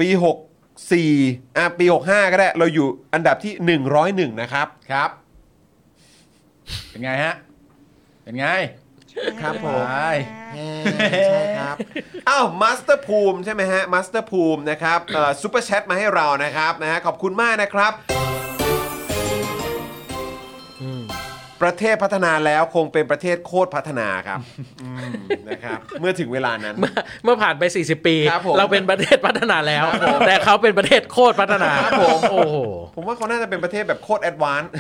S1: ปี 64 อ่ะ ปี 65 ก็ได้ เราอยู่อันดับที่ 101 นะครับ
S2: ครับ เป็นไงฮะ เป็นไง
S1: ครับผม
S2: ใช่
S1: ใช่ครับ อ้าวมาสเตอร์ภูมิใช่ไหมฮะมาสเตอร์ภูมินะครับซูเปอร์แชทมาให้เรานะครับนะฮะขอบคุณมากนะครับ ประเทศพัฒนาแล้วคงเป็นประเทศโคตรพัฒนาครับอืมนะครับ เมื่อถึงเวลานั้น
S3: เมื่อเมื่อผ่านไป 40 ปี
S1: ครับผม
S3: เราเป็นประเทศพัฒนาแล้ว แต่เขาเป็นประเทศโคตรพัฒนา
S1: ครับผม
S3: โอ้โห
S1: ผมว่าเขาน่าจะเป็นประเทศแบบโคตรแอดวานซ์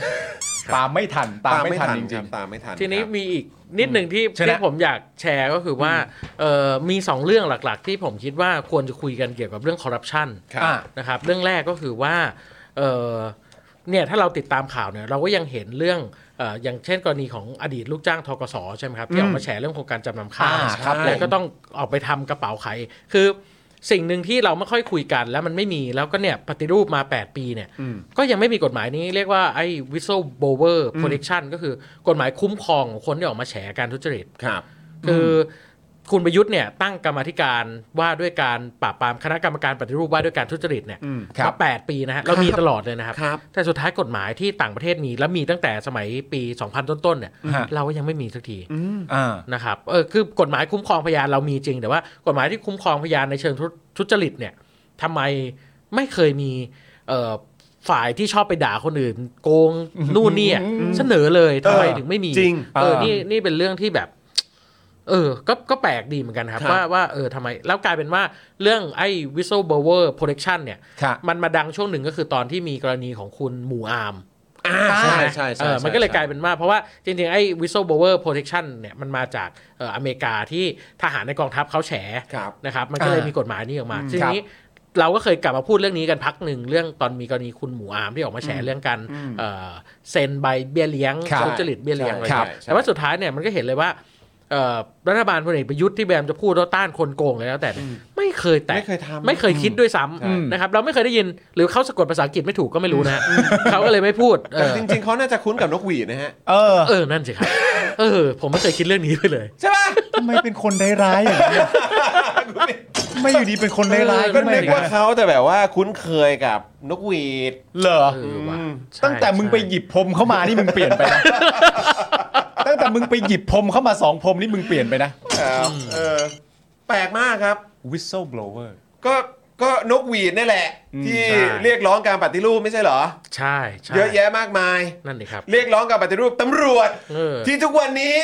S2: ตามไม่ทัน ตามไม่ทั
S1: ค
S2: นจริ
S1: บ
S2: ง
S1: ตามไม่ทัน
S3: ทีนี้
S1: ครับ
S3: มีอีกนิดหนึ่งที่
S2: เชิญนะ
S3: ที่ผมอยากแชร์ก็คือว่าเอ่อมี 2 เรื่องหลักๆ ที่ผมคิดว่าควรจะคุยกันเกี่ยวกับเรื่องคอร์รัปชัน
S2: ๆอ่ะ
S3: นะครับเรื่องแรกก็คือว่าเอ่อเนี่ยถ้าเราติดตามข่าวเนี่ยเราก็ยังเห็นเรื่องเอ่ออย่างเช่นกรณีของอดีตลูกจ้างทกสใช่ไหมครับที่ออกมาแฉเรื่องโครงการจำนำข้าว
S2: อ่าครับ
S3: แล้วก็ต้องออกไปทำกระเป๋าขายคือสิ่งหนึ่งที่เราไม่ค่อยคุยกันแล้วมันไม่มีแล้วก็เนี่ยปฏิรูปมา 8 ปีเนี่ย ก็ยังไม่มีกฎหมายนี้เรียกว่าไอ้ whistleblower protection ก็คือกฎหมายคุ้มครองของคนที่ออกมาแฉการทุจริต
S1: ครับ
S3: คือคุณประยุทธ์เนี่ยตั้งกรรมาธิการว่าด้วยการปราบปรามคณะกรรมการปฏิรูปว่าด้วยการทุจริตเนี่ย
S1: อืม
S2: ครับ
S3: มาแปดปีนะฮะเรามีตลอดเลยนะครับ
S1: ครับ
S3: แต่สุดท้ายกฎหมายที่ต่างประเทศมีและมีตั้งแต่สมัยปี 2000 ต้นๆเนี่ย
S2: ฮะ
S3: เราก็ยังไม่มีสักที
S2: อ่า
S3: นะครับเออคือกฎหมายคุ้มครองพยานเรามีจริง แต่ว่ากฎหมายที่คุ้มครองพยานในเชิงทุทุจริตเนี่ยทำไมไม่เคยมีเอ่อฝ่ายที่ชอบไปด่าคนอื่น โกงนู่นนี่อะเสนอเลยทำไมถึงไม่มี
S1: จริง
S3: เออ
S2: อ่านี่
S3: นี่ นี่เป็นเรื่องที่แบบ เออ ก็ ก็แปลกดีเหมือนกันครับ
S1: ครับ
S3: ว่า ว่า เออทำไม แล้วกลายเป็นว่า เรื่องไอ้ whistleblower protection เนี่ย
S2: ค่ะ
S3: มันมาดังช่วงหนึ่งก็คือตอนที่มีกรณีของคุณหมู่อาม
S1: อ่า
S2: ใช่
S1: ใช่ใช่
S3: เอ
S1: ใช่
S3: อมันก็เลยกลายเป็นว่า เพราะว่า จริง ๆ ไอ้ whistleblower protection เนี่ย มันมาจาก เอออเมริกาที่ทหารในกองทัพเขาแฉ
S1: ครับ
S3: นะครับ มันก็เลย
S2: อ่ามี
S3: มีกฎหมายนี้ออกมา
S2: อืม
S3: ที
S2: ครับ
S3: นี้เราก็เคยกลับมาพูดเรื่องนี้กันพักหนึ่งเรื่องตอนมีกรณีคุณหมูอามที่ออกมาแฉเรื่องการเอ่อเซ็นใบเบี้ยเลี้ยง
S2: ครับ
S3: ทุจริตเบี้ยเลี้ยงอะไร
S2: ครับ
S3: แต่ว่าสุดท้ายเนี่ยมันก็เห็นเลยว่าเอ่อรัฐบาลพลเอกประยุทธ์ที่แบมจะพูดว่าต้านคนโกงเลยแล้วแต่เนี่ยไม่เคยแตะ
S1: ไม่เคยทำ
S3: ไม่เคยคิดด้วยซ้
S1: ใช่
S3: ำนะครับเราไม่เคยได้ยินหรือเขาสะกดภาษาอังกฤษไม่ถูกก็ไม่รู้นะฮะเขาก็เลยไม่พูดเอ
S1: แต่
S3: อ
S1: จริง ๆเขาน่าจะคุ้นกับนกหวีดนะฮะ
S2: เออ
S3: เออนั่นสิครับเออผมไม่เคยคิดเรื่องนี้ไปเลย
S1: ใช่ป่ะ
S2: ทำไมเป็นคนร้ายๆอย่างนี้ไม่อยู่ดีเป็นคนร้าย
S3: เออ
S2: ๆ
S1: ก็
S2: ขึ้นมา
S1: นึ
S2: อก ย่าง
S1: ว่า
S2: นี้
S1: เขาแต่แบบว่าคุ้นเคยกับนกหวีด
S2: เหรอ
S3: เออว่ะใช่
S2: ตั้งแต่มึงไปหยิบพรมเข้ามานี่มึงเปลี่ยนไปนะ ตั้งแต่มึงไปหยิบพรมเข้ามาสองพรมนี่มึงเปลี่ยนไปนะ
S1: ครับเออแปลกมากครับ
S2: whistle blower
S1: ก็ก็นกหวีดนี่แหละ ที่
S3: ใช่
S1: เรียกร้องการปฏิรูปไม่ใช่เหรอ
S3: ใช่ใช่
S1: เยอะแยะมากมาย
S3: นั่นสิครับ
S1: เรียกร้องการปฏิรูปตำรวจ
S3: เออ
S1: ที่ทุกวันนี้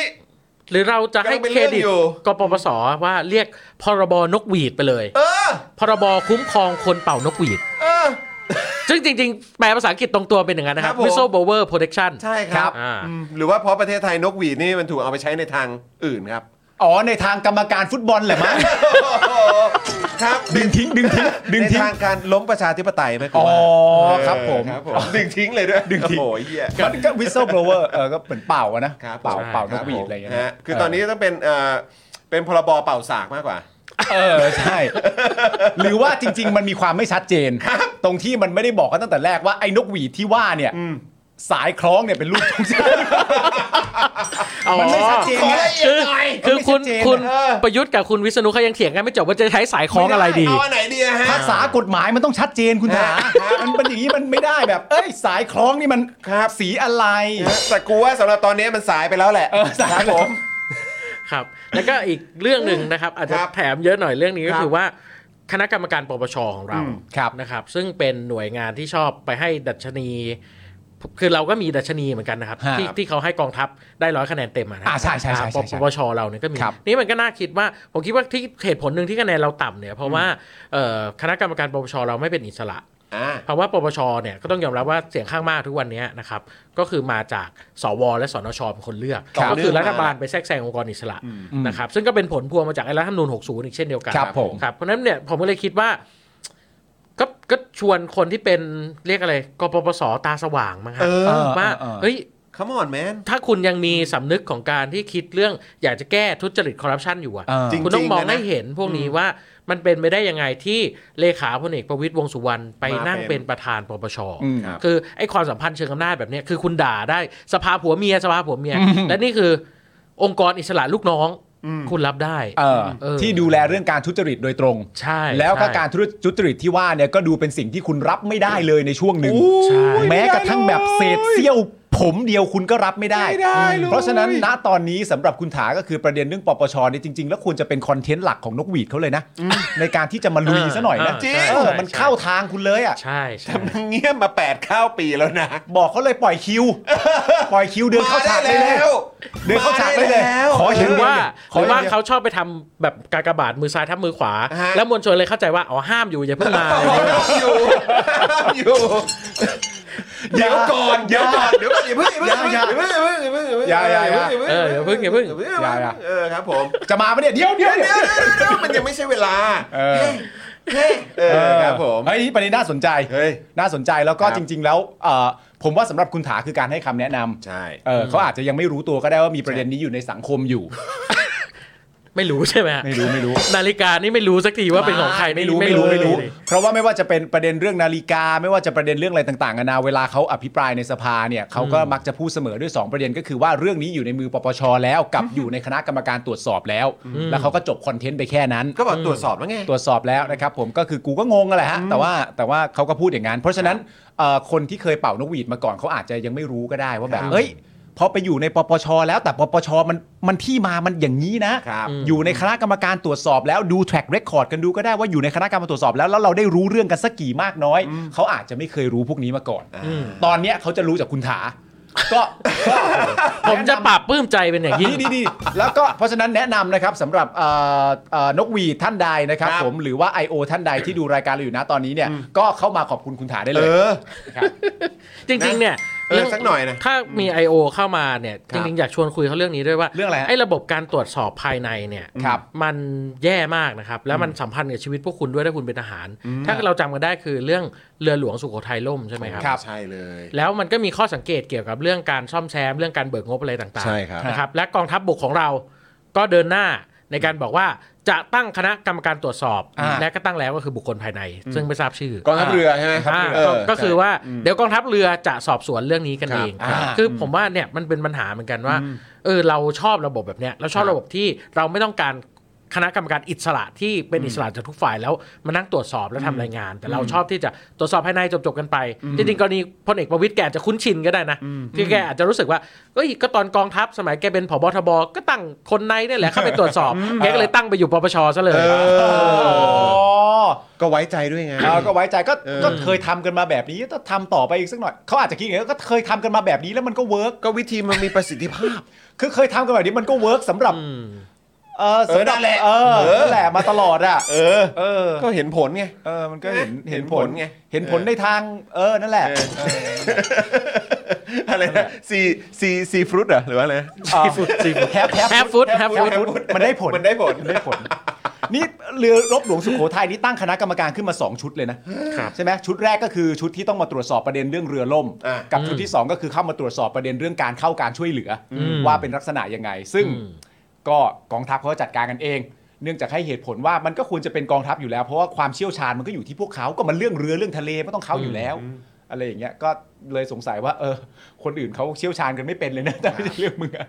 S3: หรือเราจะให้
S1: ยังเป็น
S3: เครดิต
S1: เรื่องอยู่
S3: กปปสว่าเรียกพรบนกหวีดไปเลย
S1: เออ
S3: พรบคุ้มครองคนเป่านกหวีด
S1: เออ
S3: ซึ่งจริง ๆ แปลภาษาอังกฤษตรงตัวเป็นอย่างนั้นนะครับ
S1: ครับผม
S3: whistleblower protection
S1: ใช่ครับ
S3: อ่า
S1: อืมหรือว่าเพราะประเทศไทยนกหวีดนี่มันถูกเอาไปใช้ในทางอื่นครับ
S2: อ๋อในทางกรรมการฟุตบอลแหละมั้ง
S1: ครับ
S2: ดึงทิ้งดึงทิ้งดึง
S1: ใน
S2: ทิ้ง
S1: ทางการล้มประชาธิปไตยไหมกู
S2: อ๋อ
S1: ว่า
S2: ครับผม
S1: เออดึงทิ้งเลยด้วย
S2: ดึงทิ้ง
S1: โอ้ยเหี้ย
S2: มันก็วิสเซ l ล b บ o เวอร์เออก็เหมือนเป่าอะนะครับ เป่า
S1: ใช่
S2: เป่า
S3: คน รับ
S2: กหวีดอะไรอย่างเงี้ย
S1: ฮะคือตอนนี้ต้องเป็นเอ่อเป็นพรบเป่าสากมากกว่า
S2: เออใช่ หรือว่าจริง ๆ มันมีความไม่ชัดเจน ตรงที่มันไม่ได้บอกกันตั้งแต่แรกว่าไอ้นกหวีดที่ว่าเนี่ยสายคล้องเนี่ยเป็นรูปท รงชาติ
S3: อ๋อ
S2: มันไม่ชัดเจนไง
S3: คือ
S2: มันไม่ชั
S3: คือคุณ
S2: ดเจน
S3: คุณ
S1: เออ
S3: ประยุทธ์กับคุณวิษณุเขายังเถียงกันไม่จบว่าจะใช้สายคล้องอะไรดี
S1: เอาอันไหนดีอะฮะ
S2: ภาษากฎหมายมันต้องชัดเจนคุณถา
S1: ครับ
S2: มันเป็นอย่างนี้มันไม่ได้แบบ เอ้ยสายคล้องนี่มัน
S1: ครับ
S2: สีอะไร
S1: แต่กูว่าสำหรับตอนนี้มันสายไปแล้วแหละ
S2: เออสาย
S1: ครับ
S2: แล้ว
S1: ผม
S3: ครับ แล้วก็อีกเรื่องหนึ่งนะครับ อาจจะ
S1: ครับ
S3: แถมเยอะหน่อยเรื่องนี้ก็
S1: ครับ
S3: คือว่าคณะกรรมการปปชของเรา
S1: อืม
S2: ครับ
S3: นะครับ ซึ่งเป็นหน่วยงานที่ชอบไปให้ดัชนี คือเราก็มีดัชนีเหมือนกันนะครับ
S2: ฮะ
S3: ที่ที่เขาให้กองทัพได้ร้อยคะแนนเต็มอะนะ
S2: อ่าใช่ใช่ใช่ใช่
S3: ปปปชเราเนี่ยก็มี
S2: ครับ
S3: นี่มันก็น่าคิดว่า ผมคิดว่าที่เหตุผลหนึ่งที่คะแนนเราต่ำเนี่ย เพราะว่าเอ่อคณะกรรมการปปชเราไม่เป็นอิสระ
S1: ่า
S3: เพราะว่าปปชเนี่ยก็ต้องยอมรับว่าเสียงข้างมากทุกวันนี้นะครับก็คือมาจากสวและสนชเป็นคนเลือก
S1: ครับ
S3: ก็คือรัฐบาลไปแทรกแซงองค์กรอิสระนะครับซึ่งก็เป็นผลพวงมาจากไอ้รัฐธรรมนูญ60 อีกเช่นเดียวกัน
S2: ครับผม
S3: ครับเพราะฉะนั้นเนี่ยผมก็เลยคิดว่าก็ก็ชวนคนที่เป็นเรียกอะไรกปปสตาสว่างมั้งฮะ
S1: เออ
S3: ว่า
S2: เออเออ
S3: เฮ้ย
S1: come on man
S3: ถ้าคุณยังมีสำนึกของการที่คิดเรื่องอยากจะแก้ทุจริตคอร์รัปชันอยู่อะ
S2: เออ
S1: จริงๆ
S3: คุณต้องมอง
S1: นะ
S3: ให้เห็นพวกนี้ว่ามันเป็นไปได้ยังไงที่เลขาพลเอกประวิตยวงษ์สุวรรณไป
S1: มา
S3: นั่ง
S1: เป็
S3: เป็น
S1: น
S3: ประธานปปช
S2: อืม
S1: ครับ
S3: คือไอ้ความสัมพันธ์เชิงอำนาจแบบเนี้ยคือคุณด่าได้สภาผัวเมียสภาผัวเมีย และนี่คือองค์กรอิสระลูกน้องคุณรับได้
S2: เออ
S3: เออ
S2: ที่ดูแลเรื่องการทุจริตโดยตรง
S3: ใช่
S2: แล้วก็
S3: ใช่
S2: การทุจริตที่ว่าเนี่ยก็ดูเป็นสิ่งที่คุณรับไม่ได้เลยในช่วงหนึ่ง
S3: ใช่
S2: แม้กระทั่งแบบเศษเสี้ยวผมเดียวคุณก็รับไม่ได้
S1: ไม่ได้เลย
S2: เพราะฉะนั้นณตอนนี้สำหรับคุณถาก็คือประเด็นเรื่องปปชเนี่ยจริง ๆ แล้วควรจะเป็นคอนเทนต์หลักของนกหวีดเขาเลยนะ ในการที่จะมาลุย
S3: เออ
S2: ซะหน่อยนะ
S3: เออจริง
S2: เออมันเข้าทางคุณเลยอ่ะ
S3: ใช่ใช่
S1: มันเงียบมา8ปดเก้าปีแล้วนะ
S2: บอกเขาเลยปล่อยคิว ปล่อยคิวเดินเข้าฉากได้เลยเดินเข้าฉากได้เลยขอ
S3: ห
S2: เห็น
S3: รือว่า
S2: ว่า
S3: หรือว่าเขาชอบไปทำแบบกากบาทมือซ้ายทับมือขวา
S1: ฮะ
S3: แล้วมวลชนเลยเข้าใจว่าอ๋อห้ามอยู่อย่าเพิ่งมา
S1: อยู่อยู่เดี๋ยวก่อนเดี๋ยวก่อนเดี๋ยวก่อนอย่าเพิ่งอย่าเพิ่งอย่าเพิ่งอย่าเพิ่งอย่าเพิ่งเออครับผม
S2: จะมาปะเนี่ยเดี๋ยวเดี๋ยวเดี๋ยว
S1: มันยังไม่ใช่เวลา
S2: เออ
S1: เฮ้เออครับผม
S2: เฮ้ยนี่ประเด็นน่าสนใจ
S1: เฮ้ย
S2: น่าสนใจแล้วก็
S1: ครับ
S2: จริง ๆ แล้วเอ่อผมว่าสำหรับคุณถาคือการให้คำแนะนำ
S1: ใช่
S2: เออเขาอาจจะยังไม่รู้ตัวก็ได้ว่ามีประเด็นนี้อยู่ในสังคมอยู่
S3: ไม่รู้ใช่ไหมฮะ
S2: ไม่รู้ไม่รู้
S3: นาฬิกานี่ไม่รู้สักทีว่าเป็นของใคร
S2: ไม่รู้ไม่รู้ไม่รู้
S3: เลย
S2: เพราะว่าไม่ว่าจะเป็นประเด็นเรื่องนาฬิกา ไม่ว่าจะประเด็นเรื่องอะไรต่างๆนานาเวลาเขาอภิปรายในสภาเนี่ยเขาก็มักจะพูดเสมอด้วยสองประเด็นก็คือว่าเรื่องนี้อยู่ในมือปปชแล้วกับอยู่ในคณะกรรมการตรวจสอบแล้ว แล้วเขาก็จบคอนเทนต์ไปแค่นั้น
S1: ก็บอกตรวจสอบแล้วไง
S2: ตรวจสอบแล้วนะครับผมก็คือกูก็งงอะแหละฮะแต่ว่าแต่ว่าเขาก็พูดอย่างนั้น เพราะฉะนั้นเอ่อคนที่เคยเป่านกหวีดมาก่อนเขาอาจจะยังไม่รู้ก็ได้ว่าแบบ
S1: ครับ
S2: เอ้ยพอไปอยู่ในปปชแล้วแต่ปปชมันมันที่มามันอย่างนี้นะครับ อยู่ในคณะกรรมการตรวจสอบแล้วดูแทร็กเรคคอร์ดกันดูก็ได้ว่าอยู่ในคณะกรรมการตรวจสอบแล้วแล้วเราได้รู้เรื่องกันสักกี่มากน้อย เขาอาจจะไม่เคยรู้พวกนี้มาก่อน ตอนเนี้ยเขาจะรู้จากคุณถา ก็ก็
S3: ผมจะปราบปลื้มใจเป็นอย่างยิ่ง
S2: ดีดีดีแล้วก็เพราะฉะนั้นแนะนำนะครับสำหรับเอ่อเอ่อนกหวีดท่านใดนะครับ
S1: ครับ
S2: ผมหรือว่า I.O. ท่านใดที่ดูรายการเราอยู่นะตอนนี้เนี่ยก็เข้ามาขอบคุณคุณถาได้
S1: เอ
S2: เลย
S1: อ
S2: ครับ
S3: จริง ๆ เนี่ย
S1: เออสักหน่อยนะ
S3: ถ้ามี I.O. เข้ามาเนี่ยจริง ๆ อยากชวนคุยเขาเรื่องนี้ด้วยว่า
S2: เรื่องอะไรฮะ
S3: ไอ้ระบบการตรวจสอบภายในเนี่ย
S2: ครับ
S3: มันแย่มากนะครับ แล้วมันสัมพันธ์กับชีวิตพวกคุณด้วยถ้าคุณเป็นทหาร ถ้าเราจำกันได้คือเรื่องเรือหลวงสุโขทัยล่มใช่ไหมครับ
S2: ครับ
S1: ใช่เลย
S3: แล้วมันก็มีข้อสังเกตเกี่ยวกับเรื่องการซ่อมแซมเรื่องการเบิกงบอะไรต่าง
S1: ใช่ครับ
S3: ๆนะครับและกองทัพบบกของเราก็เดินหน้าในการบอกว่าจะตั้งคณะกรรมการตรวจสอบ
S2: อ่า
S3: และก็ตั้งแล้วก็คือบุคคลภายใน ซึ่งไม่ทราบชื่อก
S1: องทัพเรือใช่ไหม
S3: อ่า
S1: เ
S3: ก็ก็คือว่าเดี๋ยวกองทัพเรือจะสอบสวนเรื่องนี้กัน
S1: ครับ
S3: เอง
S2: อ่า
S3: คือผมว่าเนี่ยมันเป็นปัญหาเหมือนกันว่าเออเราชอบระบบแบบเนี้ยเราชอบระบบที่เราไม่ต้องการคณะกรรมการอิสระที่เป็นอิสระจากทุกฝ่ายแล้วมานั่งตรวจสอบแล้วทำรายงาน แต่เราชอบที่จะตรวจสอบภายในจบๆกันไปจริงๆกรณีพลเอกประวิตยแกอาจจะคุ้นชินก็ได้นะที่แกอาจจะรู้สึกว่าเอ้ยก็ตอนกองทัพสมัยแกเป็นผบทบก็ตั้งคนในเนี่ยแหละเข้าไปตรวจสอบแกก็เลยตั้งไปอยู่ปปชซะเลย
S1: เออ
S2: อ๋อ
S1: ก็ไว้ใจด้วยไง
S2: เราก็ไว้ใจก็
S1: เออ
S2: ก็เคยทำกันมาแบบนี้ต้องทำต่อไปอีกสักหน่อยเขาอาจจะคิดอย่างนี้ก็เคยทำกันมาแบบนี้แล้วมันก็เวิร์ก
S1: ก็วิธีมันมีประสิทธิภาพ
S2: คือเคยทำกันแบบนี้มันก็เวิร์กสำหรับเออสำหรั
S1: เออ
S2: บ
S1: นั่นแหละ
S2: เออ
S1: เออ
S2: นั่นแหละมาตลอดอ่ะ
S1: เออ
S2: เออ
S1: ก็เห็นผลไง
S2: เออมันก็เห็น
S1: เห็นผลไง
S2: เห็นผลในทางเออนั่นแหละ
S1: เออ
S2: เออ
S1: อะไรนะซีซีซีฟรุตเหรอหรือว่าอะไร
S2: ซีฟูดซีฟูดแฮปแฮป
S3: แฮปฟุตแฮปฟุต
S2: มันได้ผล
S1: มันได้ผล
S2: ได้ผล นี่เรือรบหลวงสุโขทัยนี่ตั้งคณะกรรมการขึ้นมา 2 ชุดเลยนะครับ ใช่ไหมชุดแรกก็คือชุดที่ต้องมาตรวจสอบประเด็นเรื่องเรือล่ม
S1: อ่ากั
S2: กับชุดที่ 2 ก็คือเข้ามาตรวจสอบประเด็นเรื่องการเข้าการช่วยเหลืออว่าเป็นลักษณะยังไง ซึ่งก็กองทัพเขาจัดการกันเอง เนื่องจากให้เหตุผลว่ามันก็ควรจะเป็นกองทัพอยู่แล้ว เพราะว่าความเชี่ยวชาญมันก็อยู่ที่พวกเขาก็มันเรื่องเรือเรื่องทะเลมันต้องเขาอยู่แล้ว อะไรอย่างเงี้ยก็เลยสงสัยว่าเออคนอื่นเขาเชี่ยวชาญกันไม่เป็นเลยนะ แต่ไม่ใช่เรื่องมึงอะ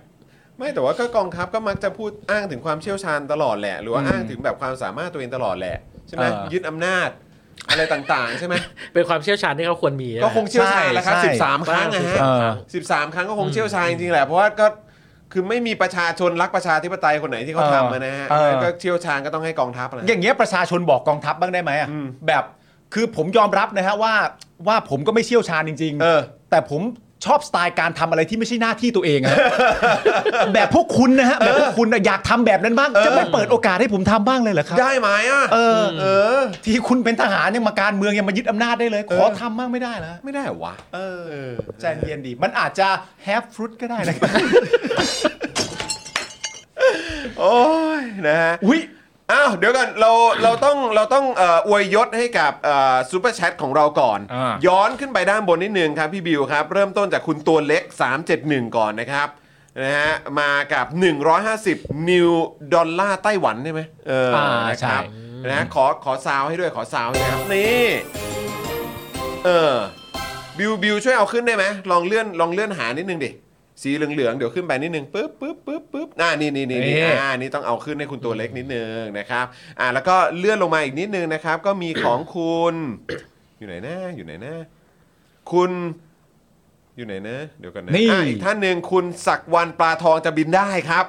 S1: ไม่แต่ว่าก็กองทัพก็มักจะพูดอ้างถึงความเชี่ยวชาญตลอดแหละ หรือว่าอ้างถึงแบบความสามารถตัวเองตลอดแหละใช่ไหม
S2: เออ
S1: ยึดอำนาจอะไรต่างๆ ใช่ไหม
S3: เป็นความเชี่ยวชาญที่เขาควรมีนะ
S1: ก็คงเชี่ยวชาญแหล้วครับ
S2: ใช่
S1: 13 ครั้งนะฮะ
S3: เออ
S1: สิบสามครั้งก็คงเชี่ยวชาญจริงๆแหละเพราะว่าก็คือไม่มีประชาชนรักประชาธิปไตยคนไหนที่เขาทำอะนะฮะ
S2: เออ
S1: ก็เชี่ยวชาญก็ต้องให้กองทัพนะ
S2: อย่างเงี้ยประชาชนบอกกองทัพบ้างได้ไหมอะ
S1: อืม
S2: แบบคือผมยอมรับนะฮะว่าว่าผมก็ไม่เชี่ยวชาญจริง
S1: เออ
S2: แต่ผมชอบสไตล์การทำอะไรที่ไม่ใช่หน้าที่ตัวเองอะ แบบพวกคุณนะฮะแบบพวกคุณน่ะอยากทำแบบนั้นบ้าง จะไม่เปิดโอกาสให้ผมทำบ้างเลยเหรอครับ
S1: ได้ไหมอ่ะ
S2: เออ
S1: เออ
S2: ที่คุณเป็นทหารยังมาการเมืองยังมายึดอำนาจได้เลย ข
S1: เอ
S2: อ
S1: อ
S2: ทำบ้างไม่ได้เหรอ
S1: ไม่ได้เหรอวะ
S2: เออใจเย็นดี มันอาจจะแฮปฟรุตก็ได้นะครับ
S1: โอ้ยนะฮะ
S2: อุ้ย
S1: อ้าวเดี๋ยวกันเราเราต้องเราต้องเอ่ออวยยศให้กับซูเปอร์แชทของเราก่อน
S2: อ่า
S1: ย้อนขึ้นไปด้านบนนิดนึงครับพี่บิวครับ เริ่มต้นจากคุณตัวเล็ก 371 ก่อนนะครับนะฮะมากับ 150 นิวดอลลาร์ไต้หวันใช่ไหมเออ
S2: อ่า
S1: นะ
S2: ใช่
S1: ครับนะฮะขอขอซาวให้ด้วยขอซาวนะครับนี่เออบิวบิวช่วยเอาขึ้นได้ไหมลองเลื่อนลองเลื่อนหานิดนึงดิสีเหลืองๆเดี๋ยวขึ้นไปนิดนึงปึ๊บปึ๊บปึ๊บปึ๊บอ่านี่นี่นี่นี่อ่า อ่าอันนี่ต้องเอาขึ้นให้คุณตัวเล็กนิดนึงนะครับ อ่าแล้วก็เลื่อนลงมาอีกนิดนึงนะครับ ก็มีของคุณ อยู่ไหนนะอยู่ไหนนะคุณอยู่ไหนนะเดี๋ยวกันนะ
S2: นี่
S1: อ่ะอีกท่านหนึ่งคุณศักดิ์วันปลาทองจะบินได้ครับ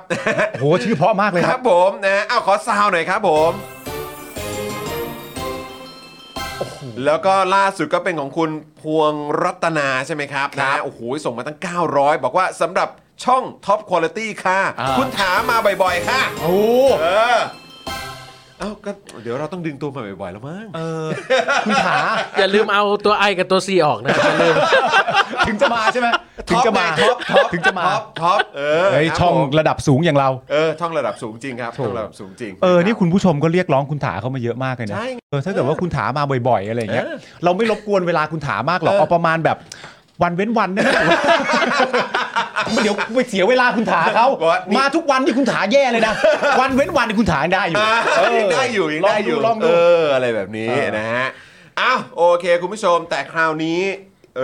S2: โหชื่อเพราะมากเลย
S1: ค
S2: ค
S1: รั
S2: รั
S1: บบ ผมนะเอาขอซาวหน่อยครับผมแล้วก็ล่าสุดก็เป็นของคุณพวงรัตนาใช่ไหมครับนะโอ้โหส่งมาตั้ง 900 บอกว่าสำหรับช่องท็อปคุณ i t y ค่ะ
S2: อ่า
S1: คุณถามมาบ่อยๆ ค่ะ
S2: โอ้
S1: เออเอ้าก็เดี๋ยวเราต้องดึงตัวมาบ่อยๆแล้วมั้ง
S2: เออคุณถา
S3: อย่าลืมเอาตัวไอกับตัวซีออกนะอย่าลืม
S2: ถึงจะมาใช่ไหมถึงจะมา
S1: ท็อปไงท็อปท็อป
S2: ถึงจะมา
S1: ท็อปท็อปเออ
S2: เฮ้ย
S1: ครับ
S2: ช่อง
S1: ผม
S2: ระดับสูงอย่างเรา
S1: เออช่องระดับสูงจริงครับ
S2: โถ
S1: ช่องระดับสูงจริง
S2: เออ นี่คุณผู้ชมก็เรียกร้องคุณถาเข้ามาเยอะมากเลยนะ
S1: ใช่
S2: เออถ้าเกิดว่าคุณถามาบ่อยๆอะไรอย่างเงี้ย
S1: เออ
S2: เราไม่รบกวนเวลาคุณถามากหรอก
S1: เออ
S2: เอาประมาณแบบวันเว้นวันนะ เดี๋ยวไปเสียเวลาคุณถาเขามาทุกวันนี่คุณถาแย่เลยนะ วันเว้นวันนี่คุณถาได้อ
S1: อ
S2: ยู่
S1: ่า
S2: เ
S1: ยังได้อยู่ยังได้อยู่
S2: ลองดูลองดู
S1: เอออะไรแบบนี้
S2: เออ
S1: นะฮะอ้าวโอเคคุณผู้ชมแต่คราวนี้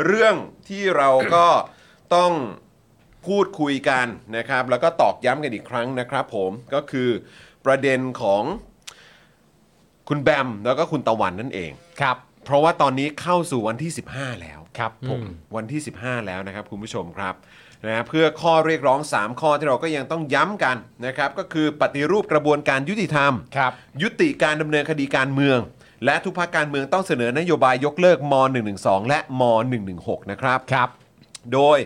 S1: เรื่องที่เราก็ต้องพูดคุยกันนะครับ แล้วก็ตอกย้ำกันอีกครั้งนะครับ ผมก็คือประเด็นของคุณแบมแล้วก็คุณตะวันนั่นเอง
S2: ครับ
S1: เพราะว่าตอนนี้เข้าสู่วันที่ 15 แล้ว
S2: ครับผม
S1: วันที่ 15 แล้วนะครับคุณผู้ชมครับนะฮะเพื่อข้อเรียกร้อง 3 ข้อที่เราก็ยังต้องย้ำกันนะครับ ก็คือปฏิรูปกระบวนการยุติธรรม
S2: ครับ
S1: ยุติการดำเนินคดีการเมือง และทุกภาคการเมืองต้องเสนอนโยบายยกเลิกม .112 และม .116 นะครับ
S2: ครับ
S1: โดย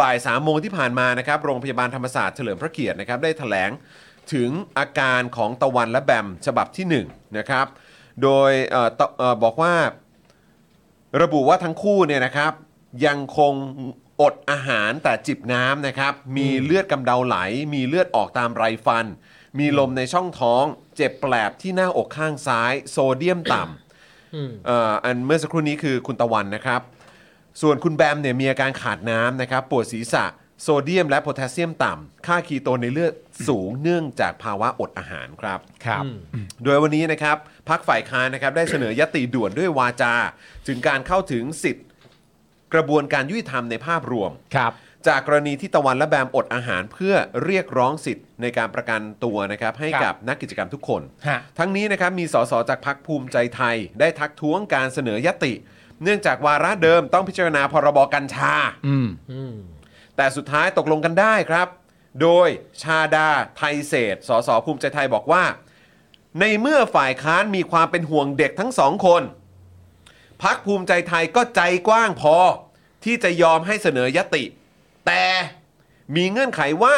S1: บ่าย3ามโมงที่ผ่านมานะครับโรงพยาบาลธรรมศาสตร์เฉลิมพระเกียรตินะครับได้ถแถลงถึงอาการของตะวันและแบมฉบับที่1นะครับโดยเอ่อตะเอ่อบอกว่าระบุว่าทั้งคู่เนี่ยนะครับยังคงอดอาหารแต่จิบน้ำนะครับมีเลือดกำเดาไหล มีเลือดออกตามไรฟัน มีลมในช่องท้อง เจ็บแปลบที่หน้าอกข้างซ้าย โซเดียมต่ำเอ่ออันเมื่อสักครู่นี้คือคุณตะวันนะครับ ส่วนคุณแบมเนี่ยมีอาการขาดน้ำนะครับปวดศีรษะโซเดียมและโพแทสเซียมต่ำค่าคีโตนในเลือดสูงเนื่องจากภาวะอดอาหารครับ
S2: ครับ
S1: โดยวันนี้นะครับพักฝ่ายค้านนะครับได้เสนอยติด่วนด้วยวาจา ถึงการเข้าถึงสิทธิ์กระบวนการยุติธรรมในภาพรวม
S2: ครับ
S1: จากกรณีที่ตะวันและแบมอดอาหารเพื่อเรียกร้องสิทธิ์ในการประกันตัวนะครับให้
S2: ครับ
S1: กับนักกิจกรรมทุกคน
S2: ฮะ
S1: ทั้งนี้นะครับมีสสจากพักภูมิใจไทย ได้ทักท้วงการเสนอยติ เนื่องจากวาระเดิมต้องพิจารณาพรบกัญชา
S2: อืม
S1: แต่สุดท้ายตกลงกันได้ครับ โดยชาดาไทยเศษสสภูมิใจไทยบอกว่า ในเมื่อฝ่ายค้านมีความเป็นห่วงเด็กทั้งสองคน พักภูมิใจไทยก็ใจกว้างพอ ที่จะยอมให้เสนอยติ แต่มีเงื่อนไขว่า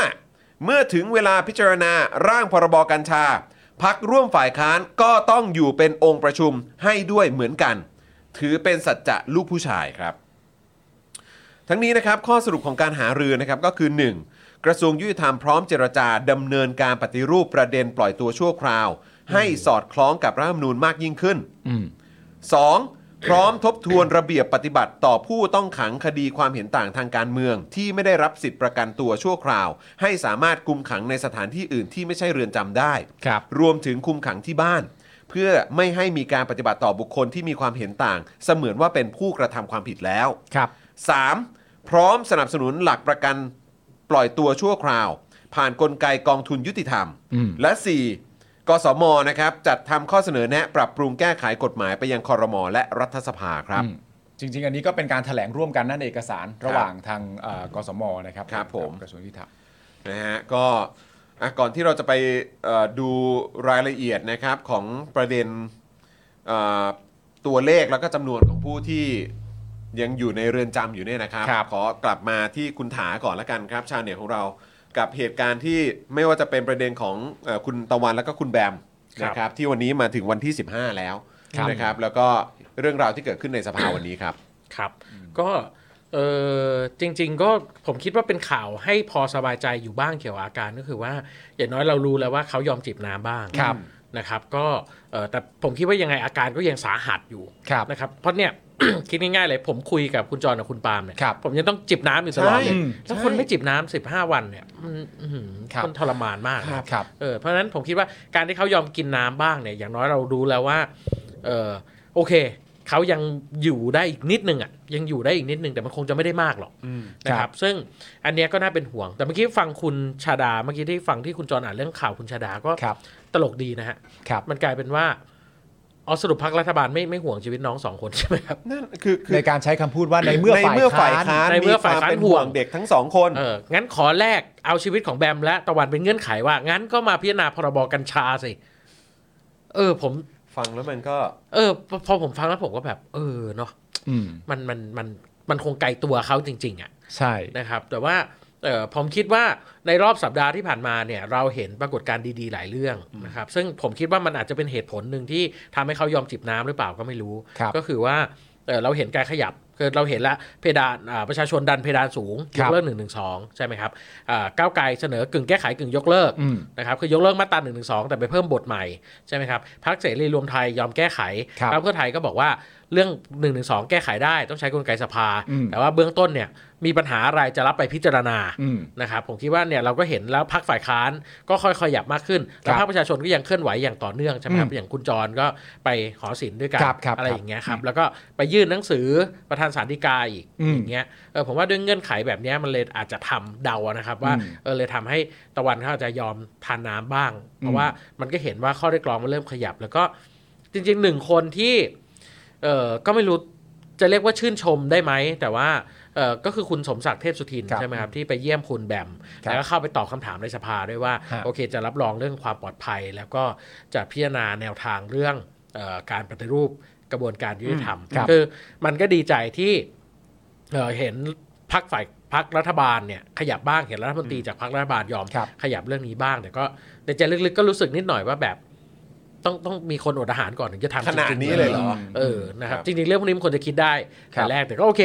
S1: เมื่อถึงเวลาพิจารณาร่างพรบกัญชา พักร่วมฝ่ายค้านก็ต้องอยู่เป็นองค์ประชุมให้ด้วยเหมือนกัน ถือเป็นสัจจะลูกผู้ชายครับ ทั้งนี้นะครับข้อสรุปของการหารือนะครับก็คือ 1. กระทรวงยุติธรรมพร้อมเจรจาดำเนินการปฏิรูปประเด็นปล่อยตัวชั่วคราว ให้สอดคล้องกับรัฐธรรมนูญมากยิ่งขึ้น
S2: อืม
S1: 2. พร้อมทบทวนระเบียบปฏิบัติต่อผู้ต้องขังคดีความเห็นต่างทางการเมือง ที่ไม่ได้รับสิทธิ์ประกันตัวชั่วคราว ให้สามารถคุมขังในสถานที่อื่นที่ไม่ใช่เรือนจำได้
S2: ครับ
S1: รวมถึงคุมขังที่บ้าน เพื่อไม่ให้มีการปฏิบัติต่อบุคคลที่มีความเห็นต่าง เสมือนว่าเป็นผู้กระทำความผิดแล้ว
S2: ครับ
S1: 3. พร้อมสนับสนุนหลักประกันปล่อยตัวชั่วคราว ผ่านนกลไกกองทุนยุติธรรม
S2: อืม
S1: และ 4. กสมนะครับจัดทำข้อเสนอแนะปรับปรุงแก้ไขกฎหมายไปยังคอรมอและรัฐสภาครับ
S2: อืมจริง ๆ อันนี้ก็เป็นการแถลงร่วมกันนั่นเอกสารระหว่างทางเอ่อกสมนะครับ
S1: ครับผม
S2: กระทรวงยุติธรรม
S1: นะฮะก็อ่ะก่อนที่เราจะไปเอ่อดูรายละเอียดนะครับของประเด็นเอ่อตัวเลขแล้วก็จำนวนของผู้ที่ยังอยู่ในเรือนจำอยู่เนี่ยนะครับ
S2: ครับ
S1: ขอกลับมาที่คุณถาก่อนละกันครับ ชาวเน็ตของเรากับเหตุการณ์ที่ไม่ว่าจะเป็นประเด็นของเอ่อคุณตะวันแล้วก็คุณแบม
S3: ครับ
S1: นะครับที่วันนี้มาถึงวันที่ 15 แล้วนะครับ แล้วก็เรื่องราวที่เกิดขึ้นในสภาวันนี้ครับ
S3: ครับก็เออจริง ๆ ก็ผมคิดว่าเป็นข่าวให้พอสบายใจอยู่บ้างเกี่ยวกับอาการก็คือว่าอย่างน้อยเรารู้แล้วว่าเขายอมจิบน้ำบ้าง
S2: ครับ
S3: นะครับก็เอ่อแต่ผมคิดว่ายังไงอาการก็ยังสาหัสอยู่
S2: ครับ
S3: นะครับเพราะเนี่ย คิดง่ายๆเลยผมคุยกับคุณจรกับคุณปาล์มเนี่ย
S2: ครับ
S3: ผมยังต้องจิบน้ำอยู่ตลอดเล
S1: ใช่
S3: ยถ้าคน
S1: ใช่
S3: ไม่จิบน้ำสิบห้าวันเนี่ยมันอื้อหือ
S2: ครับ
S3: มันทรมานมากนะ
S2: ครับ
S3: เออเพราะฉะนั้นผมคิดว่าการที่เขายอมกินน้ำบ้างเนี่ยอย่างน้อยเรารู้แล้วว่าเออโอเค เขายังอยู่ได้อีกนิดนึงอ่ะยังอยู่ได้อีกนิดนึงแต่มันคงจะไม่ได้มากหรอกนะค
S2: ครั
S3: รับบ ซึ่งอันเนี้ยก็น่าเป็นห่วง แต่เมื่อกี้ฟังคุณชาดาเมื่อกี้ที่ฟังที่คุณจรอ่านเรื่องข่าวคุณชาดาก็
S2: ครับ
S3: ตลกดีนะฮะ
S2: ครับ
S3: มันกลายเป็นว่าอ๋อสรุปพักรัฐบาลไม่ไม่ห่วงชีวิตน้องสองคนใช่ไหมครับ
S1: นั่นคือคือ
S2: ในการใช้คำพูดว่าในเมื่อ
S1: ในเมื่อฝ่ายค้าน
S3: ในเมื่อฝ่ายค้าน
S1: มีวเป็น
S3: ห่
S1: ห่ว
S3: ว
S1: ง
S3: ง
S1: เด็กทั้งสองคน
S3: เอองั้นขอแลกเอาชีวิตของแบมและตะวันเป็นเงื่อนไขว่า งั้นก็มาพิจารณาพรบกัญชาสิเออผม
S1: ฟังแล้วมันก็
S3: เออพอพอผมฟังแล้วผมก็แบบ เออเนาะ
S2: อืม
S3: มันมันมันมันคงไกลตัวเขาจริง ๆอะ่ะ
S2: ใช่
S3: นะครับ แต่ว่าเออผมคิดว่าในรอบสัปดาห์ที่ผ่านมาเนี่ย เราเห็นปรากฏการณ์ดีๆหลายเรื่องนะครับ ซึ่งผมคิดว่ามันอาจจะเป็นเหตุผลหนึ่งที่ทำให้เขายอมจิบน้ำหรือเปล่าก็ไม่รู้
S2: ครับ
S3: ก็คือว่าเอ่อเราเห็นการขยับคือเราเห็นละเพดานอ่าประชาชนดันเพดานสูง
S2: ค
S3: ย
S2: รับ
S3: กเลิก1นึใช่ไหมครับอ่าก้าวไกลเสนอกึ่งแก้ไขกึ่งยกเลิก
S2: อืม
S3: นะครับคือยกเลิกมาตรา1นึแต่ไปเพิ่มบทใหม่ใช่ไหมครับพรรคเสรีรวมไทยยอมแก้ไข
S2: ครับ
S3: พคเพื่อไทยก็บอกว่าเรื่อง1นึแก้ไขได้ต้องใช้กลไกสภา
S2: อืม
S3: แต่ว่าเบื้องต้นเนี่ยมีปัญหาอะไรจะรับไปพิจารณา
S2: อืม
S3: นะครับผมคิดว่าเนี่ยเราก็เห็นแล้วพักฝ่ายค้านก็ค่อยๆขยับมากขึ้น แล้ว
S2: ครับ
S3: ภาคประชาชนก็ยังเคลื่อนไหวอย่างต่อเนื่องใช่ไหมครับ
S2: อืม
S3: อย่างคุณจรก็ไปหอศิลป์ด้วยกัน
S2: ครับครับ
S3: อะไร
S2: ครับ
S3: อย่างเงี้ยครับแล้วก็ไปยื่นหนังสือประธานสาธิกาอีก
S2: อืม
S3: อย่างเงี้ยเออผมว่าด้วยเงื่อนไขแบบเนี้ยมันเลยอาจจะทำเดาอะนะครับว่า
S2: อืม
S3: เออเลยทำให้ตะวันเขาอาจจะยอมทานน้ำบ้าง เพ
S2: อื
S3: ราะ
S2: ม
S3: ว่ามันก็เห็นว่าข้อเรียกร้องมันเริ่มขยับ แล้วก็จริงๆหนึ่งคนที่เออก็ไม่รู้จะเรียกว่าชื่นชมได้ไหมแต่ว่าเออก็คือคุณสมศักดิ์เทพสุทิน
S2: ครับ
S3: ใช่ไหมครับที่ไปเยี่ยมคุณแบม
S2: ครับ
S3: แล้วก็เข้าไปตอบคำถามในสภาด้วยว่า
S2: ฮะ
S3: โอเคจะรับรองเรื่องความปลอดภัย แล้วก็จะพิจารณาแนวทางเรื่องเออการปฏิรูปกระบวนการยุติธรรม
S2: อืมครับ
S3: อมันก็ดีใจที่เอ่อเห็นพักฝ่ายพักรัฐบาลเนี่ยขยับบ้างเห็นรัฐมนตรีจากพักรัฐบาลยอม
S2: ครับ
S3: ขยับเรื่องนี้บ้างแต่ก็ในใจลึกๆก็รู้สึกนิดหน่อยว่าแบบ ต้องต้องมีคนอดอาหารก่อนถึงจะทำ
S1: ขนาด
S3: จงๆ
S1: นี้เลยเหรอ
S3: เออนะครับ
S1: ครับ
S3: จริงๆเรื่องพวกนี้มันควรจะคิดได้
S2: ครับ
S3: แต่แรกแต่ก็โอเค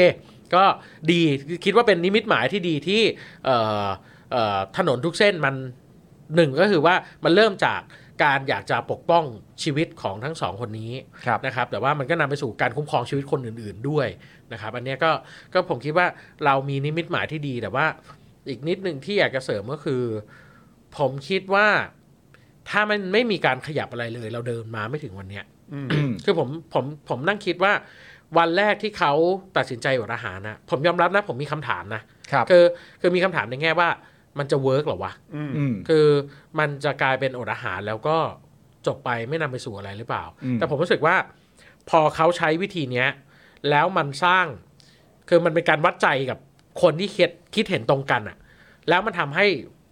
S3: ก็ดีคิดว่าเป็นนิมิตหมายที่ดีที่เอ่อเอ่อถนนทุกเส้นมันหนึ่งก็คือว่ามันเริ่มจากการอยากจะปกป้องชีวิตของทั้งสองคนนี้
S2: ครับ
S3: นะครับแต่ว่ามันก็นำไปสู่การคุ้มครองชีวิตคนอื่น ๆด้วยนะครับอันเนี้ยก็ก็ผมคิดว่าเรามีนิมิตหมายที่ดีแต่ว่าอีกนิดหนึ่งที่อยากจะเสริมก็คือ ผมคิดว่าถ้ามันไม่มีการขยับอะไรเลย เราเดินมาไม่ถึงวันเนี้ยคือผมผมผมนั่งคิดว่าวันแรกที่เขาตัดสินใจอดอาหารนะผมยอมรับนะผมมีคำถามนะครับ คือคือมีคำถามในแง่ว่ามันจะเวิร์กหรอวะ
S2: อืม
S3: คือมันจะกลายเป็นอดอาหารแล้วก็จบไปไม่นำไปสู่อะไรหรือเปล่า
S2: อืม
S3: แต่ผมรู้สึกว่าพอเขาใช้วิธีเนี้ย แล้วมันสร้าง คือมันเป็นการวัดใจกับคนที่คิดคิดเห็นตรงกันอะแล้วมันทำให้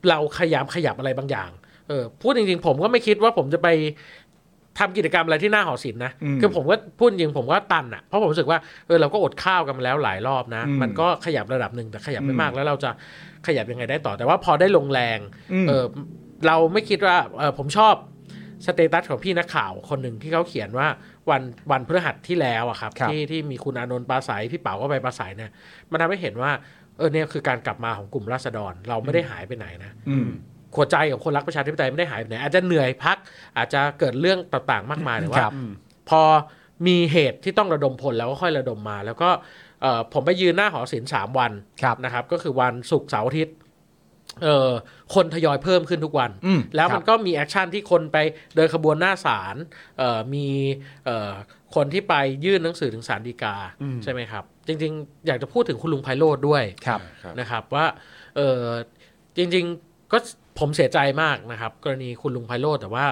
S3: เราขยามขยับอะไรบางอย่างเออพูดจริงๆ ผมก็ไม่คิดว่าผมจะไปทำกิจกรรมอะไรที่หน้าหอศิลป์นะ
S2: อืม
S3: คือผมก็พูดจริงผมก็ตันอะเพราะผมรู้สึกว่าเออเราก็อดข้าวกันมาแล้วหลายรอบนะ
S2: อืม
S3: มันก็ขยับระดับหนึ่งแต่ขยับไม่มาก
S2: อืม
S3: แล้วเราจะขยับยังไงได้ต่อแต่ว่าพอได้ลงแรง
S2: อืม
S3: เออเราไม่คิดว่าเออผมชอบ สเตตัสของพี่นักข่าวคนหนึ่งที่เขาเขียนว่าวันวันพฤหัสที่แล้วอะครับ
S2: ครับ
S3: ที่ที่มีคุณอานนท์ปราศัยพี่เป๋าก็ไปปราศัยเนี่ยมันทำให้เห็นว่าเออเนี่ยคือการกลับมาของกลุ่มราษฎรเราไม่ได้หายไปไหนนะ
S2: อืม
S3: หัวใจของคนรักประชาธิปไตยไม่ได้หายไปไหนอาจจะเหนื่อยพัก อาจจะเกิดเรื่องต่างๆ มากมายแต่
S2: ครั
S3: ว่า
S2: บ
S3: พอมีเหตุที่ต้องระดมพลแล้วก็ค่อยระดมมา แล้วก็เอ่อผมไปยืนหน้าหอศิลป์สามวัน
S2: ครับ
S3: นะครับ ก็คือวันศุกร์เสาร์อาทิตย์เอ่อคนทยอยเพิ่มขึ้นทุกวัน
S2: อืม
S3: แล้วมั
S2: ค
S3: น
S2: รับ
S3: ก็มีแอคชั่นที่คนไปเดินขบวนหน้าศาลเอ่อมีเอ่อคนที่ไปยื่นหนังสือถึงศาลฎีกาใช่ไหมครับ จริง ๆ อยากจะพูดถึงคุณลุงไพโรธด้วย
S2: ครับ
S1: ครับ
S3: นะครับว่าเออจริงๆก็ผมเสียใจมากนะครับ กรณีคุณลุงไพโรธแต่ว่า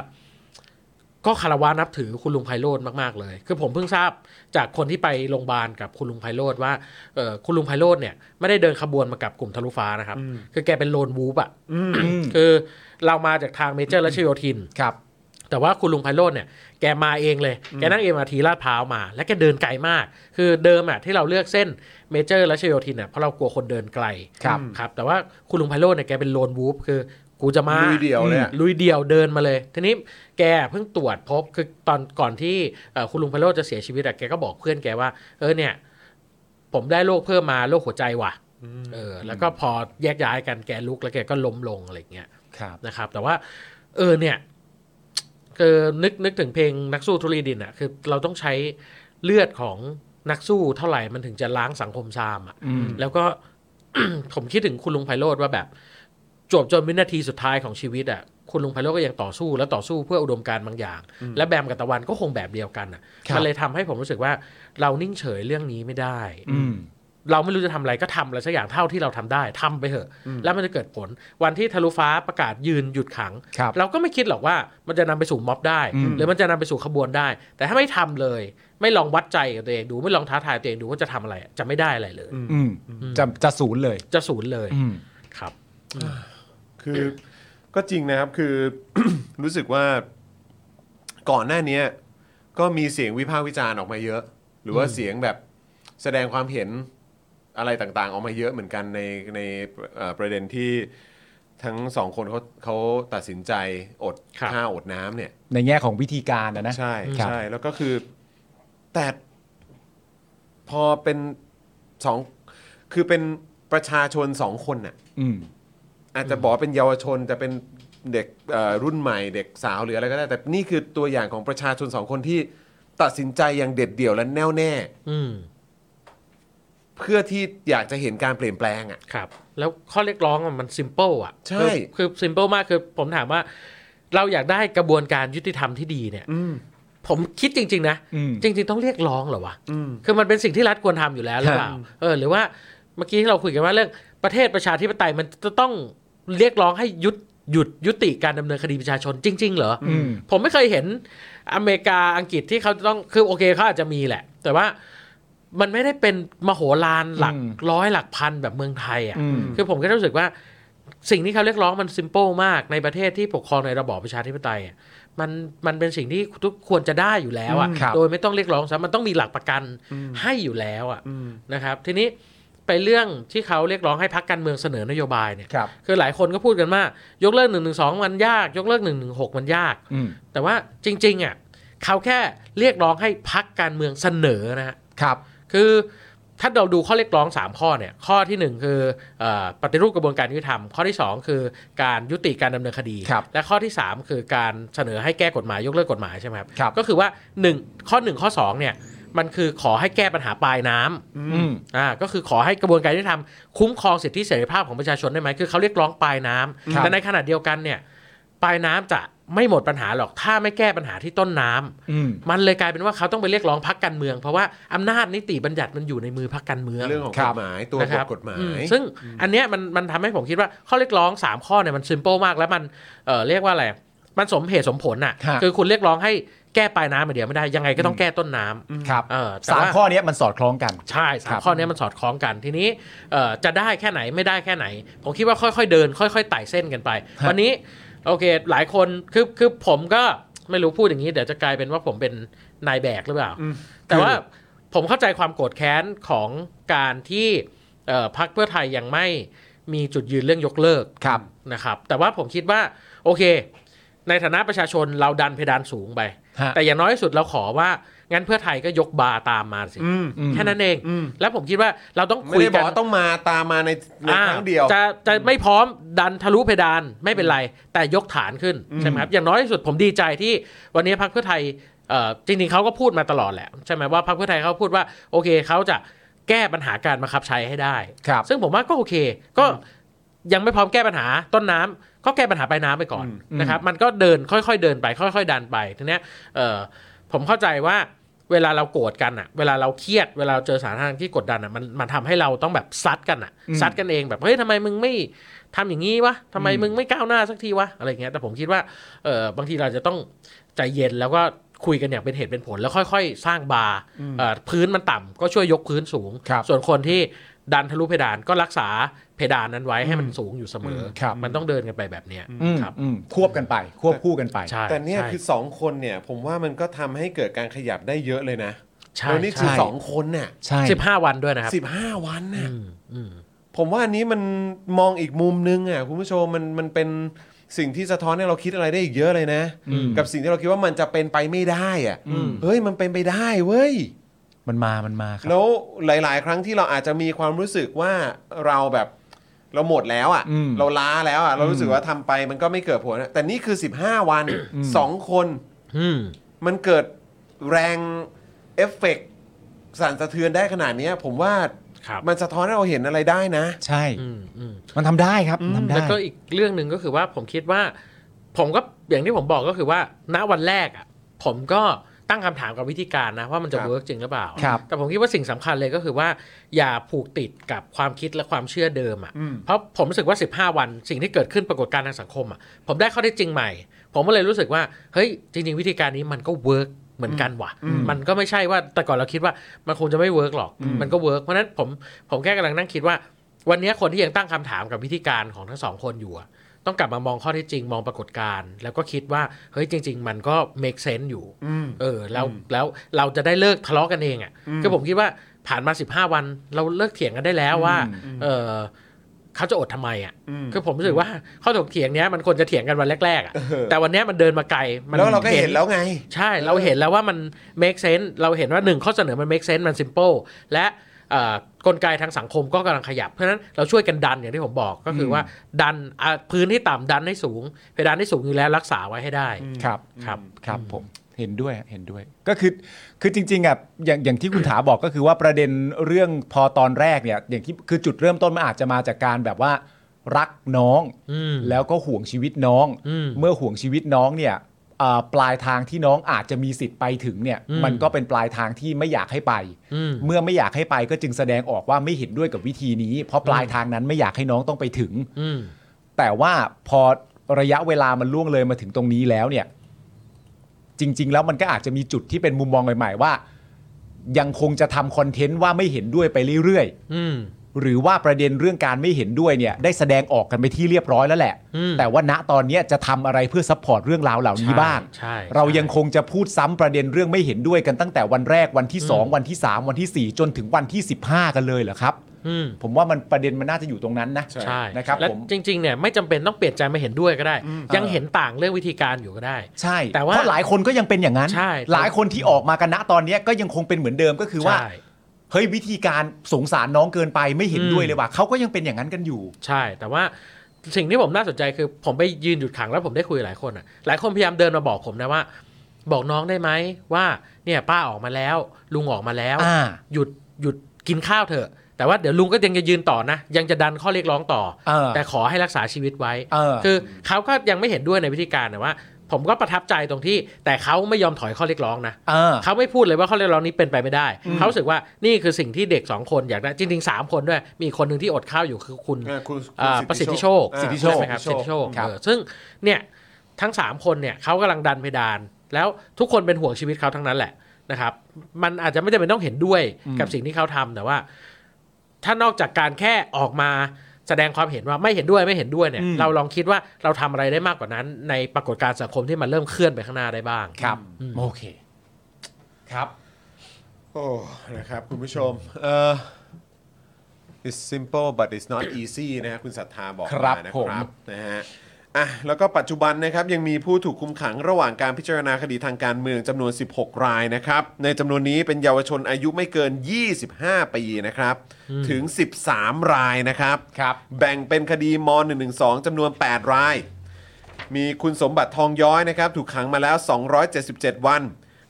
S3: ก็คารวะนับถือคุณลุงไพโรธมากๆเลย คือผมเพิ่งทราบจากคนที่ไปโรงพยาบาลกับคุณลุงไพโรธว่าเออคุณลุงไพโรธเนี่ยไม่ได้เดินขบวนมากับกลุ่มทะลุฟ้านะครับ คือแกเป็นโลนวูฟอะคือเรามาจากทางเมเจอร์และชโยธิน
S2: ครับ
S3: แต่ว่าคุณลุงไพโรจน์เนี่ยแกมาเองเลย แกนั่งเอ็มอาทีลาดพร้าวมา และแกเดินไกลมาก คือเดิมอะที่เราเลือกเส้นเมเจอร์และชโยธินเนี่ยเพราะเรากลัวคนเดินไกล
S2: ครับ
S3: ครับ แต่ว่าคุณลุงไพโรจน์เนี่ยแกเป็นโลนวูฟคือกูจะมา
S1: ลุยเดี่ยวเลยอะ
S3: ลุยเดี่ยวเดินมาเลย ทีนี้แกเพิ่งตรวจพบคือตอนก่อนที่เอ่อคุณลุงไพโรจน์จะเสียชีวิตอะแกก็บอกเพื่อนแกว่า เออเนี่ย ผมได้โรคเพิ่มมาโรคหัวใจว่ะเออ แล้วก็พอแยกย้ายกันแกลุกแล้วแกก็ล้มลงอะไรอย่างเงี้ย
S2: ครับ
S3: นะครับแต่ว่าเออเนี่ยคือนึกนึกถึงเพลงนักสู้ทุลีดินอะคือเราต้องใช้เลือดของนักสู้เท่าไหร่มันถึงจะล้างสังคมซามอะ
S2: อืม
S3: แล้วก็ ผมคิดถึงคุณลุงไพโรธว่าแบบจวบจนวินาทีสุดท้ายของชีวิตอะคุณลุงไพโรธก็ยังต่อสู้และต่อสู้เพื่ออุดมการณ์บางอย่าง และแบมกับตะวันก็คงแบบเดียวกันอะ
S2: ครับ
S3: มันเลยทำให้ผมรู้สึกว่าเรานิ่งเฉยเรื่องนี้ไม่ได้
S2: อืม
S3: เราไม่รู้จะทำอะไรก็ทำอะไรสักอย่างเท่าที่เราทำได้ทำไปเถอะ แล้วมันจะเกิดผลวันที่ทะลุฟ้าประกาศยืนหยุดขัง
S2: ครับ
S3: เราก็ไม่คิดหรอกว่ามันจะนำไปสู่ม็อบได้
S2: อืม
S3: หรือมันจะนำไปสู่ขบวนได้ แต่ถ้าไม่ทำเลย ไม่ลองวัดใจกับตัวเองดูไม่ลองท้าทายตัวเองดูว่าจะทำอะไร จะไม่ได้อะไรเลย
S2: อืมจะจะศูนย์เลย
S3: จะศูนย์เลย
S2: อืม
S3: ครับ
S1: คือก็จริงนะครับคือ รู้สึกว่าก่อนหน้าเนี้ยก็มีเสียงวิพากษ์วิจารณ์ออกมาเยอะ หรือว่าเสียงแบบแสดงความเห็นอะไรต่างๆ ออกมาเยอะเหมือนกันในในเอ่อประเด็นที่ทั้งสองคนเขาเขาตัดสินใจอด
S3: ครับ
S1: ข้าวอดน้ำเนี่ย
S2: ในแง่ของวิธีการนะนะ
S1: ใช่
S2: ครับ
S1: ใช่แล้วก็คือแต่พอเป็นสองคือเป็นประชาชนสองคนน่ะ
S2: อืม
S1: อาจจะบอกว่าเป็นเยาวชนแต่เป็นเด็กเอ่อรุ่นใหม่ เด็กสาวหรืออะไรก็ได้ แต่นี่คือตัวอย่างของประชาชนสองคนที่ตัดสินใจอย่างเด็ดเดี่ยวและแน่วแน่
S3: อืม
S1: เพื่อที่อยากจะเห็นการเปลี่ยนแปลงอ่ะ
S3: ครับ แล้วข้อเรียกร้องอะมันซิมเปิลอ่ะ
S1: ใช่
S3: คือคือซิมเปิลมากคือผมถามว่า เราอยากได้กระบวนการยุติธรรมที่ดีเนี่ย ผมคิดจริง ๆ นะ
S2: อืม
S3: จริง ๆ ต้องเรียกร้องเหรอวะ คือมันเป็นสิ่งที่รัฐควรทำอยู่แล้วหรือเปล่า เออ หรือว่าเมื่อกี้ที่เราคุยกันว่าเรื่องประเทศประชาธิปไตยมันจะต้องเรียกร้องให้ยุดหยุดยุติการดำเนินคดีประชาชนจริง ๆ เหรออ
S2: ม
S3: ผมไม่เคยเห็นอเมริกาอังกฤษที่เขาจะต้องคือโอเคเขาอาจจะมีแหละ แต่ว่ามันไม่ได้เป็นมโหฬารหลัก
S2: อืม
S3: ร้อยหลักพันแบบเมืองไทยอ่ะ
S2: อืม
S3: คือผมก็รู้สึกว่าสิ่งที่เขาเรียกร้องมันซิมเ l ิลมากในประเทศที่ปกครองในระบอบประชาธิปไตยอะมันมันเป็นสิ่งที่ทุกควรจะได้อยู่แล้ว
S2: อื
S3: อะ
S2: มครับ
S3: โดยไม่ต้องเรียกร้องซะมันต้องมีหลักประกันให้อยู่แล้วอะนะครับ ทีนี้ไปเรื่องที่เขาเรียกร้องให้พักการเมืองเสนอนโยบายเนี่ย
S2: ครับ
S3: คือหลายคนก็พูดกันว่ายกเลิก1นึมันยาก ยกเลิก1นึมันยาก
S2: อืม
S3: แต่ว่าจริงๆอะเขาแค่เรียกร้องให้พักการเมืองเสนอนะฮะ
S2: ครับ
S3: คือถ้าเราดูข้อเรียกร้อง 3 ข้อเนี่ยข้อทีหนึ่1 คือเออปฏิรูปกระบวนการยุติธรรม ข้อที่ 2 คือการยุติการดำเนินคดี
S2: ครับ
S3: และข้อที่ 3 คือการเสนอให้แก้กฎหมายยกเลิกกฎหมายใช่ไหมครับ
S2: ครับ
S3: ก็คือว่า 1 ข้อ 1 ข้อ 2เนี่ยมันคือขอให้แก้ปัญหาปลายน้ำ
S2: อืม
S3: อ่าก็คือขอให้กระบวนการยุติธรรมคุ้มครองสิทธิเสรีภาพของประชาชนได้ไหมคือเขาเรียกร้องปลายน้ำ
S2: ครับ
S3: แต่ในขณะเดียวกันเนี่ยปลายน้ำจะไม่หมดปัญหาหรอกถ้าไม่แก้ปัญหาที่ต้นน้ำ
S2: อืม
S3: มันเลยกลายเป็นว่าเขาต้องไปเรียกร้องพักการเมือง เพราะว่าอำนาจนิติบัญญัติมันอยู่ในมือพักการเมือง
S1: เรื่องของก
S2: ครั
S1: ฎ
S2: บ
S1: หมายตัว
S3: นะ
S1: บ
S3: ค
S1: ท
S3: รับ
S1: กฎหมา
S3: อื
S1: ย
S3: ซึ่งอันเนี้ยมันมันทำให้ผมคิดว่าข้อเรียกร้อง 3 ข้อเนี่ยมันซิมเปิลมากแล้วมันเออเรียกว่าอะไรมันสมเหตุสมผลน่ะ
S2: ฮะ
S3: คือคุณเรียกร้องให้แก้ปลายน้ำอย่างเดียวไม่ได้ยังไงก็ต้องแก้ต้นน้ำ
S2: ครับ
S3: เออแต่
S2: สาม
S3: ว่า
S2: ข้อเนี้ยมันสอดคล้องกัน
S3: ใช่สา
S2: ครั
S3: ม
S2: บ
S3: ข้อเนี้ยมันสอดคล้องกันทีนี้เอ่อจะได้แค่ไหนไม่ได้แค่ไหน ผมคิดว่าค่อยๆเดิน ค่อยๆไต่เส้นกันไป วันนี้โอเคหลายคนคือคือผมก็ไม่รู้พูดอย่างนี้เดี๋ยวจะกลายเป็นว่าผมเป็นนายแบกหรือเปล่า แต่ว่าผมเข้าใจความโกรธแค้นของการที่เอ่อพรรคเพื่อไทยยังไม่มีจุดยืนเรื่องยกเลิก
S2: ครับ
S3: นะครับ แต่ว่าผมคิดว่าโอเค ในฐานะประชาชนเราดันเพดานสูงไป
S2: ฮะ
S3: แต่อย่างน้อยที่สุดเราขอว่างั้นเพื่อไทยก็ยกบาร์ตามมาสิ
S1: อืม
S3: แค่นั้นเอง
S1: อืม
S3: แล้วผมคิดว่าเราต้อง
S1: ไม่
S3: คุย
S1: ได้บอ
S3: กั
S1: ก
S3: น
S1: ว่าต้องมาตามมาในใน
S3: อ่า
S1: ครั้งเดียว
S3: จะจะไม่พร้อมดันทะลุเพดานไม่เป็นไร แต่ยกฐานขึ้นใช่ไหมครับอย่างน้อยที่สุดผมดีใจที่วันนี้พรรคเพื่อไทยเอ่อจริงๆเขาก็พูดมาตลอดแหละใช่ไหมว่าพรรคเพื่อไทยเขาพูดว่าโอเคเขาจะแก้ปัญหาการบังคับใช้ให้ได้
S2: ครับ
S3: ซึ่งผมว่าก็โอเค ก็ยังไม่พร้อมแก้ปัญหาต้นน้ำก็แก้ปัญหาปลายน้ำไปก่อน
S2: อืม
S3: นะครับ มันก็เดินค่อยๆเดินไป ค่อย ๆ ดันไปทีเนี้ยเอ่อผมเข้าใจว่าเวลาเราโกรธกันอะเวลาเราเครียดเวลาเราเจอสถานการณ์ที่กดดันอะมันมันทำให้เราต้องแบบซัดกันอะซัดกันเองแบบเฮ้ยทำไมมึงไม่ทำอย่างนี้วะทำไมมึงไม่ก้าวหน้าสักทีวะอะไรอย่างเงี้ยแต่ผมคิดว่าเออบางทีเราจะต้องใจเย็นแล้วก็คุยกันอย่างเป็นเหตุเป็นผล แล้วค่อย ๆ สร้างบาร์เอ่อพื้นมันต่ำก็ช่วยยกพื้นสูง
S2: ครับ
S3: ส่วนคนที่ดันทะลุเพดานก็รักษาเพดานนั้นไว้ให้มันสูงอยู่เสมอ
S2: ครับ
S3: มันต้องเดินกันไปแบบเนี้ย
S2: อืม
S3: ครับ
S2: อืมควบกันไป ควบคู่กันไป
S3: ใช่
S1: แต่เนี่ย
S3: ใช่
S1: คือ 2 คนเนี่ย ผมว่ามันก็ทำให้เกิดการขยับได้เยอะเลยนะ
S3: ใช่
S1: แล้วนี่คือ
S3: ใช่
S1: 2 คนน่ะ
S2: ใช่
S3: สิบห้าวันด้วยนะครับ
S1: สิบห้าวันน่ะ
S3: อืมอืม
S1: ผมว่าอันนี้มันมองอีกมุมนึงอ่ะคุณผู้ชมมันมันเป็นสิ่งที่สะท้อนให้เราคิดอะไรได้อีกเยอะเลยนะ กับสิ่งที่เราคิดว่ามันจะเป็นไปไม่ได้อ่ะเฮ้ยมันเป็นไปได้เว้ย
S2: มันมามันมาครับ
S1: แล้วหลาย ๆ ครั้งที่เราอาจจะมีความรู้สึกว่าเราแบบเราหมดแล้ว
S2: อืม
S1: อะ่ะ เราล้าแล้วอะ่ะ เรารู้สึกว่าทำไปมันก็ไม่เกิดผลนะแต่นี่คือ 15 วันสองคน
S3: อืม
S1: มันเกิดแรงเอฟเฟกต์สั่นสะเทือนได้ขนาดเนี้ย ผมว่า
S3: ครับ
S1: มันสะท้อนให้เราเห็นอะไรได้นะ
S2: ใช่
S3: อืมอืม
S2: มันทำได้ครับทำได้
S3: แล้วก็อีกเรื่องหนึ่งก็คือว่าผมคิดว่า ผมก็อย่างที่ผมบอกก็คือว่า ณวันแรกอ่ะผมก็ตั้งคำถามกับวิธีการนะว่ามันจะ
S1: ครับ
S3: เวิร์กจริงหรือเปล่า
S2: ครับ
S3: แต่ผมคิดว่าสิ่งสำคัญเลยก็คือว่า อย่าผูกติดกับความคิดและความเชื่อเดิมอ่ะ เพราะผมรู้สึกว่า 15 วันสิ่งที่เกิดขึ้นปรากฏการณ์ทางสังคมอ่ะผมได้ข้อเท็จจริงใหม่ ผมก็เลยรู้สึกว่า เฮ้ย จริง ๆ วิธีการนี้มันก็เวิร์กเหมือนกันว่ะ มันก็ไม่ใช่ว่าแต่ก่อนเราคิดว่ามันคงจะไม่เวิร์กหรอก มันก็เวิร์กเพราะฉะนั้นผมผมแค่กำลังนั่งคิดว่า วันนี้คนที่ยังตั้งคำถามกับวิธีการของทั้งสองคนอยู่อะต้องกลับมามองข้อเท็จจริงมองปรากฏการณ์แล้วก็คิดว่าเฮ้ยจริง ๆ มันก็ make sense อยู่ เออแล้วแล้วเราจะได้เลิกทะเลาะกันเองอะ่ะคือผมคิดว่าผ่านมา 15 วันเราเลิกเถียงกันได้แล้วว่าเออเขาจะอดทำไมอะ่ะคือผมรู้สึกว่าข้อถกเถียงเนี้ยมันควรจะเถียงกันวันแรกๆอะ
S1: เออ
S3: แต่วันเนี้ยมันเดินมาไกลมั
S1: แล้วเราก็เห็นแล้วไง
S3: ใช่ เราเห็นแล้วว่ามัน make sense เราเห็นว่าหนึ่งข้อเสนอมัน make sense มัน simple และเอ่อกลไกทางสังคมก็กำลังขยับ เพราะฉะนั้นเราช่วยกันดันอย่างที่ผมบอกก็คือว่าดันอ่ะพื้นที่ต่ำดันให้สูงเพดานให้สูงอยู่แล้วรักษาไว้ให้ได้
S2: ครับ
S3: ครับ
S2: ครับผมเห็นด้วยเห็นด้วย ก็คือคือจริงๆอ่ะอย่างอย่างที่คุณถาบอกก็คือว่าประเด็นเรื่องพอตอนแรกเนี่ยอย่างที่คือจุดเริ่มต้นมันอาจจะมาจากการแบบว่ารักน้อง
S3: อืม
S2: แล้วก็ห่วงชีวิตน้อง
S3: อืม
S2: เมื่อห่วงชีวิตน้องเนี่ยอ่าปลายทางที่น้องอาจจะมีสิทธิ์ไปถึงเนี่ย
S3: อืม
S2: มันก็เป็นปลายทางที่ไม่อยากให้ไป
S3: อืม
S2: เมื่อไม่อยากให้ไปก็จึงแสดงออกว่าไม่เห็นด้วยกับวิธีนี้ เพราะปลายทางนั้นไม่อยากให้น้องต้องไปถึง
S3: อืม
S2: แต่ว่าพอระยะเวลามันล่วงเลยมาถึงตรงนี้แล้วเนี่ย จริง ๆ แล้วมันก็อาจจะมีจุดที่เป็นมุมมองใหม่ๆว่า ยังคงจะทำคอนเทนต์ว่าไม่เห็นด้วยไปเรื่อย
S3: อืม
S2: ๆ หรือว่าประเด็นเรื่องการไม่เห็นด้วยเนี่ย ได้แสดงออกกันไปที่เรียบร้อยแล้วแหละ
S3: อืม
S2: แต่ว่าณตอนเนี้ยจะทำอะไรเพื่อซัพพอร์ตเรื่องราวเหล่านี้บ้าง
S3: ใช่ใช่
S2: เรายังคงจะพูดซ้ำประเด็นเรื่องไม่เห็นด้วยกันตั้งแต่วันแรกวันที่สองวันที่สามวันที่สี่จนถึงวันที่สิบห้ากันเลยเหรอครับ
S3: อืม
S2: ผมว่ามันประเด็นมันน่าจะอยู่ตรงนั้นนะ
S3: ใช่
S2: นะครับ
S3: และ
S2: ผม
S3: จริงๆเนี่ยไม่จำเป็นต้องเปลี่ยนใจมาเห็นด้วยก็ได้ ยังเห็นต่างเรื่องวิธีการอยู่ก็ได้
S2: ใช่
S3: แต่ว่า
S2: เพราะหลายคนก็ยังเป็นอย่างนั้น
S3: ใช่
S2: หลายคนที่ออกมากันณตอนเนี้ยก็ยังคงเป็นเหมือนเดิมก็คือว่า
S3: ใช่
S2: เฮ้ยวิธีการสงสารน้องเกินไปไม่เห็น
S3: อืม
S2: ด้วยเลยว่ะเขาก็ยังเป็นอย่างนั้นกันอยู่
S3: ใช่ แต่ว่าสิ่งที่ผมน่าสนใจคือ ผมไปยืนหยุดขังแล้วผมได้คุยกับหลายคนอ่ะ หลายคนพยายามเดินมาบอกผมนะว่า บอกน้องได้ไหมว่าเนี่ยป้าออกมาแล้ว ลุงออกมาแล้ว
S2: อ่า
S3: หยุดหยุดกินข้าวเถอะ แต่ว่าเดี๋ยวลุงก็ยังจะยืนต่อนะ ยังจะดันข้อเรียกร้องต่อ
S2: เออ
S3: แต่ขอให้รักษาชีวิตไว้
S2: เออ
S3: คือเขาก็ยังไม่เห็นด้วยในวิธีการแต่ว่า ผมก็ประทับใจตรงที่ แต่เขาไม่ยอมถอยข้อเรียกร้องนะ
S2: เออ
S3: เขาไม่พูดเลยว่าข้อเรียกร้องนี้เป็นไปไม่ได้ เขารู้สึกว่านี่คือสิ่งที่เด็ก 2 คนอยากได้ จริงๆ 3 คนด้วย มีคนหนึ่งที่อดข้าวอยู่คือคุณ
S1: อ่าคุณคุณ
S3: อ่าประสิทธิโชค
S1: อ่า
S2: สิทธิโชค
S3: ใไหมครับสิทธิโชค
S2: ครับ
S3: เออซึ่งเนี่ยทั้ง 3 คนเนี่ยเขากำลังดันเพดาน แล้วทุกคนเป็นห่วงชีวิตเขาทั้งนั้นแหละนะครับ มันอาจจะไม่จำเป็นต้องเห็นด้วยกับสิ่งที่เขาทำแต่ว่า ถ้านอกจากการแค่ออกมาแสดงความเห็นว่าไม่เห็นด้วยไม่เห็นด้วยเนี่ย เราลองคิดว่าเราทำอะไรได้มากกว่านั้น ในปรากฏการณ์สังคมที่มันเริ่มเคลื่อนไปข้างหน้าได้บ้าง
S2: ครับ
S3: อืม
S2: โอเค ครับ
S1: โอ้นะครับคุณผู้ชมเออ it's simple but it's not easy นะฮะคุณศรัทธาบอก
S2: ครับ
S1: มานะ
S2: ผม
S1: ครับนะฮะ อ่ะแล้วก็ปัจจุบันนะครับยังมีผู้ถูกคุมขังระหว่างการพิจารณาคดีทางการเมืองจำนวน 16 รายนะครับ ในจำนวนนี้เป็นเยาวชนอายุไม่เกิน 25 ปีนะครับ ถึง 13 รายนะครับ
S2: ครับ
S1: แบ่งเป็นคดีม .112 จำนวน 8 ราย มีคุณสมบัติทองย้อยนะครับ ถูกขังมาแล้ว 277 วัน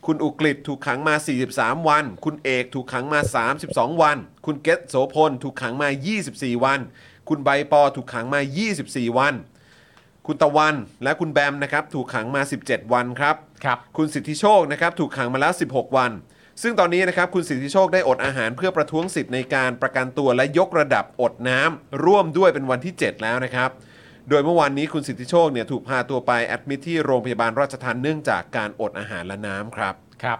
S1: คุณอุกฤษถูกขังมา 43 วัน คุณเอกถูกขังมา 32 วัน คุณเกตโสพลถูกขังมา 24 วัน คุณใบปอถูกขังมา 24 วัน คุณตะวันและคุณแบมนะครับถูกขังมา 17 วันครับ
S2: ครับ
S1: คุณสิทธิโชคนะครับถูกขังมาแล้ว 16 วัน ซึ่งตอนนี้นะครับคุณสิทธิโชคได้อดอาหารเพื่อประท้วงสิทธิ์ในการประกันตัวและยกระดับอดน้ำร่วมด้วยเป็นวันที่ 7 แล้วนะครับ โดยเมื่อวานนี้คุณสิทธิโชคเนี่ยถูกพาตัวไปแอดมิทที่โรงพยาบาลราชทันเนื่องจากการอดอาหารและน้ำครับ
S2: ครับ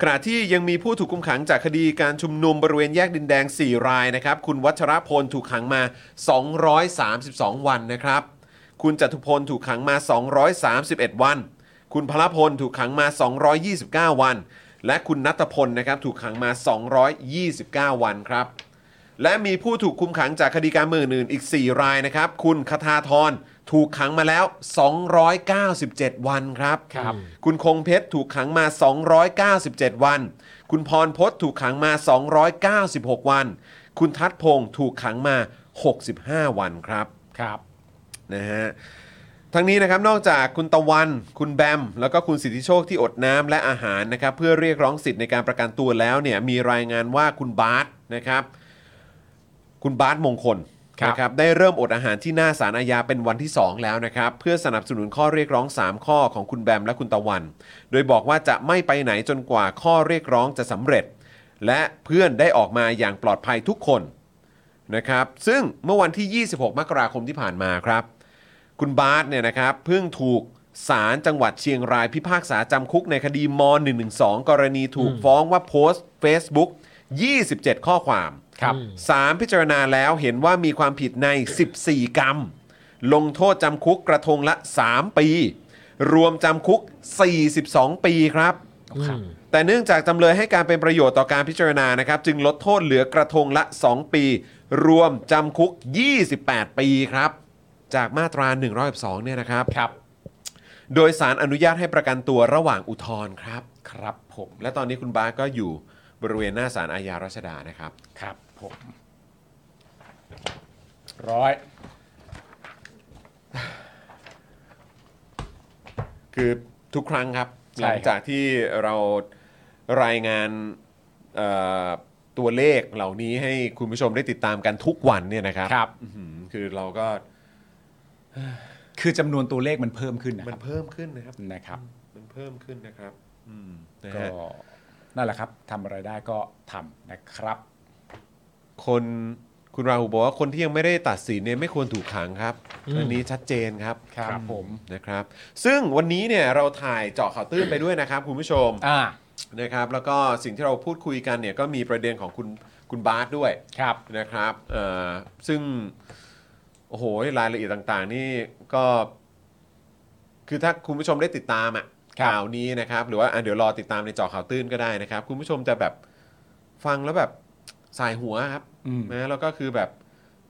S1: ขณะที่ยังมีผู้ถูกคุมขังจากคดีการชุมนุมบริเวณแยกดินแดง 4 รายนะครับ คุณวัชรพลถูกขังมา 232 วันนะครับ คุณจตุพลถูกขังมา 231 วัน คุณพลพลถูกขังมา 229 วัน และคุณนัทพลนะครับถูกขังมา 229 วันครับ และมีผู้ถูกคุมขังจากคดีการเมืองอื่นอีก 4 รายนะครับ คุณคทาธรถูกขังมาแล้ว 297 วันครับ
S2: ครับ
S1: คุณคงเพชรถูกขังมา 297 วัน คุณพรพศถูกขังมา 296 วัน คุณทัดพงศ์ถูกขังมา 65 วันครับ
S2: ครับ
S1: นะฮะทั้งนี้นะครับนอกจากคุณตะวัน คุณแบม แล้วก็คุณสิทธิโชคที่อดน้ำและอาหารนะครับเพื่อเรียกร้องสิทธิ์ในการประกันตัวแล้วเนี่ยมีรายงานว่าคุณบาสนะครับ คุณบาสมงคล
S2: ครับ
S1: นะครับได้เริ่มอดอาหารที่หน้าศาลอาญาเป็นวันที่ 2 แล้วนะครับ เพื่อสนับสนุนข้อเรียกร้อง 3 ข้อของคุณแบมและคุณตะวัน โดยบอกว่าจะไม่ไปไหนจนกว่าข้อเรียกร้องจะสำเร็จ และเพื่อนได้ออกมาอย่างปลอดภัยทุกคนนะครับ ซึ่งเมื่อวันที่ 26 มกราคมที่ผ่านมาครับ คุณบาสเนี่ยนะครับเพิ่งถูกศาลจังหวัดเชียงรายพิพากษาจำคุกในคดีม .112 กรณีถูกฟ้องว่าโพสต์ Facebook 27 ข้อความ
S2: ครับ
S1: สารพิจารณาแล้วเห็นว่ามีความผิดใน 14 กรรม ลงโทษจำคุกกระทงละ 3 ปี รวมจำคุก 42 ปีครับ แต่เนื่องจากจำเลยให้การเป็นประโยชน์ต่อการพิจารณานะครับ จึงลดโทษเหลือกระทงละ 2 ปี รวมจำคุก 28 ปีครับ จากมาตรา 112เนี่ยนะครับ
S2: ครับ
S1: โดยสารอนุญาตให้ประกันตัวระหว่างอุทธรณ์ครับ
S2: ครับผม
S1: และตอนนี้คุณบาสก็อยู่บริเวณหน้าศาลอาญารัชดานะครับ
S2: ครับผมร้อย
S1: คือทุกครั้งครับห
S2: ใช่ครับ
S1: ลังจากที่เรารายงานเอ่อตัวเลขเหล่านี้ให้คุณผู้ชมได้ติดตามกันทุกวันเนี่ยนะครับ
S2: ครับ
S1: อื้อหือคือเราก็
S2: คือจำนวนตัวเลขมันเพิ่มขึ้นนะค
S1: มั
S2: รั
S1: น
S2: บ
S1: เพิ่มขึ้นนะครับ
S2: นะครับ
S1: มันเพิ่มขึ้นนะครับอืมนะ
S2: ก็
S1: ฮะ
S2: นั่นแหละครับทำอะไรได้ก็ทำนะครับ
S1: คนคุณราหูบอกว่าคนที่ยังไม่ได้ตัดสินเนี่ยไม่ควรถูกขังครับอันนี้ชัดเจนครับ
S2: ครับผม
S1: นะครับ ซึ่งวันนี้เนี่ยเราถ่ายเจาะข่าวตื้นไปด้วยนะครับคุณผู้ชม
S2: อ่า
S1: นะครับแล้วก็สิ่งที่เราพูดคุยกันเนี่ยก็มีประเด็นของคุณคุณบาสด้วย
S2: ครับ
S1: นะครับเอ่อซึ่งโอ้โหรายละเอียดต่างๆ นี่ก็ คือถ้าคุณผู้ชมได้ติดตามอ่ะ
S2: ครับ
S1: ข่าวนี้นะครับ หรือว่าอ่ะเดี๋ยวรอติดตามในเจอข่าวตื้นก็ได้นะครับ คุณผู้ชมจะแบบฟังแล้วแบบสายหัวครับ
S2: อืม
S1: นะแล้วก็คือแบบ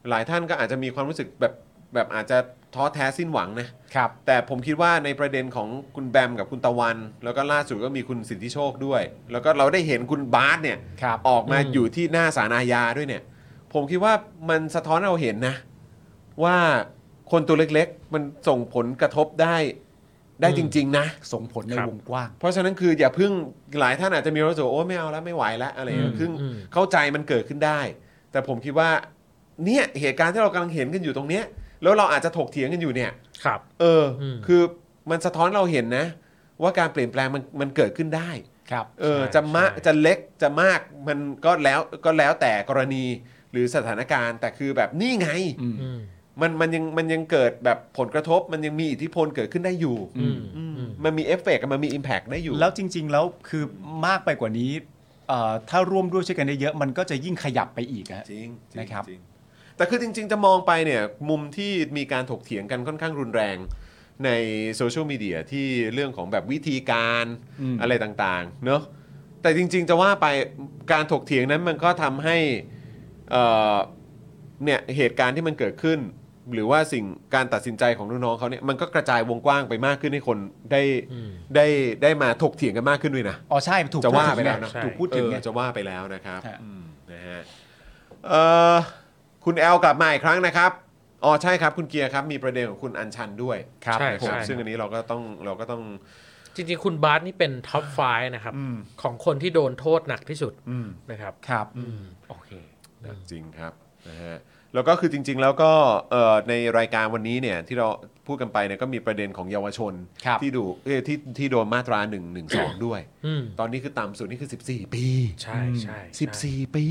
S1: หลายท่านก็อาจจะมีความรู้สึกแบบแบบอาจจะท้อแท้สิ้นหวังนะ
S2: ครับ
S1: แต่ผมคิดว่าในประเด็นของคุณแบมกับคุณตะวัน แล้วก็ล่าสุดก็มีคุณสิทธิโชคด้วย แล้วก็เราได้เห็นคุณบาสเนี่ย
S2: ครับ
S1: ออกมาอยู่ที่หน้าสารอาญาด้วยเนี่ย ผมคิดว่ามันสะท้อนให้เราเห็นนะ ว่าคนตัวเล็กๆ มันส่งผลกระทบได้ได้จริง ๆ นะ
S2: ส่งผลใน
S3: ครับ
S2: วงกว้าง
S1: เพราะฉะนั้นคืออย่าเพิ่งหลายท่านอาจจะมีความรู้สึกว่าโอ้ไม่เอาแล้วไม่ไหวแล้วอะไรอย่างเงี้ย
S2: อืม
S1: คือ
S3: อืม
S1: เข้าใจมันเกิดขึ้นได้ แต่ผมคิดว่าเนี่ยเหตุการณ์ที่เรากำลังเห็นกันอยู่ตรงเนี้ยแล้วเราอาจจะถกเถียงกันอยู่เนี่ย
S3: ครับ
S1: เอออ
S3: ม
S1: คือมันสะท้อนเราเห็นนะ ว่าการเปลี่ยนแปลงมันมันเกิดขึ้นได้
S2: ครับ
S1: เออ
S3: ใช่
S1: จะมะ
S3: ใช่
S1: จะเล็กจะมากมันก็แล้วก็แล้วแต่กรณีหรือสถานการณ์ แต่คือแบบนี่ไง
S2: อืม
S3: อืม
S1: มันมันยังมันยังเกิดแบบผลกระทบ มันยังมีอิทธิพลเกิดขึ้นได้อยู่
S2: อื
S3: อืม
S1: อืม
S3: อืม
S1: มันมีเอฟเฟกต์มันมีอิมแพกได้อยู่
S2: แล้วจริง ๆ แล้วคือมากไปกว่านี้เอ่อถ้าร่วมด้วยช่วยกันเยอะๆมันก็จะยิ่งขยับไปอีกนะฮะ
S1: จริงจง
S2: นะครับ
S1: จงแต่คือจริง ๆ จะมองไปเนี่ยมุมที่มีการถกเถียงกันค่อนข้างรุนแรงในโซเชียลมีเดียที่เรื่องของแบบวิธีการ
S2: อืม
S1: อะไรต่างๆเนอะแต่จริง ๆ จะว่าไปการถกเถียงนั้นมันก็ทำให้เอ่อเนี่ยเหตุการณ์ที่มันเกิดขึ้น หรือว่าสิ่งการตัดสินใจของน้องๆเขาเนี่ยมันก็กระจายวงกว้างไปมากขึ้นให้คนได้ได้ได้มาถกเถียงกันมากขึ้นด้วยนะ
S2: อ๋อใช่ถูก
S1: จะว่า
S2: พูด
S1: ไป
S2: ถึง
S1: แล้วนะ
S2: งถูกพูดถึงไง
S1: เออจะว่าไปแล้วนะครับ
S2: ฮะ
S1: อืมนะฮะเอ่อคุณแอลกลับมาอีกครั้งนะครับอ๋อใช่ครับคุณเกียร์ครับ มีประเด็นของคุณอัญชันด้วย
S3: ใช่
S1: นะ
S3: ใช่
S1: ซึ่งอันนี้เราก็ต้องเราก็ต้อง
S3: จริงๆ คุณบาสนี่เป็นท็อปไฟนะครับ
S1: อืม
S3: ของคนที่โดนโทษหนักที่สุด
S1: อืม
S3: นะครับ
S2: ครับ
S3: โอเค
S1: จริงครับนะฮะแล้วก็คือจริง ๆ แล้วก็เอ่อในรายการวันนี้เนี่ยที่เราพูดกันไปเนี่ยก็มีประเด็นของเยาวชน
S2: ครับ
S1: ที่ดูเอ้ยที่ที่โดนมาตรา1นึด้วย
S3: อืม
S1: ตอนนี้คือต่ำสุดนี่คือ 14 ปี
S3: ใช่ใช่ใช่
S1: 14 ปี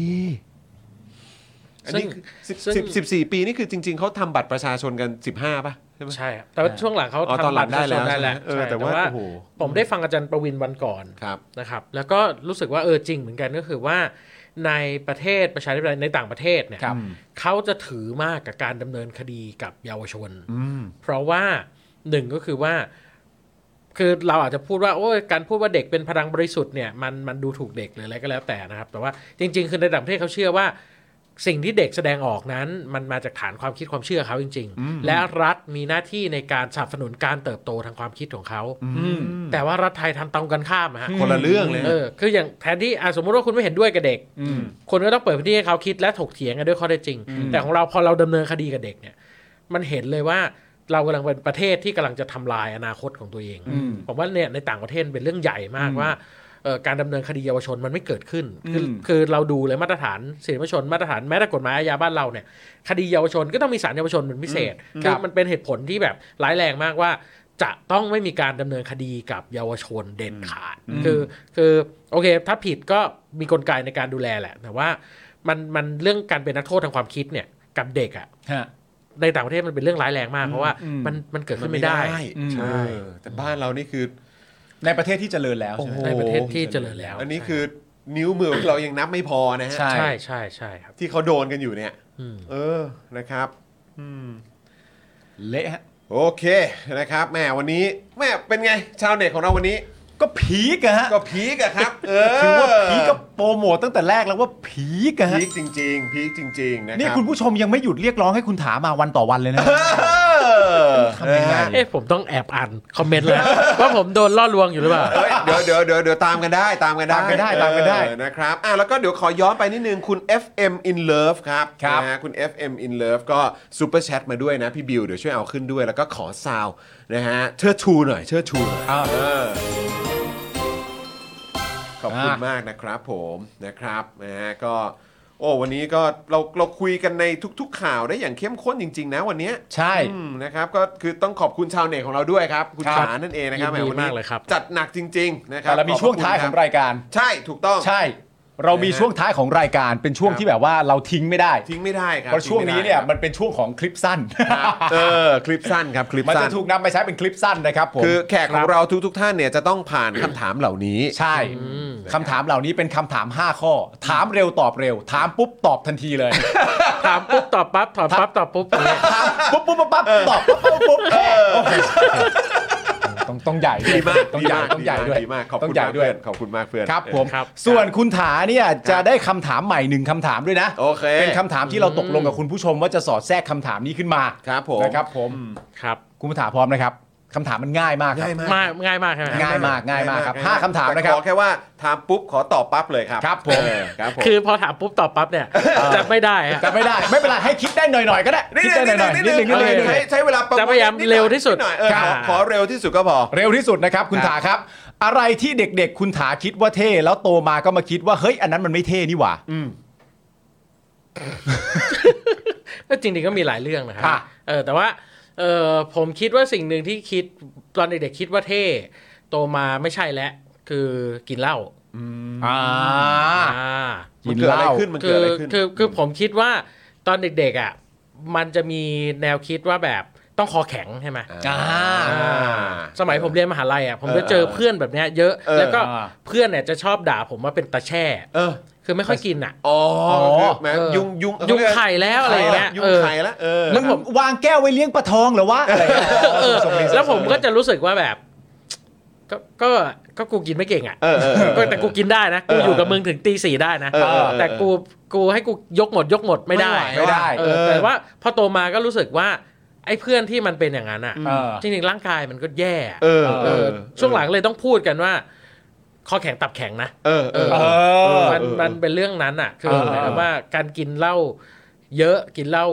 S1: อันนี้คือ
S3: ซึ่ง
S1: 10 10 14 ปีนี่คือจริง ๆเขาทำบัตรประชาชนกัน 15ป่ะใช่ไหม
S3: ใช่ครับแต่ว่าช่วงหลังเขา
S1: อ๋อตอน
S3: ทำ
S1: หลั
S3: บั
S1: ง
S3: ตรประชาชน
S1: ได้
S3: ได้
S1: แล้
S3: แล้
S1: ใช่ไหม
S3: ว ว
S1: เออ
S3: ใช่
S1: แต่ว่าโอ้โห
S3: ผมได้ฟังอาจารย์ประวินวันก่อน
S1: ครับ
S3: นะครับแล้วก็รู้สึกว่าเออจริงเหมือนกันก็คือว่าในประเทศประชาธิปไตยในต่างประเทศเนี่ย
S2: ครับ
S3: เขาจะถือมากกับการดำเนินคดีกับเยาวชน
S1: อืม
S3: เพราะว่าหนึ่งก็คือว่า คือเราอาจจะพูดว่าโอ้ยการพูดว่าเด็กเป็นพลังบริสุทธิ์เนี่ยมันมันดูถูกเด็กหรืออะไรก็แล้วแต่นะครับ แต่ว่าจริง ๆ คือในต่างประเทศเขาเชื่อว่า สิ่งที่เด็กแสดงออกนั้น มันมาจากฐานความคิดความเชื่อเขาจริง ๆ และรัฐมีหน้าที่ในการสนับสนุนการเติบโตทางความคิดของเขา
S2: อืม
S3: แต่ว่ารัฐไทยทำตรงกันข้ามอฮะ
S1: คนละเรื่องเลยฮะ
S3: เออคืออย่างแทนที่อ่ะสมมุติว่าคุณไม่เห็นด้วยกับเด็ก คนก็ต้องเปิดพื้นที่ให้เขาคิดและถกเถียงกันด้วยข้อเท็จจริง แต่ของเราพอเราดำเนินคดีกับเด็กเนี่ย มันเห็นเลยว่าเรากำลังเป็นประเทศที่กำลังจะทำลายอนาคตของตัวเอง ผมว่าเนี่ยในต่างประเทศเป็นเรื่องใหญ่มากว่าเอ่อการดำเนินคดีเยาวชนมันไม่เกิดขึ้น คือ
S2: อืม
S3: คือเราดูเลยมาตรฐานสิทธิมนุษยชนมาตรฐานแม้แต่กฎหมายอาญาบ้านเราเนี่ย คดีเยาวชนก็ต้องมีศาลเยาวชนเป็นพิเศษคือมันเป็นเหตุผลที่แบบร้ายแรงมากว่า จะต้องไม่มีการดำเนินคดีกับเยาวชนเด็ดขาด คือคือโอเค ถ้าผิดก็มีกลไกในการดูแลแหละ แต่ว่ามันมันเรื่องการเป็นนักโทษทางความคิดเนี่ยกับเด็กอะ
S2: ฮะ
S3: ในต่างประเทศมันเป็นเรื่องร้ายแรงมากเพราะว่า
S2: อืม
S3: มันมันเกิดขึ้นไม่ได้
S2: อืม
S1: ใช่แต่บ้านเรานี่คือ
S2: ในประเทศที่เจริญแล้ว
S1: โอ้โห
S2: ใช่ไหม
S3: ในประเทศที่เจริญแล้ว
S1: อันนี้คือนิ้วมือของเรายังนับไม่พอนะฮะ
S2: ใช่
S3: ใช่ใช่ใช่ครับ
S1: ที่เขาโดนกันอยู่เนี่ย
S3: อืม
S1: เออนะครับ
S2: เละฮะ
S1: โอเคนะครับแหมวันนี้แหม่เป็นไง ชาวเน็ตของเราวันนี้
S2: ก็ผีกะฮะ
S1: ก็พีกอะครับ เออ
S2: ถือว่าผีก็โปรโมทตั้งแต่แรกแล้วว่าผีกะฮะ
S1: พีกจริง ๆ พีกจริง ๆ นะ
S2: นี่
S1: รับ
S2: คุณผู้ชมยังไม่หยุดเรียกร้องให้คุณถามาวันต่อวันเลยนะ
S1: เออ
S2: ทำยังไง
S3: เอ๊ะผมต้องแอบอ่านคอมเมนต์แล้ว ว่าผมโดนล่อลวงอยู่หรือเปล่า
S1: เฮ้ยเดี๋ยวเดี๋ยวเดี๋ยวเดี๋ยวตามกันได้ตามกันได้
S2: ตามกันได้ตามกันได้
S1: เออนะครับอ่ะแล้วก็เดี๋ยวขอย้อนไปนิดนึงคุณ FM in love ครับ
S2: ครับ
S1: นะฮะคุณ FM in love ก็ซูเปอร์แชทมาด้วยนะ พี่บิวเดี๋ยวช่วยเอาขึ้นด้วย แล้วก็ขอซาวด์นะฮะเชิดชูหน่อยเชิดชูหน่อย
S2: อ้าว
S1: เออขอบคุณ
S2: อ่าม
S1: มากนะครับผมนะครับนะฮะก็ โอ้วันนี้ก็เราเราคุยกันในทุก ๆ ข่าวได้อย่างเข้มข้นจริง ๆ นะวันเนี้ย
S2: ใช่
S1: อืมนะครับก็คือต้องขอบคุณชาวเน็ตของเราด้วยครับ คุณ
S2: ครับ
S1: ขานั่นเองนะครับแห
S3: ยินดี
S1: วันนี้
S3: มากเลยครับ
S1: จัดหนักจริง ๆ นะครับ
S2: แต่เรามี
S1: ขอบพะ
S2: ช่วงท้ายขอ
S1: คุ
S2: ง
S1: ณคบ
S2: รายการ
S1: ใช่ถูกต้อง
S2: ใช่ เรามี
S1: นะฮะ
S2: ช่วงท้ายของรายการเป็นช่วง
S1: ครับ
S2: ที่แบบว่าเราทิ้งไม่ได้
S1: ทิ้งไม่ได้ครับ
S2: เพราะช่วงนี้เนี่ย
S1: ทิ้
S2: มั
S1: ไม่
S2: นเป็นช่วงของคลิปสั้น
S1: ได้ครับเออคลิปสั้นครับคลิป
S2: มัน
S1: สั้
S2: จะ
S1: น
S2: ถูกนำไปใช้เป็นคลิปสั้นนะครับผม
S1: คือแขกของเราทุก ๆ ท่านเนี่ยจะต้องผ่านคำถามเหล่านี้
S2: ใช่คำถามเหล่านี้เป็นคำถาม 5 ข้อ ถามเร็วตอบเร็ว ถามปุ๊บตอบทันทีเลย
S3: ถามปุ๊บตอบปั๊บถามปั๊บตอบปุ๊บอย่างเงี้ย
S2: ปุ๊บปุ๊บปั๊บปั๊บตอบปุ๊บปุ๊บปุ๊บโอเคต้องต้องใหญ่วย
S1: ดีมาก
S2: ต้องใหญ่
S1: ดีมาก
S2: ต้องใหญ่ด้วย
S1: ดีมากขอบ
S2: ต้
S1: คุ
S2: ง
S1: ณ
S2: ใหญ่
S1: มาก
S2: ด้ว
S1: เพื่
S2: ย
S1: อนขอบคุณมากเพื่อน
S2: ครับผม
S3: ครับ
S2: ส่วนคุณถาเนี่ยจะได้คำถามใหม่หนึ่งคำถามด้วยนะ
S1: โอเค
S2: เป็นคำถามที่เราตกลงกับคุณผู้ชมว่าจะสอดแทรกคำถามนี้ขึ้นมา
S1: ครับผม
S2: นะครับผม
S3: ครับ
S2: คุณถาพร้อมนะครับคำถามมันง่ายมากครับ
S1: ง่ายมาก
S3: มากง่ายมากใช่ไหม
S2: ง่ายมากง่ายมากครับห้าคำถาม
S1: แต่
S2: นะครับ
S1: ขอแค่ว่าถามปุ๊บขอตอบปั๊บเลยครับ
S2: ครับผม
S1: เออครับผม
S3: คือพอถามปุ๊บตอบปั๊บเนี่ยจะไม่ได้ฮะ
S2: แต่ไม่ได้ไม่เป็นไรให้คิดได้หน่อยๆก็ได้คิดได้หน่อยๆนิดนึงนิดนึงนิดนึง
S1: ใช้ใช้เวลาประมวล
S3: จะพยายาม
S1: นิหน่อ
S3: เร็วที่สุด
S1: นิหน่อยเออ
S3: ครับ
S1: ขอขอเร็วที่สุดก็พอ
S2: เร็วที่สุดนะครับ คุณ
S1: ครับ
S2: ถาครับ อะไรที่เด็กๆ คุณถาคิดว่าเท่ แล้วโตมาก็มาคิดว่า เฮ้ย อันนั้นมันไม่เท่นี่หว่า
S3: ก็จริงๆก็มีหลายเรื่องนะครั
S2: ค่ะ
S3: เออแต่ว่าเออผมคิดว่าสิ่งหนึ่งที่คิดตอนเด็กๆคิดว่าเท่โตมาไม่ใช่แล้วคือกินเหล้า
S2: อ่า
S3: อ่า
S2: กิ
S1: มัน นเกิดอะไร
S2: เหล้า
S1: ขึ้นมัน
S3: คื
S1: เกิด
S3: อ
S1: อะไรขึ้น
S3: คือคือผมคิดว่าตอนเด็กๆอ่ะมันจะมีแนวคิดว่าแบบต้องคอแข็งใช่ไหม
S2: อ่า
S3: สมัยผมเรียนมหาลัยอ่ะผมจะเจอเพื่อนแบบเนี้ยเยอะ
S1: เออ
S3: แล้วก็
S2: อ่า
S3: เพื่อนเนี่ยจะชอบด่าผมว่าเป็นตาแช่
S1: เออ
S3: คือไม่ค่อยกินอ่ะ
S1: อ๋อคือแหม
S3: เออ
S1: ยุงยุง
S3: ยุงไข่แล้วอะไรอย่างเงี้ย
S1: ยุ
S3: เอง อ
S1: ไข่แล้วเออ
S2: มันผมวางแก้วไว้เลี้ยงปลาทองเหรอวะอะไรอย่างเงี้ย
S3: เออแล้วผมก็จะรู้สึกว่าแบบ ก็ก็ก็กูกินไม่เก่งอ่ะ
S1: เออเออเออ
S3: ก็แต่กูกินได้นะกู
S1: เออ
S3: อยู่กับมึงถึงตีสี่ได้นะ
S1: เออเออเออ
S3: แต่กูกูให้กูยกหมดยกหมดไม่ได้
S2: ไม่ได้
S3: เออแต่ว่าพอโตมาก็รู้สึกว่าไอ้เพื่อนที่มันเป็นอย่างนั้นอ่ะ
S2: เออ
S3: จริงๆร่างกายมันก็แย่อะ
S1: เออเออ
S3: ช่วงหลังเลยต้องพูดกันว่าคอแข็งตับแข็งนะ
S1: เออเออ
S2: เออ
S3: มันมันเป็นเรื่องนั้นอ่ะ คือ
S2: เออเออ
S3: หมายความว่าการกินเหล้าเยอะกินเหล้า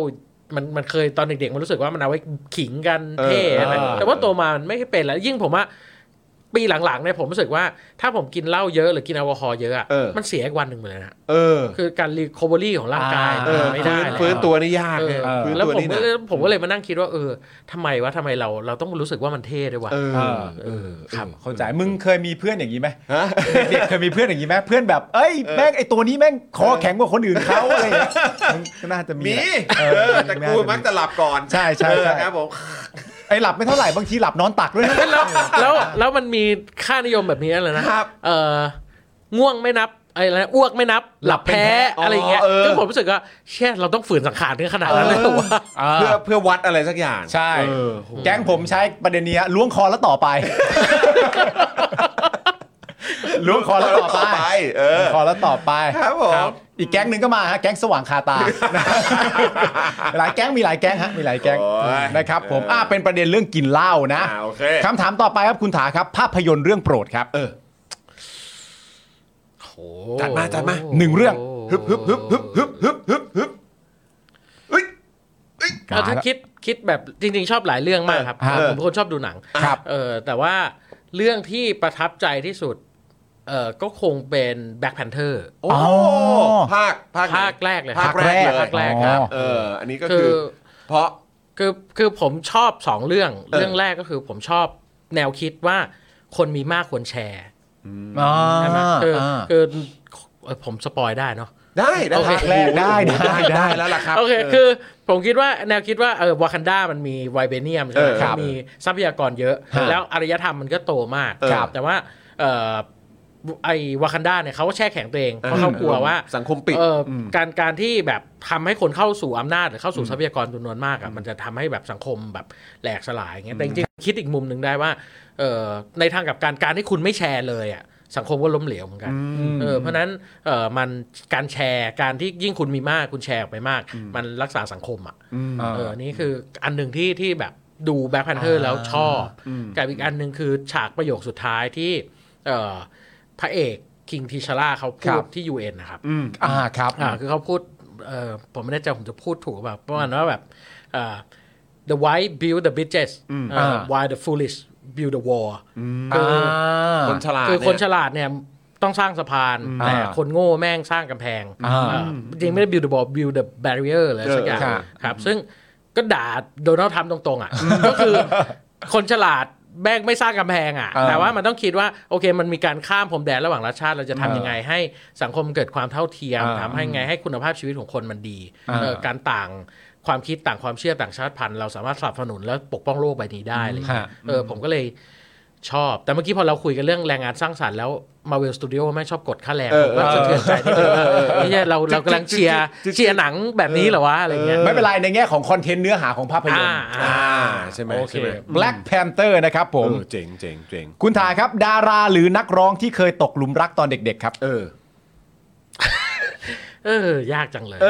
S3: มันมันเคยตอนเด็กๆมันรู้สึกว่ามันเอาไว้ขิงกันเท่
S1: เออ
S3: อะไร
S1: เออ
S3: แต่ว่าโตมามันไม่เป็นแล้วยิ่งผมว่าปีหลังๆเนี่ยผมรู้สึกว่า ถ้าผมกินเหล้าเยอะหรือกินแอลกอฮอล์เยอะอะ
S1: เออ
S3: มันเสียอีกวันหนึ่งเหมือนกันอะ
S1: เออ
S3: คือการรีคอเวอรี่ของร่างกาย
S1: เออ
S3: ไม่
S1: ฟื้
S3: ได้
S1: น
S3: เลย
S1: ฟื้นตัวนี่ยาก
S3: เอ
S1: เนี่ย
S3: อ
S1: ฟื้น
S3: แล้ว
S1: ตัว
S3: ผม
S1: นี่
S3: ก็
S1: นะ
S3: เลยผมก็เลยมานั่งคิดว่า เออทำไมวะทำไมเราเราต้องรู้สึกว่ามันเท่ด้วยวะ
S1: เออ
S2: เออ
S3: เออ
S2: ครับเข้าใจมึงเคยมีเพื่อนอย่างนี้ไหม
S1: ฮะ
S2: เด็กๆเคยมีเพื่อนอย่างนี้ไหมเพื่อนแบบ เอ้ยแม่งไอตัวนี้แม่งคอแข็งกว่าคนอื่นเขาอะไรอย่างเงี้ยมึงก็น่าจะมี
S1: มี
S2: แหละ
S1: เออแต่กูมักจะหลับก่อน
S2: ใช่ใช่
S1: เออ
S2: ใช่
S1: ครับผม
S2: ไอหลับไม่เท่าไหร่บางทีหลับนอนตักด้วยนะ
S3: แล้วแล้วแล้วมันมีค่านิยมแบบนี้เลยนะ
S1: ครับ
S3: เออง่วงไม่นับอะไรนะอ้วกไม่นับ หลับแพ้
S1: อ๋ออ
S3: อะไรอย่างเงี้ย
S1: เออ
S3: ก็ผมรู้สึกว่าเช่ยเราต้องฝืนสังขารถึงขนาดนั้นเลยเหรอวะ
S1: เพื่อเพื่อวัดอะไรสักอย่าง
S2: ใช่
S1: เออโห
S2: แก๊งผมใช้ประเด็นเนี้ยล้วงคอแล้วต่อ ไป ล้วงคอแล้วต่อไป
S1: เออ
S2: คอแล้วต่อไป
S1: ครับผม
S2: อีกแก๊งหนึ่งก็มาฮะแก๊งสว่างคา ตา หลายแก๊งมีหลายแก๊งฮะมีหลายแก๊ง
S1: โอ้ย
S2: นะครับผม
S1: เอออ่
S2: อ่าเป็นประเด็นเรื่องกินเหล้านะ
S1: อ่าโอเค
S2: คำถามต่อไปครับคุณถาครับ ภาพยนตร์เรื่องโปรดครับ
S1: เออ
S3: โอ้โห
S1: จัดมาจัดมา
S2: หนึ่งเรื่อง
S1: ฮึบฮึบฮึบฮึบฮึบฮึบฮึบฮึบเฮ้ย
S3: เอาถ้าคิดคิดแบบจริงๆ ชอบหลายเรื่องมากครับ
S2: เออ
S3: ผมเป็นคนชอบดูหนัง
S2: ครับ
S3: เออแต่ว่าเรื่องที่ประทับใจที่สุดเออก็คงเป็น Black Panther
S1: โอ้
S2: อ๋อ
S1: ภาคภาคไหน
S3: ภาคแรกเลย
S1: ภาคแรกเลย
S3: ภาคแรกครับ
S2: อ๋
S1: เออ อันนี้ก็
S3: คื
S1: คือ อ เพราะ
S3: คือคือผมชอบสองเรื่อง
S1: เออ
S3: เรื่องแรกก็คือผมชอบแนวคิดว่าคนมีมากควรแชร์
S2: อ่า
S3: ใช่ไหมคืออา คือเอ่อผมสปอยได้เนาะ
S1: ได้ได้
S3: โอเค
S1: ภาคแรก
S2: ได้
S1: ได้
S2: ได้
S1: ได้ได้
S2: ได้
S1: แล้วล่ะครับ
S3: โอเค คือผมคิดว่าแนวคิดว่าเออวากันดามันมีไวเบเนียมใช่ไหม
S1: เออครับ
S3: มีทรัพยากรเยอะ
S1: ฮะ
S3: แล้วอารยธรรมมันก็โตมาก
S1: เออครับ
S3: แต่ว่าเออไอวากันดาเนี่ยเขาก็แช่แข็งตัวเอง เพราะเขากลัวว่า
S1: สังคมปิด
S3: เอออการการที่แบบทำให้คนเข้าสู่อำนาจหรือเข้าสู่ทรัพยากรจำนวนมากอะมันจะทำให้แบบสังคมแบบแหลกสลายอย่างเงี้ยแต่จริงๆคิดอีกมุมหนึ่งได้ว่าเออในทางกลับการการที่คุณไม่แชร์เลยอะสังคมก็ล้มเหลวเหมือนกันเออเพราะฉะนั้นเออมันการแชร์การที่ยิ่งคุณมีมากคุณแชร์ออกไปมาก มันรักษาสังคมอ่ะเออนี่คืออันหนึ่งที่ที่แบบดูแบ็คแพนเทอร์แล้วชอบกับอีกอันหนึ่งคือฉากประโยคสุดท้ายที่เออพระเอกคิงทิชาร่าเขาพู
S2: ครั
S3: ด
S2: บ
S3: ที่ UN นะครับ
S2: อ่าครับ
S3: อ่าคือเขาพูดเอ่อผมไม่แน่ใจผมจะพูดถูกแบบประมาณว่าแบบอ่า the white build the bitches อ่า
S2: อ่า
S3: while the foolish build the wall
S2: อ่า
S1: คนฉลาด
S3: คือคนฉ
S1: เย
S3: ลาดเนี่ยต้องสร้างสะพาน
S2: อ่า
S3: แต่คนโง่แม่งสร้างกำแพง
S2: อ่า
S3: อ่าจริงไม่ได้ build the wall build the barrier เลยสักอย่าง
S2: เออค่ะ
S3: ครับ ซึ่งก็ด่าโดนัลด์ทรัมป์ตรงๆ อ่ะ ก็คือคนฉลาดแม่งไม่สร้างกำแพงอ่ะ
S2: เออ
S3: แต่ว่ามันต้องคิดว่า โอเคมันมีการข้ามพรมแดนระหว่างรัฐชาติเราจะทำยังไงให้สังคมเกิดความเท่าเทียม
S2: อ่า
S3: ทำให้ไงให้คุณภาพชีวิตของคนมันดี
S2: อ่า
S3: เออการต่างความคิดต่างความเชื่อต่างชาติพันธุ์เราสามารถสนับสนุนและปกป้องโลกใบนี้ได้อะไรอย่างเลย
S2: ฮะ
S3: เออผมก็เลยชอบ แต่เมื่อกี้พอเราคุยกันเรื่องแรงงานสร้างสรรค์แล้วมาเวลสตูดิโอไม่งชอบกดค่าแรง
S1: เออ
S3: ผมก็สะเทือนใจนิดนึงว่าไม่ใช่เราเรากำลังเชียร์
S1: จึ๊กๆ
S3: เชียร์หนังแบบนี้เหรอวะอะไรเงี้ย
S2: ไม่เป็นไรในแง่ของคอนเทนต์เนื้อหาของภาพยนต
S3: อ่า
S2: ร์
S3: อ่า
S1: อ่าใช่ไหม
S3: โอเค
S1: ใช่ไหม
S2: Black Panther นะครับผ
S1: เอ
S2: ม
S1: อเจ๋งเจ๋งเจ๋ง
S2: คุณถาครับ ดาราหรือนักร้องที่เคยตกหลุมรักตอนเด็กๆครับ
S1: เออ
S3: เออ ยากจังเลย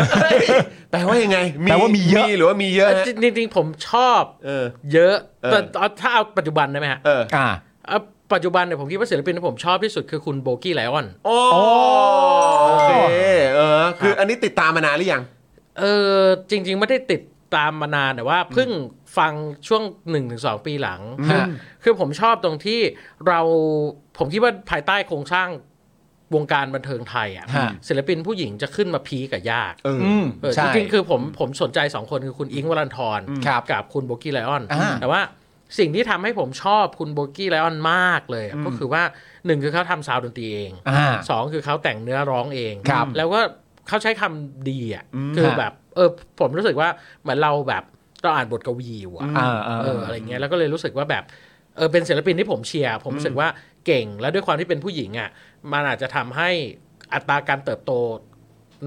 S1: แปลว่ายังไง
S2: แปลว่ามีเยอะ
S1: หรือว่ามีเยอะฮะ
S3: จริงจริงๆผมชอบ
S1: เออ
S3: เยอะ
S1: เออ
S3: แต่เอาถ้าเอาปัจจุบันได้ไหมฮะ
S1: เออ
S2: อ่า
S3: เอาปัจจุบันเนี่ยผมคิดว่าศิลปินที่ผมชอบที่สุดคือคุณโบกี้ไลออน
S1: โอ้โอเคเออ คืออันนี้ติดตามมานานหรือยัง
S3: เออจริง ๆ ไม่ได้ติดตามมานานแต่ว่าเพิ่งฟังช่วง 1-2 ปีหลัง คือ
S2: ฮะ
S3: คือผมชอบตรงที่เราผมคิดว่าภายใต้โครงสร้างวงการบันเทิงไทยอ่ะ
S2: ฮะ
S3: ศิลปินผู้หญิงจะขึ้นมาพีคกับยาก
S1: เออ
S2: อืม
S3: เออ
S2: ใช่
S3: จริงๆคือผมผมสนใจสองคนคือคุณอิงค์วรันทร
S2: ครับ
S3: กับคุณโบกี้ไลออน
S2: อ่า
S3: แต่ว่าสิ่งที่ทำให้ผมชอบคุณโบกี้ไลออนมากเลยอะก็คือว่าหนึ่งคือเขาทำซาวด์ดนตรีเอง
S2: อ่า
S3: สองคือเขาแต่งเนื้อร้องเอง
S2: ครับ
S3: แล้วก็เขาใช้คำดีอ่ะคือแบบ เออผมรู้สึกว่าเหมือนเราแบบเราอ่านบทกวีอยู่อะ
S2: อ่าอ่า
S3: เอออะไรเงี้ยแล้วก็เลยรู้สึกว่าแบบเออเป็นศิลปินที่ผมเชียร์ผมรู้สึกว่าเก่งแล้วด้วยความที่เป็นผู้หญิงอ่ะมันอาจจะทำให้อัตราการเติบโต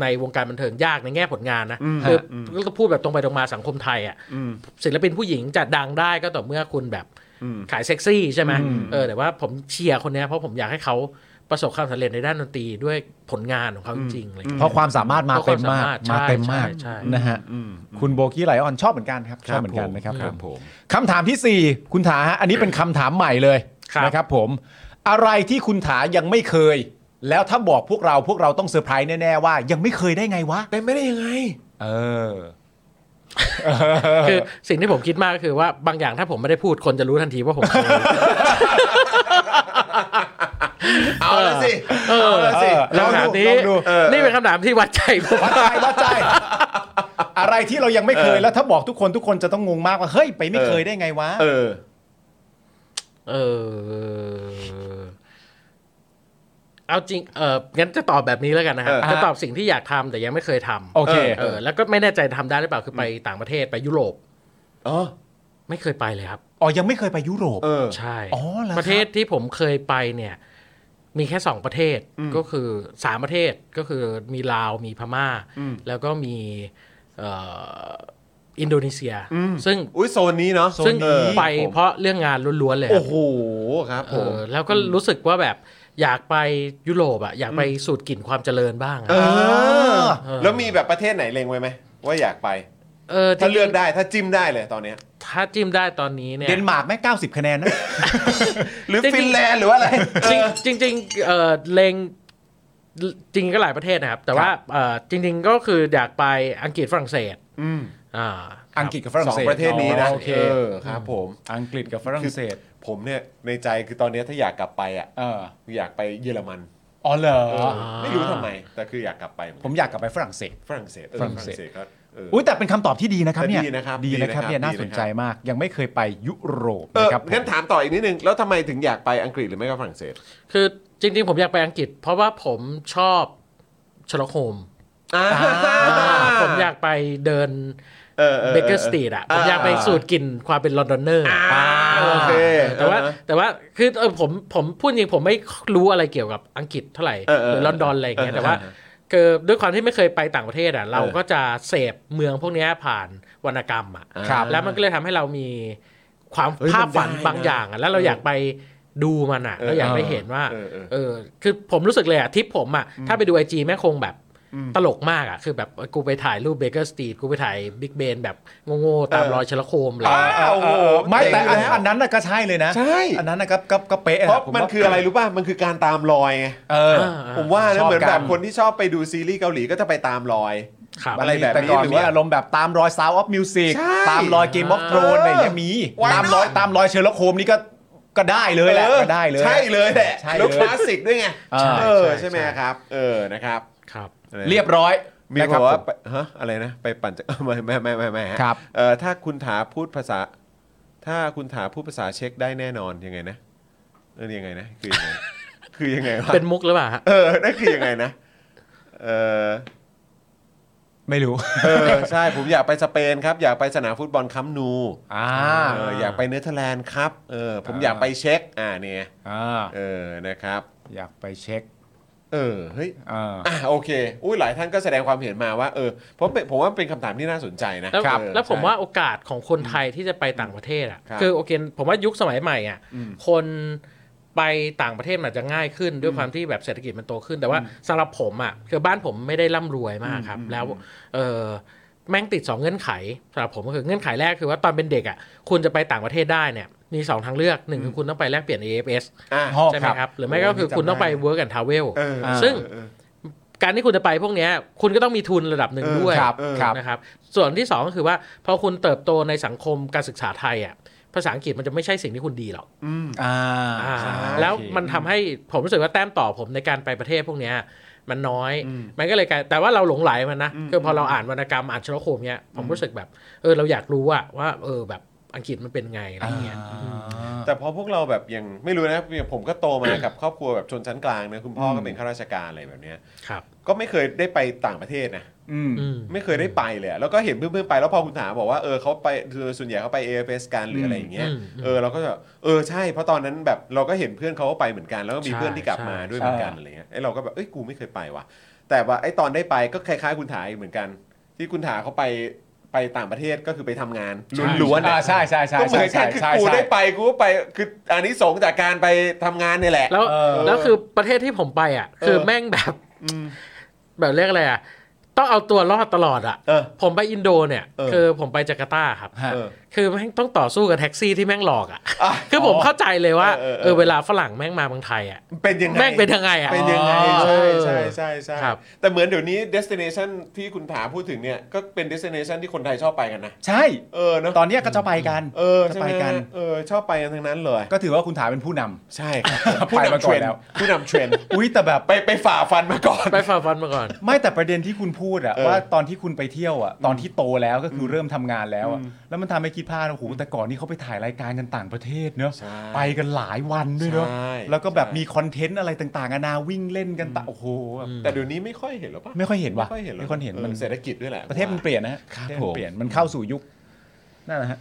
S3: ในวงการบันเทิงยากในแง่ผลงานนะคือก็พูดแบบตรงไปตรงมาสังคมไทยอ่ะศิลปินผู้หญิงจะดังได้ก็ต่อเมื่อคุณแบบ
S1: อืม
S3: ขายเซ็กซี่ใช่ไหม
S2: อืม
S3: เออแต่ว่าผมเชียร์คนเนี้ยเพราะผมอยากให้เขาประสบความสำเร็จในด้านดนตรีด้วยผลงานของเขาจริงๆอะไรอย่าง
S2: เพ
S3: เงี้ย
S2: ราะความสามารถมาเต็มมากมา
S3: เพราะความสามารถ
S2: เต็มมาก
S3: ใช่ใช่
S2: นะฮะ
S1: อืม
S2: คุณโบกี้ไลออนชอบเหมือนกันครับชอบเหมือนกันนะครับ
S1: ค
S2: ผ
S1: รับ
S2: ม
S1: ผม
S2: คำถามที่ 4 คุณถาฮะอันนี้เป็นคำถามใหม่เลย
S3: ครับ
S2: นะครับผม อะไรที่คุณถายังไม่เคย แล้วถ้าบอกพวกเราพวกเราต้องเซอร์ไพรส์แน่ ๆ ว่า ยังไม่เคยได้ไงวะ
S1: เป็นไม่ได้ยังไง
S2: เออ
S3: คือสิ่งที่ผมคิดมากก็คือว่าบางอย่างถ้าผมไม่ได้พูดคนจะรู้ทันทีว่าผมเคย
S1: เอาละสิ
S3: เออ
S1: เอาละสิ
S2: เออ ลง
S3: คำ
S2: ดู
S3: ถามนี้
S2: ลองดูเออ
S3: นี่เป็นคำถามที่วัดใจผม
S2: วัดใจวัดใจ อะไรที่เรายังไม่เคย
S1: เออ
S2: แล้วถ้าบอกทุกคนทุกคนจะต้องงงมากว่าเฮ้ยไปไม่เคยได้ไงวะ
S1: เออ
S3: เออ เอาจริง เอองั้นจะตอบแบบนี้แล้วกันนะฮะ
S1: เออ
S3: จะตอบสิ่งที่อยากทำแต่ยังไม่เคยทำ
S2: โอเค
S3: เออ แล้วก็ไม่แน่ใจทำได้หรือเปล่าคือไปต่างประเทศไปยุโรป
S1: อ๋อ
S3: ไม่เคยไปเลยครับ
S2: อ๋อยังไม่เคยไปยุโรป
S1: เออ
S3: ใช่
S2: อ๋อเหรอครับ
S3: ประเทศที่ผมเคยไปเนี่ย มีแค่สองประเทศ
S1: อืม
S3: ก็คือสามประเทศก็คือมีลาวมีพม่า
S1: อืม
S3: แล้วก็มีเอ่ออินโดนีเซีย ซึ่ง
S1: อุ้ยโซนนี้เนาะ
S3: ซึ่ง
S1: เออ
S3: ไปเพราะเรื่องงานล้วนๆเลยค
S1: โอ้
S3: รับ
S1: โหครับ
S3: เอ
S1: ผม
S3: อแล้วก็รู้สึกว่าแบบอยากไปยุโรปอะอยากไปสูดกลิ่นความเจริญบ้างอะ
S1: เออ แล้วมีแบบประเทศไหนเล็งไว้ไหม ว่าอยากไป
S3: เออ
S1: ถ้าเลือก
S3: จริง
S1: ได้ถ้าจิ้มได้เลยตอนเนี้ย
S3: ๆถ้าจิ้มได้ตอนนี้เนี่ย
S2: เดนมาร์กแม่ง90 คะแนนนะ
S1: หรือ
S3: จริงๆ
S1: ฟินแลนด์หรือว่าอะไร
S3: จริงจริงๆเออเลงจริงก็หลายประเทศนะครับ แต่ว่าเออจริง ๆ ก็คืออยากไปอังกฤษฝรั่งเศส
S1: อืม
S3: อ่าครับ
S2: อังกฤษกับฝรั่ง
S1: สอง
S2: เศส
S1: ประเทศนี้นะ
S2: อ๋อโอเค
S1: เออครับผม
S2: อังกฤษกับฝรั่งเศส
S1: ผมเนี่ยในใจคือตอนเนี้ยถ้าอยากกลับไปอ่ะ
S2: เออ
S1: อยากไปเยอรมัน
S2: อ๋อเหรอ
S1: เออไม่รู้ทำไม แต่คืออยากกลับไปเหอน
S2: ผ
S1: กัน
S2: มอยากกลับไปฝรั่งเศส
S1: ฝรั่งเศสเออ
S2: ฝรั่งเศส
S1: ก็เออ
S2: อุ้ยแต่เป็นคำตอบที่ดีนะครับเนี่ย
S1: ดีนะครับ
S2: ดีนะ
S1: ดีนะค
S2: ครับ
S1: รับ
S2: เนี่ยน่าสนใจ
S1: ดีนะครับ
S2: มาก ยังไม่เคยไปยุโรป
S1: เออ
S2: นะครับผม
S1: งั้นถามต่ออีกนิดนึง แล้วทำไมถึงอยากไปอังกฤษหรือไม่ก็ฝรั่งเศส
S3: คือจริง ๆ ผมอยากไปอังกฤษ เพราะว่าผมชอบชลโคมผมอยากไปเดินเบเกอร์สตรีทอ่ะผมอยากไปสูดกลิ่นความเป็นลอนดอนเนอร์
S1: อ่าโอเค
S3: แต่ว่า
S1: อ่าฮะ
S3: แต่ว่าคือเออผมผมพูดจริงผมไม่รู้อะไรเกี่ยวกับอังกฤษเท่าไหร่
S1: เออเออ
S3: หรือลอนดอนอะไรอย่างเงี้ย
S1: เออ
S3: แต่ว่า
S1: เออ
S3: คือด้วยความที่ไม่เคยไปต่างประเทศอ่ะเรา
S1: เออ
S3: ก็จะเสพเมืองพวกเนี้ยผ่านวรรณกรรมอ่ะ
S1: ครับ
S3: แล้วมันก็เลยทำให้เรามีความ
S1: เฮ้ย
S3: ภาพฝัน
S1: มันได้นะ
S3: บางอย่างอ่ะแล้วเราอยากไปดูมันอ่ะเราอยากไปเห็นว่า
S1: เออเออ
S3: เออคือผมรู้สึกเลยอะทริปผมอะถ้าไปดูไอจีแม่งคงแบบตลกมากอะคือแบบกูไปถ่ายรูปเบเกอร์สตรีทกูไปถ่ายบิ๊กเบนแบบโง่ๆตามรอยชลโคมเลย
S1: อ้าวโอ้โห
S2: ไม่แต่อัน
S1: เจ๋งอยู่ล้ว
S2: อันนั้นน่ะก็ใช่เลยนะ
S1: ใช่
S2: อันนั้นน่ะก็ก็ก็เป๊ะ
S1: เพราะ
S2: ผ
S1: มัน
S2: ว่า
S1: คืออะไรรู้ป่ะ มันคือการตามรอยไง
S2: เออ
S3: อ่า
S1: ผมว่า
S2: ช
S1: นะ
S2: อบ
S1: เหมือน
S2: กัน
S1: แบบคนที่ชอบไปดูซีรีส์เกาหลีก็จะไปตามรอย
S3: ครับ
S1: อะไรแบบนี้
S2: แต่ก่อน
S1: หรือ
S2: มี
S1: ว่า
S2: อารมณ์แบบตามรอย Sound of Music
S1: ใช่
S2: ตามรอย Game of Thrones
S1: เออ
S2: อะไรอย่างเงี้ยมี
S1: Why
S2: ตามรอย
S1: not?
S2: ตามรอยเชอร์ล็อกโฮมนี่ก็ก็ได้เลยแหละ
S1: ออ
S2: ก็ได้เลย
S1: ใช่เลยแหละ
S2: ใช่เลย
S1: แล้วคลาสสิกด้วยไง
S2: ใช่
S1: เออ
S3: ใช่
S1: ใช่ไหม
S3: ใช่
S1: ครับ เออนะครับ
S3: ครับ
S2: เรียบร้อย
S1: มีคน
S2: นะรับบอก
S1: ว่า
S2: ผ
S1: ไปฮะอะไรนะ ไปปั่นจักร ไม่ไม่ไม่ไม่ไม่ฮะ
S2: ครับ
S1: เออถ้าคุณถาพูดภาษา ถ้าคุณถาพูดภาษาเช็คได้แน่นอนยังไงนะเออยังไงนะคือยังไง คือยังไงวะ
S3: เป็นมุกหรือเปล่าฮะ
S1: เออนั่นคือยังไงนะเออ
S2: มไม่รู้
S1: เออใช่ ผมอยากไปสเปนครับ อยากไปสนามฟุตบอลคัมป์นู
S2: อ่า
S1: เอออยากไปเนเธอร์แลนด์ครับเออผม
S2: อ่า
S1: อยากไปเช็คอ่าเนี่ย
S2: อ่า
S1: เออนะครับ
S2: อยากไปเช็ค
S1: เออเฮ้ย
S2: อ่า
S1: อ่ะโอเค อุ้ยหลายท่านก็แสดงความเห็นมาว่าเออเพราะเป็นผมว่าเป็นคำถามที่น่าสนใจนะ
S3: แล้ว
S1: เออ
S3: แล้วผม
S1: ใช่
S3: ว่าโอกาสของคนไทยที่จะไปต่างประเทศอะ
S1: ครับ
S3: คือโอเคผมว่ายุคสมัยใหม่อะ
S1: อืม
S3: คนไปต่างประเทศมันอาจจะง่ายขึ้นด้วยความที่แบบเศรษฐกิจมันโตขึ้น แต่ว่าสำหรับผมอะคือบ้านผมไม่ได้ร่ำรวยมากครับ แล้วเออแม่งติดสองเงื่อนไขสำหรับผมก็คือเงื่อนไขแรกคือว่าตอนเป็นเด็กอะคุณจะไปต่างประเทศได้เนี่ยมีสองทางเลือกหนึ่งคือคุณต้องไปแลกเปลี่ยน AFS
S1: ะ
S2: ห้อง
S3: ใช่ไหมครับหรือไม่ก็คือ
S1: จำได้
S3: คุณต้องไป work and travel
S1: เออ
S3: ซึ่ง
S1: เออ
S3: การที่คุณจะไปพวกเนี้ยคุณก็ต้องมีทุนระดับหนึ่ง
S1: เออ
S3: ด้วย
S1: ครับครับ
S3: นะครับ ส่วนที่สองก็คือว่าพอคุณเติบโตในสังคมการศึกษาไทยอ่ะภาษาอังกฤษมันจะไม่ใช่สิ่งที่คุณดีหรอก
S1: อืม
S2: อ่า
S3: อ่า
S2: ใช่
S3: แล้ว
S2: โอเค
S3: มันทำให้ผมรู้สึกว่าแต้มต่อผมในการไปประเทศพวกเนี้ยมันน้อย
S1: อืม
S3: มันก็เลยกลายแต่ว่าเราหลงไหลมันนะ
S1: อืม
S3: คือพอเราอ่านวรรณกรรมอ่านชลโคมเนี้ยผมรู้สึกแบบเออเราอยากรู้อะว่าเออแบบอังกฤษมันเป็นไงอะไรเงี้ย
S1: แต่พอพวกเราแบบยังไม่รู้นะผมก็โตมากับครอบครัวแบบชนชั้นกลางนะคุณพ่อก็เป็นข้าราชการอะไรแบบเนี้ย
S3: ครับ
S1: ก็ไม่เคยได้ไปต่างประเทศนะ
S2: อืม
S3: อืม
S1: ไม่เคยได้ไปเลยอะแล้วก็เห็นเพื่อนๆไปแล้วพอคุณถามบอกว่าเออเขาไปคือส่วนใหญ่เขาไป AFS กันหรืออะไรอย่างเงี้ย
S3: อืมอืม
S1: เออเราก็แบบเออใช่เพราะตอนนั้นแบบเราก็เห็นเพื่อนเขาก็ไปเหมือนกัน แล้วก็มี
S3: ใช่
S1: เพื่อนที่กลับมา
S3: ใช่
S1: ด้วยเหมือนกันอะไรเงี้ยไอ้เราก็แบบเอ้ยกูไม่เคยไปว่ะแต่ว่าไอ้ตอนได้ไปก็คล้ายๆคุณถาอีกเหมือนกัน ที่คุณถาเขาไปไป ไปต่างประเทศก็คือไปทำงาน
S2: ใช่
S1: ล้วนๆ
S2: อ่า
S1: อะ
S2: ใช่ใช่ใช่
S1: ก็เหมือน
S2: ใช่
S1: กัน
S2: ใช่
S1: คือกู
S2: ใช่ใช่
S1: ได้ไปกูก็ไปคืออันนี้สงส์จากการไปทำงานเนี่ยแหละ
S3: แล้ว
S2: เออ
S3: แล้วคือประเทศที่ผมไปอ่ะ คือ
S1: เออ
S3: แม่งแบบ
S1: อืม
S3: แบบเรียกอะไรอ่ะ ต้องเอาตัวรอดตลอดอ่ะ
S1: เออ
S3: ผมไปอินโดเนี่ย
S1: เออ
S3: คือผมไปจาการ์ตาครับ
S2: ฮะ
S1: เออ
S3: คือแม่งต้องต่อสู้กับแท็กซี่ที่แม่งหลอกอ่ะ
S1: อ่ะ
S3: คือผมเข้าใจเลยว่า
S1: เออเออเออ
S3: เออเวลาฝรั่งแม่งมาเมืองไทยอ่ะ
S1: เป็นยังไง
S3: แม่งเป็นยังไงอ่ะ
S1: เป็นยังไง
S2: อ๋อ
S1: ใช่ใช่ใช่ใช่
S3: ครับ
S1: แต่เหมือนเดี๋ยวนี้ destination ที่คุณถาพูดถึงเนี่ยก็เป็น destination ที่คนไทยชอบไปกันนะ
S2: ใช่
S1: เออเนาะ
S2: ตอนเนี้ยก็จะไปกัน
S1: เออ
S2: จะ
S1: ใช่
S2: ไป
S1: ไหม
S2: กัน
S1: เออชอบไปกันทั้งนั้นเลย
S2: ก็ถือว่าคุณถาเป็นผู้นำ
S1: ใช่ครับ
S2: ไปมาก่อนแล้ว
S1: ผู้นำเทรนด์
S2: อุ้ยแต่แบบ
S1: ไปไปฝ่าฟันมาก่อน
S3: ไปฝ่าฟันมาก่อน
S2: ไม่แต่ประเด็นที่คุณพูดอะ
S1: เออ
S2: ว่าตอนที่คุณไปเที่ยวอะตอนที่โตแล้วก็คือเริ่มทำงานแล้วอะแล้วมันทำให้คิดภาพนะโอ้โหแต่ก่อนนี่เขาไปถ่ายรายการกันต่างประเทศเนอะ
S1: ใช่
S2: ไปกันหลายวันด้วยเนอะ
S1: ใช่
S2: แล้วก็แบบ
S1: ใช่
S2: มีคอนเทนต์อะไรต่างๆนานาวิ่งเล่นกันต่างโอ้โหแบบ
S1: แต่เดี๋ยวนี้ไม่ค่อยเห็นหรอปะ
S2: ไม่ค่อยเห็นว่ะ
S1: ไม่ค่อยเห็นหรอ
S2: ไม่ค่อยเห็น
S1: ออ
S2: มัน
S1: เศรษฐกิจด้วยแหละ
S2: ประเทศมันเปลี่ยนนะฮะ
S1: ครับ
S2: ประเทศมัน
S1: ผม
S2: เปลี่ยนมันเข้าสู่ยุคนั่นแหละฮะ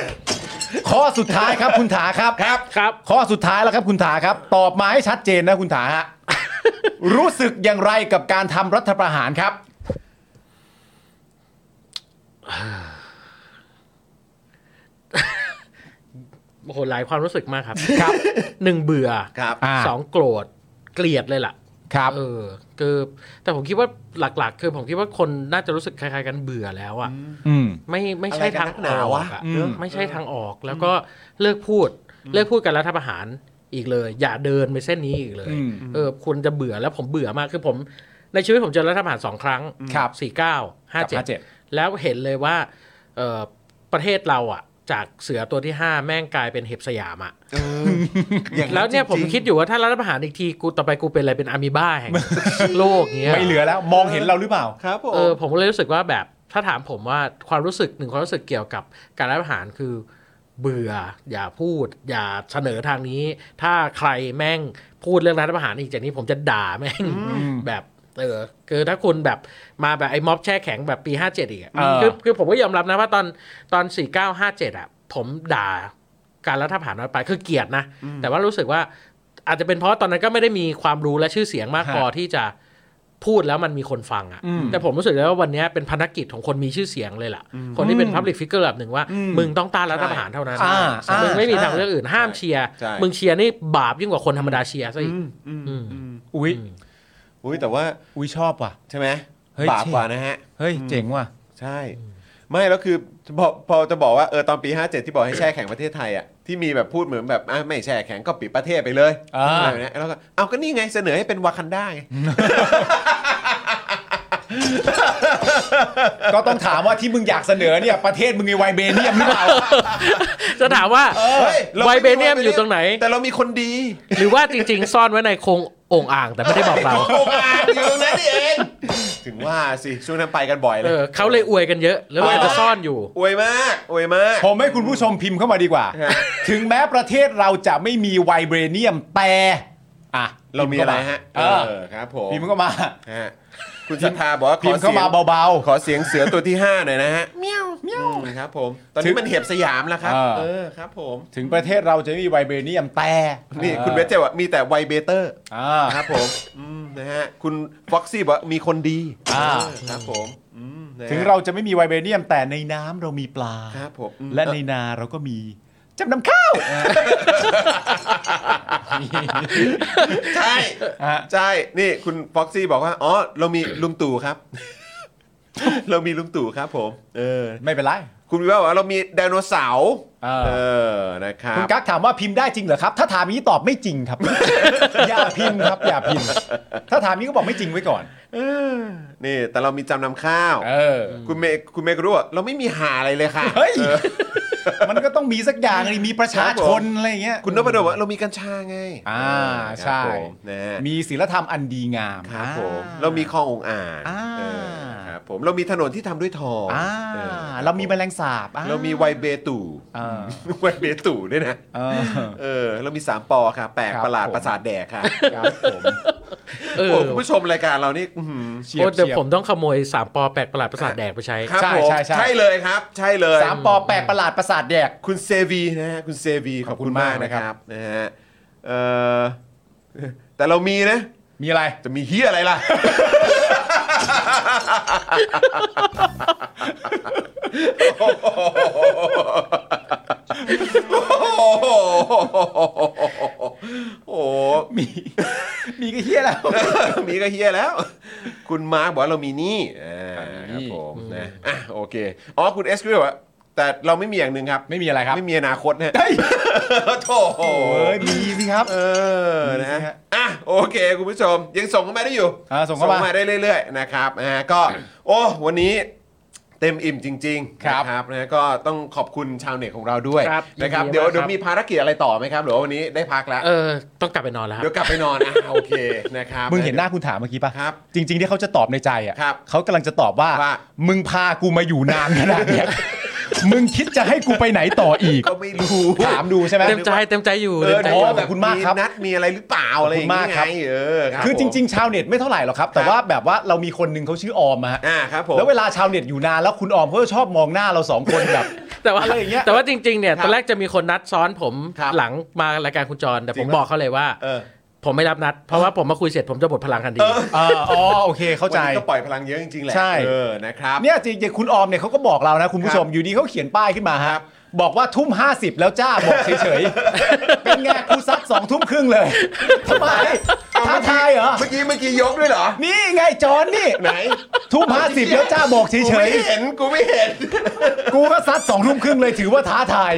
S2: ข้อสุดท้ายครับคุณถาครับ
S1: ครับ
S3: ครับ
S2: ข้อสุดท้ายแล้วครับคุณถาครับ ตอบมาให้ชัดเจนนะคุณถา ฮะ รู้สึกอย่างไรกับการทำรัฐประหารครับ
S3: โอ้โหหลายความรู้สึกมากครับ
S2: ครับ
S3: หนึ่งเบื่อ
S1: ครับ
S2: อ่า
S3: สองโกรธเกลียดเลยล่ะ
S2: ครับ
S3: เออคือแต่ผมคิดว่าหลักๆ คือผมคิดว่าคนน่าจะรู้สึกคล้ายๆกันเบื่อแล้วอ่ะ
S2: อืม
S3: ไม่ไม่
S1: อะ
S3: ใช่
S1: ไรกัน
S3: ทาง
S1: นัก
S3: อ
S1: หนา
S3: อก
S1: วะ
S3: อะ
S2: อืม
S3: ไม่ใช่ทางออกแล้วก็เลิกพูด เลิกพูดกันรัฐประหารอีกเลย อย่าเดินไปเส้นนี้อีกเลย
S2: อืม
S3: เออควรจะเบื่อแล้วผมเบื่อมากคือผม ในชีวิตผมเจอรัฐประหารสองครั้ง
S2: ครับ
S3: สี่เก้าห้า
S2: กับ
S3: เจ็ด
S2: 57
S3: แล้วเห็นเลยว่าเอ่อประเทศเราอ่ะ จากเสือตัวที่ 5 แม่งกลายเป็นเห็บสยามอ่ะ
S1: เออาง
S3: แล้วเนี่ยผม
S1: จริงๆ
S3: คิดอยู่ว่าถ้ารัฐประหารอีกทีกูต่อไปกูเป็นอะไรเป็นอามิบ้าแห่ง โลกเงี้ย
S2: ไม่เหลือแล้ว มองเห็นเราหรือเปล่า
S1: ครับผม
S3: เออผมก็เลยรู้สึกว่าแบบถ้าถามผมว่าความรู้สึกหนึ่งความรู้สึกเกี่ยวกับการรัฐประหารคือเบื่อ อย่าพูด อย่าเสนอทางนี้ ถ้าใครแม่งพูดเรื่องรัฐประหารอีกจากนี้ผมจะด่าแม่งแบบเออคือถ้าคุณแบบมาแบบไอ้ม็อบแช่แข็งแบบปี 57 อีกอะ
S2: เออ
S3: คือ คือผมก็ยอมรับนะว่าตอนตอน 4957 อ่ะ ผมด่าการรัฐประหารน้อยไปคือเกลียดนะ แต่ว่ารู้สึกว่าอาจจะเป็นเพราะตอนนั้นก็ไม่ได้มีความรู้และชื่อเสียงมากพอ
S2: ฮะ
S3: ที่จะพูดแล้วมันมีคนฟังอ่ะ
S2: อืม
S3: แต่ผมรู้สึกเลยว่าวันนี้เป็นภารกิจของคนมีชื่อเสียงเลยล่ะ คนที่เป็น Public Figure แบบหนึ่งว่า
S2: อืม
S3: มึงต้องต้านรัฐประหารเท่านั้น
S2: อ่าอ่ามึ
S3: มึงไม่มีทางเลือกอื่นห้ามเชียร์
S1: ใช่
S3: มึงเชียร์นี่บาปยิ่งกว่าคนธรรมดาเชียร์ซะอีก
S1: อืม
S3: อืม
S1: อืม
S2: อุ้ย
S1: อุ้ยแต่ว่า
S2: อุ้ยชอบว่ะ
S1: ใช่ไหม
S2: เฮ้ย
S1: บาปกว่านะฮะ
S2: เฮ้ย เจ๋งว่ะ
S1: ใช่ ไม่แล้วคือพอพอจะบอกว่าเออตอนปี 57 ที่บอกให้แช่แข็งประเทศไทยอ่ะที่มีแบบพูดเหมือนแบบอ่ะไม่แช่แข็งก็ปิดประเทศไปเลย
S2: อ่า
S1: อะไรแบบเนี้ยแล้วก็เอาก็นี่ไงเสนอให้เป็นวากันด้าไง
S2: ก็ต้องถามว่าที่มึงอยากเสนอเนี่ย ประเทศมึงในไวเบเนียม หรือเปล่า
S3: จะถามว่า
S1: เฮ้ยรา
S3: ไว
S1: ม่
S3: เบ
S1: ด้
S3: เนียมอยู่ตรงไหน
S1: แต่เรามีคนดี
S3: หรือว่าจริงๆ ซ่อนไว้ในโครงโอ่งอ่างแต่ไม่ได้บอกเรา
S1: โอกาสอยู่ตรงนั้นนี่เองถึงว่าสิช่วงนั้นไปกันบ่อยเล
S3: เอย อเขาเลยอวยกันเยอะ แล้วมันอาจจะซ่อนอยู่
S1: อวยมากอวยมาก
S2: ผมให้คุณผู้ชมพิมพ์เข้ามาดีกว่า
S1: ฮะ
S2: ถึงแม้ประเทศเราจะไม่มีไวเบเนียมแต่อ่ะ
S1: เรามีอะไรฮะ
S2: เออ
S1: ครับผม
S2: พิมพ์เข้ามา
S1: ฮะคุณสัทธาบอกว่าข
S2: พิ
S1: อ
S2: มพ์
S1: เสี
S2: เข้าย มาง เบา
S1: ขอเสียงเสือตัวที่ 5 หน่อยนะฮะเมียวเมียวครับ ผม ตอน
S2: ถึ
S1: นี้
S2: ง
S1: มันเห็บสยามแล้วครับ
S2: เออ
S1: เออครับผม
S2: ๆ ถึงประเทศเราจะไม่มีไวเบเนียมแต่
S1: นี่คุณเวจเจว่ามีแต่ไวเบเตอร์
S2: อ่า
S1: ครับผมอืมนะฮะคุณฟ็อกซี่บอกว่ามีคนดี
S2: อ่า
S1: เออครับผมอืมนะฮะ
S2: ถึงเราจะไม่มีไวเบเนียม แต่ในน้ำเรามีปลา
S1: ครับผมอืม
S2: และในนาเราก็มีจำนำข้าว
S1: ใช่
S2: อ่ะ
S1: ใช่ นี่คุณฟ็อกซี่บอกว่า อ๋อ เรามีลุงตู่ ครับ เรามีลุงตู่ครับผม เออ
S2: ไม่เป็นไร
S1: คุณวิวาบอกว่าเรามีไดโนเสาร์
S2: เออ
S1: เออ นะครับ
S2: คุณกั๊กถามว่าพิมพ์ได้จริงเหรอครับ ถ้าถามอย่างนี้ตอบไม่จริงครับ อย่าพิมพ์ครับ อย่าพิมพ์ ถ้าถามอย่างนี้ก็บอกไม่จริงไว้ก่อน
S1: นี่ แต่เรามีจำนำข้าว
S2: เออ
S1: คุณเมย์คุณเมย์ก็รู้ว่าเราไม่มีหาอะไรเลยค่ะ
S2: เฮ้ย
S1: ออ
S2: มันก็ต้องมีสักอย่างนี่มีประชา
S1: ค
S2: ชน
S1: รับผม
S2: อะไรอย่างเงี้ย
S1: คุณนพดลบอกว่าเรามีกัญชาไง
S2: อ่าใช่
S1: ครับผมนะฮะ
S2: มีศีลธรรมอันดีงาม
S1: ครับผม
S2: อ่
S1: เรามีคลององอ่าง
S2: อ่า
S1: เออครับผม เรามีถนนที่ทำด้วยทอง
S2: อ่า
S1: ออคบ
S2: เรามี
S1: ผ
S2: แมลงสาบอ่
S1: เรามีไวเบตู
S2: เออ
S1: ไวเบตูด้วยนะ
S2: เออ
S1: เออเรามีสามปอค่ะ แปลก
S2: ครับ
S1: ประหลาด
S2: ผม
S1: ประสาทแดกค่ะ
S2: ครับผม
S3: เออ
S1: โอ้คุณผู้ชมรายการเรานี่อื้อหือ
S2: เฉีย
S3: โอ้
S2: บ
S3: เดี๋ยว
S2: เฉียบ
S3: ผมต้องขโมยสามปอแปลกประหลาดประสาทแดกไปใช้
S1: ครับ
S2: ใช่
S1: ผม
S2: ใช่ใช่
S1: ใช่เลยครับ ใช่เลย
S2: สามปอแปลกประหลาดประสาทแดก
S1: คุณเซวีนะฮะคุณเซวีข
S2: ข
S1: อ
S2: อ
S1: บบ
S2: คุ
S1: คุณมาม
S2: ณาก ก
S1: นะ
S2: นะ
S1: ค
S2: ครับ
S1: รับนะฮะเออแต่เรามีนะ
S2: มีอะไร
S1: จะมีเฮียอะไรล่ะ โอ้โห
S2: มีมีก็เฮี้ยแล้ว
S1: มีก็เฮียแล้ว คุณมาร์กบอกว่าเรามีหนี่อ่าค
S2: มี
S1: รับผมนะอ่ะโอเค อ๋อ คุณเอสคิวบอกว่าแต่เราไม่มีอย่างหนึ่งครับ
S2: ไม่มีอะไรครับ
S1: ไม่มีอนาคตนะฮะ
S2: เฮ้ย
S1: โถ่
S2: โอ้ยมีสิครับ
S1: เออนะ
S2: มีสิ
S1: ฮะ
S2: ฮะ
S1: อ่ะโอเค คุณผู้ชม ยังส่งเข้ามาได้อยู่
S2: อ่าส่งเข้ามา
S1: ได้เรื่อยๆนะครับนะฮะก็โอ้วันนี้เต็มอิ่มจริงๆ
S2: ครับ
S1: นะนะฮะก็ต้องขอบคุณชาวเน็ตของเราด้วย
S3: ครับ
S1: นะครับ
S3: ยินดี
S1: เดี๋ยว
S3: มาก
S1: เดี๋ยว
S3: ครับ
S1: มีภารกิจอะไรต่อไหมครับหรือว่าวันนี้ได้พักแล้ว
S3: เออ ต้องกลับไปนอนแล้วครับ
S1: เดี๋ยวกลับไปนอนอ่ะโอเคนะครับ
S2: มึงเห็นหน้าคุณถามเมื่อกี้ปะ
S1: ครับ
S2: จริง ๆ ที่เขาจะตอบในใจอ่ะ
S1: ครับ
S2: เขากำลังจะตอบว่า
S1: ว่า
S2: มึงพากูมาอยู่นานขนาดเนี้ยมึงคิดจะให้กูไปไหนต่ออีก
S1: ก็ไม่รู้
S2: ถามดูใช่ไหม
S3: เต็มใจเต็มใจอยู่
S1: เอ
S3: เต็
S1: อ
S3: มใจ
S1: เดี๋ยว
S3: อยู่
S1: ว่าแบ
S2: ขอ
S1: บบ
S2: คุณมากครับ
S1: นัดมีอะไรหรือเปล่าอะไรอย่าง
S2: ขอบคุณมาก
S1: เงี้
S2: ครับ
S1: ยเออรับ
S2: คือจริง ๆ ชาวเน็ตไม่เท่าไหร่หรอกครับ แต่ว่าแบบว่าเรามีคนหนึ่งเขาชื่อออมอะฮะ
S1: ๆอ่าครับผม
S2: แล้วเวลาชาวเน็ตอยู่นานแล้วคุณออมเขาจะชอบมองหน้าเราสองคนแบบ
S3: แต่ว่า
S2: อะไรอย่างเงี้ย
S3: แต่ว่าจริงๆเนี่ย
S1: ครับ
S3: ตอนแรกจะมีคนนัดซ้อนผม
S1: ครับ
S3: หลังมารายการคุณจร แต่
S1: จริ
S3: ผ
S1: ง
S3: ม
S1: ปะ
S3: บอกเขาเลยว่า
S1: เออ
S3: ผมไม่รับนัด เพราะว่าผมมาคุยเสร็จผมจะบดพลังทันที
S1: เออ
S2: าอ๋อโอเคเข้าใจ
S1: วันนี้ก็ปล่อยพลังเยอะจริงๆแหละ
S2: ใช่
S1: เออนะครับ
S2: เนี่ยจริงๆคุณออมเนี่ยเขาก็บอกเรานะคุณผู้ชมอยู่ดีเขาเขียนป้ายขึ้นมา
S1: ครั
S2: ฮะ
S1: บ
S2: บอกว่าทุ่ม 50 แล้วจ้าบอกเฉยๆ เป็นไงกูซักสองทุ่มครึ่งเลยทำไมท้าทายเหรอ
S1: เมื่อกี้เมื่อกี้ยกด้วยเหรอ
S2: นี่ไงจอนนี่
S1: ไหน
S2: ทุ่ม 50 แล้วจ้าบอกเฉ
S1: กู
S2: ย
S1: ไม่เห็นกูไม่เห็น
S2: ๆ กูก็ซัดสองทุ่มครึ่งเลยถือว่าท้าทาย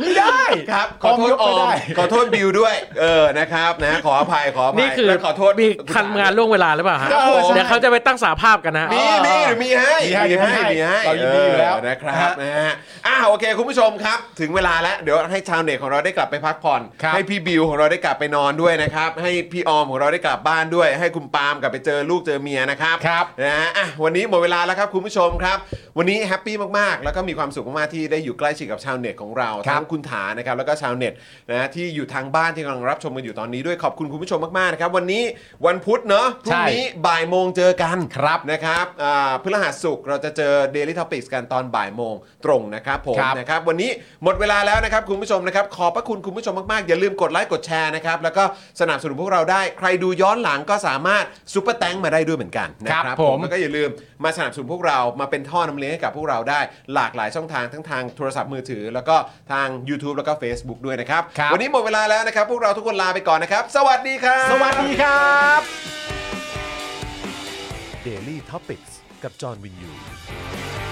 S2: ไม่ได้
S1: ครับขอโทษ
S2: ยก
S1: ออม
S2: ไม่ได้
S1: ขอโทษบิวด้วยเออนะครับนะขออภัยขออภัย
S3: นี่คือ
S1: และขอโทษ
S3: มี
S1: คุณ
S3: คันงานล่วงเวลาหรือเปล่าฮะ
S2: ครับผม
S3: เดี๋ยวเขาจะไปตั้งสาภาพกันนะ
S1: มีมีหรือมีให้
S2: มีให้มีให้เรายินดีอยู่แล้ว
S1: เอนะครับ
S2: ฮะ
S1: นะฮะอ่ะโอเคคุณผู้ชมครับ ถึงเวลาแล้วเดี๋ยวให้ชาวเน็ตของเราได้กลับไปพักผ่อน
S2: ครับ
S1: ให้พี่บิวของเราได้กลับไปนอนด้วยนะครับ ให้พี่ออมของเราได้กลับบ้านด้วย ให้คุณปาล์มกลับไปเจอลูกเจอเมียนะครับ
S2: ครับ
S1: นะฮะอ่ะวันนี้หมดเวลาแล้วครับคุณผู้ชมครับ วันนี้แฮปปี้มากๆ แล้วก็มีความสุขมากๆที่ได้อยู่ใกล้ชิดกับชาวเน็ตของเรา
S2: ครับ
S1: ทั้งคุณถานะครับแล้วก็ชาวเน็ตนะฮะที่อยู่ทางบ้านที่กำลังรับชมกันอยู่ตอนนี้ด้วยขอบคุณคุณผู้ชมมากๆนะครับวันนี้วันพุธเนาะพรุ่งนี้บ่ายโมงเจอกัน
S2: ครับ
S1: นะครับอ่าพฤหัสสุกร์เราจะเจอ Daily Topics กันตอนบ่ายโมงตรงนะครับผม
S2: ครับ
S1: นะครับวันนี้หมดเวลาแล้วนะครับคุณผู้ชมนะครับขอบพระคุณคุณผู้ชมมากๆอย่าลืมกดไลค์กดแชร์นะครับแล้วก็สนับสนุนพวกเราได้ใครดูย้อนหลังก็สามารถซุปเปอร์แตงมาได้ด้วยเหมือนกัน นะค
S2: ครั
S1: รับบ ผ
S2: ผม ม
S1: แล้วก็อย่าลืมมาสนับสนุนพวกเรามาเป็นท่อนำเลี้ยงให้กับพวกเราได้หลากหลายช่องทางทั้งทางโทรศัพท์มือถือ แล้วก็ทาง YouTube แล้วก็ Facebook ด้วยนะครับ
S2: ครับ
S1: วันนี้หมดเวลาแล้วนะครับ พวกเราทุกคนลาไปก่อนนะครับ สวัสดีครับ
S2: สวัสดีครับ
S4: Daily Topics กับจอห์นวินยู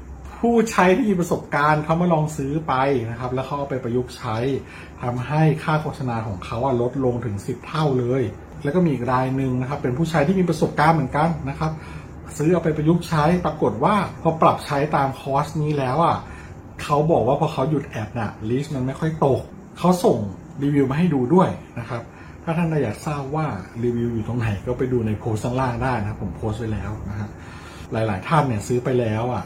S5: ผู้ใช้ที่มีประสบการณ์เขามาลองซื้อไปนะครับ แล้วเขาเอาไปประยุกต์ใช้ทำให้ค่าโฆษณาของเขาอะลดลงถึง 10 เท่าเลย แล้วก็มีอีกรายหนึ่งนะครับ เป็นผู้ใช้ที่มีประสบการณ์เหมือนกันนะครับ ซื้อเอาไปประยุกต์ใช้ปรากฏว่าพอปรับใช้ตามคอร์สนี้แล้วอ่ะเขาบอกว่าพอเขาหยุดแอดน่ะลิสต์มันไม่ค่อยตกเขาส่งรีวิวมาให้ดูด้วยนะครับ ถ้าท่านอยากทราบว่ารีวิวอยู่ตรงไหนก็ไปดูในโพสต์ข้างล่างได้นะครับผมโพสต์ไว้แล้วนะครับ หลาย ๆ ท่านเนี่ยซื้อไปแล้วอะ่ะ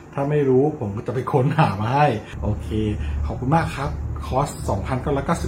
S5: ถ้าไม่รู้ผมก็จะไปค้นหามาให้ โอเค ขอบคุณมากครับ คอร์ส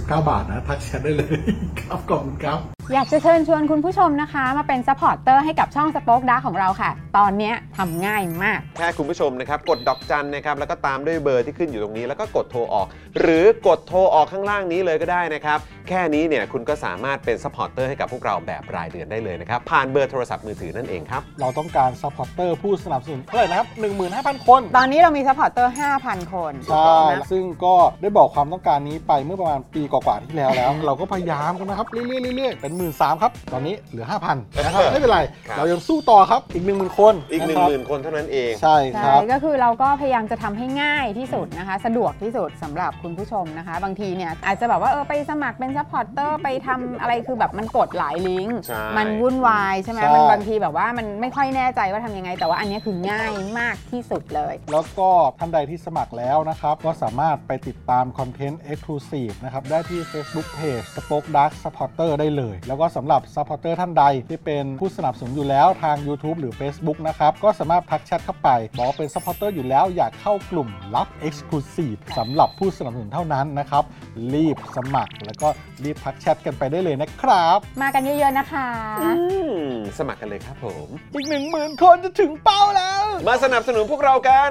S5: 2,999 บาทนะ ทักแชทได้เลย ครับ ขอบคุณครับ
S6: อยากจะเชิญชวนคุณผู้ชมนะคะ มาเป็นซัพพอร์ตเตอร์ให้กับช่องสป็อคดาของเราค่ะ ตอนเนี้ยทำง่ายมาก
S1: แค่คุณผู้ชมนะครับ กดดอกจันนะครับ แล้วก็ตามด้วยเบอร์ที่ขึ้นอยู่ตรงนี้ แล้วก็กดโทรออก หรือกดโทรออกข้างล่างนี้เลยก็ได้นะครับ แค่นี้เนี่ยคุณก็สามารถเป็นซัพพอร์ตเตอร์ให้กับพวกเราแบบรายเดือนได้เลยนะครับ ผ่านเบอร์โทรศัพท์มือถือนั่นเองครับ
S7: เราต้องการซัพพอร์เตอร์ผู้สนับสนุนเท่าไหร่นะครับ 15,000 คน
S6: ตอนนี้เรามีซัพพอร์ตเตอร์5,000 คน
S7: ใช่
S6: นะ
S7: ซึ่งก็ได้บอกความต้องการนี้ไปเมื่อประมาณปีกว่าๆที่แล้วแล้ว เราก็พยายามกันนะครับ เรื่อยๆเรื่อยๆเป็น 1 3ื่นครับ ตอนนี้เหลือ 5,000นะครับไม่เป็นไร
S1: ครับ
S7: เรายังสู้ต่อครับอีก 10,000 คน
S1: อีก1
S7: ะครับ
S1: 0,000คนเท่านั้นเอง
S7: ใช่ค
S6: ใช่
S7: รับ
S6: ก็คือเราก็พยายามจะทำให้ง่ายที่สุดนะคะ สะดวกที่สุดสำหรับคุณผู้ชมนะคะ บางทีเนี่ยอาจจะแบบว่าเออไปสมัครเป็นซัพพอร์ตเตอร์ไปทำอะไรคือแบบมันกดหลายลิงก์
S1: ใช่
S6: มันวุ่นวายใช่ไหม
S7: ใช่
S6: มันบางทีแบบว่ามันไม่ค่อยแน่ใจว่าทำยังไง แต่ว่าอันเนี้ยคือง่ายมากที่สุดเลย
S7: แล้วก็ท่านใดที่สมัครแล้วนะครับ ก็สามารถไปติดตามคอนเทนต์ Exclusive นะครับ ได้ที่ Facebook Page Spoke Dark Supporter ได้เลย แล้วก็สำหรับ Supporter ท่านใดที่เป็นผู้สนับสนุนอยู่แล้วทาง YouTube หรือ Facebook นะครับ ก็สามารถทักแชทเข้าไป บอกว่าเป็น Supporter อยู่แล้วอยากเข้ากลุ่มลับ Exclusive สำหรับผู้สนับสนุนเท่านั้นนะครับ รีบสมัคร แล้วก็รีบทักแชทกันไปได้เลยนะครับ
S6: มากันเยอะๆนะคะ
S1: อืมสมัครกันเลยครับผม
S7: อีก 1 0,000 คนจะถึงเป้าแล้ว
S1: มาสนับสนุนพวกเรากัน